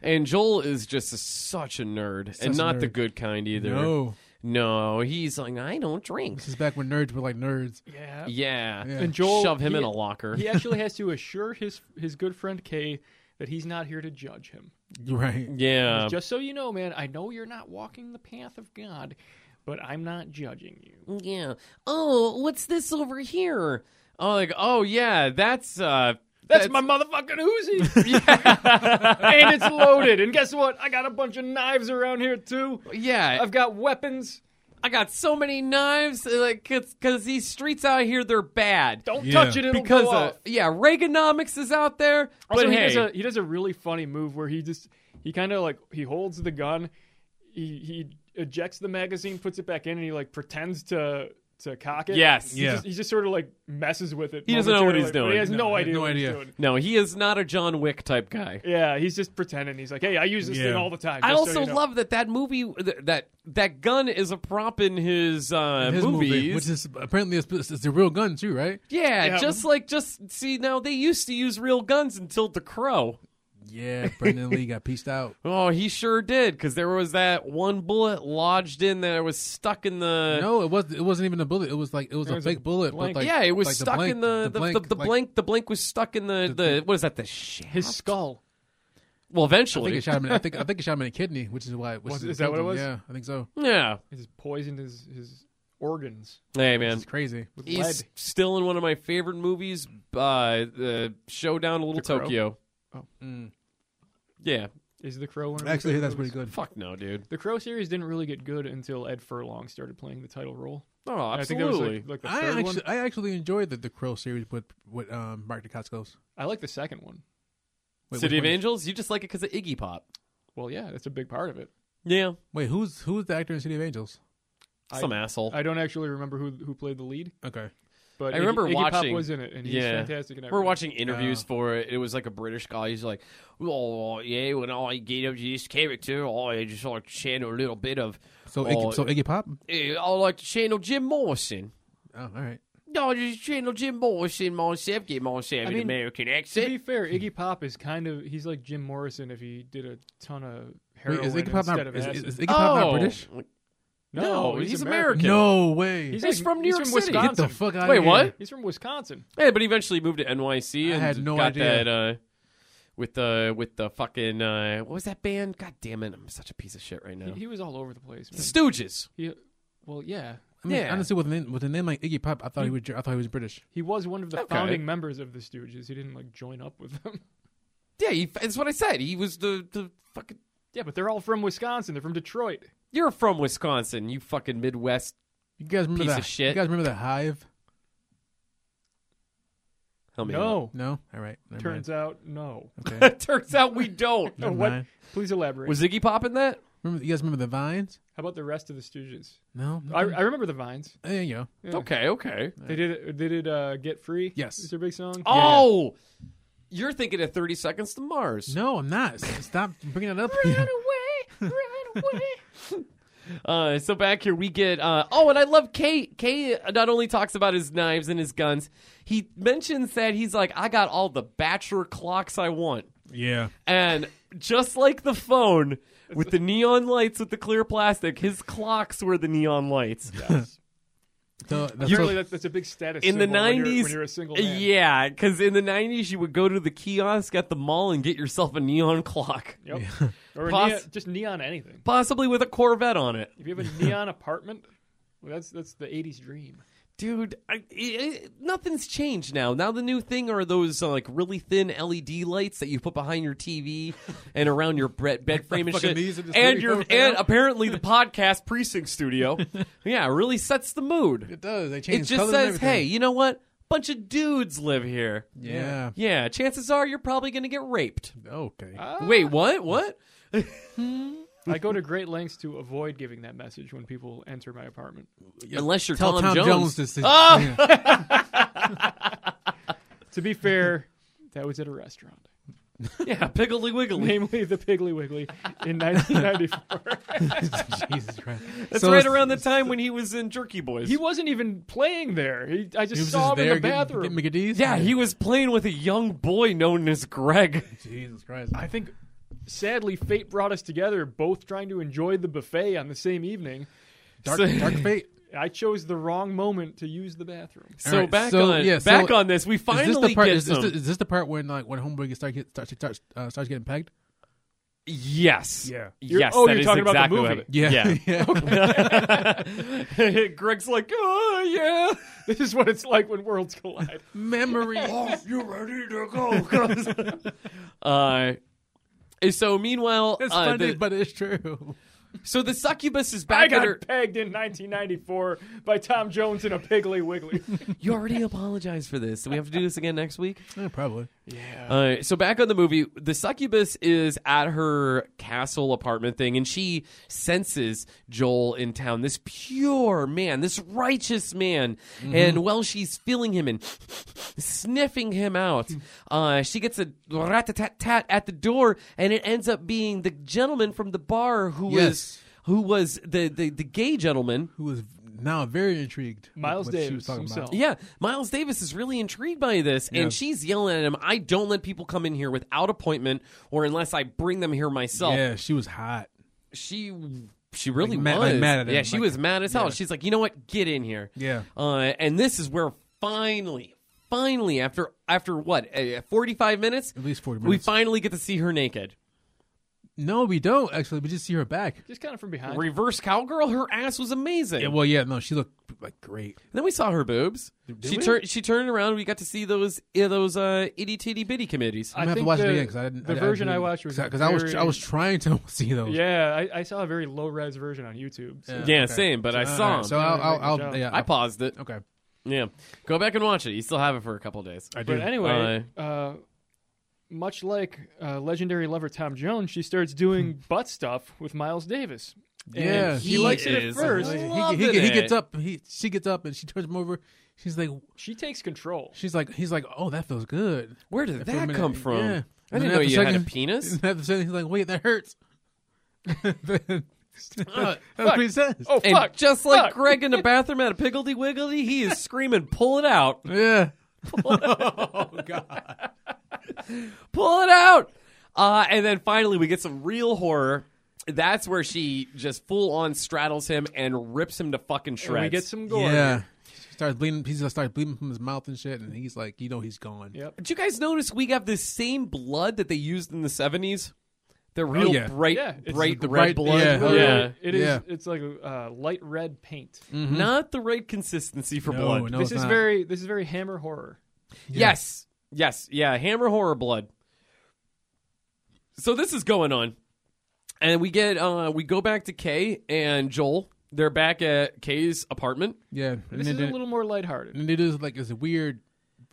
[SPEAKER 2] and Joel is just a, such a nerd,
[SPEAKER 3] a
[SPEAKER 2] and not the
[SPEAKER 3] nerd.
[SPEAKER 2] good kind either.
[SPEAKER 3] No,
[SPEAKER 2] No, he's like, I don't drink.
[SPEAKER 3] this is back when nerds were like nerds.
[SPEAKER 4] Yeah.
[SPEAKER 2] Yeah,
[SPEAKER 3] Yeah.
[SPEAKER 4] And Joel
[SPEAKER 2] shove him
[SPEAKER 4] he-
[SPEAKER 2] in a locker.
[SPEAKER 4] he actually has to assure his his good friend Kay that he's not here to judge him.
[SPEAKER 3] Right?
[SPEAKER 2] yeah,
[SPEAKER 4] Just so you know, man, I know you're not walking the path of God, but I'm not judging you.
[SPEAKER 2] yeah. Oh, what's this over here? Oh, like, oh yeah, that's uh,
[SPEAKER 4] That's, my motherfucking Uzi, and it's loaded. And guess what? I got a bunch of knives around here too.
[SPEAKER 2] yeah.
[SPEAKER 4] I've got weapons.
[SPEAKER 2] I got so many knives, uh, like, cause, 'cause these streets out here they're bad.
[SPEAKER 4] Don't
[SPEAKER 3] Yeah.
[SPEAKER 4] touch it; it'll
[SPEAKER 2] because
[SPEAKER 4] go
[SPEAKER 2] uh,
[SPEAKER 4] off.
[SPEAKER 2] yeah, Reaganomics is out there.
[SPEAKER 4] Also,
[SPEAKER 2] but
[SPEAKER 4] he
[SPEAKER 2] hey,
[SPEAKER 4] does a he does a really funny move where he just he kind of like he holds the gun, he he ejects the magazine, puts it back in, and he like pretends to to cock it.
[SPEAKER 2] Yes.
[SPEAKER 4] he
[SPEAKER 3] Yeah.
[SPEAKER 4] Just, he just sort of like messes with it.
[SPEAKER 2] He doesn't know what he's doing.
[SPEAKER 4] momentarily, but He has no,
[SPEAKER 3] No,
[SPEAKER 4] idea.
[SPEAKER 3] no
[SPEAKER 4] what he's
[SPEAKER 3] idea.
[SPEAKER 4] doing.
[SPEAKER 2] no, he is not a John Wick type guy.
[SPEAKER 4] Yeah, he's just pretending. He's like, hey, I use this
[SPEAKER 3] Yeah.
[SPEAKER 4] thing all the time.
[SPEAKER 2] I
[SPEAKER 4] just so
[SPEAKER 2] also
[SPEAKER 4] you know."
[SPEAKER 2] love that that movie th- that that gun is a prop in his, uh,
[SPEAKER 3] His
[SPEAKER 2] movies.
[SPEAKER 3] movie, which is apparently it's, it's it's a real gun too, right?
[SPEAKER 2] yeah,
[SPEAKER 4] Yeah.
[SPEAKER 2] just like just see now they used to use real guns until The Crow.
[SPEAKER 3] Yeah, Brendan Lee got pieced out.
[SPEAKER 2] Oh, he sure did because there was that one bullet lodged in that was stuck in the
[SPEAKER 3] No, it was it wasn't even a bullet. It was like it was a
[SPEAKER 4] was a
[SPEAKER 3] fake bullet.
[SPEAKER 4] blank.
[SPEAKER 3] But like,
[SPEAKER 2] yeah, it was
[SPEAKER 3] like
[SPEAKER 2] stuck in the the, the, the
[SPEAKER 3] like-
[SPEAKER 2] blank. The blank was stuck in the, the, what is that? The shaft.
[SPEAKER 4] his skull.
[SPEAKER 2] well,
[SPEAKER 3] I think
[SPEAKER 2] eventually,
[SPEAKER 3] it shot him. In, I think I think it shot him in a kidney, which is why. Which
[SPEAKER 4] Was-
[SPEAKER 3] is,
[SPEAKER 4] is that what it was?
[SPEAKER 3] Yeah, I think so.
[SPEAKER 2] yeah.
[SPEAKER 4] He's poisoned his his organs.
[SPEAKER 2] Hey man,
[SPEAKER 3] It's crazy.
[SPEAKER 4] With
[SPEAKER 2] he's
[SPEAKER 4] lead.
[SPEAKER 2] still in one of my favorite movies, uh, the Showdown in Little
[SPEAKER 4] Crow?
[SPEAKER 2] Tokyo.
[SPEAKER 4] Oh.
[SPEAKER 3] Mm.
[SPEAKER 2] Yeah,
[SPEAKER 4] Is the crow one? of your
[SPEAKER 3] Actually,
[SPEAKER 4] favorite
[SPEAKER 3] that's pretty
[SPEAKER 4] movies?
[SPEAKER 3] good.
[SPEAKER 2] fuck no, dude.
[SPEAKER 4] The Crow series didn't really get good until Ed Furlong started playing the title role.
[SPEAKER 2] Oh,
[SPEAKER 4] And I think that was
[SPEAKER 2] absolutely.
[SPEAKER 4] like, like the
[SPEAKER 3] I
[SPEAKER 4] third
[SPEAKER 3] actually
[SPEAKER 4] one.
[SPEAKER 3] I actually enjoyed the the Crow series with with um, Mark DeCoscos.
[SPEAKER 4] I like the second one.
[SPEAKER 3] Wait,
[SPEAKER 2] City
[SPEAKER 3] which
[SPEAKER 2] of
[SPEAKER 3] one-
[SPEAKER 2] Angels. You just like it because of Iggy Pop.
[SPEAKER 4] Well, yeah, that's a big part of it.
[SPEAKER 2] Yeah,
[SPEAKER 3] Wait, who's who's the actor in City of Angels?
[SPEAKER 4] I-
[SPEAKER 2] some asshole.
[SPEAKER 4] I don't actually remember who who played the lead,
[SPEAKER 3] Okay,
[SPEAKER 4] but
[SPEAKER 2] I remember
[SPEAKER 4] Iggy, Iggy
[SPEAKER 2] watching-
[SPEAKER 4] Pop was in it, and he's
[SPEAKER 2] Yeah.
[SPEAKER 4] fantastic. In
[SPEAKER 2] We're
[SPEAKER 4] everything.
[SPEAKER 2] watching interviews
[SPEAKER 3] Oh.
[SPEAKER 2] for it. It was like a British guy. He's like, "Oh yeah, when I get up to this character, I just like to channel a little bit of.
[SPEAKER 3] so
[SPEAKER 2] Oh.
[SPEAKER 3] Iggy, so Iggy Pop.
[SPEAKER 2] eh, I like to channel Jim Morrison.
[SPEAKER 3] Oh, all right.
[SPEAKER 2] No, I just channel Jim Morrison myself. Get myself
[SPEAKER 4] I
[SPEAKER 2] an
[SPEAKER 4] mean,
[SPEAKER 2] American
[SPEAKER 4] To
[SPEAKER 2] accent.
[SPEAKER 4] be fair, Iggy Pop is kind of he's like Jim Morrison if he did a ton of
[SPEAKER 3] Wait,
[SPEAKER 4] heroin
[SPEAKER 3] is Iggy Pop
[SPEAKER 4] instead
[SPEAKER 3] not
[SPEAKER 4] of
[SPEAKER 3] is,
[SPEAKER 4] acid.
[SPEAKER 3] is Iggy Pop
[SPEAKER 2] Oh.
[SPEAKER 3] not British?
[SPEAKER 2] No, he's American.
[SPEAKER 3] No way.
[SPEAKER 4] He's,
[SPEAKER 2] He's
[SPEAKER 4] like-
[SPEAKER 2] from New
[SPEAKER 4] he's
[SPEAKER 2] York
[SPEAKER 4] from
[SPEAKER 2] City. Get
[SPEAKER 3] Get
[SPEAKER 4] Wisconsin.
[SPEAKER 3] the fuck out
[SPEAKER 2] Wait,
[SPEAKER 3] of here.
[SPEAKER 2] what?
[SPEAKER 4] He's from Wisconsin.
[SPEAKER 2] Yeah, but eventually moved to NYC
[SPEAKER 3] I
[SPEAKER 2] and
[SPEAKER 3] had no
[SPEAKER 2] got
[SPEAKER 3] idea.
[SPEAKER 2] that uh, with the with the fucking uh, what was that band? God damn it, I'm such a piece of shit right now.
[SPEAKER 4] He, he was all over the place.
[SPEAKER 2] the
[SPEAKER 4] Man.
[SPEAKER 2] Stooges.
[SPEAKER 4] He, well, yeah,
[SPEAKER 3] I mean,
[SPEAKER 2] Yeah.
[SPEAKER 3] honestly, with a name, with a name like Iggy Pop, I thought he was I thought he was British.
[SPEAKER 4] he was one of the
[SPEAKER 2] Okay.
[SPEAKER 4] founding members of the Stooges. He didn't like join up with them.
[SPEAKER 2] Yeah, he, that's what I said. He was the the fucking.
[SPEAKER 4] yeah, but they're all from Wisconsin. They're from Detroit.
[SPEAKER 2] You're from Wisconsin, you fucking Midwest.
[SPEAKER 3] You guys remember
[SPEAKER 2] Piece
[SPEAKER 3] that?
[SPEAKER 2] of shit.
[SPEAKER 3] You guys remember the Hive?
[SPEAKER 2] Help me
[SPEAKER 4] no,
[SPEAKER 3] No. All right. Never
[SPEAKER 4] turns out no.
[SPEAKER 3] Mind. Okay.
[SPEAKER 2] out. Turns out we don't.
[SPEAKER 4] No,
[SPEAKER 3] Never
[SPEAKER 4] what-
[SPEAKER 3] mind.
[SPEAKER 4] Please elaborate.
[SPEAKER 2] Was Iggy popping that?
[SPEAKER 3] Remember, you guys remember the Vines?
[SPEAKER 4] How about the rest of the Stooges?
[SPEAKER 3] No. no.
[SPEAKER 4] I, I remember the Vines.
[SPEAKER 3] there you go.
[SPEAKER 4] Yeah.
[SPEAKER 2] Okay, okay.
[SPEAKER 4] They did. They did. Uh, Get free.
[SPEAKER 3] Yes.
[SPEAKER 4] is their big song.
[SPEAKER 2] Oh, you're thinking of 30 Seconds to Mars.
[SPEAKER 3] No, I'm not. S- Stop bringing that up.
[SPEAKER 2] away, run away. Uh, so back here we get uh, oh, and I love Kay. Kay not only talks about his knives and his guns, he mentions that he's like, I got all the bachelor clocks I want.
[SPEAKER 3] Yeah.
[SPEAKER 2] And just like the phone with the neon lights with the clear plastic, his clocks were the neon lights.
[SPEAKER 4] Yes.
[SPEAKER 3] So, that's
[SPEAKER 4] Apparently,
[SPEAKER 3] what-
[SPEAKER 4] that's, that's a big status
[SPEAKER 2] In the
[SPEAKER 4] symbol when you're- when
[SPEAKER 2] 90s,
[SPEAKER 4] you're a single man.
[SPEAKER 2] yeah, because in the 90s, you would go to the kiosk at the mall and get yourself a neon clock,
[SPEAKER 4] Yep. Or a
[SPEAKER 2] Poss-
[SPEAKER 4] neon, just neon anything.
[SPEAKER 2] possibly with a Corvette on it.
[SPEAKER 4] If you have a neon apartment, well, that's that's the '80s dream.
[SPEAKER 2] Dude, I, i i nothing's changed now. Now the new thing are those uh, like really thin LED lights that you put behind your TV and around your bre- bed frame and
[SPEAKER 3] fucking
[SPEAKER 2] shit.
[SPEAKER 3] these in the
[SPEAKER 2] and
[SPEAKER 3] studio
[SPEAKER 2] your
[SPEAKER 3] right
[SPEAKER 2] and
[SPEAKER 3] now?
[SPEAKER 2] apparently the podcast precinct studio. yeah, it really sets the mood.
[SPEAKER 3] it does. They
[SPEAKER 2] It
[SPEAKER 3] change
[SPEAKER 2] just
[SPEAKER 3] colors and
[SPEAKER 2] says, "Hey,
[SPEAKER 3] everything.
[SPEAKER 2] you know what? Bunch of dudes live here.
[SPEAKER 3] Yeah.
[SPEAKER 2] Yeah, chances are you're probably going to get raped."
[SPEAKER 3] Okay.
[SPEAKER 2] Wait, what? What?
[SPEAKER 4] I go to great lengths to avoid giving that message when people enter my apartment.
[SPEAKER 2] Unless you're
[SPEAKER 3] Tell
[SPEAKER 2] Tom,
[SPEAKER 3] Tom Jones,
[SPEAKER 2] Jones. Oh!
[SPEAKER 3] this is.
[SPEAKER 4] To be fair, that was at a restaurant,
[SPEAKER 2] yeah, Piggly Wiggly.
[SPEAKER 4] namely the Piggly Wiggly in 1994.
[SPEAKER 3] Jesus Christ.
[SPEAKER 2] That's
[SPEAKER 3] So
[SPEAKER 2] right
[SPEAKER 3] it's-
[SPEAKER 2] around the time when he was in Jerky Boys.
[SPEAKER 4] he wasn't even playing there. He, I just
[SPEAKER 3] He was
[SPEAKER 4] saw
[SPEAKER 3] just
[SPEAKER 4] him
[SPEAKER 3] there
[SPEAKER 4] in the bathroom.
[SPEAKER 3] getting, getting McAdee's?
[SPEAKER 2] Yeah, he was playing with a young boy known as Greg.
[SPEAKER 3] Jesus Christ.
[SPEAKER 4] I think, sadly, fate brought us together, both trying to enjoy the buffet on the same evening.
[SPEAKER 3] Dark,
[SPEAKER 2] So-
[SPEAKER 3] dark fate.
[SPEAKER 4] I chose the wrong moment to use the bathroom.
[SPEAKER 2] So
[SPEAKER 3] right,
[SPEAKER 2] back
[SPEAKER 3] so,
[SPEAKER 2] on
[SPEAKER 3] yeah, so-
[SPEAKER 2] back on this, we
[SPEAKER 3] Is
[SPEAKER 2] finally
[SPEAKER 3] this the part?
[SPEAKER 2] get
[SPEAKER 3] Is this,
[SPEAKER 2] some.
[SPEAKER 3] the, is this the part when like when Homeboy gets start, get, starts starts uh, starts getting pegged?
[SPEAKER 2] yes.
[SPEAKER 3] Yeah.
[SPEAKER 4] You're-
[SPEAKER 2] yes.
[SPEAKER 4] oh,
[SPEAKER 2] that
[SPEAKER 4] you're
[SPEAKER 2] is
[SPEAKER 4] talking about
[SPEAKER 2] exactly
[SPEAKER 4] the movie.
[SPEAKER 2] what happened. Yeah. Greg's like, oh yeah.
[SPEAKER 4] This is what it's like when worlds collide.
[SPEAKER 3] Memory.
[SPEAKER 2] You ready to go? uh, so meanwhile,
[SPEAKER 3] It's
[SPEAKER 2] uh,
[SPEAKER 3] funny,
[SPEAKER 2] the-
[SPEAKER 3] but it's true.
[SPEAKER 2] so the succubus is
[SPEAKER 4] I
[SPEAKER 2] back at
[SPEAKER 4] got
[SPEAKER 2] her.
[SPEAKER 4] pegged in 1994 by Tom Jones in a Piggly Wiggly.
[SPEAKER 2] You already apologized for this. Do we have to do this again next week?
[SPEAKER 3] Yeah, probably.
[SPEAKER 2] Uh, so back on the movie, the succubus is at her castle apartment thing, and she senses Joel in town. This pure man, this righteous man, and while she's feeling him and sniffing him out, uh, she gets a rat tat tat at the door, and it ends up being the gentleman from the bar who was
[SPEAKER 3] Yes.
[SPEAKER 2] who was the, the the gay gentleman
[SPEAKER 3] Who is now very intrigued. with
[SPEAKER 4] Miles
[SPEAKER 3] what she was
[SPEAKER 4] Davis
[SPEAKER 3] talking about.
[SPEAKER 4] himself.
[SPEAKER 2] Yeah, Miles Davis is really intrigued by this,
[SPEAKER 3] Yeah.
[SPEAKER 2] and she's yelling at him. I don't let people come in here without appointment, or unless I bring them here myself.
[SPEAKER 3] Yeah, she was hot.
[SPEAKER 2] She she really
[SPEAKER 3] Like, mad-
[SPEAKER 2] was
[SPEAKER 3] like, mad at him,
[SPEAKER 2] Yeah, she
[SPEAKER 3] like-
[SPEAKER 2] was mad as hell. She's like, you know what? Get in here.
[SPEAKER 3] Yeah.
[SPEAKER 2] Uh, and this is where finally, finally, after after what uh, forty five minutes,
[SPEAKER 3] At least forty
[SPEAKER 2] we
[SPEAKER 3] minutes.
[SPEAKER 2] finally get to see her naked.
[SPEAKER 3] no, we don't actually. We just see her back.
[SPEAKER 4] Just kind of from behind.
[SPEAKER 2] Reverse cowgirl. Her ass was amazing.
[SPEAKER 3] Yeah, well, yeah, no, she looked like great.
[SPEAKER 2] And then we saw her boobs.
[SPEAKER 3] we?
[SPEAKER 2] she turned. She turned around. and We got to see those uh, those uh, itty titty bitty committees.
[SPEAKER 3] I'm gonna have to
[SPEAKER 4] think
[SPEAKER 3] watch it
[SPEAKER 4] the-
[SPEAKER 3] again because I didn't.
[SPEAKER 4] The
[SPEAKER 3] I,
[SPEAKER 4] version I,
[SPEAKER 3] I
[SPEAKER 4] watched was
[SPEAKER 3] because I was
[SPEAKER 4] very-
[SPEAKER 3] I was trying to see those.
[SPEAKER 4] Yeah, I, I saw a very low res version on YouTube. So
[SPEAKER 2] yeah,
[SPEAKER 3] okay.
[SPEAKER 2] same. But I
[SPEAKER 3] All
[SPEAKER 2] saw
[SPEAKER 3] right,
[SPEAKER 2] 'em.
[SPEAKER 3] So I'll, I'll, I'll
[SPEAKER 4] Good
[SPEAKER 3] yeah,
[SPEAKER 2] I paused it.
[SPEAKER 3] okay.
[SPEAKER 2] Yeah. Go back and watch it. You still have it for a couple days.
[SPEAKER 3] I do.
[SPEAKER 4] But anyway, uh, much like uh, legendary lover Tom Jones, she starts doing butt stuff with Miles Davis. And
[SPEAKER 3] Yeah.
[SPEAKER 4] he,
[SPEAKER 2] He
[SPEAKER 4] likes it at
[SPEAKER 2] is
[SPEAKER 4] first.
[SPEAKER 3] he,
[SPEAKER 2] Loving
[SPEAKER 3] he, he gets
[SPEAKER 2] it.
[SPEAKER 3] up. He she gets up and she turns him over. She's like
[SPEAKER 4] She takes control.
[SPEAKER 3] she's like he's like oh that feels good.
[SPEAKER 2] Where did
[SPEAKER 3] For a
[SPEAKER 2] that
[SPEAKER 3] minute,
[SPEAKER 2] come from?
[SPEAKER 3] Yeah.
[SPEAKER 2] I
[SPEAKER 3] And then
[SPEAKER 2] didn't know
[SPEAKER 3] after
[SPEAKER 2] you had a
[SPEAKER 3] second-
[SPEAKER 2] penis.
[SPEAKER 3] and after second, he's like wait that hurts. Then- that's what he says.
[SPEAKER 4] Oh
[SPEAKER 2] And
[SPEAKER 4] fuck!
[SPEAKER 2] just like
[SPEAKER 4] fuck.
[SPEAKER 2] Greg in the bathroom at a Piggledy Wiggledy, he is screaming, pull it out,
[SPEAKER 3] Yeah.
[SPEAKER 2] Oh, pull it out. Uh, and then finally, we get some real horror. That's where she just full on straddles him and rips him to fucking
[SPEAKER 4] And
[SPEAKER 2] shreds.
[SPEAKER 4] we get some gore.
[SPEAKER 3] Yeah. She starts bleeding. He starts bleeding from his mouth and shit, and he's like, you know, he's gone.
[SPEAKER 4] Yep.
[SPEAKER 2] Did you guys notice we have the same blood that they used in the 70s? The real
[SPEAKER 3] yeah.
[SPEAKER 2] bright,
[SPEAKER 4] Yeah, it's
[SPEAKER 2] bright
[SPEAKER 3] the
[SPEAKER 2] red
[SPEAKER 3] bright-
[SPEAKER 2] blood.
[SPEAKER 3] yeah.
[SPEAKER 4] Literally,
[SPEAKER 2] Yeah.
[SPEAKER 4] It is.
[SPEAKER 3] Yeah.
[SPEAKER 4] It's like uh, light red paint.
[SPEAKER 2] Not the right consistency for
[SPEAKER 3] Mm-hmm. No,
[SPEAKER 2] blood.
[SPEAKER 3] no,
[SPEAKER 4] this
[SPEAKER 3] it's
[SPEAKER 4] is
[SPEAKER 3] not.
[SPEAKER 4] very. This is very hammer horror.
[SPEAKER 2] Yes. Yes. Yeah. Hammer horror blood. So this is going on. And we get uh we go back to Kay and Joel. They're back at Kay's apartment.
[SPEAKER 3] Yeah. And Mm.
[SPEAKER 4] This
[SPEAKER 3] then,
[SPEAKER 4] is a
[SPEAKER 3] then-
[SPEAKER 4] little more lighthearted.
[SPEAKER 3] and it is like it's a weird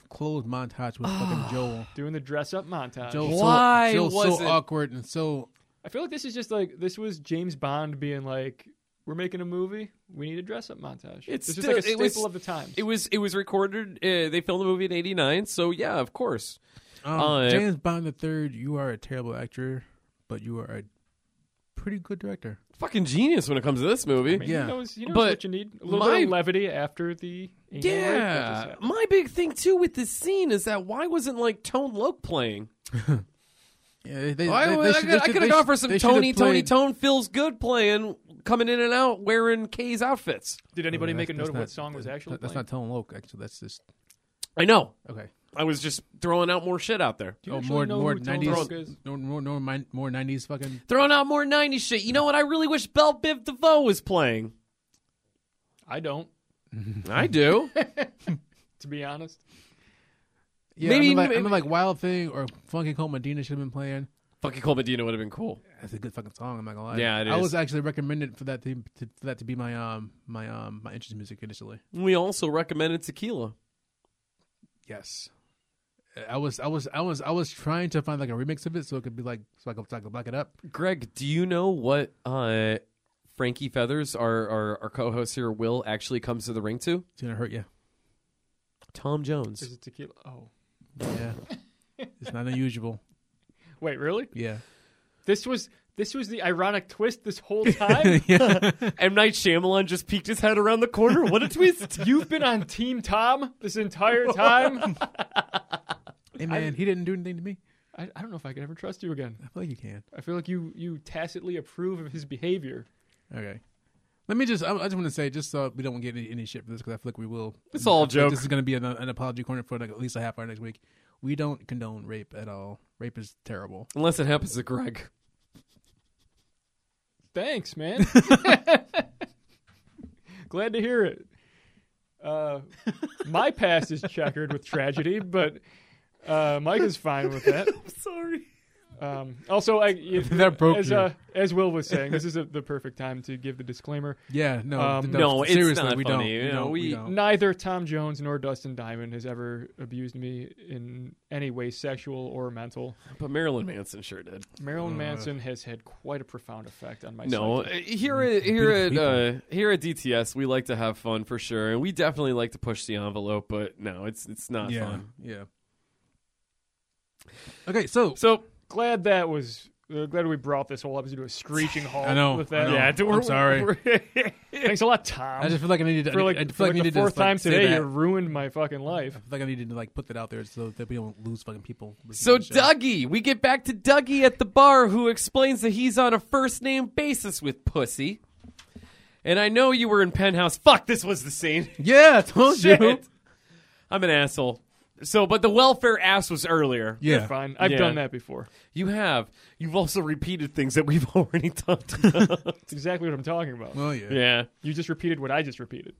[SPEAKER 3] clothes montage with fucking Joel.
[SPEAKER 4] Doing the dress up montage.
[SPEAKER 3] Joel
[SPEAKER 2] Why
[SPEAKER 3] so, Joel's
[SPEAKER 2] was
[SPEAKER 3] so
[SPEAKER 2] it-
[SPEAKER 3] awkward and so
[SPEAKER 4] I feel like this is just like this was James Bond being like, "We're making a movie. We need a dress-up montage."
[SPEAKER 2] It's
[SPEAKER 4] this
[SPEAKER 2] still-
[SPEAKER 4] is like a
[SPEAKER 2] it
[SPEAKER 4] staple
[SPEAKER 2] was-
[SPEAKER 4] of the time.
[SPEAKER 2] It was it was recorded uh, they filmed the movie in 89, so yeah, of course.
[SPEAKER 3] Um,
[SPEAKER 4] Oh,
[SPEAKER 2] Uh,
[SPEAKER 3] James Bond the Third, you are a terrible actor, but you are a pretty good director.
[SPEAKER 2] Fucking genius when it comes to this movie.
[SPEAKER 3] yeah.
[SPEAKER 4] He knows, he knows
[SPEAKER 2] But
[SPEAKER 4] what you need. A little
[SPEAKER 2] my-
[SPEAKER 4] bit of levity after the Ian Wright that
[SPEAKER 2] yeah.
[SPEAKER 4] just happened.
[SPEAKER 2] My big thing too with this scene is that why wasn't like Tone Loc playing?
[SPEAKER 3] Yeah, they,
[SPEAKER 2] I,
[SPEAKER 3] they- they should- they should-
[SPEAKER 2] could
[SPEAKER 3] they
[SPEAKER 2] have gone
[SPEAKER 3] should-
[SPEAKER 2] for some
[SPEAKER 3] they should have
[SPEAKER 2] Tony, Tony,
[SPEAKER 3] played-
[SPEAKER 2] Tone feels good playing, coming in and out wearing K's outfits.
[SPEAKER 4] Did anybody
[SPEAKER 3] That's-
[SPEAKER 4] make a
[SPEAKER 3] Oh,
[SPEAKER 4] note
[SPEAKER 3] that's
[SPEAKER 4] of what
[SPEAKER 3] not-
[SPEAKER 4] song was
[SPEAKER 3] that-
[SPEAKER 4] actually
[SPEAKER 3] That's
[SPEAKER 4] playing?
[SPEAKER 3] not Tone Loc. Actually, that's just
[SPEAKER 2] I know.
[SPEAKER 3] okay.
[SPEAKER 2] I was just throwing out more shit out there.
[SPEAKER 4] Do you
[SPEAKER 3] oh,
[SPEAKER 4] actually
[SPEAKER 3] more
[SPEAKER 4] know
[SPEAKER 3] more
[SPEAKER 4] who Tone
[SPEAKER 3] nineties,
[SPEAKER 4] Loc is?
[SPEAKER 3] more more more min- more nineties fucking.
[SPEAKER 2] Throwing out more 90s shit. You know what? I really wish Belle Biv DeVoe was playing.
[SPEAKER 4] I don't,
[SPEAKER 2] I do.
[SPEAKER 4] to be honest.
[SPEAKER 3] Yeah, maybe, I mean,
[SPEAKER 2] Maybe-
[SPEAKER 3] like, I
[SPEAKER 2] maybe-
[SPEAKER 3] mean, like Wild Thing or Funky Cole Medina should have been playing.
[SPEAKER 2] Fucking Cole Medina would have been cool.
[SPEAKER 3] That's a good fucking song. I'm not gonna lie.
[SPEAKER 2] Yeah, it
[SPEAKER 3] I
[SPEAKER 2] is.
[SPEAKER 3] was actually recommended for that to, to for that to be my um my um my interest in music initially.
[SPEAKER 2] We also recommended tequila.
[SPEAKER 3] Yes. Uh, I was I was I was I was trying to find like a remix of it so it could be like so I could, so I could black it up.
[SPEAKER 2] Greg, do you know what uh, Frankie Feathers, our, our, our co host here, Will, actually comes to the ring to?
[SPEAKER 3] It's gonna hurt you.
[SPEAKER 2] Tom Jones.
[SPEAKER 4] Is it tequila? Oh.
[SPEAKER 3] Yeah. it's not unusual.
[SPEAKER 4] Wait, really?
[SPEAKER 3] Yeah.
[SPEAKER 4] This was this was the ironic twist this whole time?
[SPEAKER 2] M. Night Shyamalan just peeked his head around the corner. What a twist.
[SPEAKER 4] You've been on Team Tom this entire time?
[SPEAKER 3] Hey man, he didn't do anything to me.
[SPEAKER 4] I, I don't know if I could ever trust you again.
[SPEAKER 3] I feel like you can.
[SPEAKER 4] I feel like you you tacitly approve of his behavior.
[SPEAKER 3] Okay. Let me just I, I just want to say just so we don't get any, any shit for this because I feel like we will.
[SPEAKER 2] It's all a
[SPEAKER 3] I feel like
[SPEAKER 2] joke.
[SPEAKER 3] This is gonna be an, an apology corner for like at least a half hour next week. We don't condone rape at all. Rape is terrible.
[SPEAKER 2] Unless it happens to Greg.
[SPEAKER 4] Thanks, man. Glad to hear it. Uh, my past is checkered with tragedy, but uh, Mike is fine with that.
[SPEAKER 2] Sorry.
[SPEAKER 4] Um, also, I, if,
[SPEAKER 3] That broke
[SPEAKER 4] as,
[SPEAKER 3] you.
[SPEAKER 4] uh, as Will was saying, this is a, the perfect time to give the disclaimer.
[SPEAKER 3] Yeah, no,
[SPEAKER 4] Um,
[SPEAKER 2] no, it's
[SPEAKER 3] seriously,
[SPEAKER 2] not
[SPEAKER 3] we don't.
[SPEAKER 2] funny.
[SPEAKER 3] We
[SPEAKER 2] No,
[SPEAKER 3] don't, we,
[SPEAKER 2] we-
[SPEAKER 3] don't.
[SPEAKER 4] Neither Tom Jones nor Dustin Diamond has ever abused me in any way, sexual or mental.
[SPEAKER 2] But Marilyn Manson sure did.
[SPEAKER 3] Uh.
[SPEAKER 4] Marilyn Manson has had quite a profound effect on my
[SPEAKER 2] No, uh,
[SPEAKER 4] psyche.
[SPEAKER 3] Mm-hmm.
[SPEAKER 2] here at here at
[SPEAKER 3] Beautiful
[SPEAKER 2] uh, here at DTS, we like to have fun for sure, and we definitely like to push the envelope. But no, it's it's not
[SPEAKER 3] yeah,
[SPEAKER 2] fun.
[SPEAKER 3] yeah. Okay, so
[SPEAKER 2] So
[SPEAKER 4] Glad that was. Uh, glad we brought this whole episode to a screeching halt.
[SPEAKER 3] I know,
[SPEAKER 4] With that.
[SPEAKER 3] I know.
[SPEAKER 4] Yeah,
[SPEAKER 3] I'm sorry.
[SPEAKER 4] Thanks a lot, Tom.
[SPEAKER 3] I just feel like I needed to.
[SPEAKER 4] for like,
[SPEAKER 3] I feel like, I
[SPEAKER 4] for like the
[SPEAKER 3] needed to
[SPEAKER 4] fourth
[SPEAKER 3] like,
[SPEAKER 4] time
[SPEAKER 3] say
[SPEAKER 4] today,
[SPEAKER 3] that.
[SPEAKER 4] you ruined my fucking life.
[SPEAKER 3] I feel like I needed to like put that out there so that we don't lose fucking people.
[SPEAKER 2] so
[SPEAKER 3] listening to the show.
[SPEAKER 2] Dougie, we get back to Dougie at the bar, who explains that he's on a first name basis with Pussy. And I know you were in penthouse. Fuck, this was the scene.
[SPEAKER 3] yeah, I told you.
[SPEAKER 2] Shit. I'm an asshole. So, but the welfare ass was earlier.
[SPEAKER 4] You're fine. I've
[SPEAKER 2] Yeah.
[SPEAKER 4] done that before.
[SPEAKER 2] You have. You've also repeated things that we've already talked about.
[SPEAKER 4] It's exactly what I'm talking about.
[SPEAKER 3] Well, yeah.
[SPEAKER 2] yeah.
[SPEAKER 4] You just repeated what I just repeated.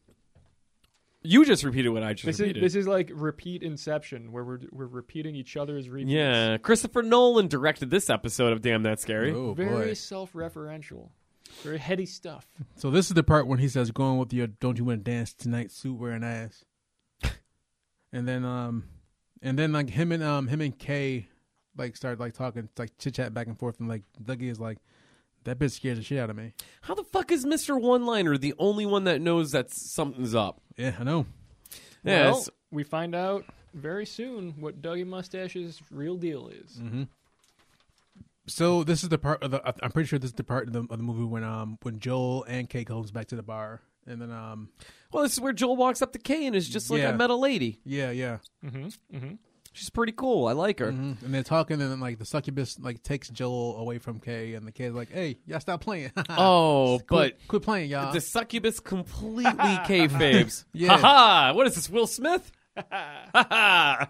[SPEAKER 2] You just repeated what I just
[SPEAKER 4] This is
[SPEAKER 2] repeated.
[SPEAKER 4] this is like repeat inception, where we're we're repeating each other's repeats.
[SPEAKER 2] yeah, Christopher Nolan directed this episode of Damn That's Scary.
[SPEAKER 3] Oh
[SPEAKER 4] very
[SPEAKER 3] boy.
[SPEAKER 4] self-referential, very heady stuff.
[SPEAKER 3] So this is the part when he says, "Going with your don't you want to dance tonight?" Suit wearing ass. and then um, and then like him and um him and Kay, like start like talking like chit chat back and forth, and like Dougie is like, "That bitch scares the shit out of me."
[SPEAKER 2] How the fuck is Mr. One Liner the only one that knows that something's up?
[SPEAKER 3] Yeah, I know.
[SPEAKER 2] Yeah,
[SPEAKER 4] Well,
[SPEAKER 2] it's-
[SPEAKER 4] we find out very soon what Dougie Mustache's real deal is.
[SPEAKER 3] Mm-hmm. So this is the part of the. I- I'm pretty sure this is the part of the, of the movie when um when Joel and Kay goes back to the bar, and then um
[SPEAKER 2] well, this is where Joel walks up to Kay and is just like,
[SPEAKER 3] Yeah.
[SPEAKER 2] I met a lady.
[SPEAKER 3] yeah yeah,
[SPEAKER 4] Mm-hmm.
[SPEAKER 2] She's pretty cool. I like her.
[SPEAKER 3] Mhm. and they're talking, and then like the succubus like takes Joel away from Kay, and the kid's like, "Hey, y'all stop playing."
[SPEAKER 4] Ah,
[SPEAKER 2] Oh,
[SPEAKER 3] Quit-
[SPEAKER 2] but
[SPEAKER 3] quit playing, y'all.
[SPEAKER 2] the succubus completely kayfabes.
[SPEAKER 3] Yeah.
[SPEAKER 2] Ha What is this, Will Smith? Ha ha!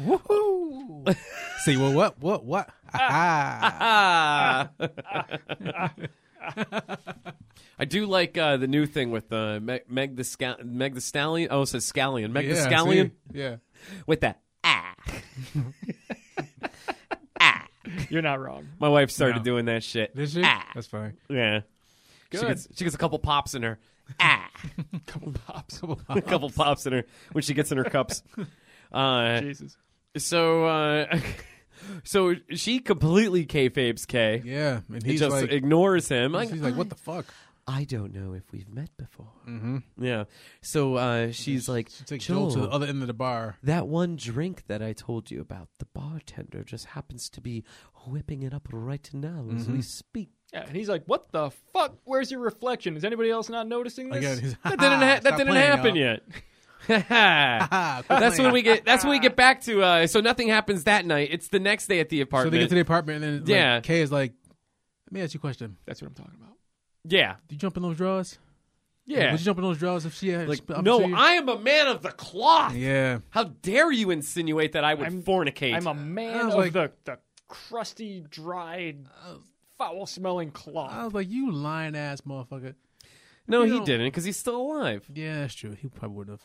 [SPEAKER 3] Woohoo! See, well, what, what, what? Ah,
[SPEAKER 2] Ah. I do like uh, the new thing with uh, Meg, Meg the Scal- Meg the Stallion. Oh, it says Scallion. Meg the Scallion
[SPEAKER 3] see? Yeah.
[SPEAKER 2] with that ah.
[SPEAKER 4] You're not wrong.
[SPEAKER 2] My wife started
[SPEAKER 3] No.
[SPEAKER 2] doing that shit.
[SPEAKER 3] This shit?
[SPEAKER 2] Ah.
[SPEAKER 3] That's fine.
[SPEAKER 2] Yeah, She
[SPEAKER 4] Good.
[SPEAKER 2] gets, she gets a couple pops in her. Ah,
[SPEAKER 4] Couple pops.
[SPEAKER 2] a couple pops in her when she gets in her cups. Uh,
[SPEAKER 4] Jesus.
[SPEAKER 2] so, uh, so she completely kayfabes K.
[SPEAKER 3] Yeah. And
[SPEAKER 2] He
[SPEAKER 3] he's
[SPEAKER 2] just
[SPEAKER 3] like,
[SPEAKER 2] ignores him. I-
[SPEAKER 3] he's like, what the fuck?
[SPEAKER 2] I don't know if we've met before. Mm-hmm. Yeah. So uh, she's like,
[SPEAKER 3] She takes Joel to the
[SPEAKER 2] "Joel,
[SPEAKER 3] other end of the bar.
[SPEAKER 2] that one drink that I told you about, the bartender just happens to be whipping it up right now as we speak.
[SPEAKER 4] Yeah, and he's like, "What the fuck? Where's your reflection? Is anybody else not noticing this?"
[SPEAKER 3] Again, he's,
[SPEAKER 2] That didn't, ha-
[SPEAKER 3] Ah, "Stop
[SPEAKER 2] that didn't
[SPEAKER 3] playing,
[SPEAKER 2] happen
[SPEAKER 3] y'all." Ah,
[SPEAKER 2] yet. that's when we get. That's when we get back to. Uh, so nothing happens that night. It's the next day at the
[SPEAKER 3] So
[SPEAKER 2] apartment.
[SPEAKER 3] they get to the apartment, and then like,
[SPEAKER 2] Yeah.
[SPEAKER 3] Kay is like, "Let me ask you a question.
[SPEAKER 4] That's what I'm talking about.
[SPEAKER 2] yeah,
[SPEAKER 3] Did you jump in those drawers?
[SPEAKER 2] yeah.
[SPEAKER 3] Would you jump in those drawers if she had
[SPEAKER 2] Like,
[SPEAKER 3] up
[SPEAKER 2] no,
[SPEAKER 3] to you?
[SPEAKER 2] I am a man of the cloth.
[SPEAKER 3] Yeah,
[SPEAKER 2] How dare you insinuate that I would fornicate?
[SPEAKER 4] I'm a man
[SPEAKER 3] was
[SPEAKER 4] of
[SPEAKER 3] like- Oh.
[SPEAKER 4] the, the crusty, dried, foul smelling cloth.
[SPEAKER 3] I was like, "You lying ass motherfucker."
[SPEAKER 2] no,
[SPEAKER 3] you
[SPEAKER 2] he
[SPEAKER 3] know-
[SPEAKER 2] didn't because he's still alive.
[SPEAKER 3] Yeah, that's true. He probably would have.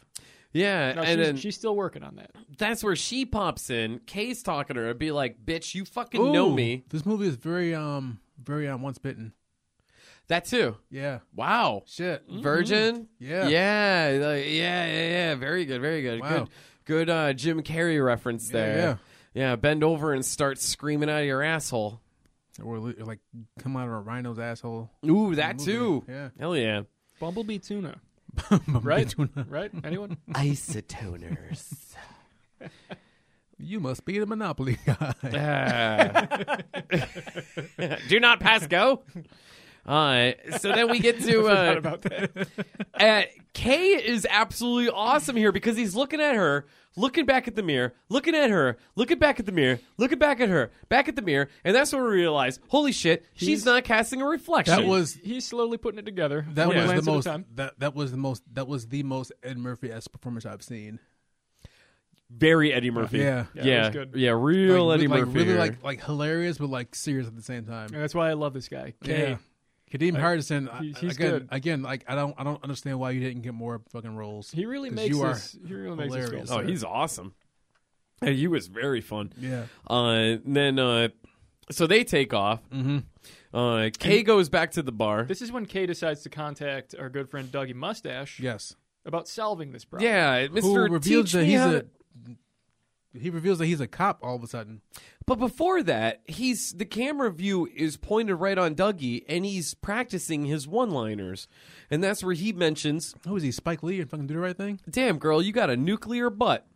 [SPEAKER 2] Yeah,
[SPEAKER 4] No,
[SPEAKER 2] and
[SPEAKER 4] she's,
[SPEAKER 2] then
[SPEAKER 4] she's still working on that.
[SPEAKER 2] that's where she pops in. Kay's talking to her and be like, "Bitch, you fucking know me."
[SPEAKER 3] This movie is very um very um once bitten.
[SPEAKER 2] That too.
[SPEAKER 3] Yeah.
[SPEAKER 2] Wow.
[SPEAKER 3] Shit.
[SPEAKER 2] Mm. Virgin.
[SPEAKER 3] Mm-hmm. Yeah.
[SPEAKER 2] Yeah. like, yeah. Yeah. Yeah. Very good. Very good.
[SPEAKER 3] Wow.
[SPEAKER 2] Good. Good uh, Jim Carrey reference there.
[SPEAKER 3] yeah.
[SPEAKER 2] Yeah, Bend over and start screaming out of your asshole.
[SPEAKER 3] Or li- or, like come out of a rhino's asshole.
[SPEAKER 2] Ooh, that
[SPEAKER 3] Movie,
[SPEAKER 2] too.
[SPEAKER 3] yeah.
[SPEAKER 2] Hell yeah.
[SPEAKER 4] Bumblebee tuna,
[SPEAKER 3] right.
[SPEAKER 4] right? right? Anyone?
[SPEAKER 2] Isotoners.
[SPEAKER 3] You must be the monopoly guy.
[SPEAKER 2] Uh, Do not pass go. Uh, so then we get to uh,
[SPEAKER 4] about that.
[SPEAKER 2] uh, Kay is absolutely awesome here because he's looking at her, looking back at the mirror, looking at her, looking back at the mirror, looking back at her, back at the mirror, and that's when we realize, holy shit, she's not casting a reflection.
[SPEAKER 3] that was
[SPEAKER 4] He's slowly putting it together.
[SPEAKER 3] that
[SPEAKER 4] one
[SPEAKER 2] Yeah.
[SPEAKER 3] was
[SPEAKER 4] glance at
[SPEAKER 3] the
[SPEAKER 4] a
[SPEAKER 3] most
[SPEAKER 4] time.
[SPEAKER 3] that that was the most that was the most Ed Murphy esque performance I've seen.
[SPEAKER 2] very Eddie Murphy.
[SPEAKER 3] Yeah.
[SPEAKER 2] yeah,
[SPEAKER 4] Yeah,
[SPEAKER 2] yeah,
[SPEAKER 4] it was good.
[SPEAKER 2] real
[SPEAKER 3] like,
[SPEAKER 2] Eddie
[SPEAKER 3] like,
[SPEAKER 2] Murphy.
[SPEAKER 3] Really
[SPEAKER 2] here.
[SPEAKER 3] like like hilarious but like serious at the same time.
[SPEAKER 4] And that's why I love this guy. Kay.
[SPEAKER 3] Yeah. Kadeem Hardison, I-
[SPEAKER 4] he- he's
[SPEAKER 3] again,
[SPEAKER 4] good.
[SPEAKER 3] again, like I don't, I don't understand why you didn't get more fucking roles.
[SPEAKER 4] He really
[SPEAKER 3] 'Cause
[SPEAKER 4] makes
[SPEAKER 3] you
[SPEAKER 4] this.
[SPEAKER 3] Are,
[SPEAKER 4] He really makes this
[SPEAKER 3] hilarious.
[SPEAKER 2] oh,
[SPEAKER 4] role.
[SPEAKER 2] he's awesome. Hey, he was very fun.
[SPEAKER 3] yeah,
[SPEAKER 2] Uh, then uh, so they take off. Mm-hmm. Uh, Kay goes back to the bar.
[SPEAKER 4] This is when Kay decides to contact our good friend Dougie Mustache
[SPEAKER 3] yes.
[SPEAKER 4] about solving this problem.
[SPEAKER 2] yeah,
[SPEAKER 3] Who
[SPEAKER 2] Mister
[SPEAKER 3] reveals
[SPEAKER 2] Teach
[SPEAKER 3] that
[SPEAKER 2] me
[SPEAKER 3] he's
[SPEAKER 2] how
[SPEAKER 3] a
[SPEAKER 2] to-
[SPEAKER 3] he reveals that he's a cop all of a sudden.
[SPEAKER 2] But before that, he's the camera view is pointed right on Dougie, and he's practicing his one-liners, and that's where he mentions,
[SPEAKER 3] Who is he? Spike Lee and fucking do the right thing.
[SPEAKER 2] "Damn girl, you got a nuclear butt,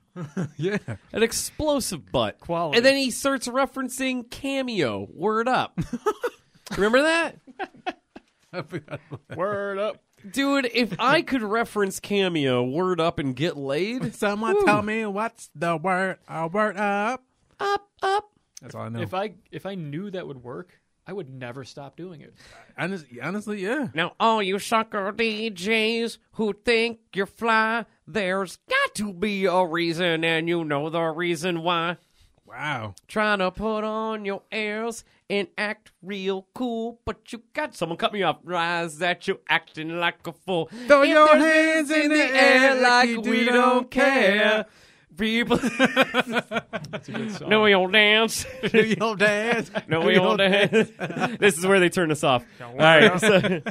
[SPEAKER 3] Yeah,
[SPEAKER 2] an explosive butt."
[SPEAKER 4] Quality.
[SPEAKER 2] And then he starts referencing cameo. Word up. Remember that?
[SPEAKER 3] I forgot about that.
[SPEAKER 4] Word up.
[SPEAKER 2] Dude, if I could reference cameo, word up and get laid,
[SPEAKER 3] Someone
[SPEAKER 2] Woo.
[SPEAKER 3] tell me what's the word? A word up.
[SPEAKER 2] up, up.
[SPEAKER 3] That's all I know.
[SPEAKER 4] If I if I knew that would work, I would never stop doing it.
[SPEAKER 3] honestly, honestly, yeah.
[SPEAKER 2] Now, all you sucker DJs who think you're fly, there's got to be a reason, and you know the reason why.
[SPEAKER 3] Wow.
[SPEAKER 2] Trying to put on your airs and act real cool, but you got someone cut me off. Rise that you acting like a fool.
[SPEAKER 3] Throw
[SPEAKER 2] If
[SPEAKER 3] your
[SPEAKER 2] there's
[SPEAKER 3] hands in
[SPEAKER 2] in
[SPEAKER 3] the air like you
[SPEAKER 2] we don't care. People
[SPEAKER 4] It's a good song.
[SPEAKER 2] know your dance.
[SPEAKER 3] Do your dance.
[SPEAKER 2] No,
[SPEAKER 3] Do
[SPEAKER 2] we
[SPEAKER 3] your
[SPEAKER 2] hold a
[SPEAKER 3] dance.
[SPEAKER 2] hand. this is where they turn us off. All right. so-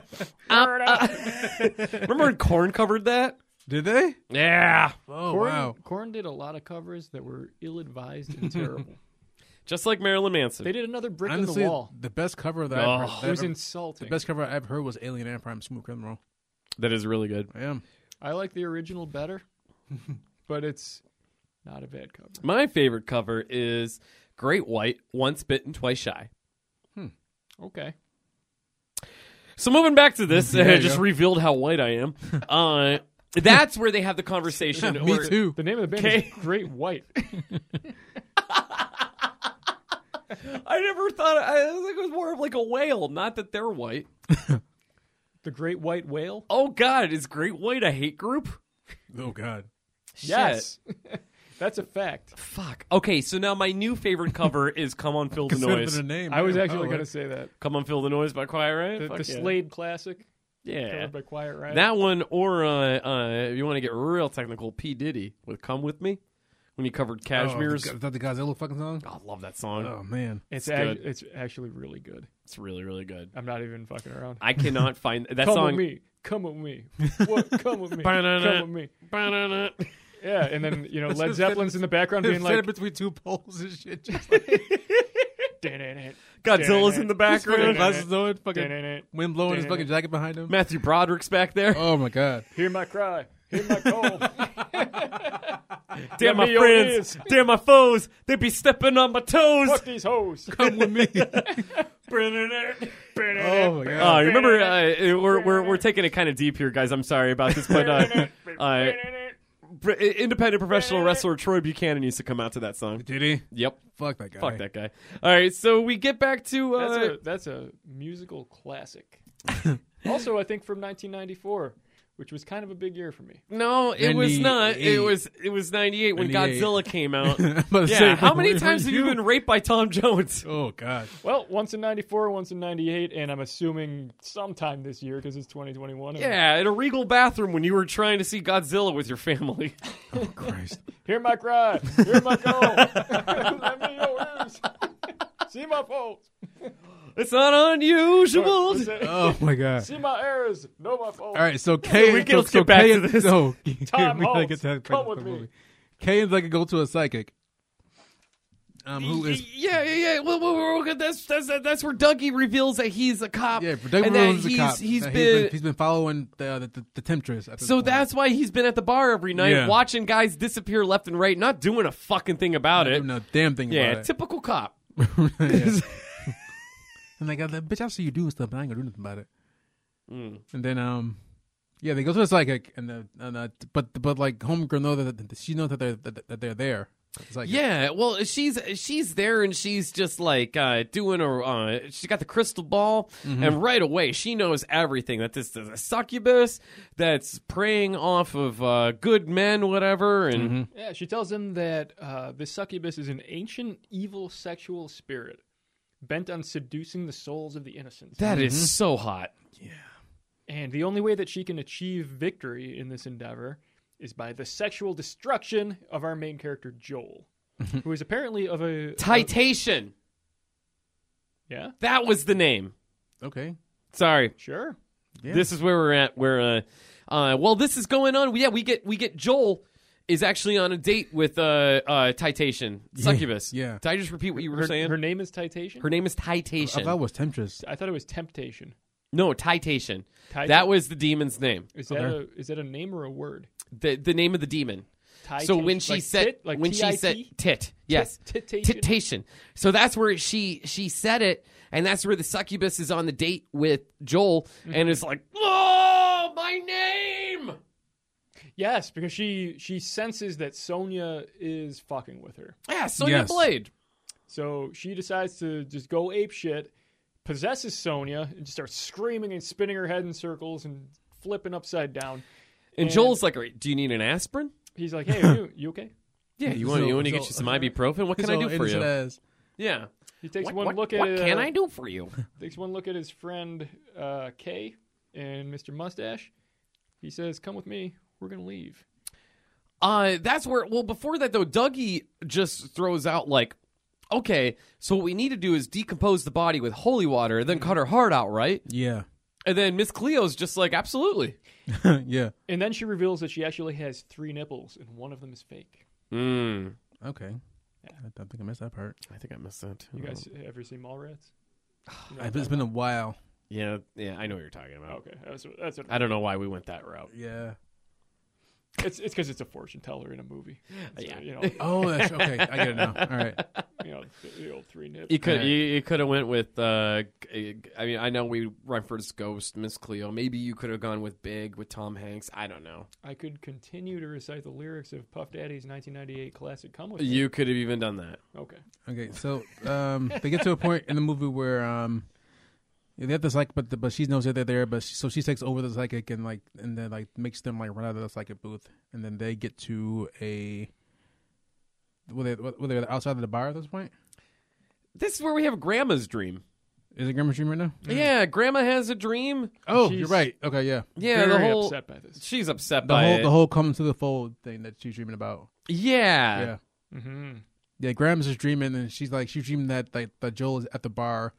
[SPEAKER 2] remember when Corn covered that?
[SPEAKER 3] Did they?
[SPEAKER 2] Yeah.
[SPEAKER 3] Oh
[SPEAKER 4] Korn,
[SPEAKER 3] wow.
[SPEAKER 4] Korn did a lot of covers that were ill-advised and terrible.
[SPEAKER 2] Just like Marilyn Manson.
[SPEAKER 4] They did another brick
[SPEAKER 3] Honestly,
[SPEAKER 4] in the wall.
[SPEAKER 3] the best cover that
[SPEAKER 2] Oh.
[SPEAKER 3] I've heard. that
[SPEAKER 4] It was
[SPEAKER 3] I've-
[SPEAKER 4] insulting.
[SPEAKER 3] the best cover I've heard was Alien Ant Prime Smooth Criminal.
[SPEAKER 2] that is really good.
[SPEAKER 3] I am.
[SPEAKER 4] I like the original better, but it's not a bad cover.
[SPEAKER 2] My favorite cover is Great White, Once Bitten, Twice Shy.
[SPEAKER 4] Okay.
[SPEAKER 2] So moving back to this,
[SPEAKER 3] There
[SPEAKER 2] I
[SPEAKER 3] you
[SPEAKER 2] just
[SPEAKER 3] go.
[SPEAKER 2] revealed how white I am. Uh, that's where they have the conversation.
[SPEAKER 3] Me
[SPEAKER 2] where-
[SPEAKER 3] too.
[SPEAKER 4] The name of the band
[SPEAKER 2] Okay.
[SPEAKER 4] is Great White.
[SPEAKER 2] I never thought I I think it was more of like a whale, not that they're white.
[SPEAKER 4] The Great White Whale?
[SPEAKER 2] Oh God, is Great White a hate group?
[SPEAKER 3] Oh god.
[SPEAKER 4] Yes. That's a fact.
[SPEAKER 2] Fuck. Okay, so now my new favorite cover is "Come On Fill the
[SPEAKER 3] Consider
[SPEAKER 2] Noise."
[SPEAKER 3] the name. Oh,
[SPEAKER 4] I was
[SPEAKER 3] yeah,
[SPEAKER 4] actually
[SPEAKER 3] probably.
[SPEAKER 4] going to say that.
[SPEAKER 2] "Come On Fill the Noise" by Quiet Riot.
[SPEAKER 4] The,
[SPEAKER 2] Oh, Fuck
[SPEAKER 4] the
[SPEAKER 2] yeah.
[SPEAKER 4] Slade classic
[SPEAKER 2] Yeah.
[SPEAKER 4] covered by Quiet Riot.
[SPEAKER 2] That one, or uh, uh, if you want to get real technical, P Diddy with "Come With Me" when he covered
[SPEAKER 3] Oh, the
[SPEAKER 2] Cashmere's.
[SPEAKER 3] Go- is that the Godzilla fucking song?
[SPEAKER 2] I love that song.
[SPEAKER 3] Oh man.
[SPEAKER 4] it's
[SPEAKER 2] it's
[SPEAKER 4] ac-
[SPEAKER 2] good.
[SPEAKER 4] it's actually really good.
[SPEAKER 2] It's really, really good.
[SPEAKER 4] I'm not even fucking around.
[SPEAKER 2] I cannot find that
[SPEAKER 4] come
[SPEAKER 2] song.
[SPEAKER 4] with me. Come with me. What? Come with me.
[SPEAKER 2] Ba-na-na.
[SPEAKER 4] come with me.
[SPEAKER 2] Ba-na-na.
[SPEAKER 4] Yeah, and then you know Led
[SPEAKER 3] just
[SPEAKER 4] Zeppelin's in the background being
[SPEAKER 3] Instead
[SPEAKER 4] like
[SPEAKER 3] of between two poles and shit. Just like
[SPEAKER 4] "Dun-dun-dun,
[SPEAKER 2] Godzilla's in the
[SPEAKER 3] fucking
[SPEAKER 2] background.
[SPEAKER 3] glasses on, fucking
[SPEAKER 4] dun-dun-dun,
[SPEAKER 3] wind blowing his fucking jacket behind him.
[SPEAKER 2] Matthew Broderick's back there.
[SPEAKER 3] Oh my god.
[SPEAKER 4] hear my cry, hear my call.
[SPEAKER 2] Damn my
[SPEAKER 4] me your
[SPEAKER 2] friends. Damn my foes. They be stepping on my toes.
[SPEAKER 4] Fuck these hoes.
[SPEAKER 3] Come with me. oh my
[SPEAKER 2] Uh,
[SPEAKER 3] god.
[SPEAKER 2] you remember, uh, we're, we're, we're taking it kind of deep here, guys. I'm sorry about this, but uh, uh, pr- independent professional wrestler Troy Buchanan used to come out to that song.
[SPEAKER 3] Did he?
[SPEAKER 2] Yep.
[SPEAKER 3] Fuck that guy.
[SPEAKER 2] Fuck that guy. All right, so we get back to uh,
[SPEAKER 4] That's a that's a musical classic. also, I think from 1994, which was kind of a big year for me.
[SPEAKER 2] no, it was not. It
[SPEAKER 3] 98.
[SPEAKER 2] was it was ninety eight when
[SPEAKER 3] 98.
[SPEAKER 2] Godzilla came out.
[SPEAKER 3] I'm about to
[SPEAKER 2] yeah,
[SPEAKER 3] say,
[SPEAKER 2] how many
[SPEAKER 3] were
[SPEAKER 2] times have you
[SPEAKER 3] you-
[SPEAKER 2] been raped by Tom Jones?
[SPEAKER 3] Oh god.
[SPEAKER 4] Well, once in 94, once in 98, and I'm assuming sometime this year because it's 2021. and
[SPEAKER 2] Yeah, in a regal bathroom when you were trying to see Godzilla with your family.
[SPEAKER 3] Christ.
[SPEAKER 4] Hear my cry. Hear my call. Let me know yours. See my faults.
[SPEAKER 2] It's not unusual.
[SPEAKER 4] What's that?
[SPEAKER 3] Oh my god.
[SPEAKER 4] See my errors. Know my faults.
[SPEAKER 3] All right, so Kay.
[SPEAKER 2] we can-
[SPEAKER 3] so,
[SPEAKER 2] let's
[SPEAKER 3] so
[SPEAKER 2] get back
[SPEAKER 3] Kay
[SPEAKER 2] to this.
[SPEAKER 3] No,
[SPEAKER 4] Tom
[SPEAKER 3] we gotta
[SPEAKER 4] Holtz,
[SPEAKER 3] get to that
[SPEAKER 4] come with
[SPEAKER 3] movie.
[SPEAKER 4] me.
[SPEAKER 3] Kay is like a go to a psychic. Um, who is
[SPEAKER 2] Yeah, yeah, yeah. Well, well, well, well, that's, that's that's where Dougie reveals that he's a cop.
[SPEAKER 3] yeah? Doug
[SPEAKER 2] and that
[SPEAKER 3] Rules is a
[SPEAKER 2] he's-
[SPEAKER 3] cop.
[SPEAKER 2] he's
[SPEAKER 3] That
[SPEAKER 2] been,
[SPEAKER 3] he's been following the the, the, the temptress. at this
[SPEAKER 2] so
[SPEAKER 3] point.
[SPEAKER 2] that's why he's been at the bar every night,
[SPEAKER 3] Yeah.
[SPEAKER 2] watching guys disappear left and right, not doing a fucking thing about
[SPEAKER 3] I
[SPEAKER 2] it.
[SPEAKER 3] don't know a damn thing
[SPEAKER 2] Yeah,
[SPEAKER 3] about it.
[SPEAKER 2] typical cop.
[SPEAKER 3] yeah. and like, bitch, I see you doing stuff, but I ain't gonna do nothing about it.
[SPEAKER 2] Mm.
[SPEAKER 3] And then, um, yeah, they go to the psychic, and the and uh, but but like homegirl know that, that she knows that they're that, that they're there. It's like,
[SPEAKER 2] Yeah, well, she's she's there and she's just like uh, doing a. Uh, she got the crystal ball,
[SPEAKER 3] Mm-hmm.
[SPEAKER 2] and right away she knows everything that this is a succubus that's preying off of uh, good men, whatever. And
[SPEAKER 3] Mm-hmm.
[SPEAKER 4] Yeah, she tells him that uh, the succubus is an ancient, evil sexual spirit bent on seducing the souls of the innocent.
[SPEAKER 2] that
[SPEAKER 3] Mm-hmm.
[SPEAKER 2] is so hot.
[SPEAKER 4] and the only way that she can achieve victory in this endeavor is by the sexual destruction of our main character, Joel,
[SPEAKER 2] Mm-hmm.
[SPEAKER 4] who is apparently of a. of-
[SPEAKER 2] Titation.
[SPEAKER 4] yeah,
[SPEAKER 2] That was the name.
[SPEAKER 3] okay,
[SPEAKER 2] Sorry.
[SPEAKER 4] sure.
[SPEAKER 3] Yeah.
[SPEAKER 2] This is where we're at. Where, uh, uh, well, this is going on. Yeah, we get we get Joel is actually on a date with uh, uh, Titation succubus.
[SPEAKER 3] yeah.
[SPEAKER 2] Did I just repeat what you were
[SPEAKER 4] Her,
[SPEAKER 2] saying?
[SPEAKER 4] her
[SPEAKER 2] Her,
[SPEAKER 4] name is Titation?
[SPEAKER 2] name is
[SPEAKER 3] I
[SPEAKER 2] Titation.
[SPEAKER 3] thought it was temptress.
[SPEAKER 4] I thought it was Temptation.
[SPEAKER 2] no, Titation.
[SPEAKER 4] Titan-
[SPEAKER 2] That was the demon's name.
[SPEAKER 4] Is that,
[SPEAKER 3] Okay.
[SPEAKER 4] a, is that a name or a word?
[SPEAKER 2] The the name of the demon.
[SPEAKER 4] Titation.
[SPEAKER 2] So when she
[SPEAKER 4] like
[SPEAKER 2] said
[SPEAKER 4] tit, like
[SPEAKER 2] when she
[SPEAKER 4] T-I-T?
[SPEAKER 2] said tit, yes,
[SPEAKER 4] titation.
[SPEAKER 2] titation. So that's where she she said it, and that's where the succubus is on the date with Joel,
[SPEAKER 4] Mm-hmm.
[SPEAKER 2] and is like, "Oh, my name."
[SPEAKER 4] Yes, because she she senses that Sonia is fucking with her.
[SPEAKER 2] Yeah, Sonya
[SPEAKER 3] Yes.
[SPEAKER 2] Blade.
[SPEAKER 4] So she decides to just go ape shit, possesses Sonia, and just starts screaming and spinning her head in circles and flipping upside down.
[SPEAKER 2] And,
[SPEAKER 4] And-
[SPEAKER 2] Joel's like, "Do you need an aspirin?
[SPEAKER 4] He's like, "Hey, are you, you okay?"
[SPEAKER 2] Yeah, you want
[SPEAKER 3] So-
[SPEAKER 2] you want to get
[SPEAKER 3] so-
[SPEAKER 2] you some ibuprofen? What can I
[SPEAKER 3] So
[SPEAKER 2] do for
[SPEAKER 3] innocent
[SPEAKER 2] you?
[SPEAKER 3] as-
[SPEAKER 2] yeah,
[SPEAKER 4] He takes
[SPEAKER 2] what,
[SPEAKER 4] one
[SPEAKER 2] what-
[SPEAKER 4] look at
[SPEAKER 2] what
[SPEAKER 4] uh,
[SPEAKER 2] can I do for you?
[SPEAKER 4] takes one look at his friend uh, Kay and Mr. Mustache. He says, "Come with me. We're gonna leave."
[SPEAKER 2] Uh, that's where. Well, before that though, Dougie just throws out like, okay, so what we need to do is decompose the body with holy water, and then cut her heart out, right?
[SPEAKER 3] Yeah,
[SPEAKER 2] And then Miss Cleo's just like, absolutely.
[SPEAKER 3] yeah.
[SPEAKER 4] And then she reveals that she actually has three nipples, and one of them is fake.
[SPEAKER 2] Mm.
[SPEAKER 3] Okay, I don't think I missed that part.
[SPEAKER 2] I think I missed that. Too.
[SPEAKER 4] You guys ever seen Mallrats? You know what I'm
[SPEAKER 3] It's
[SPEAKER 4] talking
[SPEAKER 3] been a while.
[SPEAKER 2] Yeah, yeah, I know what you're talking about.
[SPEAKER 4] about? okay. That's what, that's what
[SPEAKER 2] Oh. I don't know why we went that route.
[SPEAKER 3] Yeah.
[SPEAKER 4] It's it's because it's a fortune teller in a movie. It's,
[SPEAKER 2] Yeah.
[SPEAKER 4] uh, you know,
[SPEAKER 3] Oh, that's okay. I get it now. All right.
[SPEAKER 4] you know, the, the old three nips.
[SPEAKER 2] You could
[SPEAKER 3] Alright.
[SPEAKER 2] you, you could have went with uh, g- I mean I know we Renford's Ghost, Miss Cleo. Maybe you could have gone with Big with Tom Hanks. I don't know.
[SPEAKER 4] I could continue to recite the lyrics of Puff Daddy's 1998 classic "Come With Me."
[SPEAKER 2] You could have even done that.
[SPEAKER 4] Okay,
[SPEAKER 3] Okay, so um, they get to a point in the movie where um, they have this like, but the, but she knows that they're there, but she, so she takes over the psychic and like and then like makes them like run out of the psychic booth, and then they get to a. Were they were they outside of the bar at this point?
[SPEAKER 2] This is where we have Grandma's dream.
[SPEAKER 3] Is it Grandma Dream right now?
[SPEAKER 2] Yeah, Grandma has a dream.
[SPEAKER 3] Mm. Oh,
[SPEAKER 4] She's-
[SPEAKER 3] you're right. Okay, yeah.
[SPEAKER 2] Yeah,
[SPEAKER 4] very
[SPEAKER 2] the whole
[SPEAKER 4] upset by this.
[SPEAKER 2] she's upset
[SPEAKER 3] The
[SPEAKER 2] by
[SPEAKER 3] whole
[SPEAKER 2] it.
[SPEAKER 3] the whole come to the fold thing that she's dreaming about.
[SPEAKER 2] yeah.
[SPEAKER 3] Yeah,
[SPEAKER 4] Mm-hmm.
[SPEAKER 3] yeah. Grandma's just dreaming, and she's like she's dreaming that like that Joel is at the bar,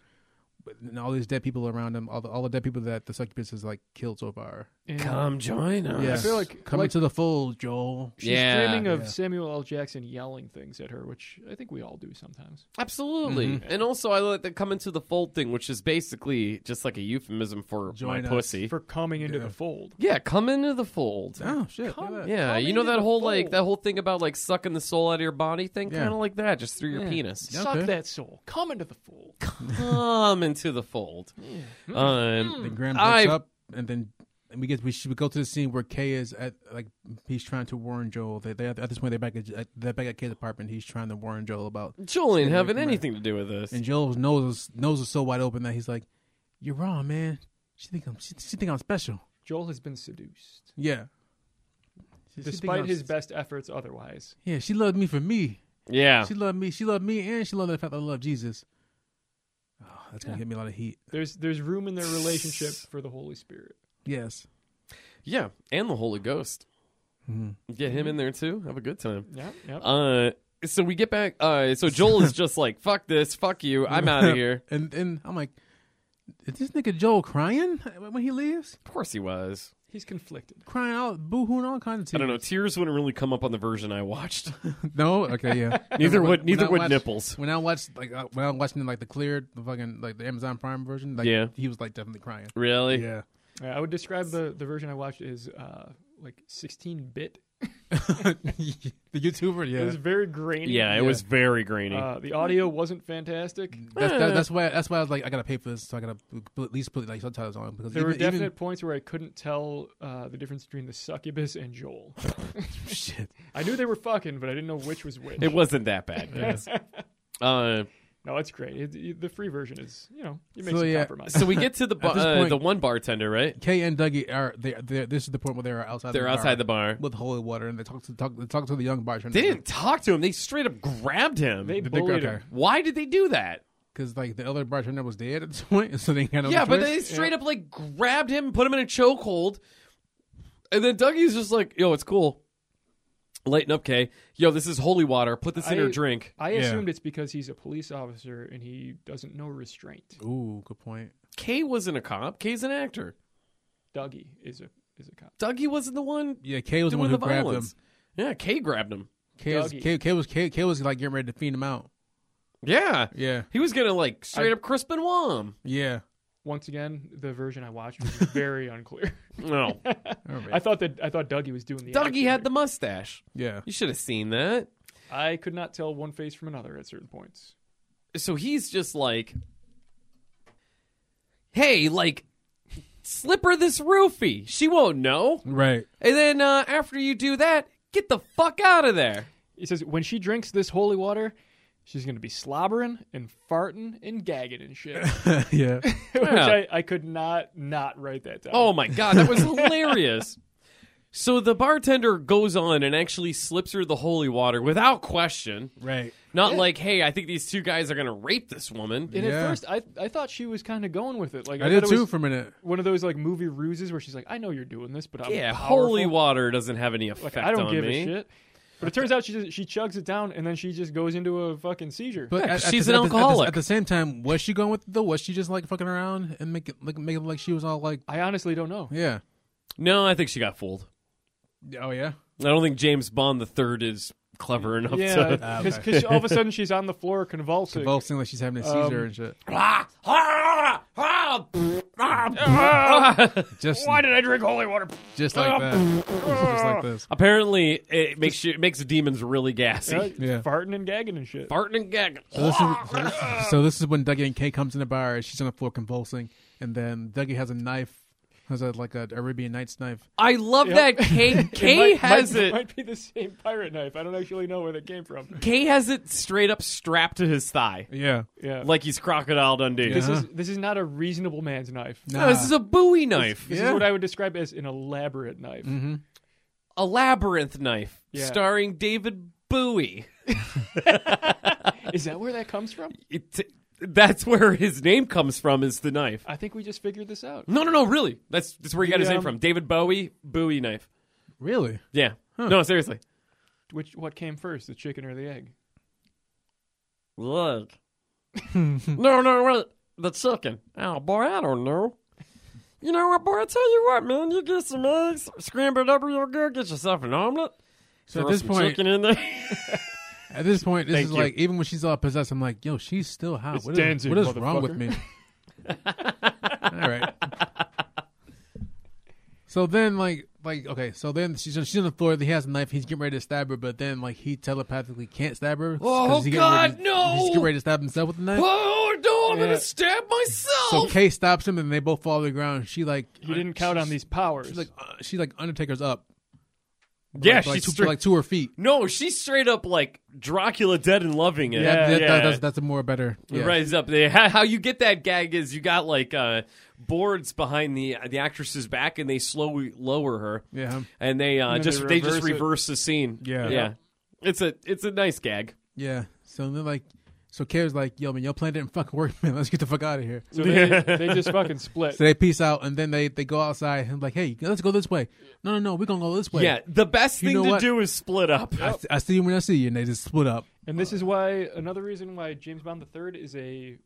[SPEAKER 3] but- and all these dead people around him, all the all the dead people that the succubus has like killed so far.
[SPEAKER 2] Come join us.
[SPEAKER 3] Yeah.
[SPEAKER 4] I feel like
[SPEAKER 3] Coming
[SPEAKER 4] like
[SPEAKER 3] to the fold, Joel.
[SPEAKER 4] she's
[SPEAKER 2] Yeah.
[SPEAKER 4] dreaming of
[SPEAKER 3] Yeah.
[SPEAKER 4] Samuel L. Jackson yelling things at her, which I think we all do sometimes.
[SPEAKER 2] Absolutely.
[SPEAKER 3] Mm-hmm.
[SPEAKER 2] And also I let that come into the fold thing, which is basically just like a euphemism for
[SPEAKER 3] Join
[SPEAKER 2] my
[SPEAKER 3] us
[SPEAKER 2] pussy.
[SPEAKER 4] For coming into the fold,
[SPEAKER 2] yeah, come into the fold.
[SPEAKER 3] Oh shit!
[SPEAKER 4] Come-
[SPEAKER 3] look at that.
[SPEAKER 2] Yeah,
[SPEAKER 4] Come
[SPEAKER 2] you know
[SPEAKER 4] into
[SPEAKER 2] that
[SPEAKER 4] the
[SPEAKER 2] whole like
[SPEAKER 4] fold.
[SPEAKER 2] that whole thing about like sucking the soul out of your body thing,
[SPEAKER 3] Yeah.
[SPEAKER 2] kind of like that, just through your penis.
[SPEAKER 3] Yeah,
[SPEAKER 4] suck
[SPEAKER 3] okay.
[SPEAKER 4] that soul. Come into the fold.
[SPEAKER 2] Come into the fold. Um,
[SPEAKER 3] Then Graham wakes
[SPEAKER 2] I've-
[SPEAKER 3] up, and then and we get we should go to the scene where Kay is at like he's trying to warn Joel. They, they at this point they're back at they're back at Kay's apartment. He's trying to warn Joel about,
[SPEAKER 2] Joel ain't
[SPEAKER 3] Stay away
[SPEAKER 2] having
[SPEAKER 3] from her.
[SPEAKER 2] anything to do with this.
[SPEAKER 3] and Joel's nose is, nose is so wide open that he's like, "You're wrong, man. She think I'm she, she think I'm special."
[SPEAKER 4] Joel has been seduced,
[SPEAKER 3] Yeah. She- she think
[SPEAKER 4] despite
[SPEAKER 3] I'm-
[SPEAKER 4] his best efforts. Otherwise,
[SPEAKER 3] yeah, she loved me for me.
[SPEAKER 2] yeah.
[SPEAKER 3] She loved me. She loved me, and she loved the fact that I love Jesus. Oh, that's gonna get me a lot of heat.
[SPEAKER 4] there's there's room in their relationship for the Holy Spirit.
[SPEAKER 3] Yes.
[SPEAKER 2] Yeah. And the Holy Ghost.
[SPEAKER 3] Mm-hmm.
[SPEAKER 2] Get him in there too. Have a good time.
[SPEAKER 4] Yeah, yeah.
[SPEAKER 2] Uh, so we get back. Uh, so Joel is just like, fuck this, fuck you, I'm out of here.
[SPEAKER 3] And and I'm like, is this nigga Joel crying when he leaves?
[SPEAKER 2] Of course he was.
[SPEAKER 4] He's conflicted.
[SPEAKER 3] Crying out, boohooing, all kinds of
[SPEAKER 2] I
[SPEAKER 3] tears.
[SPEAKER 2] don't know. Tears wouldn't really come up on the version I watched.
[SPEAKER 3] No, okay, yeah.
[SPEAKER 2] Neither
[SPEAKER 3] When-
[SPEAKER 2] would
[SPEAKER 3] when
[SPEAKER 2] neither
[SPEAKER 3] I
[SPEAKER 2] would
[SPEAKER 3] watched-
[SPEAKER 2] nipples.
[SPEAKER 3] When I watched like uh, when I watched him like the cleared the fucking like the Amazon Prime version, like
[SPEAKER 2] Yeah.
[SPEAKER 3] he was like definitely crying.
[SPEAKER 2] Really?
[SPEAKER 3] Yeah,
[SPEAKER 4] Yeah, Uh, I would describe the the version I watched as uh, like 16 bit.
[SPEAKER 3] the YouTuber, yeah.
[SPEAKER 4] It was very grainy.
[SPEAKER 2] Yeah,
[SPEAKER 3] Yeah.
[SPEAKER 2] it was very grainy.
[SPEAKER 4] Uh, the audio wasn't fantastic.
[SPEAKER 3] that's, that, that's why that's why I was like I gotta pay for this, so I gotta put- at least put like subtitles on because
[SPEAKER 4] There were
[SPEAKER 3] even,
[SPEAKER 4] definite
[SPEAKER 3] even-
[SPEAKER 4] points where I couldn't tell uh, the difference between the succubus and Joel.
[SPEAKER 3] shit.
[SPEAKER 4] I knew they were fucking, but I didn't know which was which.
[SPEAKER 2] it wasn't that bad. Uh,
[SPEAKER 4] No, it's great. It, it- the free version is, you know, you make
[SPEAKER 3] So,
[SPEAKER 4] some
[SPEAKER 3] yeah.
[SPEAKER 4] compromise.
[SPEAKER 2] so we get to the bu-
[SPEAKER 3] this
[SPEAKER 2] uh,
[SPEAKER 3] point-
[SPEAKER 2] the one bartender, right?
[SPEAKER 3] Kay and Dougie are they? They're, this is the point where they are outside.
[SPEAKER 2] They're
[SPEAKER 3] the
[SPEAKER 2] outside
[SPEAKER 3] bar
[SPEAKER 2] the bar.
[SPEAKER 3] with holy water, and they talk to talk, they talk to the young bartender.
[SPEAKER 2] They didn't talk to him. They straight up grabbed him.
[SPEAKER 4] they
[SPEAKER 3] The big
[SPEAKER 4] bullied
[SPEAKER 3] guy.
[SPEAKER 4] him.
[SPEAKER 2] Why did they do that?
[SPEAKER 3] because like the other bartender was dead at this point, so they had no
[SPEAKER 2] yeah, but
[SPEAKER 3] choice.
[SPEAKER 2] they straight up like grabbed him, put him in a chokehold, and then Dougie's just like, "Yo, it's cool." Lighten up, Kay. Yo, this is holy water. Put this in her
[SPEAKER 4] I-
[SPEAKER 2] drink.
[SPEAKER 4] I
[SPEAKER 3] Yeah.
[SPEAKER 4] assumed it's because he's a police officer and he doesn't know restraint.
[SPEAKER 3] Ooh, good point.
[SPEAKER 2] Kay wasn't a cop. Kay's an actor.
[SPEAKER 4] Dougie is a is a cop.
[SPEAKER 2] Dougie wasn't the one
[SPEAKER 3] Yeah, Kay was the one
[SPEAKER 2] doing the
[SPEAKER 3] who grabbed him.
[SPEAKER 2] violence. Yeah, Kay grabbed him.
[SPEAKER 3] Kay was,
[SPEAKER 4] Dougie.
[SPEAKER 3] Kay, Kay was Kay, Kay was like getting ready to feed him out.
[SPEAKER 2] Yeah,
[SPEAKER 3] Yeah,
[SPEAKER 2] he was gonna like straight up Crispin Wom.
[SPEAKER 3] yeah.
[SPEAKER 4] Once again, the version I watched was very unclear.
[SPEAKER 2] No,
[SPEAKER 3] All right.
[SPEAKER 4] I thought that I thought Dougie was doing the
[SPEAKER 2] Dougie
[SPEAKER 4] action
[SPEAKER 2] had the
[SPEAKER 4] here.
[SPEAKER 2] mustache.
[SPEAKER 3] yeah.
[SPEAKER 2] You should have seen that.
[SPEAKER 4] I could not tell one face from another at certain points.
[SPEAKER 2] so he's just like, hey, like, slip her this roofie. She won't know.
[SPEAKER 3] Right.
[SPEAKER 2] And then uh, after you do that, get the fuck out of there.
[SPEAKER 4] He says when she drinks this holy water, she's gonna be slobbering and farting and gagging and shit.
[SPEAKER 3] yeah.
[SPEAKER 4] Which
[SPEAKER 2] Yeah.
[SPEAKER 4] I, I could not not write that down.
[SPEAKER 2] Oh my God, that was hilarious. So the bartender goes on and actually slips her the holy water without question.
[SPEAKER 3] Right.
[SPEAKER 2] Not like, hey, I think these two guys are going to rape this woman.
[SPEAKER 4] And
[SPEAKER 3] Yeah.
[SPEAKER 4] at first, I I thought she was kind of going with it. Like
[SPEAKER 3] I,
[SPEAKER 4] I,
[SPEAKER 3] did
[SPEAKER 4] thought it
[SPEAKER 3] too
[SPEAKER 4] was
[SPEAKER 3] for a minute.
[SPEAKER 4] one of those like movie ruses where she's like, I know you're doing this, but I'm
[SPEAKER 2] yeah,
[SPEAKER 4] powerful.
[SPEAKER 2] holy water doesn't have any
[SPEAKER 4] Like
[SPEAKER 2] effect
[SPEAKER 4] I don't
[SPEAKER 2] on
[SPEAKER 4] give
[SPEAKER 2] me.
[SPEAKER 4] a shit. But it turns out she just, she chugs it down and then she just goes into a fucking seizure.
[SPEAKER 3] But
[SPEAKER 2] Yeah,
[SPEAKER 3] at-
[SPEAKER 2] 'cause
[SPEAKER 3] at
[SPEAKER 2] she's
[SPEAKER 3] the-
[SPEAKER 2] an
[SPEAKER 3] at the- at the-
[SPEAKER 2] alcoholic.
[SPEAKER 3] At the, same time, was she going with the? Was she just like fucking around and make it like make it look like she was all like,
[SPEAKER 4] I honestly don't know.
[SPEAKER 3] yeah,
[SPEAKER 2] No, I think she got fooled.
[SPEAKER 3] oh yeah,
[SPEAKER 2] I don't think James Bond the third is clever enough
[SPEAKER 4] Yeah,
[SPEAKER 2] to
[SPEAKER 3] Ah,
[SPEAKER 4] because
[SPEAKER 3] okay.
[SPEAKER 4] all of a sudden she's on the floor convulsing.
[SPEAKER 3] convulsing like she's having a seizure and shit.
[SPEAKER 2] Ah, ah, ah, ah.
[SPEAKER 3] Just
[SPEAKER 4] Why did I drink holy water?
[SPEAKER 3] just like that, just like this.
[SPEAKER 2] Apparently, it makes you, it makes demons really gassy.
[SPEAKER 4] Uh,
[SPEAKER 3] Yeah.
[SPEAKER 4] Farting and gagging and shit.
[SPEAKER 2] Farting and gagging.
[SPEAKER 3] So this, is, so this is when Dougie and Kay comes in the bar. and She's on the floor convulsing, and then Dougie has a knife, has a, like a Arabian Nights knife.
[SPEAKER 2] I love
[SPEAKER 4] Yep.
[SPEAKER 2] that Kay
[SPEAKER 4] It
[SPEAKER 2] Kay
[SPEAKER 4] might,
[SPEAKER 2] has
[SPEAKER 4] might,
[SPEAKER 2] it.
[SPEAKER 4] Might be the same pirate knife. I don't actually know where that came from.
[SPEAKER 2] Kay has it straight up strapped to his thigh,
[SPEAKER 3] Yeah,
[SPEAKER 4] Yeah,
[SPEAKER 2] like he's crocodile Dundee.
[SPEAKER 4] this
[SPEAKER 3] Uh-huh.
[SPEAKER 4] is this is not a reasonable man's knife.
[SPEAKER 2] No, this is a Bowie knife,
[SPEAKER 4] This
[SPEAKER 3] Yeah.
[SPEAKER 4] is what I would describe as an elaborate knife.
[SPEAKER 2] a labyrinth knife,
[SPEAKER 4] Yeah.
[SPEAKER 2] starring David Bowie.
[SPEAKER 4] Is that where that comes from?
[SPEAKER 2] It, that's where his name comes from. Is the knife?
[SPEAKER 4] I think we just figured this out.
[SPEAKER 3] Hmm.
[SPEAKER 2] No, no, no. Really, that's that's where he got his
[SPEAKER 4] Yeah.
[SPEAKER 2] name from. David Bowie, Bowie knife.
[SPEAKER 3] really.
[SPEAKER 2] Yeah. No, seriously.
[SPEAKER 4] Which what came first, the chicken or the egg?
[SPEAKER 2] Look. no, no, wait. The chicken. Oh, boy, I don't know. You know what, boy? I tell you what, man. You get some eggs, scramble it up real good, get yourself an omelet.
[SPEAKER 3] So at
[SPEAKER 2] throw
[SPEAKER 3] this
[SPEAKER 2] some
[SPEAKER 3] point,
[SPEAKER 2] chicken in there.
[SPEAKER 3] At this point, this
[SPEAKER 2] Thank
[SPEAKER 3] is
[SPEAKER 2] you.
[SPEAKER 3] like even when she's all possessed, I'm like, yo, she's still hot.
[SPEAKER 4] It's
[SPEAKER 3] What is,
[SPEAKER 4] Danzig,
[SPEAKER 3] what is wrong
[SPEAKER 4] motherfucker.
[SPEAKER 3] with me? all right. So then, like, like okay, so then she's on, she's on the floor. He has a knife. He's getting ready to stab her, but then like he telepathically can't stab her. 'cause
[SPEAKER 2] Oh,
[SPEAKER 3] he's getting ready
[SPEAKER 2] God,
[SPEAKER 3] to-
[SPEAKER 2] no!
[SPEAKER 3] He's getting ready to stab himself with the knife.
[SPEAKER 2] oh, no! I'm
[SPEAKER 4] Yeah.
[SPEAKER 2] gonna stab
[SPEAKER 3] So
[SPEAKER 2] myself.
[SPEAKER 3] Kay stops him, and they both fall to the ground. She like
[SPEAKER 4] He didn't count on these powers.
[SPEAKER 3] she's like uh, she's like Undertaker's up.
[SPEAKER 2] yeah,
[SPEAKER 3] like,
[SPEAKER 2] she's
[SPEAKER 3] like,
[SPEAKER 2] straight.
[SPEAKER 3] like to her feet.
[SPEAKER 2] no, she's straight up like Dracula dead and loving it.
[SPEAKER 4] Yeah,
[SPEAKER 3] that, that,
[SPEAKER 2] yeah.
[SPEAKER 3] that's that's a more better. Yeah.
[SPEAKER 2] Rise up. They, how how you get that gag is you got like uh, boards behind the the actress's back, and they slowly lower her.
[SPEAKER 3] Yeah. um,
[SPEAKER 2] and they uh,
[SPEAKER 4] And then
[SPEAKER 2] just they,
[SPEAKER 4] they
[SPEAKER 2] just
[SPEAKER 4] reverse it.
[SPEAKER 2] reverse the scene.
[SPEAKER 3] Yeah.
[SPEAKER 2] yeah. It's a it's a nice gag.
[SPEAKER 3] Yeah. So then like, so Kara's like, yo man, your plan didn't fucking work, man. Let's get the fuck out of here.
[SPEAKER 4] so they, they just fucking split.
[SPEAKER 3] So they peace out, and then they they go outside and like, hey, let's go this way. No, no, no, we're gonna go this way.
[SPEAKER 2] Yeah, the best
[SPEAKER 3] You
[SPEAKER 2] thing
[SPEAKER 3] know
[SPEAKER 2] to
[SPEAKER 3] what?
[SPEAKER 2] do is split up.
[SPEAKER 3] I, I see you when I see you, and they just split up.
[SPEAKER 4] And this is why another reason why James Bond III is a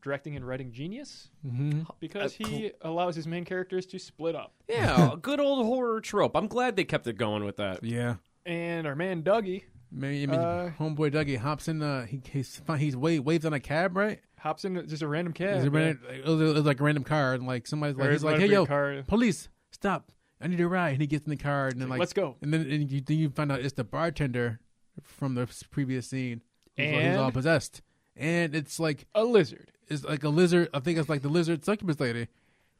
[SPEAKER 4] directing and writing genius Mm-hmm. because
[SPEAKER 3] Uh,
[SPEAKER 4] he allows his main characters to split up.
[SPEAKER 2] Yeah, a good old horror trope. I'm glad they kept it going with that.
[SPEAKER 3] Yeah.
[SPEAKER 4] And our man Dougie
[SPEAKER 3] Maybe, I mean,
[SPEAKER 4] Uh,
[SPEAKER 3] homeboy Dougie hops in. Uh, he he's, fi- he's wa- waves on a cab, right?
[SPEAKER 4] hops in just a random cab.
[SPEAKER 3] It's a random- it, was, it was like a random car, and like somebody's like,
[SPEAKER 4] Or
[SPEAKER 3] he's
[SPEAKER 4] it
[SPEAKER 3] like,
[SPEAKER 4] might
[SPEAKER 3] hey
[SPEAKER 4] be a
[SPEAKER 3] yo,
[SPEAKER 4] car.
[SPEAKER 3] police, stop, I need a ride. And he gets in the car, and then like,
[SPEAKER 4] like, "Let's go."
[SPEAKER 3] And then and you then you find out it's the bartender from the previous scene who's, like- who's
[SPEAKER 4] And?
[SPEAKER 3] all possessed, and it's like
[SPEAKER 4] a lizard.
[SPEAKER 3] it's like a lizard. I think it's like the lizard succubus lady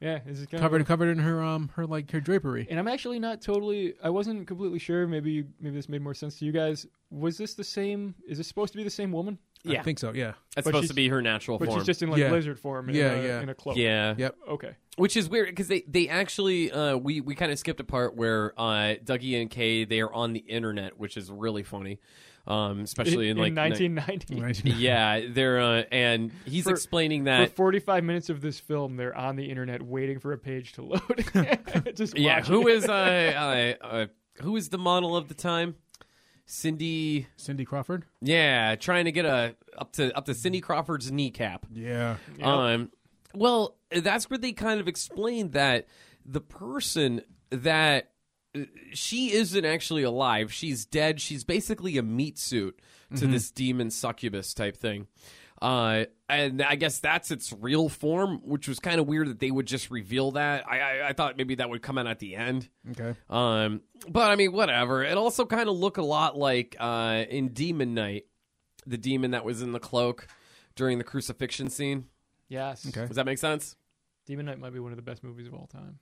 [SPEAKER 4] Yeah, this is kind
[SPEAKER 3] covered
[SPEAKER 4] Of,
[SPEAKER 3] covered in her um her like her drapery.
[SPEAKER 4] and I'm actually not totally. I wasn't completely sure. Maybe you, maybe this made more sense to you guys. Was this the same? Is this supposed to be the same woman?
[SPEAKER 2] Yeah,
[SPEAKER 3] I think so. Yeah,
[SPEAKER 2] that's
[SPEAKER 4] but
[SPEAKER 2] supposed
[SPEAKER 4] she's-
[SPEAKER 2] to be her natural
[SPEAKER 4] But
[SPEAKER 2] form.
[SPEAKER 4] she's just in like
[SPEAKER 3] Yeah.
[SPEAKER 4] lizard form. In
[SPEAKER 3] Yeah,
[SPEAKER 4] a,
[SPEAKER 3] yeah.
[SPEAKER 4] In a cloak.
[SPEAKER 2] yeah,
[SPEAKER 3] yep.
[SPEAKER 4] Okay.
[SPEAKER 2] which is weird because they they actually uh, we we kind of skipped a part where uh, Dougie and Kay they are on the internet, which is really funny, um, especially in, like ni-
[SPEAKER 4] 1990.
[SPEAKER 2] yeah, they're uh, and he's
[SPEAKER 4] For-
[SPEAKER 2] explaining
[SPEAKER 4] For
[SPEAKER 2] that
[SPEAKER 4] 45 minutes of this film, they're on the internet waiting for a page to load. Just
[SPEAKER 2] yeah.
[SPEAKER 4] watch
[SPEAKER 2] Who
[SPEAKER 4] it.
[SPEAKER 2] is uh, uh, uh, who is the model of the time? Cindy,
[SPEAKER 3] Cindy Crawford.
[SPEAKER 2] yeah, trying to get a up to up to Cindy Crawford's kneecap.
[SPEAKER 3] Yeah,
[SPEAKER 2] Um, well, that's where they kind of explained that the person that uh, she isn't actually alive. She's dead. She's basically a meat suit to this demon succubus type thing. Uh, and I guess that's its real form, which was kind of weird that they would just reveal that. I, I, I thought maybe that would come out at the end.
[SPEAKER 3] Okay.
[SPEAKER 2] Um, but I mean, whatever. It also kind of looked a lot like uh, in Demon Knight, the demon that was in the cloak during the crucifixion scene.
[SPEAKER 4] Yes.
[SPEAKER 3] Okay.
[SPEAKER 2] Does that make sense?
[SPEAKER 4] Demon Knight might be one of the best movies of all time.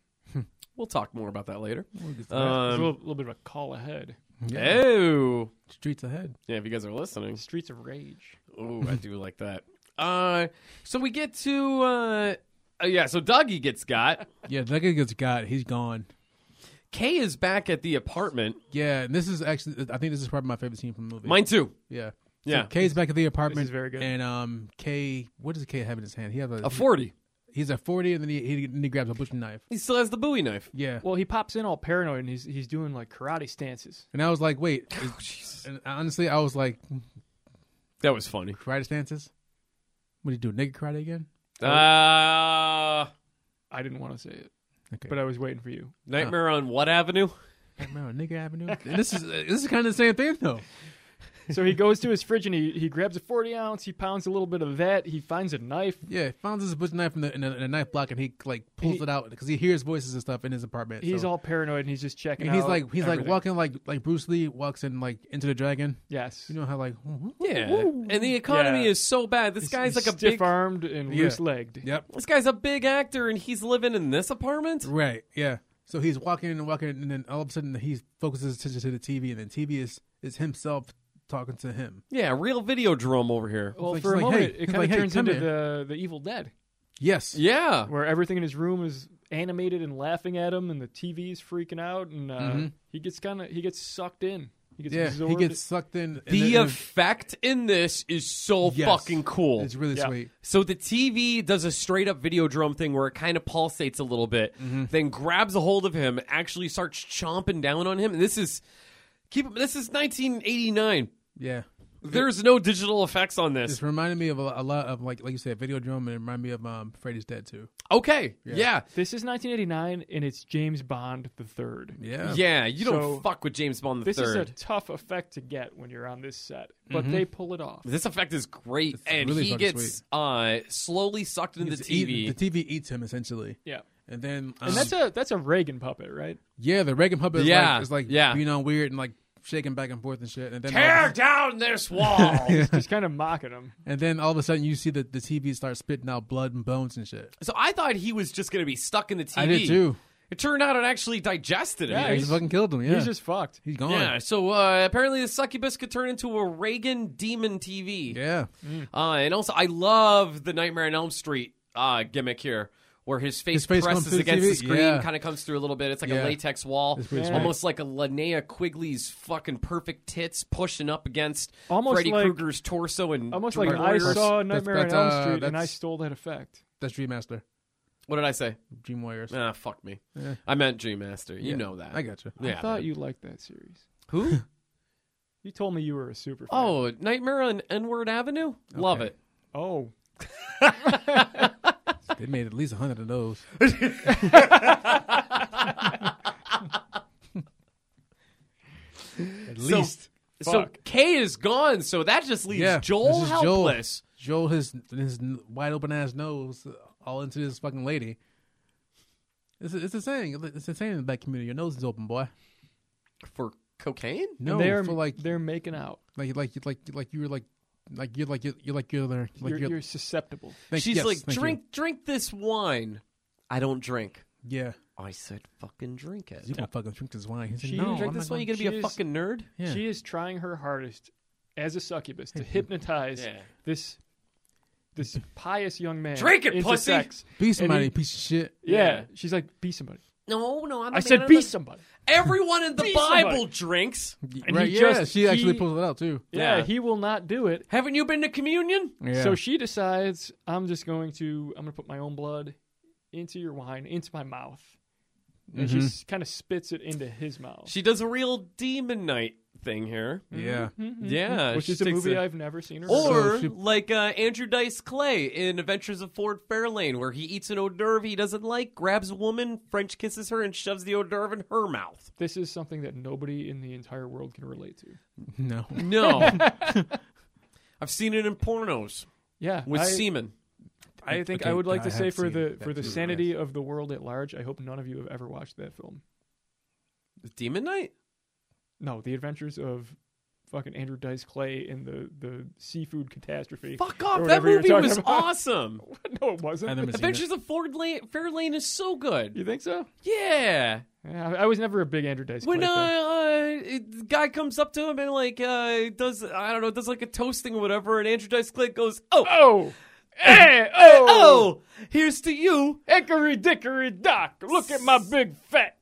[SPEAKER 2] We'll talk more about that later.
[SPEAKER 3] Uh,
[SPEAKER 4] it's a
[SPEAKER 2] Um,
[SPEAKER 4] little, little bit of a call ahead.
[SPEAKER 2] oh,
[SPEAKER 3] streets ahead.
[SPEAKER 2] yeah. If you guys are listening,
[SPEAKER 4] Streets of Rage.
[SPEAKER 2] oh, I do like that. Uh, so we get to uh, uh, yeah. So Dougie gets got.
[SPEAKER 3] Yeah, that guy gets got. He's gone.
[SPEAKER 2] Kay is back at the apartment.
[SPEAKER 3] Yeah, and this is actually I think this is probably my favorite scene from the movie.
[SPEAKER 2] Mine too.
[SPEAKER 3] Yeah.
[SPEAKER 2] Yeah.
[SPEAKER 3] So Kay's back at the apartment.
[SPEAKER 4] very good.
[SPEAKER 3] And um, Kay, what does Kay have in his hand? He has a,
[SPEAKER 2] A forty.
[SPEAKER 3] he's at forty, and then he, he, and he grabs a butcher knife.
[SPEAKER 2] He still has the Bowie knife.
[SPEAKER 3] Yeah.
[SPEAKER 4] Well, he pops in all paranoid and he's he's doing like karate stances.
[SPEAKER 3] and I was like, wait. is- and honestly, I was like,
[SPEAKER 2] That was funny.
[SPEAKER 3] karate stances. What do you do, naked karate again?
[SPEAKER 2] Uh,
[SPEAKER 4] I didn't want to say it,
[SPEAKER 3] Okay.
[SPEAKER 4] but I was waiting for you.
[SPEAKER 2] Nightmare on What Avenue?
[SPEAKER 3] no, nigger avenue. And this is uh, this is kind of the same thing though.
[SPEAKER 4] So he goes to his fridge and he, he grabs a 40 ounce, he pounds a little bit of that, he finds a knife.
[SPEAKER 3] Yeah, he finds his butcher knife in, the, in, a, in a knife block, and he like pulls
[SPEAKER 4] He-
[SPEAKER 3] it out because he hears voices and stuff in his apartment.
[SPEAKER 4] He's
[SPEAKER 3] so-
[SPEAKER 4] all paranoid and he's just checking
[SPEAKER 3] And he's
[SPEAKER 4] out
[SPEAKER 3] like he's like
[SPEAKER 4] everything.
[SPEAKER 3] walking like like Bruce Lee walks in like into the dragon.
[SPEAKER 4] Yes.
[SPEAKER 3] You know how like
[SPEAKER 2] Yeah. And the economy
[SPEAKER 4] Yeah.
[SPEAKER 2] is so bad. This guy's like a big
[SPEAKER 4] stiff-armed and
[SPEAKER 3] Yeah.
[SPEAKER 4] loose-legged.
[SPEAKER 3] Yep.
[SPEAKER 2] This guy's a big actor and he's living in this apartment?
[SPEAKER 3] Right. Yeah. So he's walking and walking, and then all of a sudden he focuses his attention to the TV, and then TV is is himself talking to him.
[SPEAKER 2] Yeah, real video drum over here.
[SPEAKER 4] Well,
[SPEAKER 3] Like,
[SPEAKER 4] for a
[SPEAKER 3] he's like,
[SPEAKER 4] moment,
[SPEAKER 3] "Hey,"
[SPEAKER 4] it
[SPEAKER 3] he's
[SPEAKER 4] kind of
[SPEAKER 3] like, "Hey,
[SPEAKER 4] turns
[SPEAKER 3] come
[SPEAKER 4] into
[SPEAKER 3] here.
[SPEAKER 4] the the Evil Dead,
[SPEAKER 3] Yes.
[SPEAKER 2] Yeah.
[SPEAKER 4] where everything in his room is animated and laughing at him, and the TV's freaking out, and uh, he gets kind of he gets sucked in. He gets
[SPEAKER 3] Mm-hmm. Yeah.
[SPEAKER 4] absorbed.
[SPEAKER 3] He gets sucked in. and
[SPEAKER 2] The
[SPEAKER 3] then-
[SPEAKER 2] effect in this is so
[SPEAKER 3] Yes.
[SPEAKER 2] fucking cool.
[SPEAKER 3] It's really
[SPEAKER 4] Yeah.
[SPEAKER 3] sweet.
[SPEAKER 2] So the TV does a straight up video drum thing where it kind of pulsates a little bit,
[SPEAKER 3] Mm-hmm.
[SPEAKER 2] then grabs a hold of him, actually starts chomping down on him. And this is keep this is 1989.
[SPEAKER 3] Yeah.
[SPEAKER 2] There's no digital effects on
[SPEAKER 3] This
[SPEAKER 2] this.
[SPEAKER 3] reminded me of a, a lot of like like you said, video drum, and it reminded me of um, Freddy's Dead too.
[SPEAKER 2] Okay. Yeah.
[SPEAKER 4] this is 1989, and it's James Bond the third.
[SPEAKER 3] Yeah.
[SPEAKER 2] Yeah, you don't
[SPEAKER 4] So-
[SPEAKER 2] fuck with James Bond the
[SPEAKER 4] This is a
[SPEAKER 2] third.
[SPEAKER 4] tough effect to get when you're on this set, but
[SPEAKER 3] Mm-hmm.
[SPEAKER 4] they pull it off.
[SPEAKER 2] this effect is great, and
[SPEAKER 3] really
[SPEAKER 2] he
[SPEAKER 3] fucking
[SPEAKER 2] gets uh, slowly sucked into the
[SPEAKER 3] It's eaten-
[SPEAKER 2] TV.
[SPEAKER 3] the TV eats him essentially,
[SPEAKER 4] Yeah,
[SPEAKER 3] and then um,
[SPEAKER 4] and that's a that's a Reagan puppet, right?
[SPEAKER 3] yeah, the Reagan puppet. Is
[SPEAKER 2] Yeah.
[SPEAKER 3] Like, is like
[SPEAKER 2] Yeah.
[SPEAKER 3] being all weird and like shaking back and forth and shit. And then, all
[SPEAKER 2] Tear
[SPEAKER 3] of a-
[SPEAKER 2] down this wall.
[SPEAKER 4] Just kind of mocking him.
[SPEAKER 3] and then all of a sudden you see the, the TV start spitting out blood and bones and shit.
[SPEAKER 2] so I thought he was just going to be stuck in the TV.
[SPEAKER 3] I did too.
[SPEAKER 2] It turned out it actually digested him.
[SPEAKER 4] Yeah,
[SPEAKER 3] I
[SPEAKER 4] he's-
[SPEAKER 3] just fucking killed him. Yeah,
[SPEAKER 4] He's just fucked.
[SPEAKER 3] he's gone.
[SPEAKER 2] Yeah, so uh, apparently the succubus could turn into a Reagan demon TV.
[SPEAKER 3] Yeah.
[SPEAKER 4] Mm.
[SPEAKER 2] Uh, and also, I love the Nightmare on Elm Street uh, gimmick here, where his face,
[SPEAKER 3] His face comes
[SPEAKER 2] presses
[SPEAKER 3] through the
[SPEAKER 2] against the
[SPEAKER 3] TV?
[SPEAKER 2] screen,
[SPEAKER 3] Yeah.
[SPEAKER 2] kind of comes through a little bit. It's like a
[SPEAKER 3] Yeah.
[SPEAKER 2] latex wall,
[SPEAKER 3] pretty Yeah.
[SPEAKER 2] almost like a Linnea Quigley's fucking perfect tits pushing up against
[SPEAKER 4] Almost
[SPEAKER 2] Freddy
[SPEAKER 4] like-
[SPEAKER 2] Krueger's torso and
[SPEAKER 4] Almost like I
[SPEAKER 2] murderers.
[SPEAKER 4] saw Nightmare
[SPEAKER 3] that's,
[SPEAKER 4] on Elm
[SPEAKER 3] uh,
[SPEAKER 4] Street and I
[SPEAKER 3] that's-
[SPEAKER 4] stole that effect.
[SPEAKER 3] That's Dream Master,
[SPEAKER 2] What did I say?
[SPEAKER 3] Dream Warriors.
[SPEAKER 2] Ah, fuck me. I meant Dream Master. You
[SPEAKER 3] Yeah.
[SPEAKER 2] know that.
[SPEAKER 3] I got you.
[SPEAKER 2] yeah.
[SPEAKER 4] I thought
[SPEAKER 2] man.
[SPEAKER 4] you liked that series.
[SPEAKER 2] who?
[SPEAKER 4] You told me you were a super fan.
[SPEAKER 2] Oh, Nightmare on N Word Avenue. Love it.
[SPEAKER 4] Oh.
[SPEAKER 3] They made at least a hundred of those. at least
[SPEAKER 2] So
[SPEAKER 4] Fuck.
[SPEAKER 2] Kay is gone, so that just leaves
[SPEAKER 3] Yeah,
[SPEAKER 2] Joel
[SPEAKER 3] this is Joel.
[SPEAKER 2] helpless.
[SPEAKER 3] Joel his his wide open ass nose all into this fucking lady. It's a, it's a saying. It's a saying in the black community. Your nose is open, boy.
[SPEAKER 2] for cocaine?
[SPEAKER 3] No,
[SPEAKER 4] they're
[SPEAKER 3] for like
[SPEAKER 4] they're making out.
[SPEAKER 3] like like like like you were like like you're like you're, you're like you're there. Like
[SPEAKER 4] you're, you're susceptible.
[SPEAKER 3] thank-
[SPEAKER 2] She's
[SPEAKER 3] yes,
[SPEAKER 2] like,
[SPEAKER 3] thank you.
[SPEAKER 2] drink, drink this wine. I don't drink. Oh,
[SPEAKER 3] Yeah,
[SPEAKER 2] I said, fucking drink it.
[SPEAKER 3] you gonna fucking drink this wine. He said,
[SPEAKER 4] She
[SPEAKER 3] no,
[SPEAKER 4] didn't
[SPEAKER 2] drink
[SPEAKER 3] I'm
[SPEAKER 2] this
[SPEAKER 3] not
[SPEAKER 2] wine,
[SPEAKER 3] gonna-
[SPEAKER 2] you're gonna be a
[SPEAKER 4] She is-
[SPEAKER 2] fucking nerd.
[SPEAKER 3] Yeah.
[SPEAKER 4] She is trying her hardest as a succubus to hypnotize
[SPEAKER 2] Yeah.
[SPEAKER 4] this this pious young man.
[SPEAKER 2] Drink it,
[SPEAKER 4] into
[SPEAKER 2] pussy!
[SPEAKER 4] sex.
[SPEAKER 3] be somebody,
[SPEAKER 4] he-
[SPEAKER 3] piece of shit.
[SPEAKER 4] Yeah.
[SPEAKER 2] Yeah.
[SPEAKER 4] She's like, be somebody.
[SPEAKER 2] No, no, I'm. the
[SPEAKER 4] I
[SPEAKER 2] man
[SPEAKER 4] said
[SPEAKER 2] of
[SPEAKER 4] be
[SPEAKER 2] the-
[SPEAKER 4] somebody.
[SPEAKER 2] Everyone in the
[SPEAKER 4] Be
[SPEAKER 2] Bible
[SPEAKER 4] somebody.
[SPEAKER 2] drinks.
[SPEAKER 4] And
[SPEAKER 3] right?
[SPEAKER 4] he
[SPEAKER 3] yeah,
[SPEAKER 4] just-
[SPEAKER 3] she actually
[SPEAKER 4] he-
[SPEAKER 3] pulls it out too.
[SPEAKER 4] Yeah,
[SPEAKER 2] Yeah.
[SPEAKER 4] he will not do it.
[SPEAKER 2] Haven't you been to communion?
[SPEAKER 3] Yeah.
[SPEAKER 4] So she decides I'm just going to I'm gonna put my own blood into your wine, into my mouth. And she s- kind of spits it into his mouth.
[SPEAKER 2] She does a real demon night thing here.
[SPEAKER 3] yeah,
[SPEAKER 4] Mm-hmm.
[SPEAKER 2] Yeah,
[SPEAKER 4] which
[SPEAKER 2] uh, she
[SPEAKER 4] is a
[SPEAKER 2] takes
[SPEAKER 4] movie
[SPEAKER 2] a-
[SPEAKER 4] i I've never seen. Or heard of.
[SPEAKER 2] Or
[SPEAKER 3] So she-
[SPEAKER 2] like uh, Andrew Dice Clay in Adventures of Ford Fairlane, where he eats an hors d'oeuvre he doesn't like, grabs a woman, French kisses her, and shoves the hors d'oeuvre in her mouth.
[SPEAKER 4] this is something that nobody in the entire world can relate to.
[SPEAKER 3] no,
[SPEAKER 2] No, I've seen it in pornos
[SPEAKER 4] Yeah,
[SPEAKER 2] with
[SPEAKER 4] I,
[SPEAKER 2] semen.
[SPEAKER 4] I think
[SPEAKER 3] Okay,
[SPEAKER 4] I would like
[SPEAKER 3] I
[SPEAKER 4] to
[SPEAKER 3] have
[SPEAKER 4] say for
[SPEAKER 3] seen
[SPEAKER 4] the
[SPEAKER 3] that
[SPEAKER 4] for the
[SPEAKER 3] too, yes.
[SPEAKER 4] sanity of the world at large, I hope none of you have ever watched that film.
[SPEAKER 2] Demon Night?
[SPEAKER 4] No, The Adventures of fucking Andrew Dice Clay in the the seafood catastrophe.
[SPEAKER 2] Fuck
[SPEAKER 4] or
[SPEAKER 2] off! That
[SPEAKER 4] whatever you're
[SPEAKER 2] movie
[SPEAKER 4] talking
[SPEAKER 2] was
[SPEAKER 4] about.
[SPEAKER 2] awesome.
[SPEAKER 4] no, it wasn't.
[SPEAKER 3] I never seen it.
[SPEAKER 2] Adventures of Ford Lane, Fairlane is so good.
[SPEAKER 4] You think so?
[SPEAKER 2] Yeah.
[SPEAKER 4] Yeah, I, I was never a big Andrew Dice
[SPEAKER 2] When uh,
[SPEAKER 4] Clay fan.
[SPEAKER 2] uh it- the guy comes up to him and like uh does I don't know does like a toasting or whatever, and Andrew Dice Clay goes, "Oh, oh,
[SPEAKER 4] Oh,
[SPEAKER 3] Eh,
[SPEAKER 4] hey, oh,
[SPEAKER 2] here's to you,
[SPEAKER 4] hickory dickory dock! Look at my big fat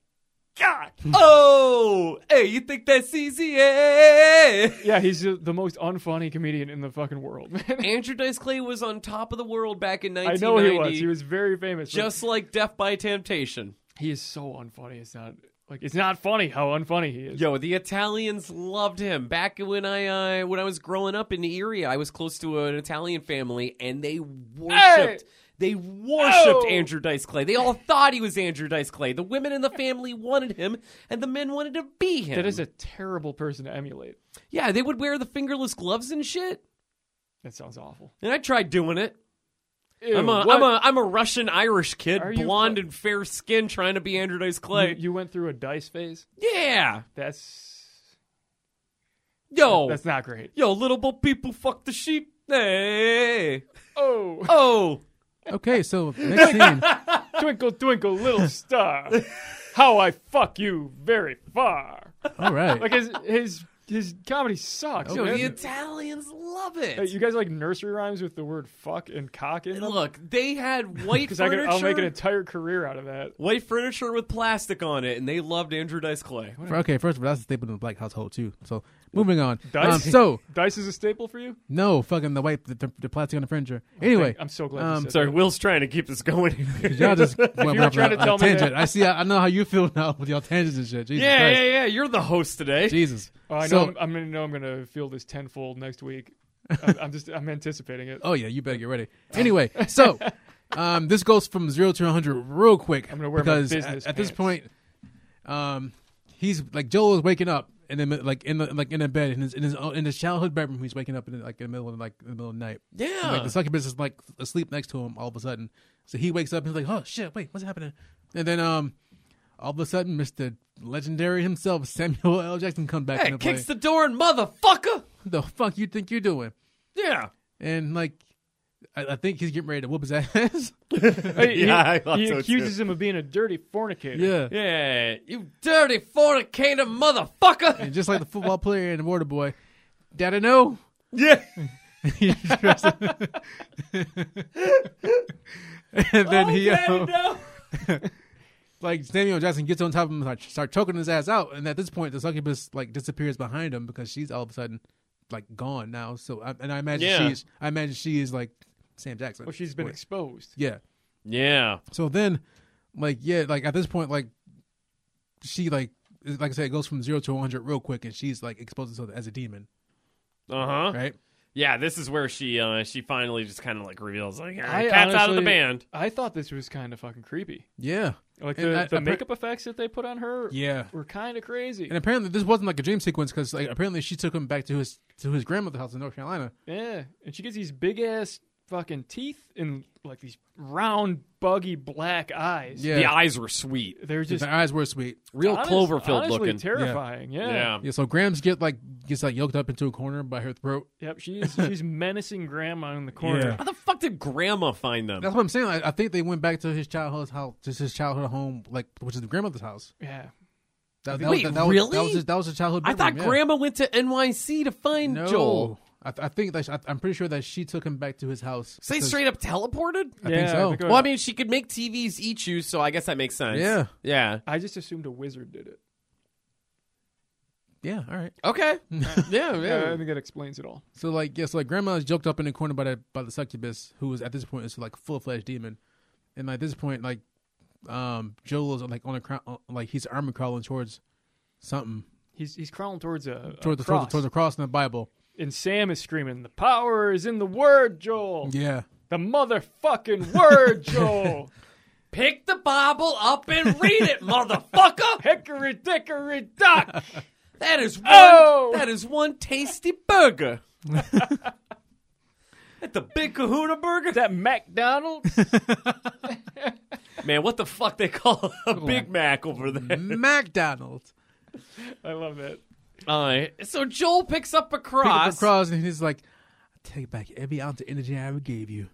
[SPEAKER 4] cock.
[SPEAKER 2] oh, hey, you think that's easy? Hey.
[SPEAKER 4] Yeah, he's uh, the most unfunny comedian in the fucking world. man.
[SPEAKER 2] Andrew Dice Clay was on top of the world back in
[SPEAKER 4] I
[SPEAKER 2] 1990.
[SPEAKER 4] know he was. He was very famous. but
[SPEAKER 2] just like Death by Temptation.
[SPEAKER 4] he is so unfunny. It's not like it's not funny how unfunny he is.
[SPEAKER 2] Yo, the Italians loved him. Back when I uh, when I was growing up in Erie, I was close to an Italian family, and they worshipped. They worshipped
[SPEAKER 4] Oh!
[SPEAKER 2] Andrew Dice Clay. They all thought he was Andrew Dice Clay. The women in the family wanted him, and the men wanted to be him.
[SPEAKER 4] That is a terrible person to emulate.
[SPEAKER 2] yeah. They would wear the fingerless gloves and shit.
[SPEAKER 4] That sounds awful.
[SPEAKER 2] And I tried doing it. I'm
[SPEAKER 4] Ew,
[SPEAKER 2] a,
[SPEAKER 4] what?
[SPEAKER 2] I'm a I'm a Russian Irish kid,
[SPEAKER 4] Are you
[SPEAKER 2] blonde
[SPEAKER 4] fu-
[SPEAKER 2] and fair skinned trying to be Andrew Dice
[SPEAKER 4] you,
[SPEAKER 2] Clay.
[SPEAKER 4] you went through a dice phase.
[SPEAKER 2] yeah,
[SPEAKER 4] That's
[SPEAKER 2] yo,
[SPEAKER 4] that's not great.
[SPEAKER 2] yo, little bo people fuck the sheep. Hey,
[SPEAKER 4] Oh,
[SPEAKER 2] oh.
[SPEAKER 3] Okay, so next scene.
[SPEAKER 4] twinkle twinkle little star, how I fuck you very far.
[SPEAKER 3] All right.
[SPEAKER 4] Like his his his comedy sucks.
[SPEAKER 2] Yo,
[SPEAKER 4] man.
[SPEAKER 2] the Italians love
[SPEAKER 4] Hey,
[SPEAKER 2] it.
[SPEAKER 4] you guys like nursery rhymes with the word fuck and cock in them?
[SPEAKER 2] Look, they had white
[SPEAKER 4] Because I'll make an
[SPEAKER 2] furniture,
[SPEAKER 4] entire career out of that.
[SPEAKER 2] white furniture with plastic on it, and they loved Andrew Dice Clay.
[SPEAKER 3] Okay, first of all, that's a staple in the black household too. So moving on.
[SPEAKER 4] Dice.
[SPEAKER 3] Um, so
[SPEAKER 4] Dice is a staple for you.
[SPEAKER 3] no, fucking the white, the, the, plastic on the furniture. Anyway,
[SPEAKER 4] I'm so glad.
[SPEAKER 3] Um,
[SPEAKER 4] you said
[SPEAKER 2] Sorry,
[SPEAKER 4] that.
[SPEAKER 2] Will's trying to keep this going.
[SPEAKER 3] y'all just went
[SPEAKER 4] were
[SPEAKER 3] off
[SPEAKER 4] trying
[SPEAKER 3] on
[SPEAKER 4] to
[SPEAKER 3] a
[SPEAKER 4] tell me that-
[SPEAKER 3] tangent. I see. I, I know how you feel now with your tangents and shit. Jesus
[SPEAKER 2] yeah,
[SPEAKER 3] Christ.
[SPEAKER 2] yeah, yeah. You're the host today.
[SPEAKER 3] Jesus.
[SPEAKER 4] Oh, I know.
[SPEAKER 3] so,
[SPEAKER 4] I'm, I'm gonna know. I'm gonna feel this tenfold next week. I'm, I'm just. I'm anticipating it.
[SPEAKER 3] oh yeah, you better get ready. Anyway, so um, this goes from zero to 100 real quick. I'm
[SPEAKER 4] gonna wear my
[SPEAKER 3] because
[SPEAKER 4] business
[SPEAKER 3] at, at this
[SPEAKER 4] pants.
[SPEAKER 3] point, um, he's like Joel is waking up and then like in the like in a bed in his in his own- in his childhood bedroom. He's waking up in like in the middle of like in the middle of the night.
[SPEAKER 2] Yeah.
[SPEAKER 3] And, like the succubus is like asleep next to him all of a sudden. So he wakes up and he's like, "Oh shit, wait, what's happening?" And then um all of a sudden, Mr. Legendary himself, Samuel L. Jackson, come back
[SPEAKER 2] Hey,
[SPEAKER 3] into play.
[SPEAKER 2] kicks the door and motherfucker.
[SPEAKER 3] the fuck you think you're doing?
[SPEAKER 2] Yeah.
[SPEAKER 3] And like, I, I think he's getting ready to whoop his ass.
[SPEAKER 4] Hey,
[SPEAKER 5] Yeah, I
[SPEAKER 4] he,
[SPEAKER 5] thought
[SPEAKER 4] he
[SPEAKER 5] so, too.
[SPEAKER 4] accuses him of being a dirty fornicator.
[SPEAKER 3] yeah.
[SPEAKER 2] Yeah. You dirty fornicator motherfucker.
[SPEAKER 3] And just like the football player and the water boy, Daddy no.
[SPEAKER 5] Yeah.
[SPEAKER 3] and
[SPEAKER 2] Oh,
[SPEAKER 3] then he, uh, like Samuel Jackson gets on top of him and like, start choking his ass out. And at this point, the succubus like disappears behind him because she's all of a sudden like gone now. So I, and I imagine
[SPEAKER 2] Yeah.
[SPEAKER 3] she's I imagine she is like Sam Jackson.
[SPEAKER 4] Well, she's been
[SPEAKER 3] Wait.
[SPEAKER 4] exposed.
[SPEAKER 3] yeah.
[SPEAKER 2] Yeah.
[SPEAKER 3] So then, like yeah, like at this point, like she like like I said, it goes from zero to one hundred real quick, and she's like exposed herself as a demon,
[SPEAKER 2] Uh huh.
[SPEAKER 3] right?
[SPEAKER 2] Yeah, this is where she uh she finally just kind of like reveals like
[SPEAKER 4] I
[SPEAKER 2] cat's out of the
[SPEAKER 4] honestly-
[SPEAKER 2] band.
[SPEAKER 4] I thought this was kind of fucking creepy.
[SPEAKER 3] Yeah,
[SPEAKER 4] Like
[SPEAKER 3] And
[SPEAKER 4] the,
[SPEAKER 3] I-
[SPEAKER 4] the
[SPEAKER 3] appar-
[SPEAKER 4] makeup effects that they put on her
[SPEAKER 3] yeah.
[SPEAKER 4] were kind of crazy.
[SPEAKER 3] And apparently, this wasn't like a dream sequence because like apparently she took him back to his to his grandmother's house in North Carolina.
[SPEAKER 4] yeah, and she gets these big ass fucking teeth and like these round buggy black eyes.
[SPEAKER 3] Yeah,
[SPEAKER 2] The eyes were sweet,
[SPEAKER 4] they're just
[SPEAKER 3] the eyes were sweet.
[SPEAKER 2] real
[SPEAKER 4] honest-
[SPEAKER 2] Cloverfield
[SPEAKER 4] honestly
[SPEAKER 2] looking.
[SPEAKER 4] terrifying. Yeah.
[SPEAKER 2] yeah.
[SPEAKER 3] Yeah, so Graham's get like gets like yoked up into a corner by her throat.
[SPEAKER 4] Yep, she's she's menacing grandma in the corner.
[SPEAKER 2] How the fuck did Grandma find them?
[SPEAKER 3] That's what I'm saying. Like, I think they went back to his childhood house, just his childhood home, like which is the grandmother's house.
[SPEAKER 4] Yeah.
[SPEAKER 3] That,
[SPEAKER 2] Wait,
[SPEAKER 3] was, that was-
[SPEAKER 2] really?
[SPEAKER 3] that was his, that was his childhood.
[SPEAKER 2] I thought
[SPEAKER 3] bedroom, yeah.
[SPEAKER 2] Grandma went to NYC to find
[SPEAKER 3] No.
[SPEAKER 2] Joel.
[SPEAKER 3] I, th- I think that sh- I, I'm pretty sure that she took him back to his house.
[SPEAKER 2] So they
[SPEAKER 3] because-
[SPEAKER 2] straight up teleported.
[SPEAKER 3] I think
[SPEAKER 4] Yeah,
[SPEAKER 3] so.
[SPEAKER 4] I think it
[SPEAKER 2] Well, I mean, she could make TVs eat you, so I guess that makes sense.
[SPEAKER 3] Yeah.
[SPEAKER 2] Yeah.
[SPEAKER 4] I just assumed a wizard did it.
[SPEAKER 3] Yeah, all right.
[SPEAKER 2] Okay. yeah.
[SPEAKER 4] Yeah, I
[SPEAKER 2] Yeah.
[SPEAKER 4] think that explains it all.
[SPEAKER 3] So like, yes, like grandma is joked up in the corner by the by the succubus, who is at this point is like full fledged demon, and like, at this point, like, um, Joel is like on a crown, uh, like he's armor crawling towards something
[SPEAKER 4] He's he's crawling towards a, a
[SPEAKER 3] towards the
[SPEAKER 4] cross,
[SPEAKER 3] towards, towards the cross in the Bible.
[SPEAKER 4] and Sam is screaming, "The power is in the word, Joel!
[SPEAKER 3] Yeah,
[SPEAKER 4] The motherfucking word, Joel!
[SPEAKER 2] Pick the Bible up and read it, motherfucker.
[SPEAKER 4] Hickory dickory dock!"
[SPEAKER 2] That is one.
[SPEAKER 4] Oh!
[SPEAKER 2] That is one tasty burger. At the Big Kahuna Burger.
[SPEAKER 4] Is that McDonald's?
[SPEAKER 2] Man, what the fuck they call a Big Mac over there?
[SPEAKER 3] McDonald's.
[SPEAKER 4] I love that.
[SPEAKER 2] Uh, so Joel picks up a
[SPEAKER 3] Pick up
[SPEAKER 2] cross.
[SPEAKER 3] the cross, and he's like, "I take back every ounce of energy I ever gave you."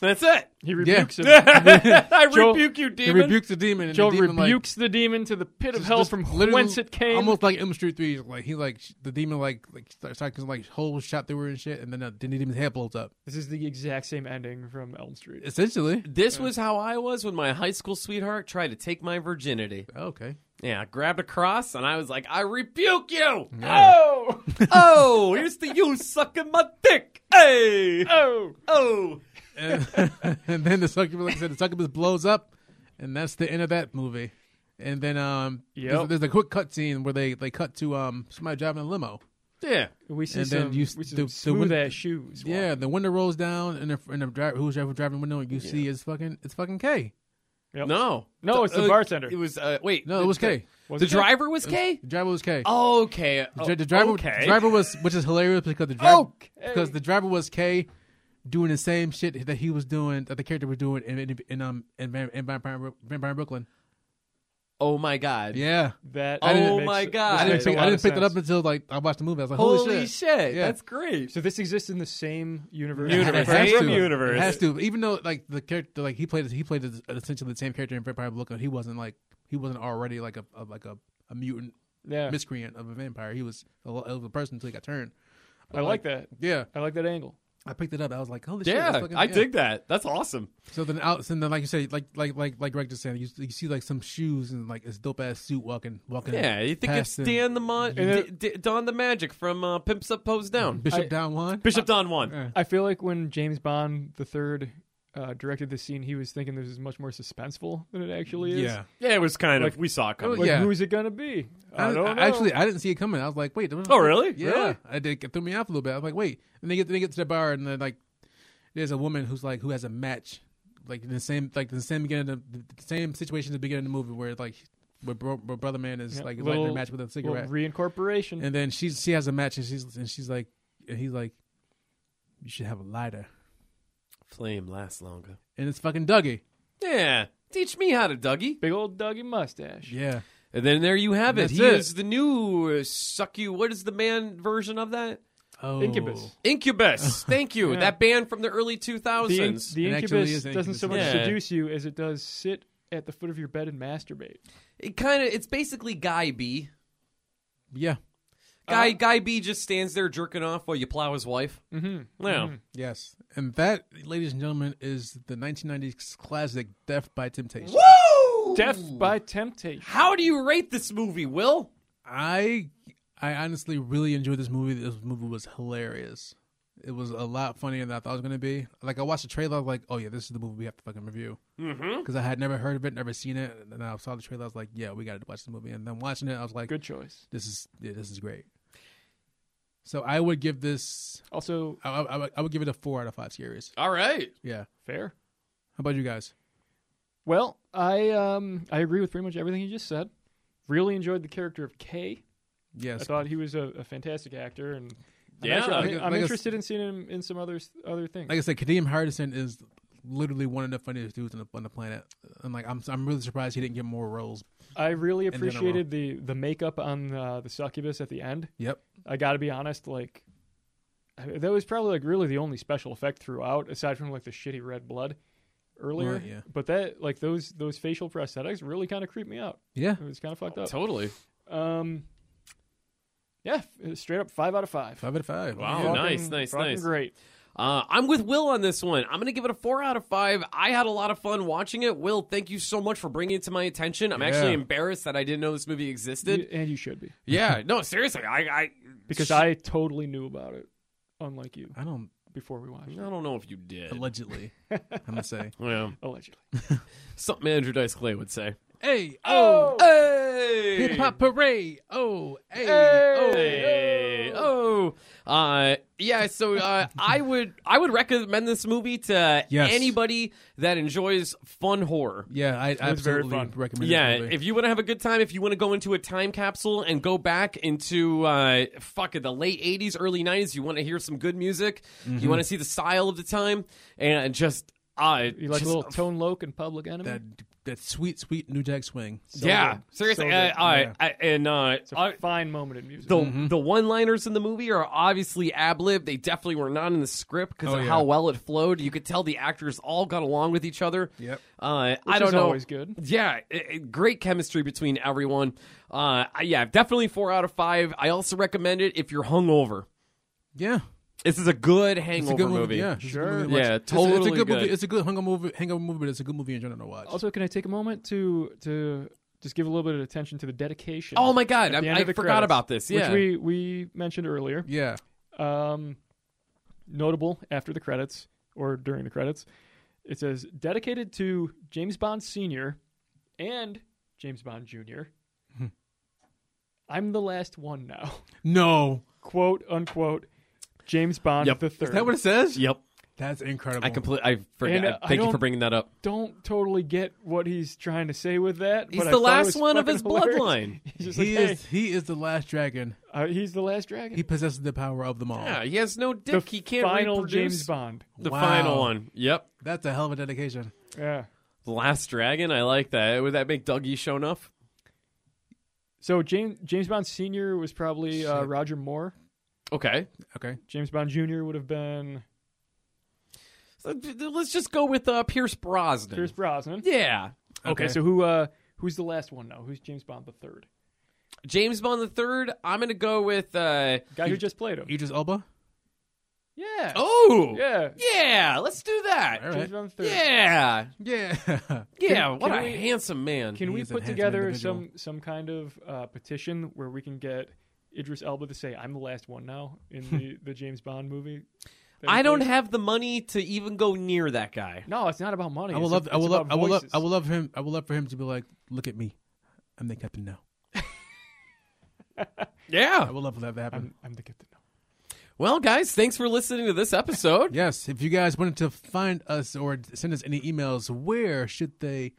[SPEAKER 2] That's it.
[SPEAKER 4] He rebukes him.
[SPEAKER 2] I
[SPEAKER 4] Joel-
[SPEAKER 2] rebuke you, demon.
[SPEAKER 3] He rebukes the demon, and
[SPEAKER 4] Joel
[SPEAKER 3] the demon, like,
[SPEAKER 4] rebukes the demon to the pit of
[SPEAKER 3] just-
[SPEAKER 4] hell
[SPEAKER 3] just
[SPEAKER 4] from
[SPEAKER 3] literally
[SPEAKER 4] whence it came.
[SPEAKER 3] Almost like M Street Three. Like he like sh- the demon like like starts talking like whole shot through her and shit, and then uh, the demon's head blows up.
[SPEAKER 4] this is the exact same ending from Elm Street.
[SPEAKER 3] Essentially.
[SPEAKER 2] This was how I was when my high school sweetheart tried to take my virginity.
[SPEAKER 3] Oh, Okay.
[SPEAKER 2] Yeah, I grabbed a cross and I was like, I rebuke you.
[SPEAKER 4] Oh,
[SPEAKER 2] oh, here's the you sucking my dick. Hey.
[SPEAKER 4] oh!
[SPEAKER 2] Oh.
[SPEAKER 3] and, and then the succubus, like I said, the succubus blows up, and that's the end of that movie. And then um, there's,
[SPEAKER 4] Yep.
[SPEAKER 3] there's a quick cut scene where they they cut to um somebody driving a limo.
[SPEAKER 2] Yeah.
[SPEAKER 4] We see
[SPEAKER 3] And
[SPEAKER 4] some,
[SPEAKER 3] then you-
[SPEAKER 4] we see
[SPEAKER 3] the-
[SPEAKER 4] some
[SPEAKER 3] the
[SPEAKER 4] smooth
[SPEAKER 3] win-
[SPEAKER 4] ass shoes.
[SPEAKER 3] Yeah, the window rolls down, and the, and the driver who's driving driving the window, and you see is fucking it's fucking K.
[SPEAKER 4] Yep.
[SPEAKER 2] No.
[SPEAKER 4] No, it's the bartender.
[SPEAKER 2] It was, uh, wait.
[SPEAKER 3] No, it was K.
[SPEAKER 4] Was
[SPEAKER 2] The
[SPEAKER 4] it?
[SPEAKER 2] driver was K?
[SPEAKER 3] The driver was K.
[SPEAKER 2] Oh, okay.
[SPEAKER 3] The
[SPEAKER 2] Oh,
[SPEAKER 3] dri- the driver,
[SPEAKER 2] okay.
[SPEAKER 3] the driver was, which is hilarious because the driver,
[SPEAKER 4] Okay.
[SPEAKER 3] because the driver was K, doing the same shit that he was doing, that the character was doing in in, in um in Van in Vampire, Bro- Vampire Brooklyn.
[SPEAKER 2] Oh, my God.
[SPEAKER 3] Yeah,
[SPEAKER 4] That.
[SPEAKER 2] Oh
[SPEAKER 4] that makes-
[SPEAKER 2] my
[SPEAKER 4] this
[SPEAKER 2] God.
[SPEAKER 3] I didn't
[SPEAKER 4] makes a
[SPEAKER 3] pick,
[SPEAKER 4] lot
[SPEAKER 3] I didn't
[SPEAKER 4] of
[SPEAKER 3] pick that
[SPEAKER 4] sense.
[SPEAKER 3] up until like I watched the movie. I was like, holy,
[SPEAKER 2] Holy, shit.
[SPEAKER 3] Yeah.
[SPEAKER 2] That's great.
[SPEAKER 4] So this exists in the same universe.
[SPEAKER 3] It
[SPEAKER 2] Universe.
[SPEAKER 3] has
[SPEAKER 2] Same
[SPEAKER 3] to.
[SPEAKER 2] universe.
[SPEAKER 3] It has to. Even though like the character, like he played, he played essentially the same character in Vampire Brooklyn. He wasn't like he wasn't already like a, a like a, a mutant
[SPEAKER 4] Yeah,
[SPEAKER 3] miscreant of a vampire. He was a, of a person until he got turned.
[SPEAKER 4] I like that.
[SPEAKER 3] Yeah, I,
[SPEAKER 4] I like that angle.
[SPEAKER 3] picked it up. I was like, holy shit!
[SPEAKER 2] Yeah,
[SPEAKER 3] that's fucking-
[SPEAKER 2] I
[SPEAKER 3] yeah.
[SPEAKER 2] dig that. That's awesome.
[SPEAKER 3] So then out, and then like you say, like like like like Greg just said, you, you see like some shoes and like this dope ass suit walking walking.
[SPEAKER 2] Yeah, you think it's
[SPEAKER 3] past him.
[SPEAKER 2] Dan the Mon- D- D- Don the Magic from uh, Pimps Up, Pose Down.
[SPEAKER 3] Bishop
[SPEAKER 4] I-
[SPEAKER 3] Down Juan?
[SPEAKER 2] Bishop Don Juan.
[SPEAKER 3] Yeah.
[SPEAKER 4] I feel like when James Bond the third uh, directed this scene, he was thinking this is much more suspenseful than it actually is.
[SPEAKER 3] Yeah,
[SPEAKER 2] Yeah, it was kind
[SPEAKER 4] Like-
[SPEAKER 2] we saw it
[SPEAKER 3] Oh,
[SPEAKER 4] Like,
[SPEAKER 3] yeah.
[SPEAKER 4] who's it gonna be? I,
[SPEAKER 3] I-
[SPEAKER 4] don't
[SPEAKER 3] I-
[SPEAKER 4] know.
[SPEAKER 3] Actually, I didn't see it coming. I was like, wait.
[SPEAKER 2] Oh, really?
[SPEAKER 3] Yeah,
[SPEAKER 2] Really?
[SPEAKER 3] I did. It threw me off a little bit. I'm like, wait. And they get they get to the bar and then like there's a woman who's like who has a match like in the same like the same beginning of the, the same situation at the beginning of the movie where like where, bro, where brother man is
[SPEAKER 4] Yeah,
[SPEAKER 3] like
[SPEAKER 4] little-
[SPEAKER 3] lighting a match with a
[SPEAKER 4] Well,
[SPEAKER 3] cigarette
[SPEAKER 4] reincorporation.
[SPEAKER 3] and then she's she has a match and she's and she's like and he's like you should have a lighter
[SPEAKER 2] Flame lasts longer.
[SPEAKER 3] and it's fucking Dougie.
[SPEAKER 2] Yeah. Teach me how to Dougie.
[SPEAKER 4] Big old Dougie mustache.
[SPEAKER 3] Yeah.
[SPEAKER 2] And then there you have it.
[SPEAKER 3] That's
[SPEAKER 2] he
[SPEAKER 3] it.
[SPEAKER 2] is the new uh, suck you. What is the man version of that?
[SPEAKER 3] Oh.
[SPEAKER 4] Incubus.
[SPEAKER 2] Incubus. Thank you.
[SPEAKER 4] Yeah.
[SPEAKER 2] That band from the early
[SPEAKER 4] The, in-
[SPEAKER 2] 2000s.
[SPEAKER 4] the
[SPEAKER 3] Oh. It actually
[SPEAKER 4] incubus
[SPEAKER 3] is an
[SPEAKER 4] doesn't so much
[SPEAKER 2] incubus. Yeah.
[SPEAKER 4] seduce you as it does sit at the foot of your bed and masturbate.
[SPEAKER 2] it kind of it's basically Guy B.
[SPEAKER 3] Yeah.
[SPEAKER 2] Guy Guy B just stands there jerking off while you plow his wife.
[SPEAKER 4] Mm-hmm.
[SPEAKER 2] No.
[SPEAKER 3] Yes. And that, ladies and gentlemen, is the 1990s classic Death by Temptation.
[SPEAKER 2] Woo!
[SPEAKER 4] Death by temptation.
[SPEAKER 2] How do you rate this movie, Will?
[SPEAKER 3] I I honestly really enjoyed this movie. This movie was hilarious. It was a lot funnier than I thought it was going to be. Like I watched the trailer, I was like, oh yeah, this is the movie we have to fucking review
[SPEAKER 2] Mm-hmm.
[SPEAKER 3] because I had never heard of it, never seen it, and then I saw the trailer, I was like, yeah, we got to watch this movie. And then watching it, I was like,
[SPEAKER 4] Good choice.
[SPEAKER 3] this is yeah, this is great. So I would give this.
[SPEAKER 4] Also
[SPEAKER 3] I, I, I would- I would give it a four out of five series.
[SPEAKER 2] All right.
[SPEAKER 3] Yeah. How
[SPEAKER 4] fair.
[SPEAKER 3] about you guys?
[SPEAKER 4] Well, I um I agree with pretty much everything you just said. Really enjoyed the character of Kay. I
[SPEAKER 3] Yes.
[SPEAKER 4] thought he was a, a fantastic actor, and I'm
[SPEAKER 2] Yeah.
[SPEAKER 4] actually- I'm,
[SPEAKER 3] Like a-
[SPEAKER 4] I'm
[SPEAKER 3] like a-
[SPEAKER 4] interested in seeing him in some other other things.
[SPEAKER 3] Like I said, Kadeem Hardison is literally one of the funniest dudes on the, on the planet. I'm like, I'm I'm really surprised he didn't get more roles.
[SPEAKER 4] I really
[SPEAKER 3] general.
[SPEAKER 4] appreciated the the makeup on uh, the succubus at the end.
[SPEAKER 3] Yep.
[SPEAKER 4] I got to be honest, like I- that was probably like really the only special effect throughout, aside from like the shitty red blood earlier.
[SPEAKER 3] Right, yeah.
[SPEAKER 4] But that like those those facial prosthetics really kind of creeped me out.
[SPEAKER 3] Yeah.
[SPEAKER 4] It was kind of fucked up.
[SPEAKER 2] Totally.
[SPEAKER 4] Um, yeah, f- straight up five out of five.
[SPEAKER 3] Five out of five.
[SPEAKER 2] Wow.
[SPEAKER 4] Fucking-
[SPEAKER 2] Oh, nice, nice,
[SPEAKER 4] fucking
[SPEAKER 2] nice.
[SPEAKER 4] Great.
[SPEAKER 2] Uh, I'm with Will on this one. I'm going to give it a four out of five. I had a lot of fun watching it. Will, thank you so much for bringing it to my attention. I'm
[SPEAKER 3] Yeah.
[SPEAKER 2] actually embarrassed that I didn't know this movie
[SPEAKER 4] You-
[SPEAKER 2] existed.
[SPEAKER 4] and you should be
[SPEAKER 2] yeah. No, seriously. I, I
[SPEAKER 4] because I totally knew about it, unlike you
[SPEAKER 3] I don't
[SPEAKER 4] before we watched
[SPEAKER 2] I
[SPEAKER 4] it.
[SPEAKER 2] don't know if you did.
[SPEAKER 3] allegedly. I'm gonna say.
[SPEAKER 2] Yeah.
[SPEAKER 4] Allegedly.
[SPEAKER 2] Something Andrew Dice Clay would say.
[SPEAKER 3] Hey,
[SPEAKER 4] Oh,
[SPEAKER 2] Hey!
[SPEAKER 3] hip hop parade. Oh, hey,
[SPEAKER 2] Hey. Oh, uh, yeah. So uh, I would I would recommend this movie to
[SPEAKER 3] Yes.
[SPEAKER 2] anybody that enjoys fun horror.
[SPEAKER 3] Yeah, I, I
[SPEAKER 4] was very
[SPEAKER 3] absolutely
[SPEAKER 4] fun.
[SPEAKER 3] recommend.
[SPEAKER 2] Yeah,
[SPEAKER 3] this movie.
[SPEAKER 2] if you want to have a good time, if you want to go into a time capsule and go back into uh, fuck it, the late '80s, early '90s, you want to hear some good music,
[SPEAKER 4] Mm-hmm.
[SPEAKER 2] you want to see the style of the time, and just uh,
[SPEAKER 4] you like
[SPEAKER 2] just-
[SPEAKER 4] a little Tone Loc and Public Enemy?
[SPEAKER 3] that that sweet, sweet New Jack swing.
[SPEAKER 4] So
[SPEAKER 2] yeah,
[SPEAKER 4] good.
[SPEAKER 2] seriously,
[SPEAKER 4] So
[SPEAKER 2] uh,
[SPEAKER 4] good. Mm-hmm.
[SPEAKER 2] I,
[SPEAKER 3] Yeah.
[SPEAKER 2] I, and uh,
[SPEAKER 4] It's a
[SPEAKER 2] I-
[SPEAKER 4] fine moment in music.
[SPEAKER 2] the the one liners in the movie are obviously ad lib. They definitely were not in the script because
[SPEAKER 3] Oh,
[SPEAKER 2] of
[SPEAKER 3] yeah.
[SPEAKER 2] how well it flowed. You could tell the actors all got along with each other.
[SPEAKER 3] Yep.
[SPEAKER 2] Uh,
[SPEAKER 4] Which
[SPEAKER 2] I don't
[SPEAKER 4] is
[SPEAKER 2] know.
[SPEAKER 4] always good.
[SPEAKER 2] Yeah, it, it- great chemistry between everyone. Uh, I- yeah, definitely four out of five. I also recommend it if you're hungover.
[SPEAKER 3] Yeah,
[SPEAKER 2] This is a good
[SPEAKER 3] it's
[SPEAKER 2] hangover
[SPEAKER 3] a good movie. Yeah, it's a good
[SPEAKER 4] Sure.
[SPEAKER 3] movie to watch. Oh,
[SPEAKER 2] Yeah,
[SPEAKER 3] It's a- it's,
[SPEAKER 2] totally
[SPEAKER 3] a good,
[SPEAKER 2] good.
[SPEAKER 3] movie. It's a good hangover movie. Hangover movie, but it's a good movie in general to watch.
[SPEAKER 4] Also, can I take a moment to to just give a little bit of attention to the dedication?
[SPEAKER 2] Oh my god,
[SPEAKER 4] at the
[SPEAKER 2] I,
[SPEAKER 4] end
[SPEAKER 2] I
[SPEAKER 4] of the
[SPEAKER 2] forgot
[SPEAKER 4] credits,
[SPEAKER 2] about this. Yeah,
[SPEAKER 4] which we we mentioned earlier.
[SPEAKER 3] yeah,
[SPEAKER 4] Um, notable after the credits or during the credits, it says dedicated to James Bond Senior and James Bond Junior.
[SPEAKER 2] Hmm.
[SPEAKER 4] I'm the last one now.
[SPEAKER 3] no,
[SPEAKER 4] Quote unquote. James Bond
[SPEAKER 2] Yep.
[SPEAKER 4] the
[SPEAKER 3] is
[SPEAKER 4] third.
[SPEAKER 3] that what it says?
[SPEAKER 2] yep.
[SPEAKER 3] That's incredible.
[SPEAKER 2] I complete. I forgot.
[SPEAKER 4] Oh. And, uh, I
[SPEAKER 2] Thank you for
[SPEAKER 4] don't-
[SPEAKER 2] bringing that up.
[SPEAKER 4] Don't totally get what he's trying to say with that.
[SPEAKER 2] He's
[SPEAKER 4] but I
[SPEAKER 2] the
[SPEAKER 4] thought it
[SPEAKER 2] last
[SPEAKER 4] was
[SPEAKER 2] one of
[SPEAKER 4] fucking
[SPEAKER 2] his
[SPEAKER 4] hilarious.
[SPEAKER 2] bloodline.
[SPEAKER 4] He's just
[SPEAKER 3] he
[SPEAKER 4] like, hey,
[SPEAKER 3] is. He is the last dragon.
[SPEAKER 4] Uh, he's the last dragon.
[SPEAKER 3] He possesses the power of them all.
[SPEAKER 2] Yeah, he has no
[SPEAKER 4] the
[SPEAKER 2] dick. he can't
[SPEAKER 4] final
[SPEAKER 2] reproduce.
[SPEAKER 4] James Bond.
[SPEAKER 2] The
[SPEAKER 3] Wow.
[SPEAKER 2] final one. Yep.
[SPEAKER 3] That's a hell of a dedication.
[SPEAKER 4] Yeah.
[SPEAKER 2] The Last Dragon. I like that. Would that make Dougie show enough?
[SPEAKER 4] So James James Bond Senior was probably uh,
[SPEAKER 3] Shit.
[SPEAKER 4] Roger Moore.
[SPEAKER 2] Okay.
[SPEAKER 3] Okay,
[SPEAKER 4] James Bond Junior would have been
[SPEAKER 2] So, d- d- let's just go with uh, Pierce Brosnan.
[SPEAKER 4] Pierce Brosnan.
[SPEAKER 2] yeah.
[SPEAKER 4] Okay. So who uh, who's the last one now? Who's James Bond the third?
[SPEAKER 2] James Bond the third. I'm gonna go with. Uh,
[SPEAKER 4] Guy who just played him.
[SPEAKER 3] Idris Elba.
[SPEAKER 4] Yeah.
[SPEAKER 2] oh.
[SPEAKER 4] Yeah.
[SPEAKER 2] Yeah. Let's do
[SPEAKER 3] All
[SPEAKER 2] that.
[SPEAKER 3] right.
[SPEAKER 4] James Bond the third.
[SPEAKER 2] Yeah.
[SPEAKER 3] Yeah.
[SPEAKER 2] Yeah.
[SPEAKER 4] Can-
[SPEAKER 2] what
[SPEAKER 4] can
[SPEAKER 2] a
[SPEAKER 4] we-
[SPEAKER 2] handsome man.
[SPEAKER 4] Can we
[SPEAKER 3] He's a
[SPEAKER 4] put
[SPEAKER 3] handsome
[SPEAKER 4] together
[SPEAKER 3] individual.
[SPEAKER 4] some some kind of uh, petition where we can get Idris Elba to say I'm the last one now in the, the James Bond movie? that he
[SPEAKER 2] I don't
[SPEAKER 4] played?
[SPEAKER 2] have the money to even go near that guy.
[SPEAKER 4] No, it's not about money.
[SPEAKER 3] I will love.
[SPEAKER 4] It's a-
[SPEAKER 3] I will
[SPEAKER 4] it's
[SPEAKER 3] love.
[SPEAKER 4] about
[SPEAKER 3] I will love.
[SPEAKER 4] voices.
[SPEAKER 3] I will love him. I would love for him to be like, look at me, I'm the captain now. I
[SPEAKER 2] Yeah.
[SPEAKER 3] would love for that to happen.
[SPEAKER 4] I'm, I'm the captain. now.
[SPEAKER 2] Well, guys, thanks for listening to this episode.
[SPEAKER 3] yes, if you guys wanted to find us or send us any emails, where should they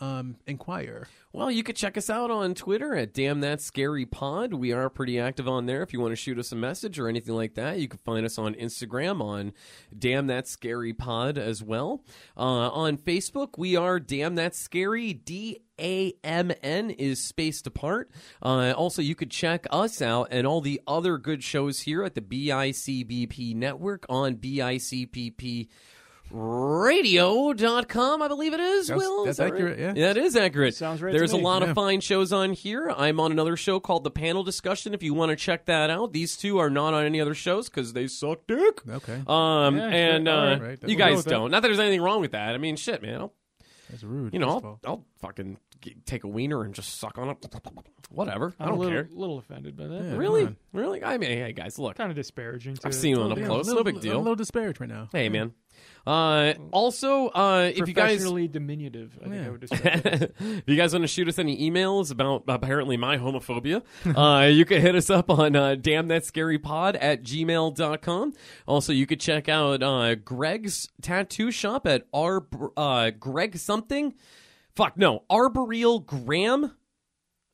[SPEAKER 3] um, inquire?
[SPEAKER 2] Well, you could check us out on Twitter at Damn That Scary Pod. We are pretty active on there. If you want to shoot us a message or anything like that, you can find us on Instagram on Damn That Scary Pod as well. Uh, on Facebook, we are Damn That Scary D A M N is spaced apart. Uh, also, you could check us out and all the other good shows here at the BICBP network on BICPP radio.com i believe it is
[SPEAKER 3] That's-
[SPEAKER 2] will
[SPEAKER 3] that's
[SPEAKER 2] Is that right?
[SPEAKER 3] accurate, yeah.
[SPEAKER 2] that is accurate
[SPEAKER 4] Sounds right to
[SPEAKER 2] there's a
[SPEAKER 4] me.
[SPEAKER 2] lot of fine shows on here i'm on another show called the panel discussion if you want to check that out these two are not on any other shows because they suck dick
[SPEAKER 3] Okay,
[SPEAKER 2] um
[SPEAKER 4] Yeah, sure.
[SPEAKER 2] and
[SPEAKER 4] All
[SPEAKER 2] uh,
[SPEAKER 4] right,
[SPEAKER 3] right.
[SPEAKER 2] you
[SPEAKER 3] We'll go
[SPEAKER 2] guys
[SPEAKER 3] with that.
[SPEAKER 2] don't not that there's anything wrong with that i mean shit man I'll,
[SPEAKER 3] that's rude.
[SPEAKER 2] you know
[SPEAKER 3] first of
[SPEAKER 2] I'll,
[SPEAKER 3] all.
[SPEAKER 2] I'll fucking g- take a wiener and just suck on it whatever
[SPEAKER 4] I'm
[SPEAKER 2] i
[SPEAKER 4] a
[SPEAKER 2] don't
[SPEAKER 4] little,
[SPEAKER 2] care
[SPEAKER 4] little offended by that.
[SPEAKER 3] Yeah.
[SPEAKER 2] really
[SPEAKER 3] on.
[SPEAKER 2] really i mean hey guys look
[SPEAKER 4] Kind of disparaging. To
[SPEAKER 2] i've seen one up
[SPEAKER 3] Yeah,
[SPEAKER 2] close
[SPEAKER 3] a
[SPEAKER 2] no
[SPEAKER 3] little-
[SPEAKER 2] big
[SPEAKER 3] A
[SPEAKER 2] deal
[SPEAKER 3] little disparage right now.
[SPEAKER 2] hey man uh also uh if you guys
[SPEAKER 4] Professionally diminutive. I think
[SPEAKER 3] Yeah.
[SPEAKER 4] I would describe it.
[SPEAKER 2] if you guys want to shoot us any emails about apparently my homophobia, uh, you can hit us up on uh, damn that scary pod at gmail.com. Also, you could check out uh, Greg's tattoo shop at R uh, Greg something. Fuck no, Arboreal Graham.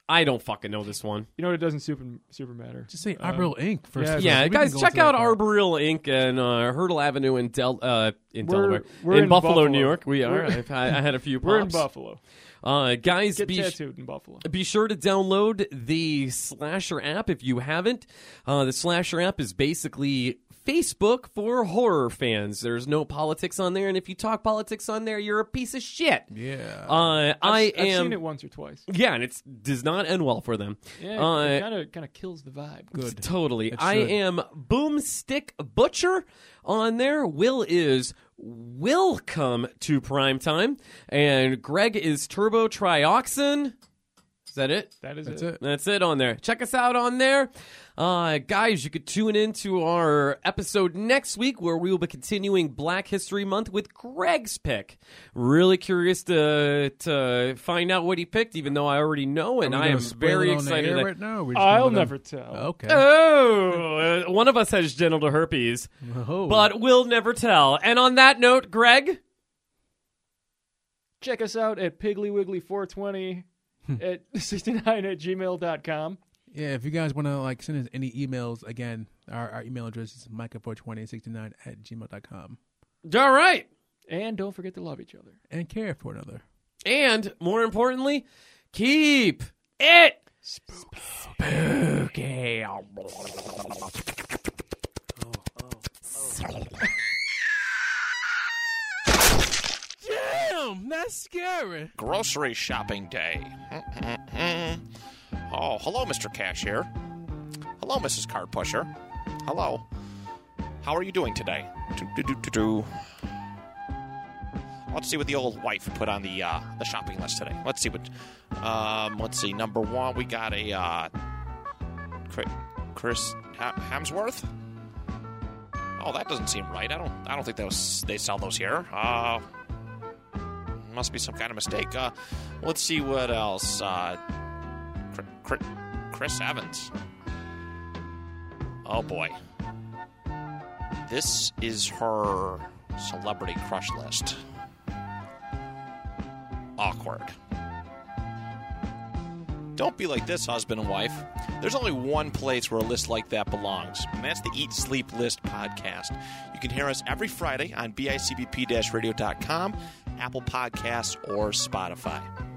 [SPEAKER 2] I don't fucking know this one.
[SPEAKER 4] You know, what, it doesn't super super matter.
[SPEAKER 3] Just say Arbril Inc. first. of
[SPEAKER 4] yeah,
[SPEAKER 3] all.
[SPEAKER 2] Uh, Yeah,
[SPEAKER 3] We can
[SPEAKER 2] guys,
[SPEAKER 3] go
[SPEAKER 2] check
[SPEAKER 3] to that
[SPEAKER 2] out
[SPEAKER 3] part.
[SPEAKER 2] Arboreal Inc. and uh, Hurdle Avenue in Del uh, in
[SPEAKER 4] We're-
[SPEAKER 2] Delaware,
[SPEAKER 4] we're
[SPEAKER 2] in,
[SPEAKER 4] in
[SPEAKER 2] Buffalo,
[SPEAKER 4] Buffalo.
[SPEAKER 2] New York. We are.
[SPEAKER 4] We're-
[SPEAKER 2] I've had- I had a few. Pops.
[SPEAKER 4] We're in Buffalo.
[SPEAKER 2] Uh, guys,
[SPEAKER 4] Get
[SPEAKER 2] be
[SPEAKER 4] tattooed in Buffalo.
[SPEAKER 2] Be sure to download the Slasher app if you haven't. Uh, the Slasher app is basically Facebook for horror fans. There's no politics on there, and if you talk politics on there, you're a piece of shit.
[SPEAKER 3] Yeah.
[SPEAKER 2] Uh, I
[SPEAKER 4] I've, I've
[SPEAKER 2] am.
[SPEAKER 4] seen it once or twice.
[SPEAKER 2] Yeah, and it does not end well for them.
[SPEAKER 4] Yeah,
[SPEAKER 2] Uh,
[SPEAKER 4] it kind of kind of kills the vibe.
[SPEAKER 3] Good.
[SPEAKER 2] Totally.
[SPEAKER 3] It
[SPEAKER 2] I
[SPEAKER 3] should.
[SPEAKER 2] am Boomstick Butcher on there. Will is Welcome to Primetime. And Greg is Turbo Trioxin. Is that it?
[SPEAKER 4] That is
[SPEAKER 3] That's
[SPEAKER 4] it.
[SPEAKER 3] it.
[SPEAKER 2] That's it on there. Check us out on there. Uh, guys, you could tune in to our episode next week where we will be continuing Black History Month with Greg's pick. Really curious to to find out what he picked, even though I already know, and
[SPEAKER 3] Are we
[SPEAKER 2] I
[SPEAKER 3] gonna
[SPEAKER 2] am
[SPEAKER 3] spoil it
[SPEAKER 2] very
[SPEAKER 3] on the
[SPEAKER 2] excited.
[SPEAKER 3] air
[SPEAKER 2] that-
[SPEAKER 3] Right now, or we just gonna
[SPEAKER 4] I'll
[SPEAKER 3] let 'em-
[SPEAKER 4] never tell.
[SPEAKER 3] Okay.
[SPEAKER 2] Oh, uh, one of us has genital herpes,
[SPEAKER 3] Oh.
[SPEAKER 2] but we'll never tell. And on that note, Greg,
[SPEAKER 4] Check us out at pigglywiggly420
[SPEAKER 2] Hmm.
[SPEAKER 4] at 69 at gmail.com.
[SPEAKER 3] Yeah, if you guys want to like send us any emails, again, our, our email address is micah42069 at gmail.com.
[SPEAKER 2] all right.
[SPEAKER 4] And don't forget to love each other.
[SPEAKER 3] And care for another.
[SPEAKER 2] And more importantly, keep it spooky.
[SPEAKER 3] Oh, oh. Damn, that's scary.
[SPEAKER 5] grocery shopping day. oh, hello, Mr. Cashier. Hello, Mrs. Card Pusher. Hello. How are you doing today? Do-do-do-do-do. Let's see what the old wife put on the uh, the shopping list today. Let's see what. Um, let's see. Number one, we got a uh, Chri- Chris Ha- Hemsworth. Oh, that doesn't seem right. I don't. I don't think that was, they sell those here. Uh, must be some kind of mistake. Uh, let's see what else. Uh, Cr- Cr- Chris Evans. Oh boy. This is her celebrity crush list. Awkward. Don't be like this, husband and wife. There's only one place where a list like that belongs, and that's the Eat Sleep List podcast. You can hear us every Friday on bicbp-radio.com, Apple Podcasts, or Spotify.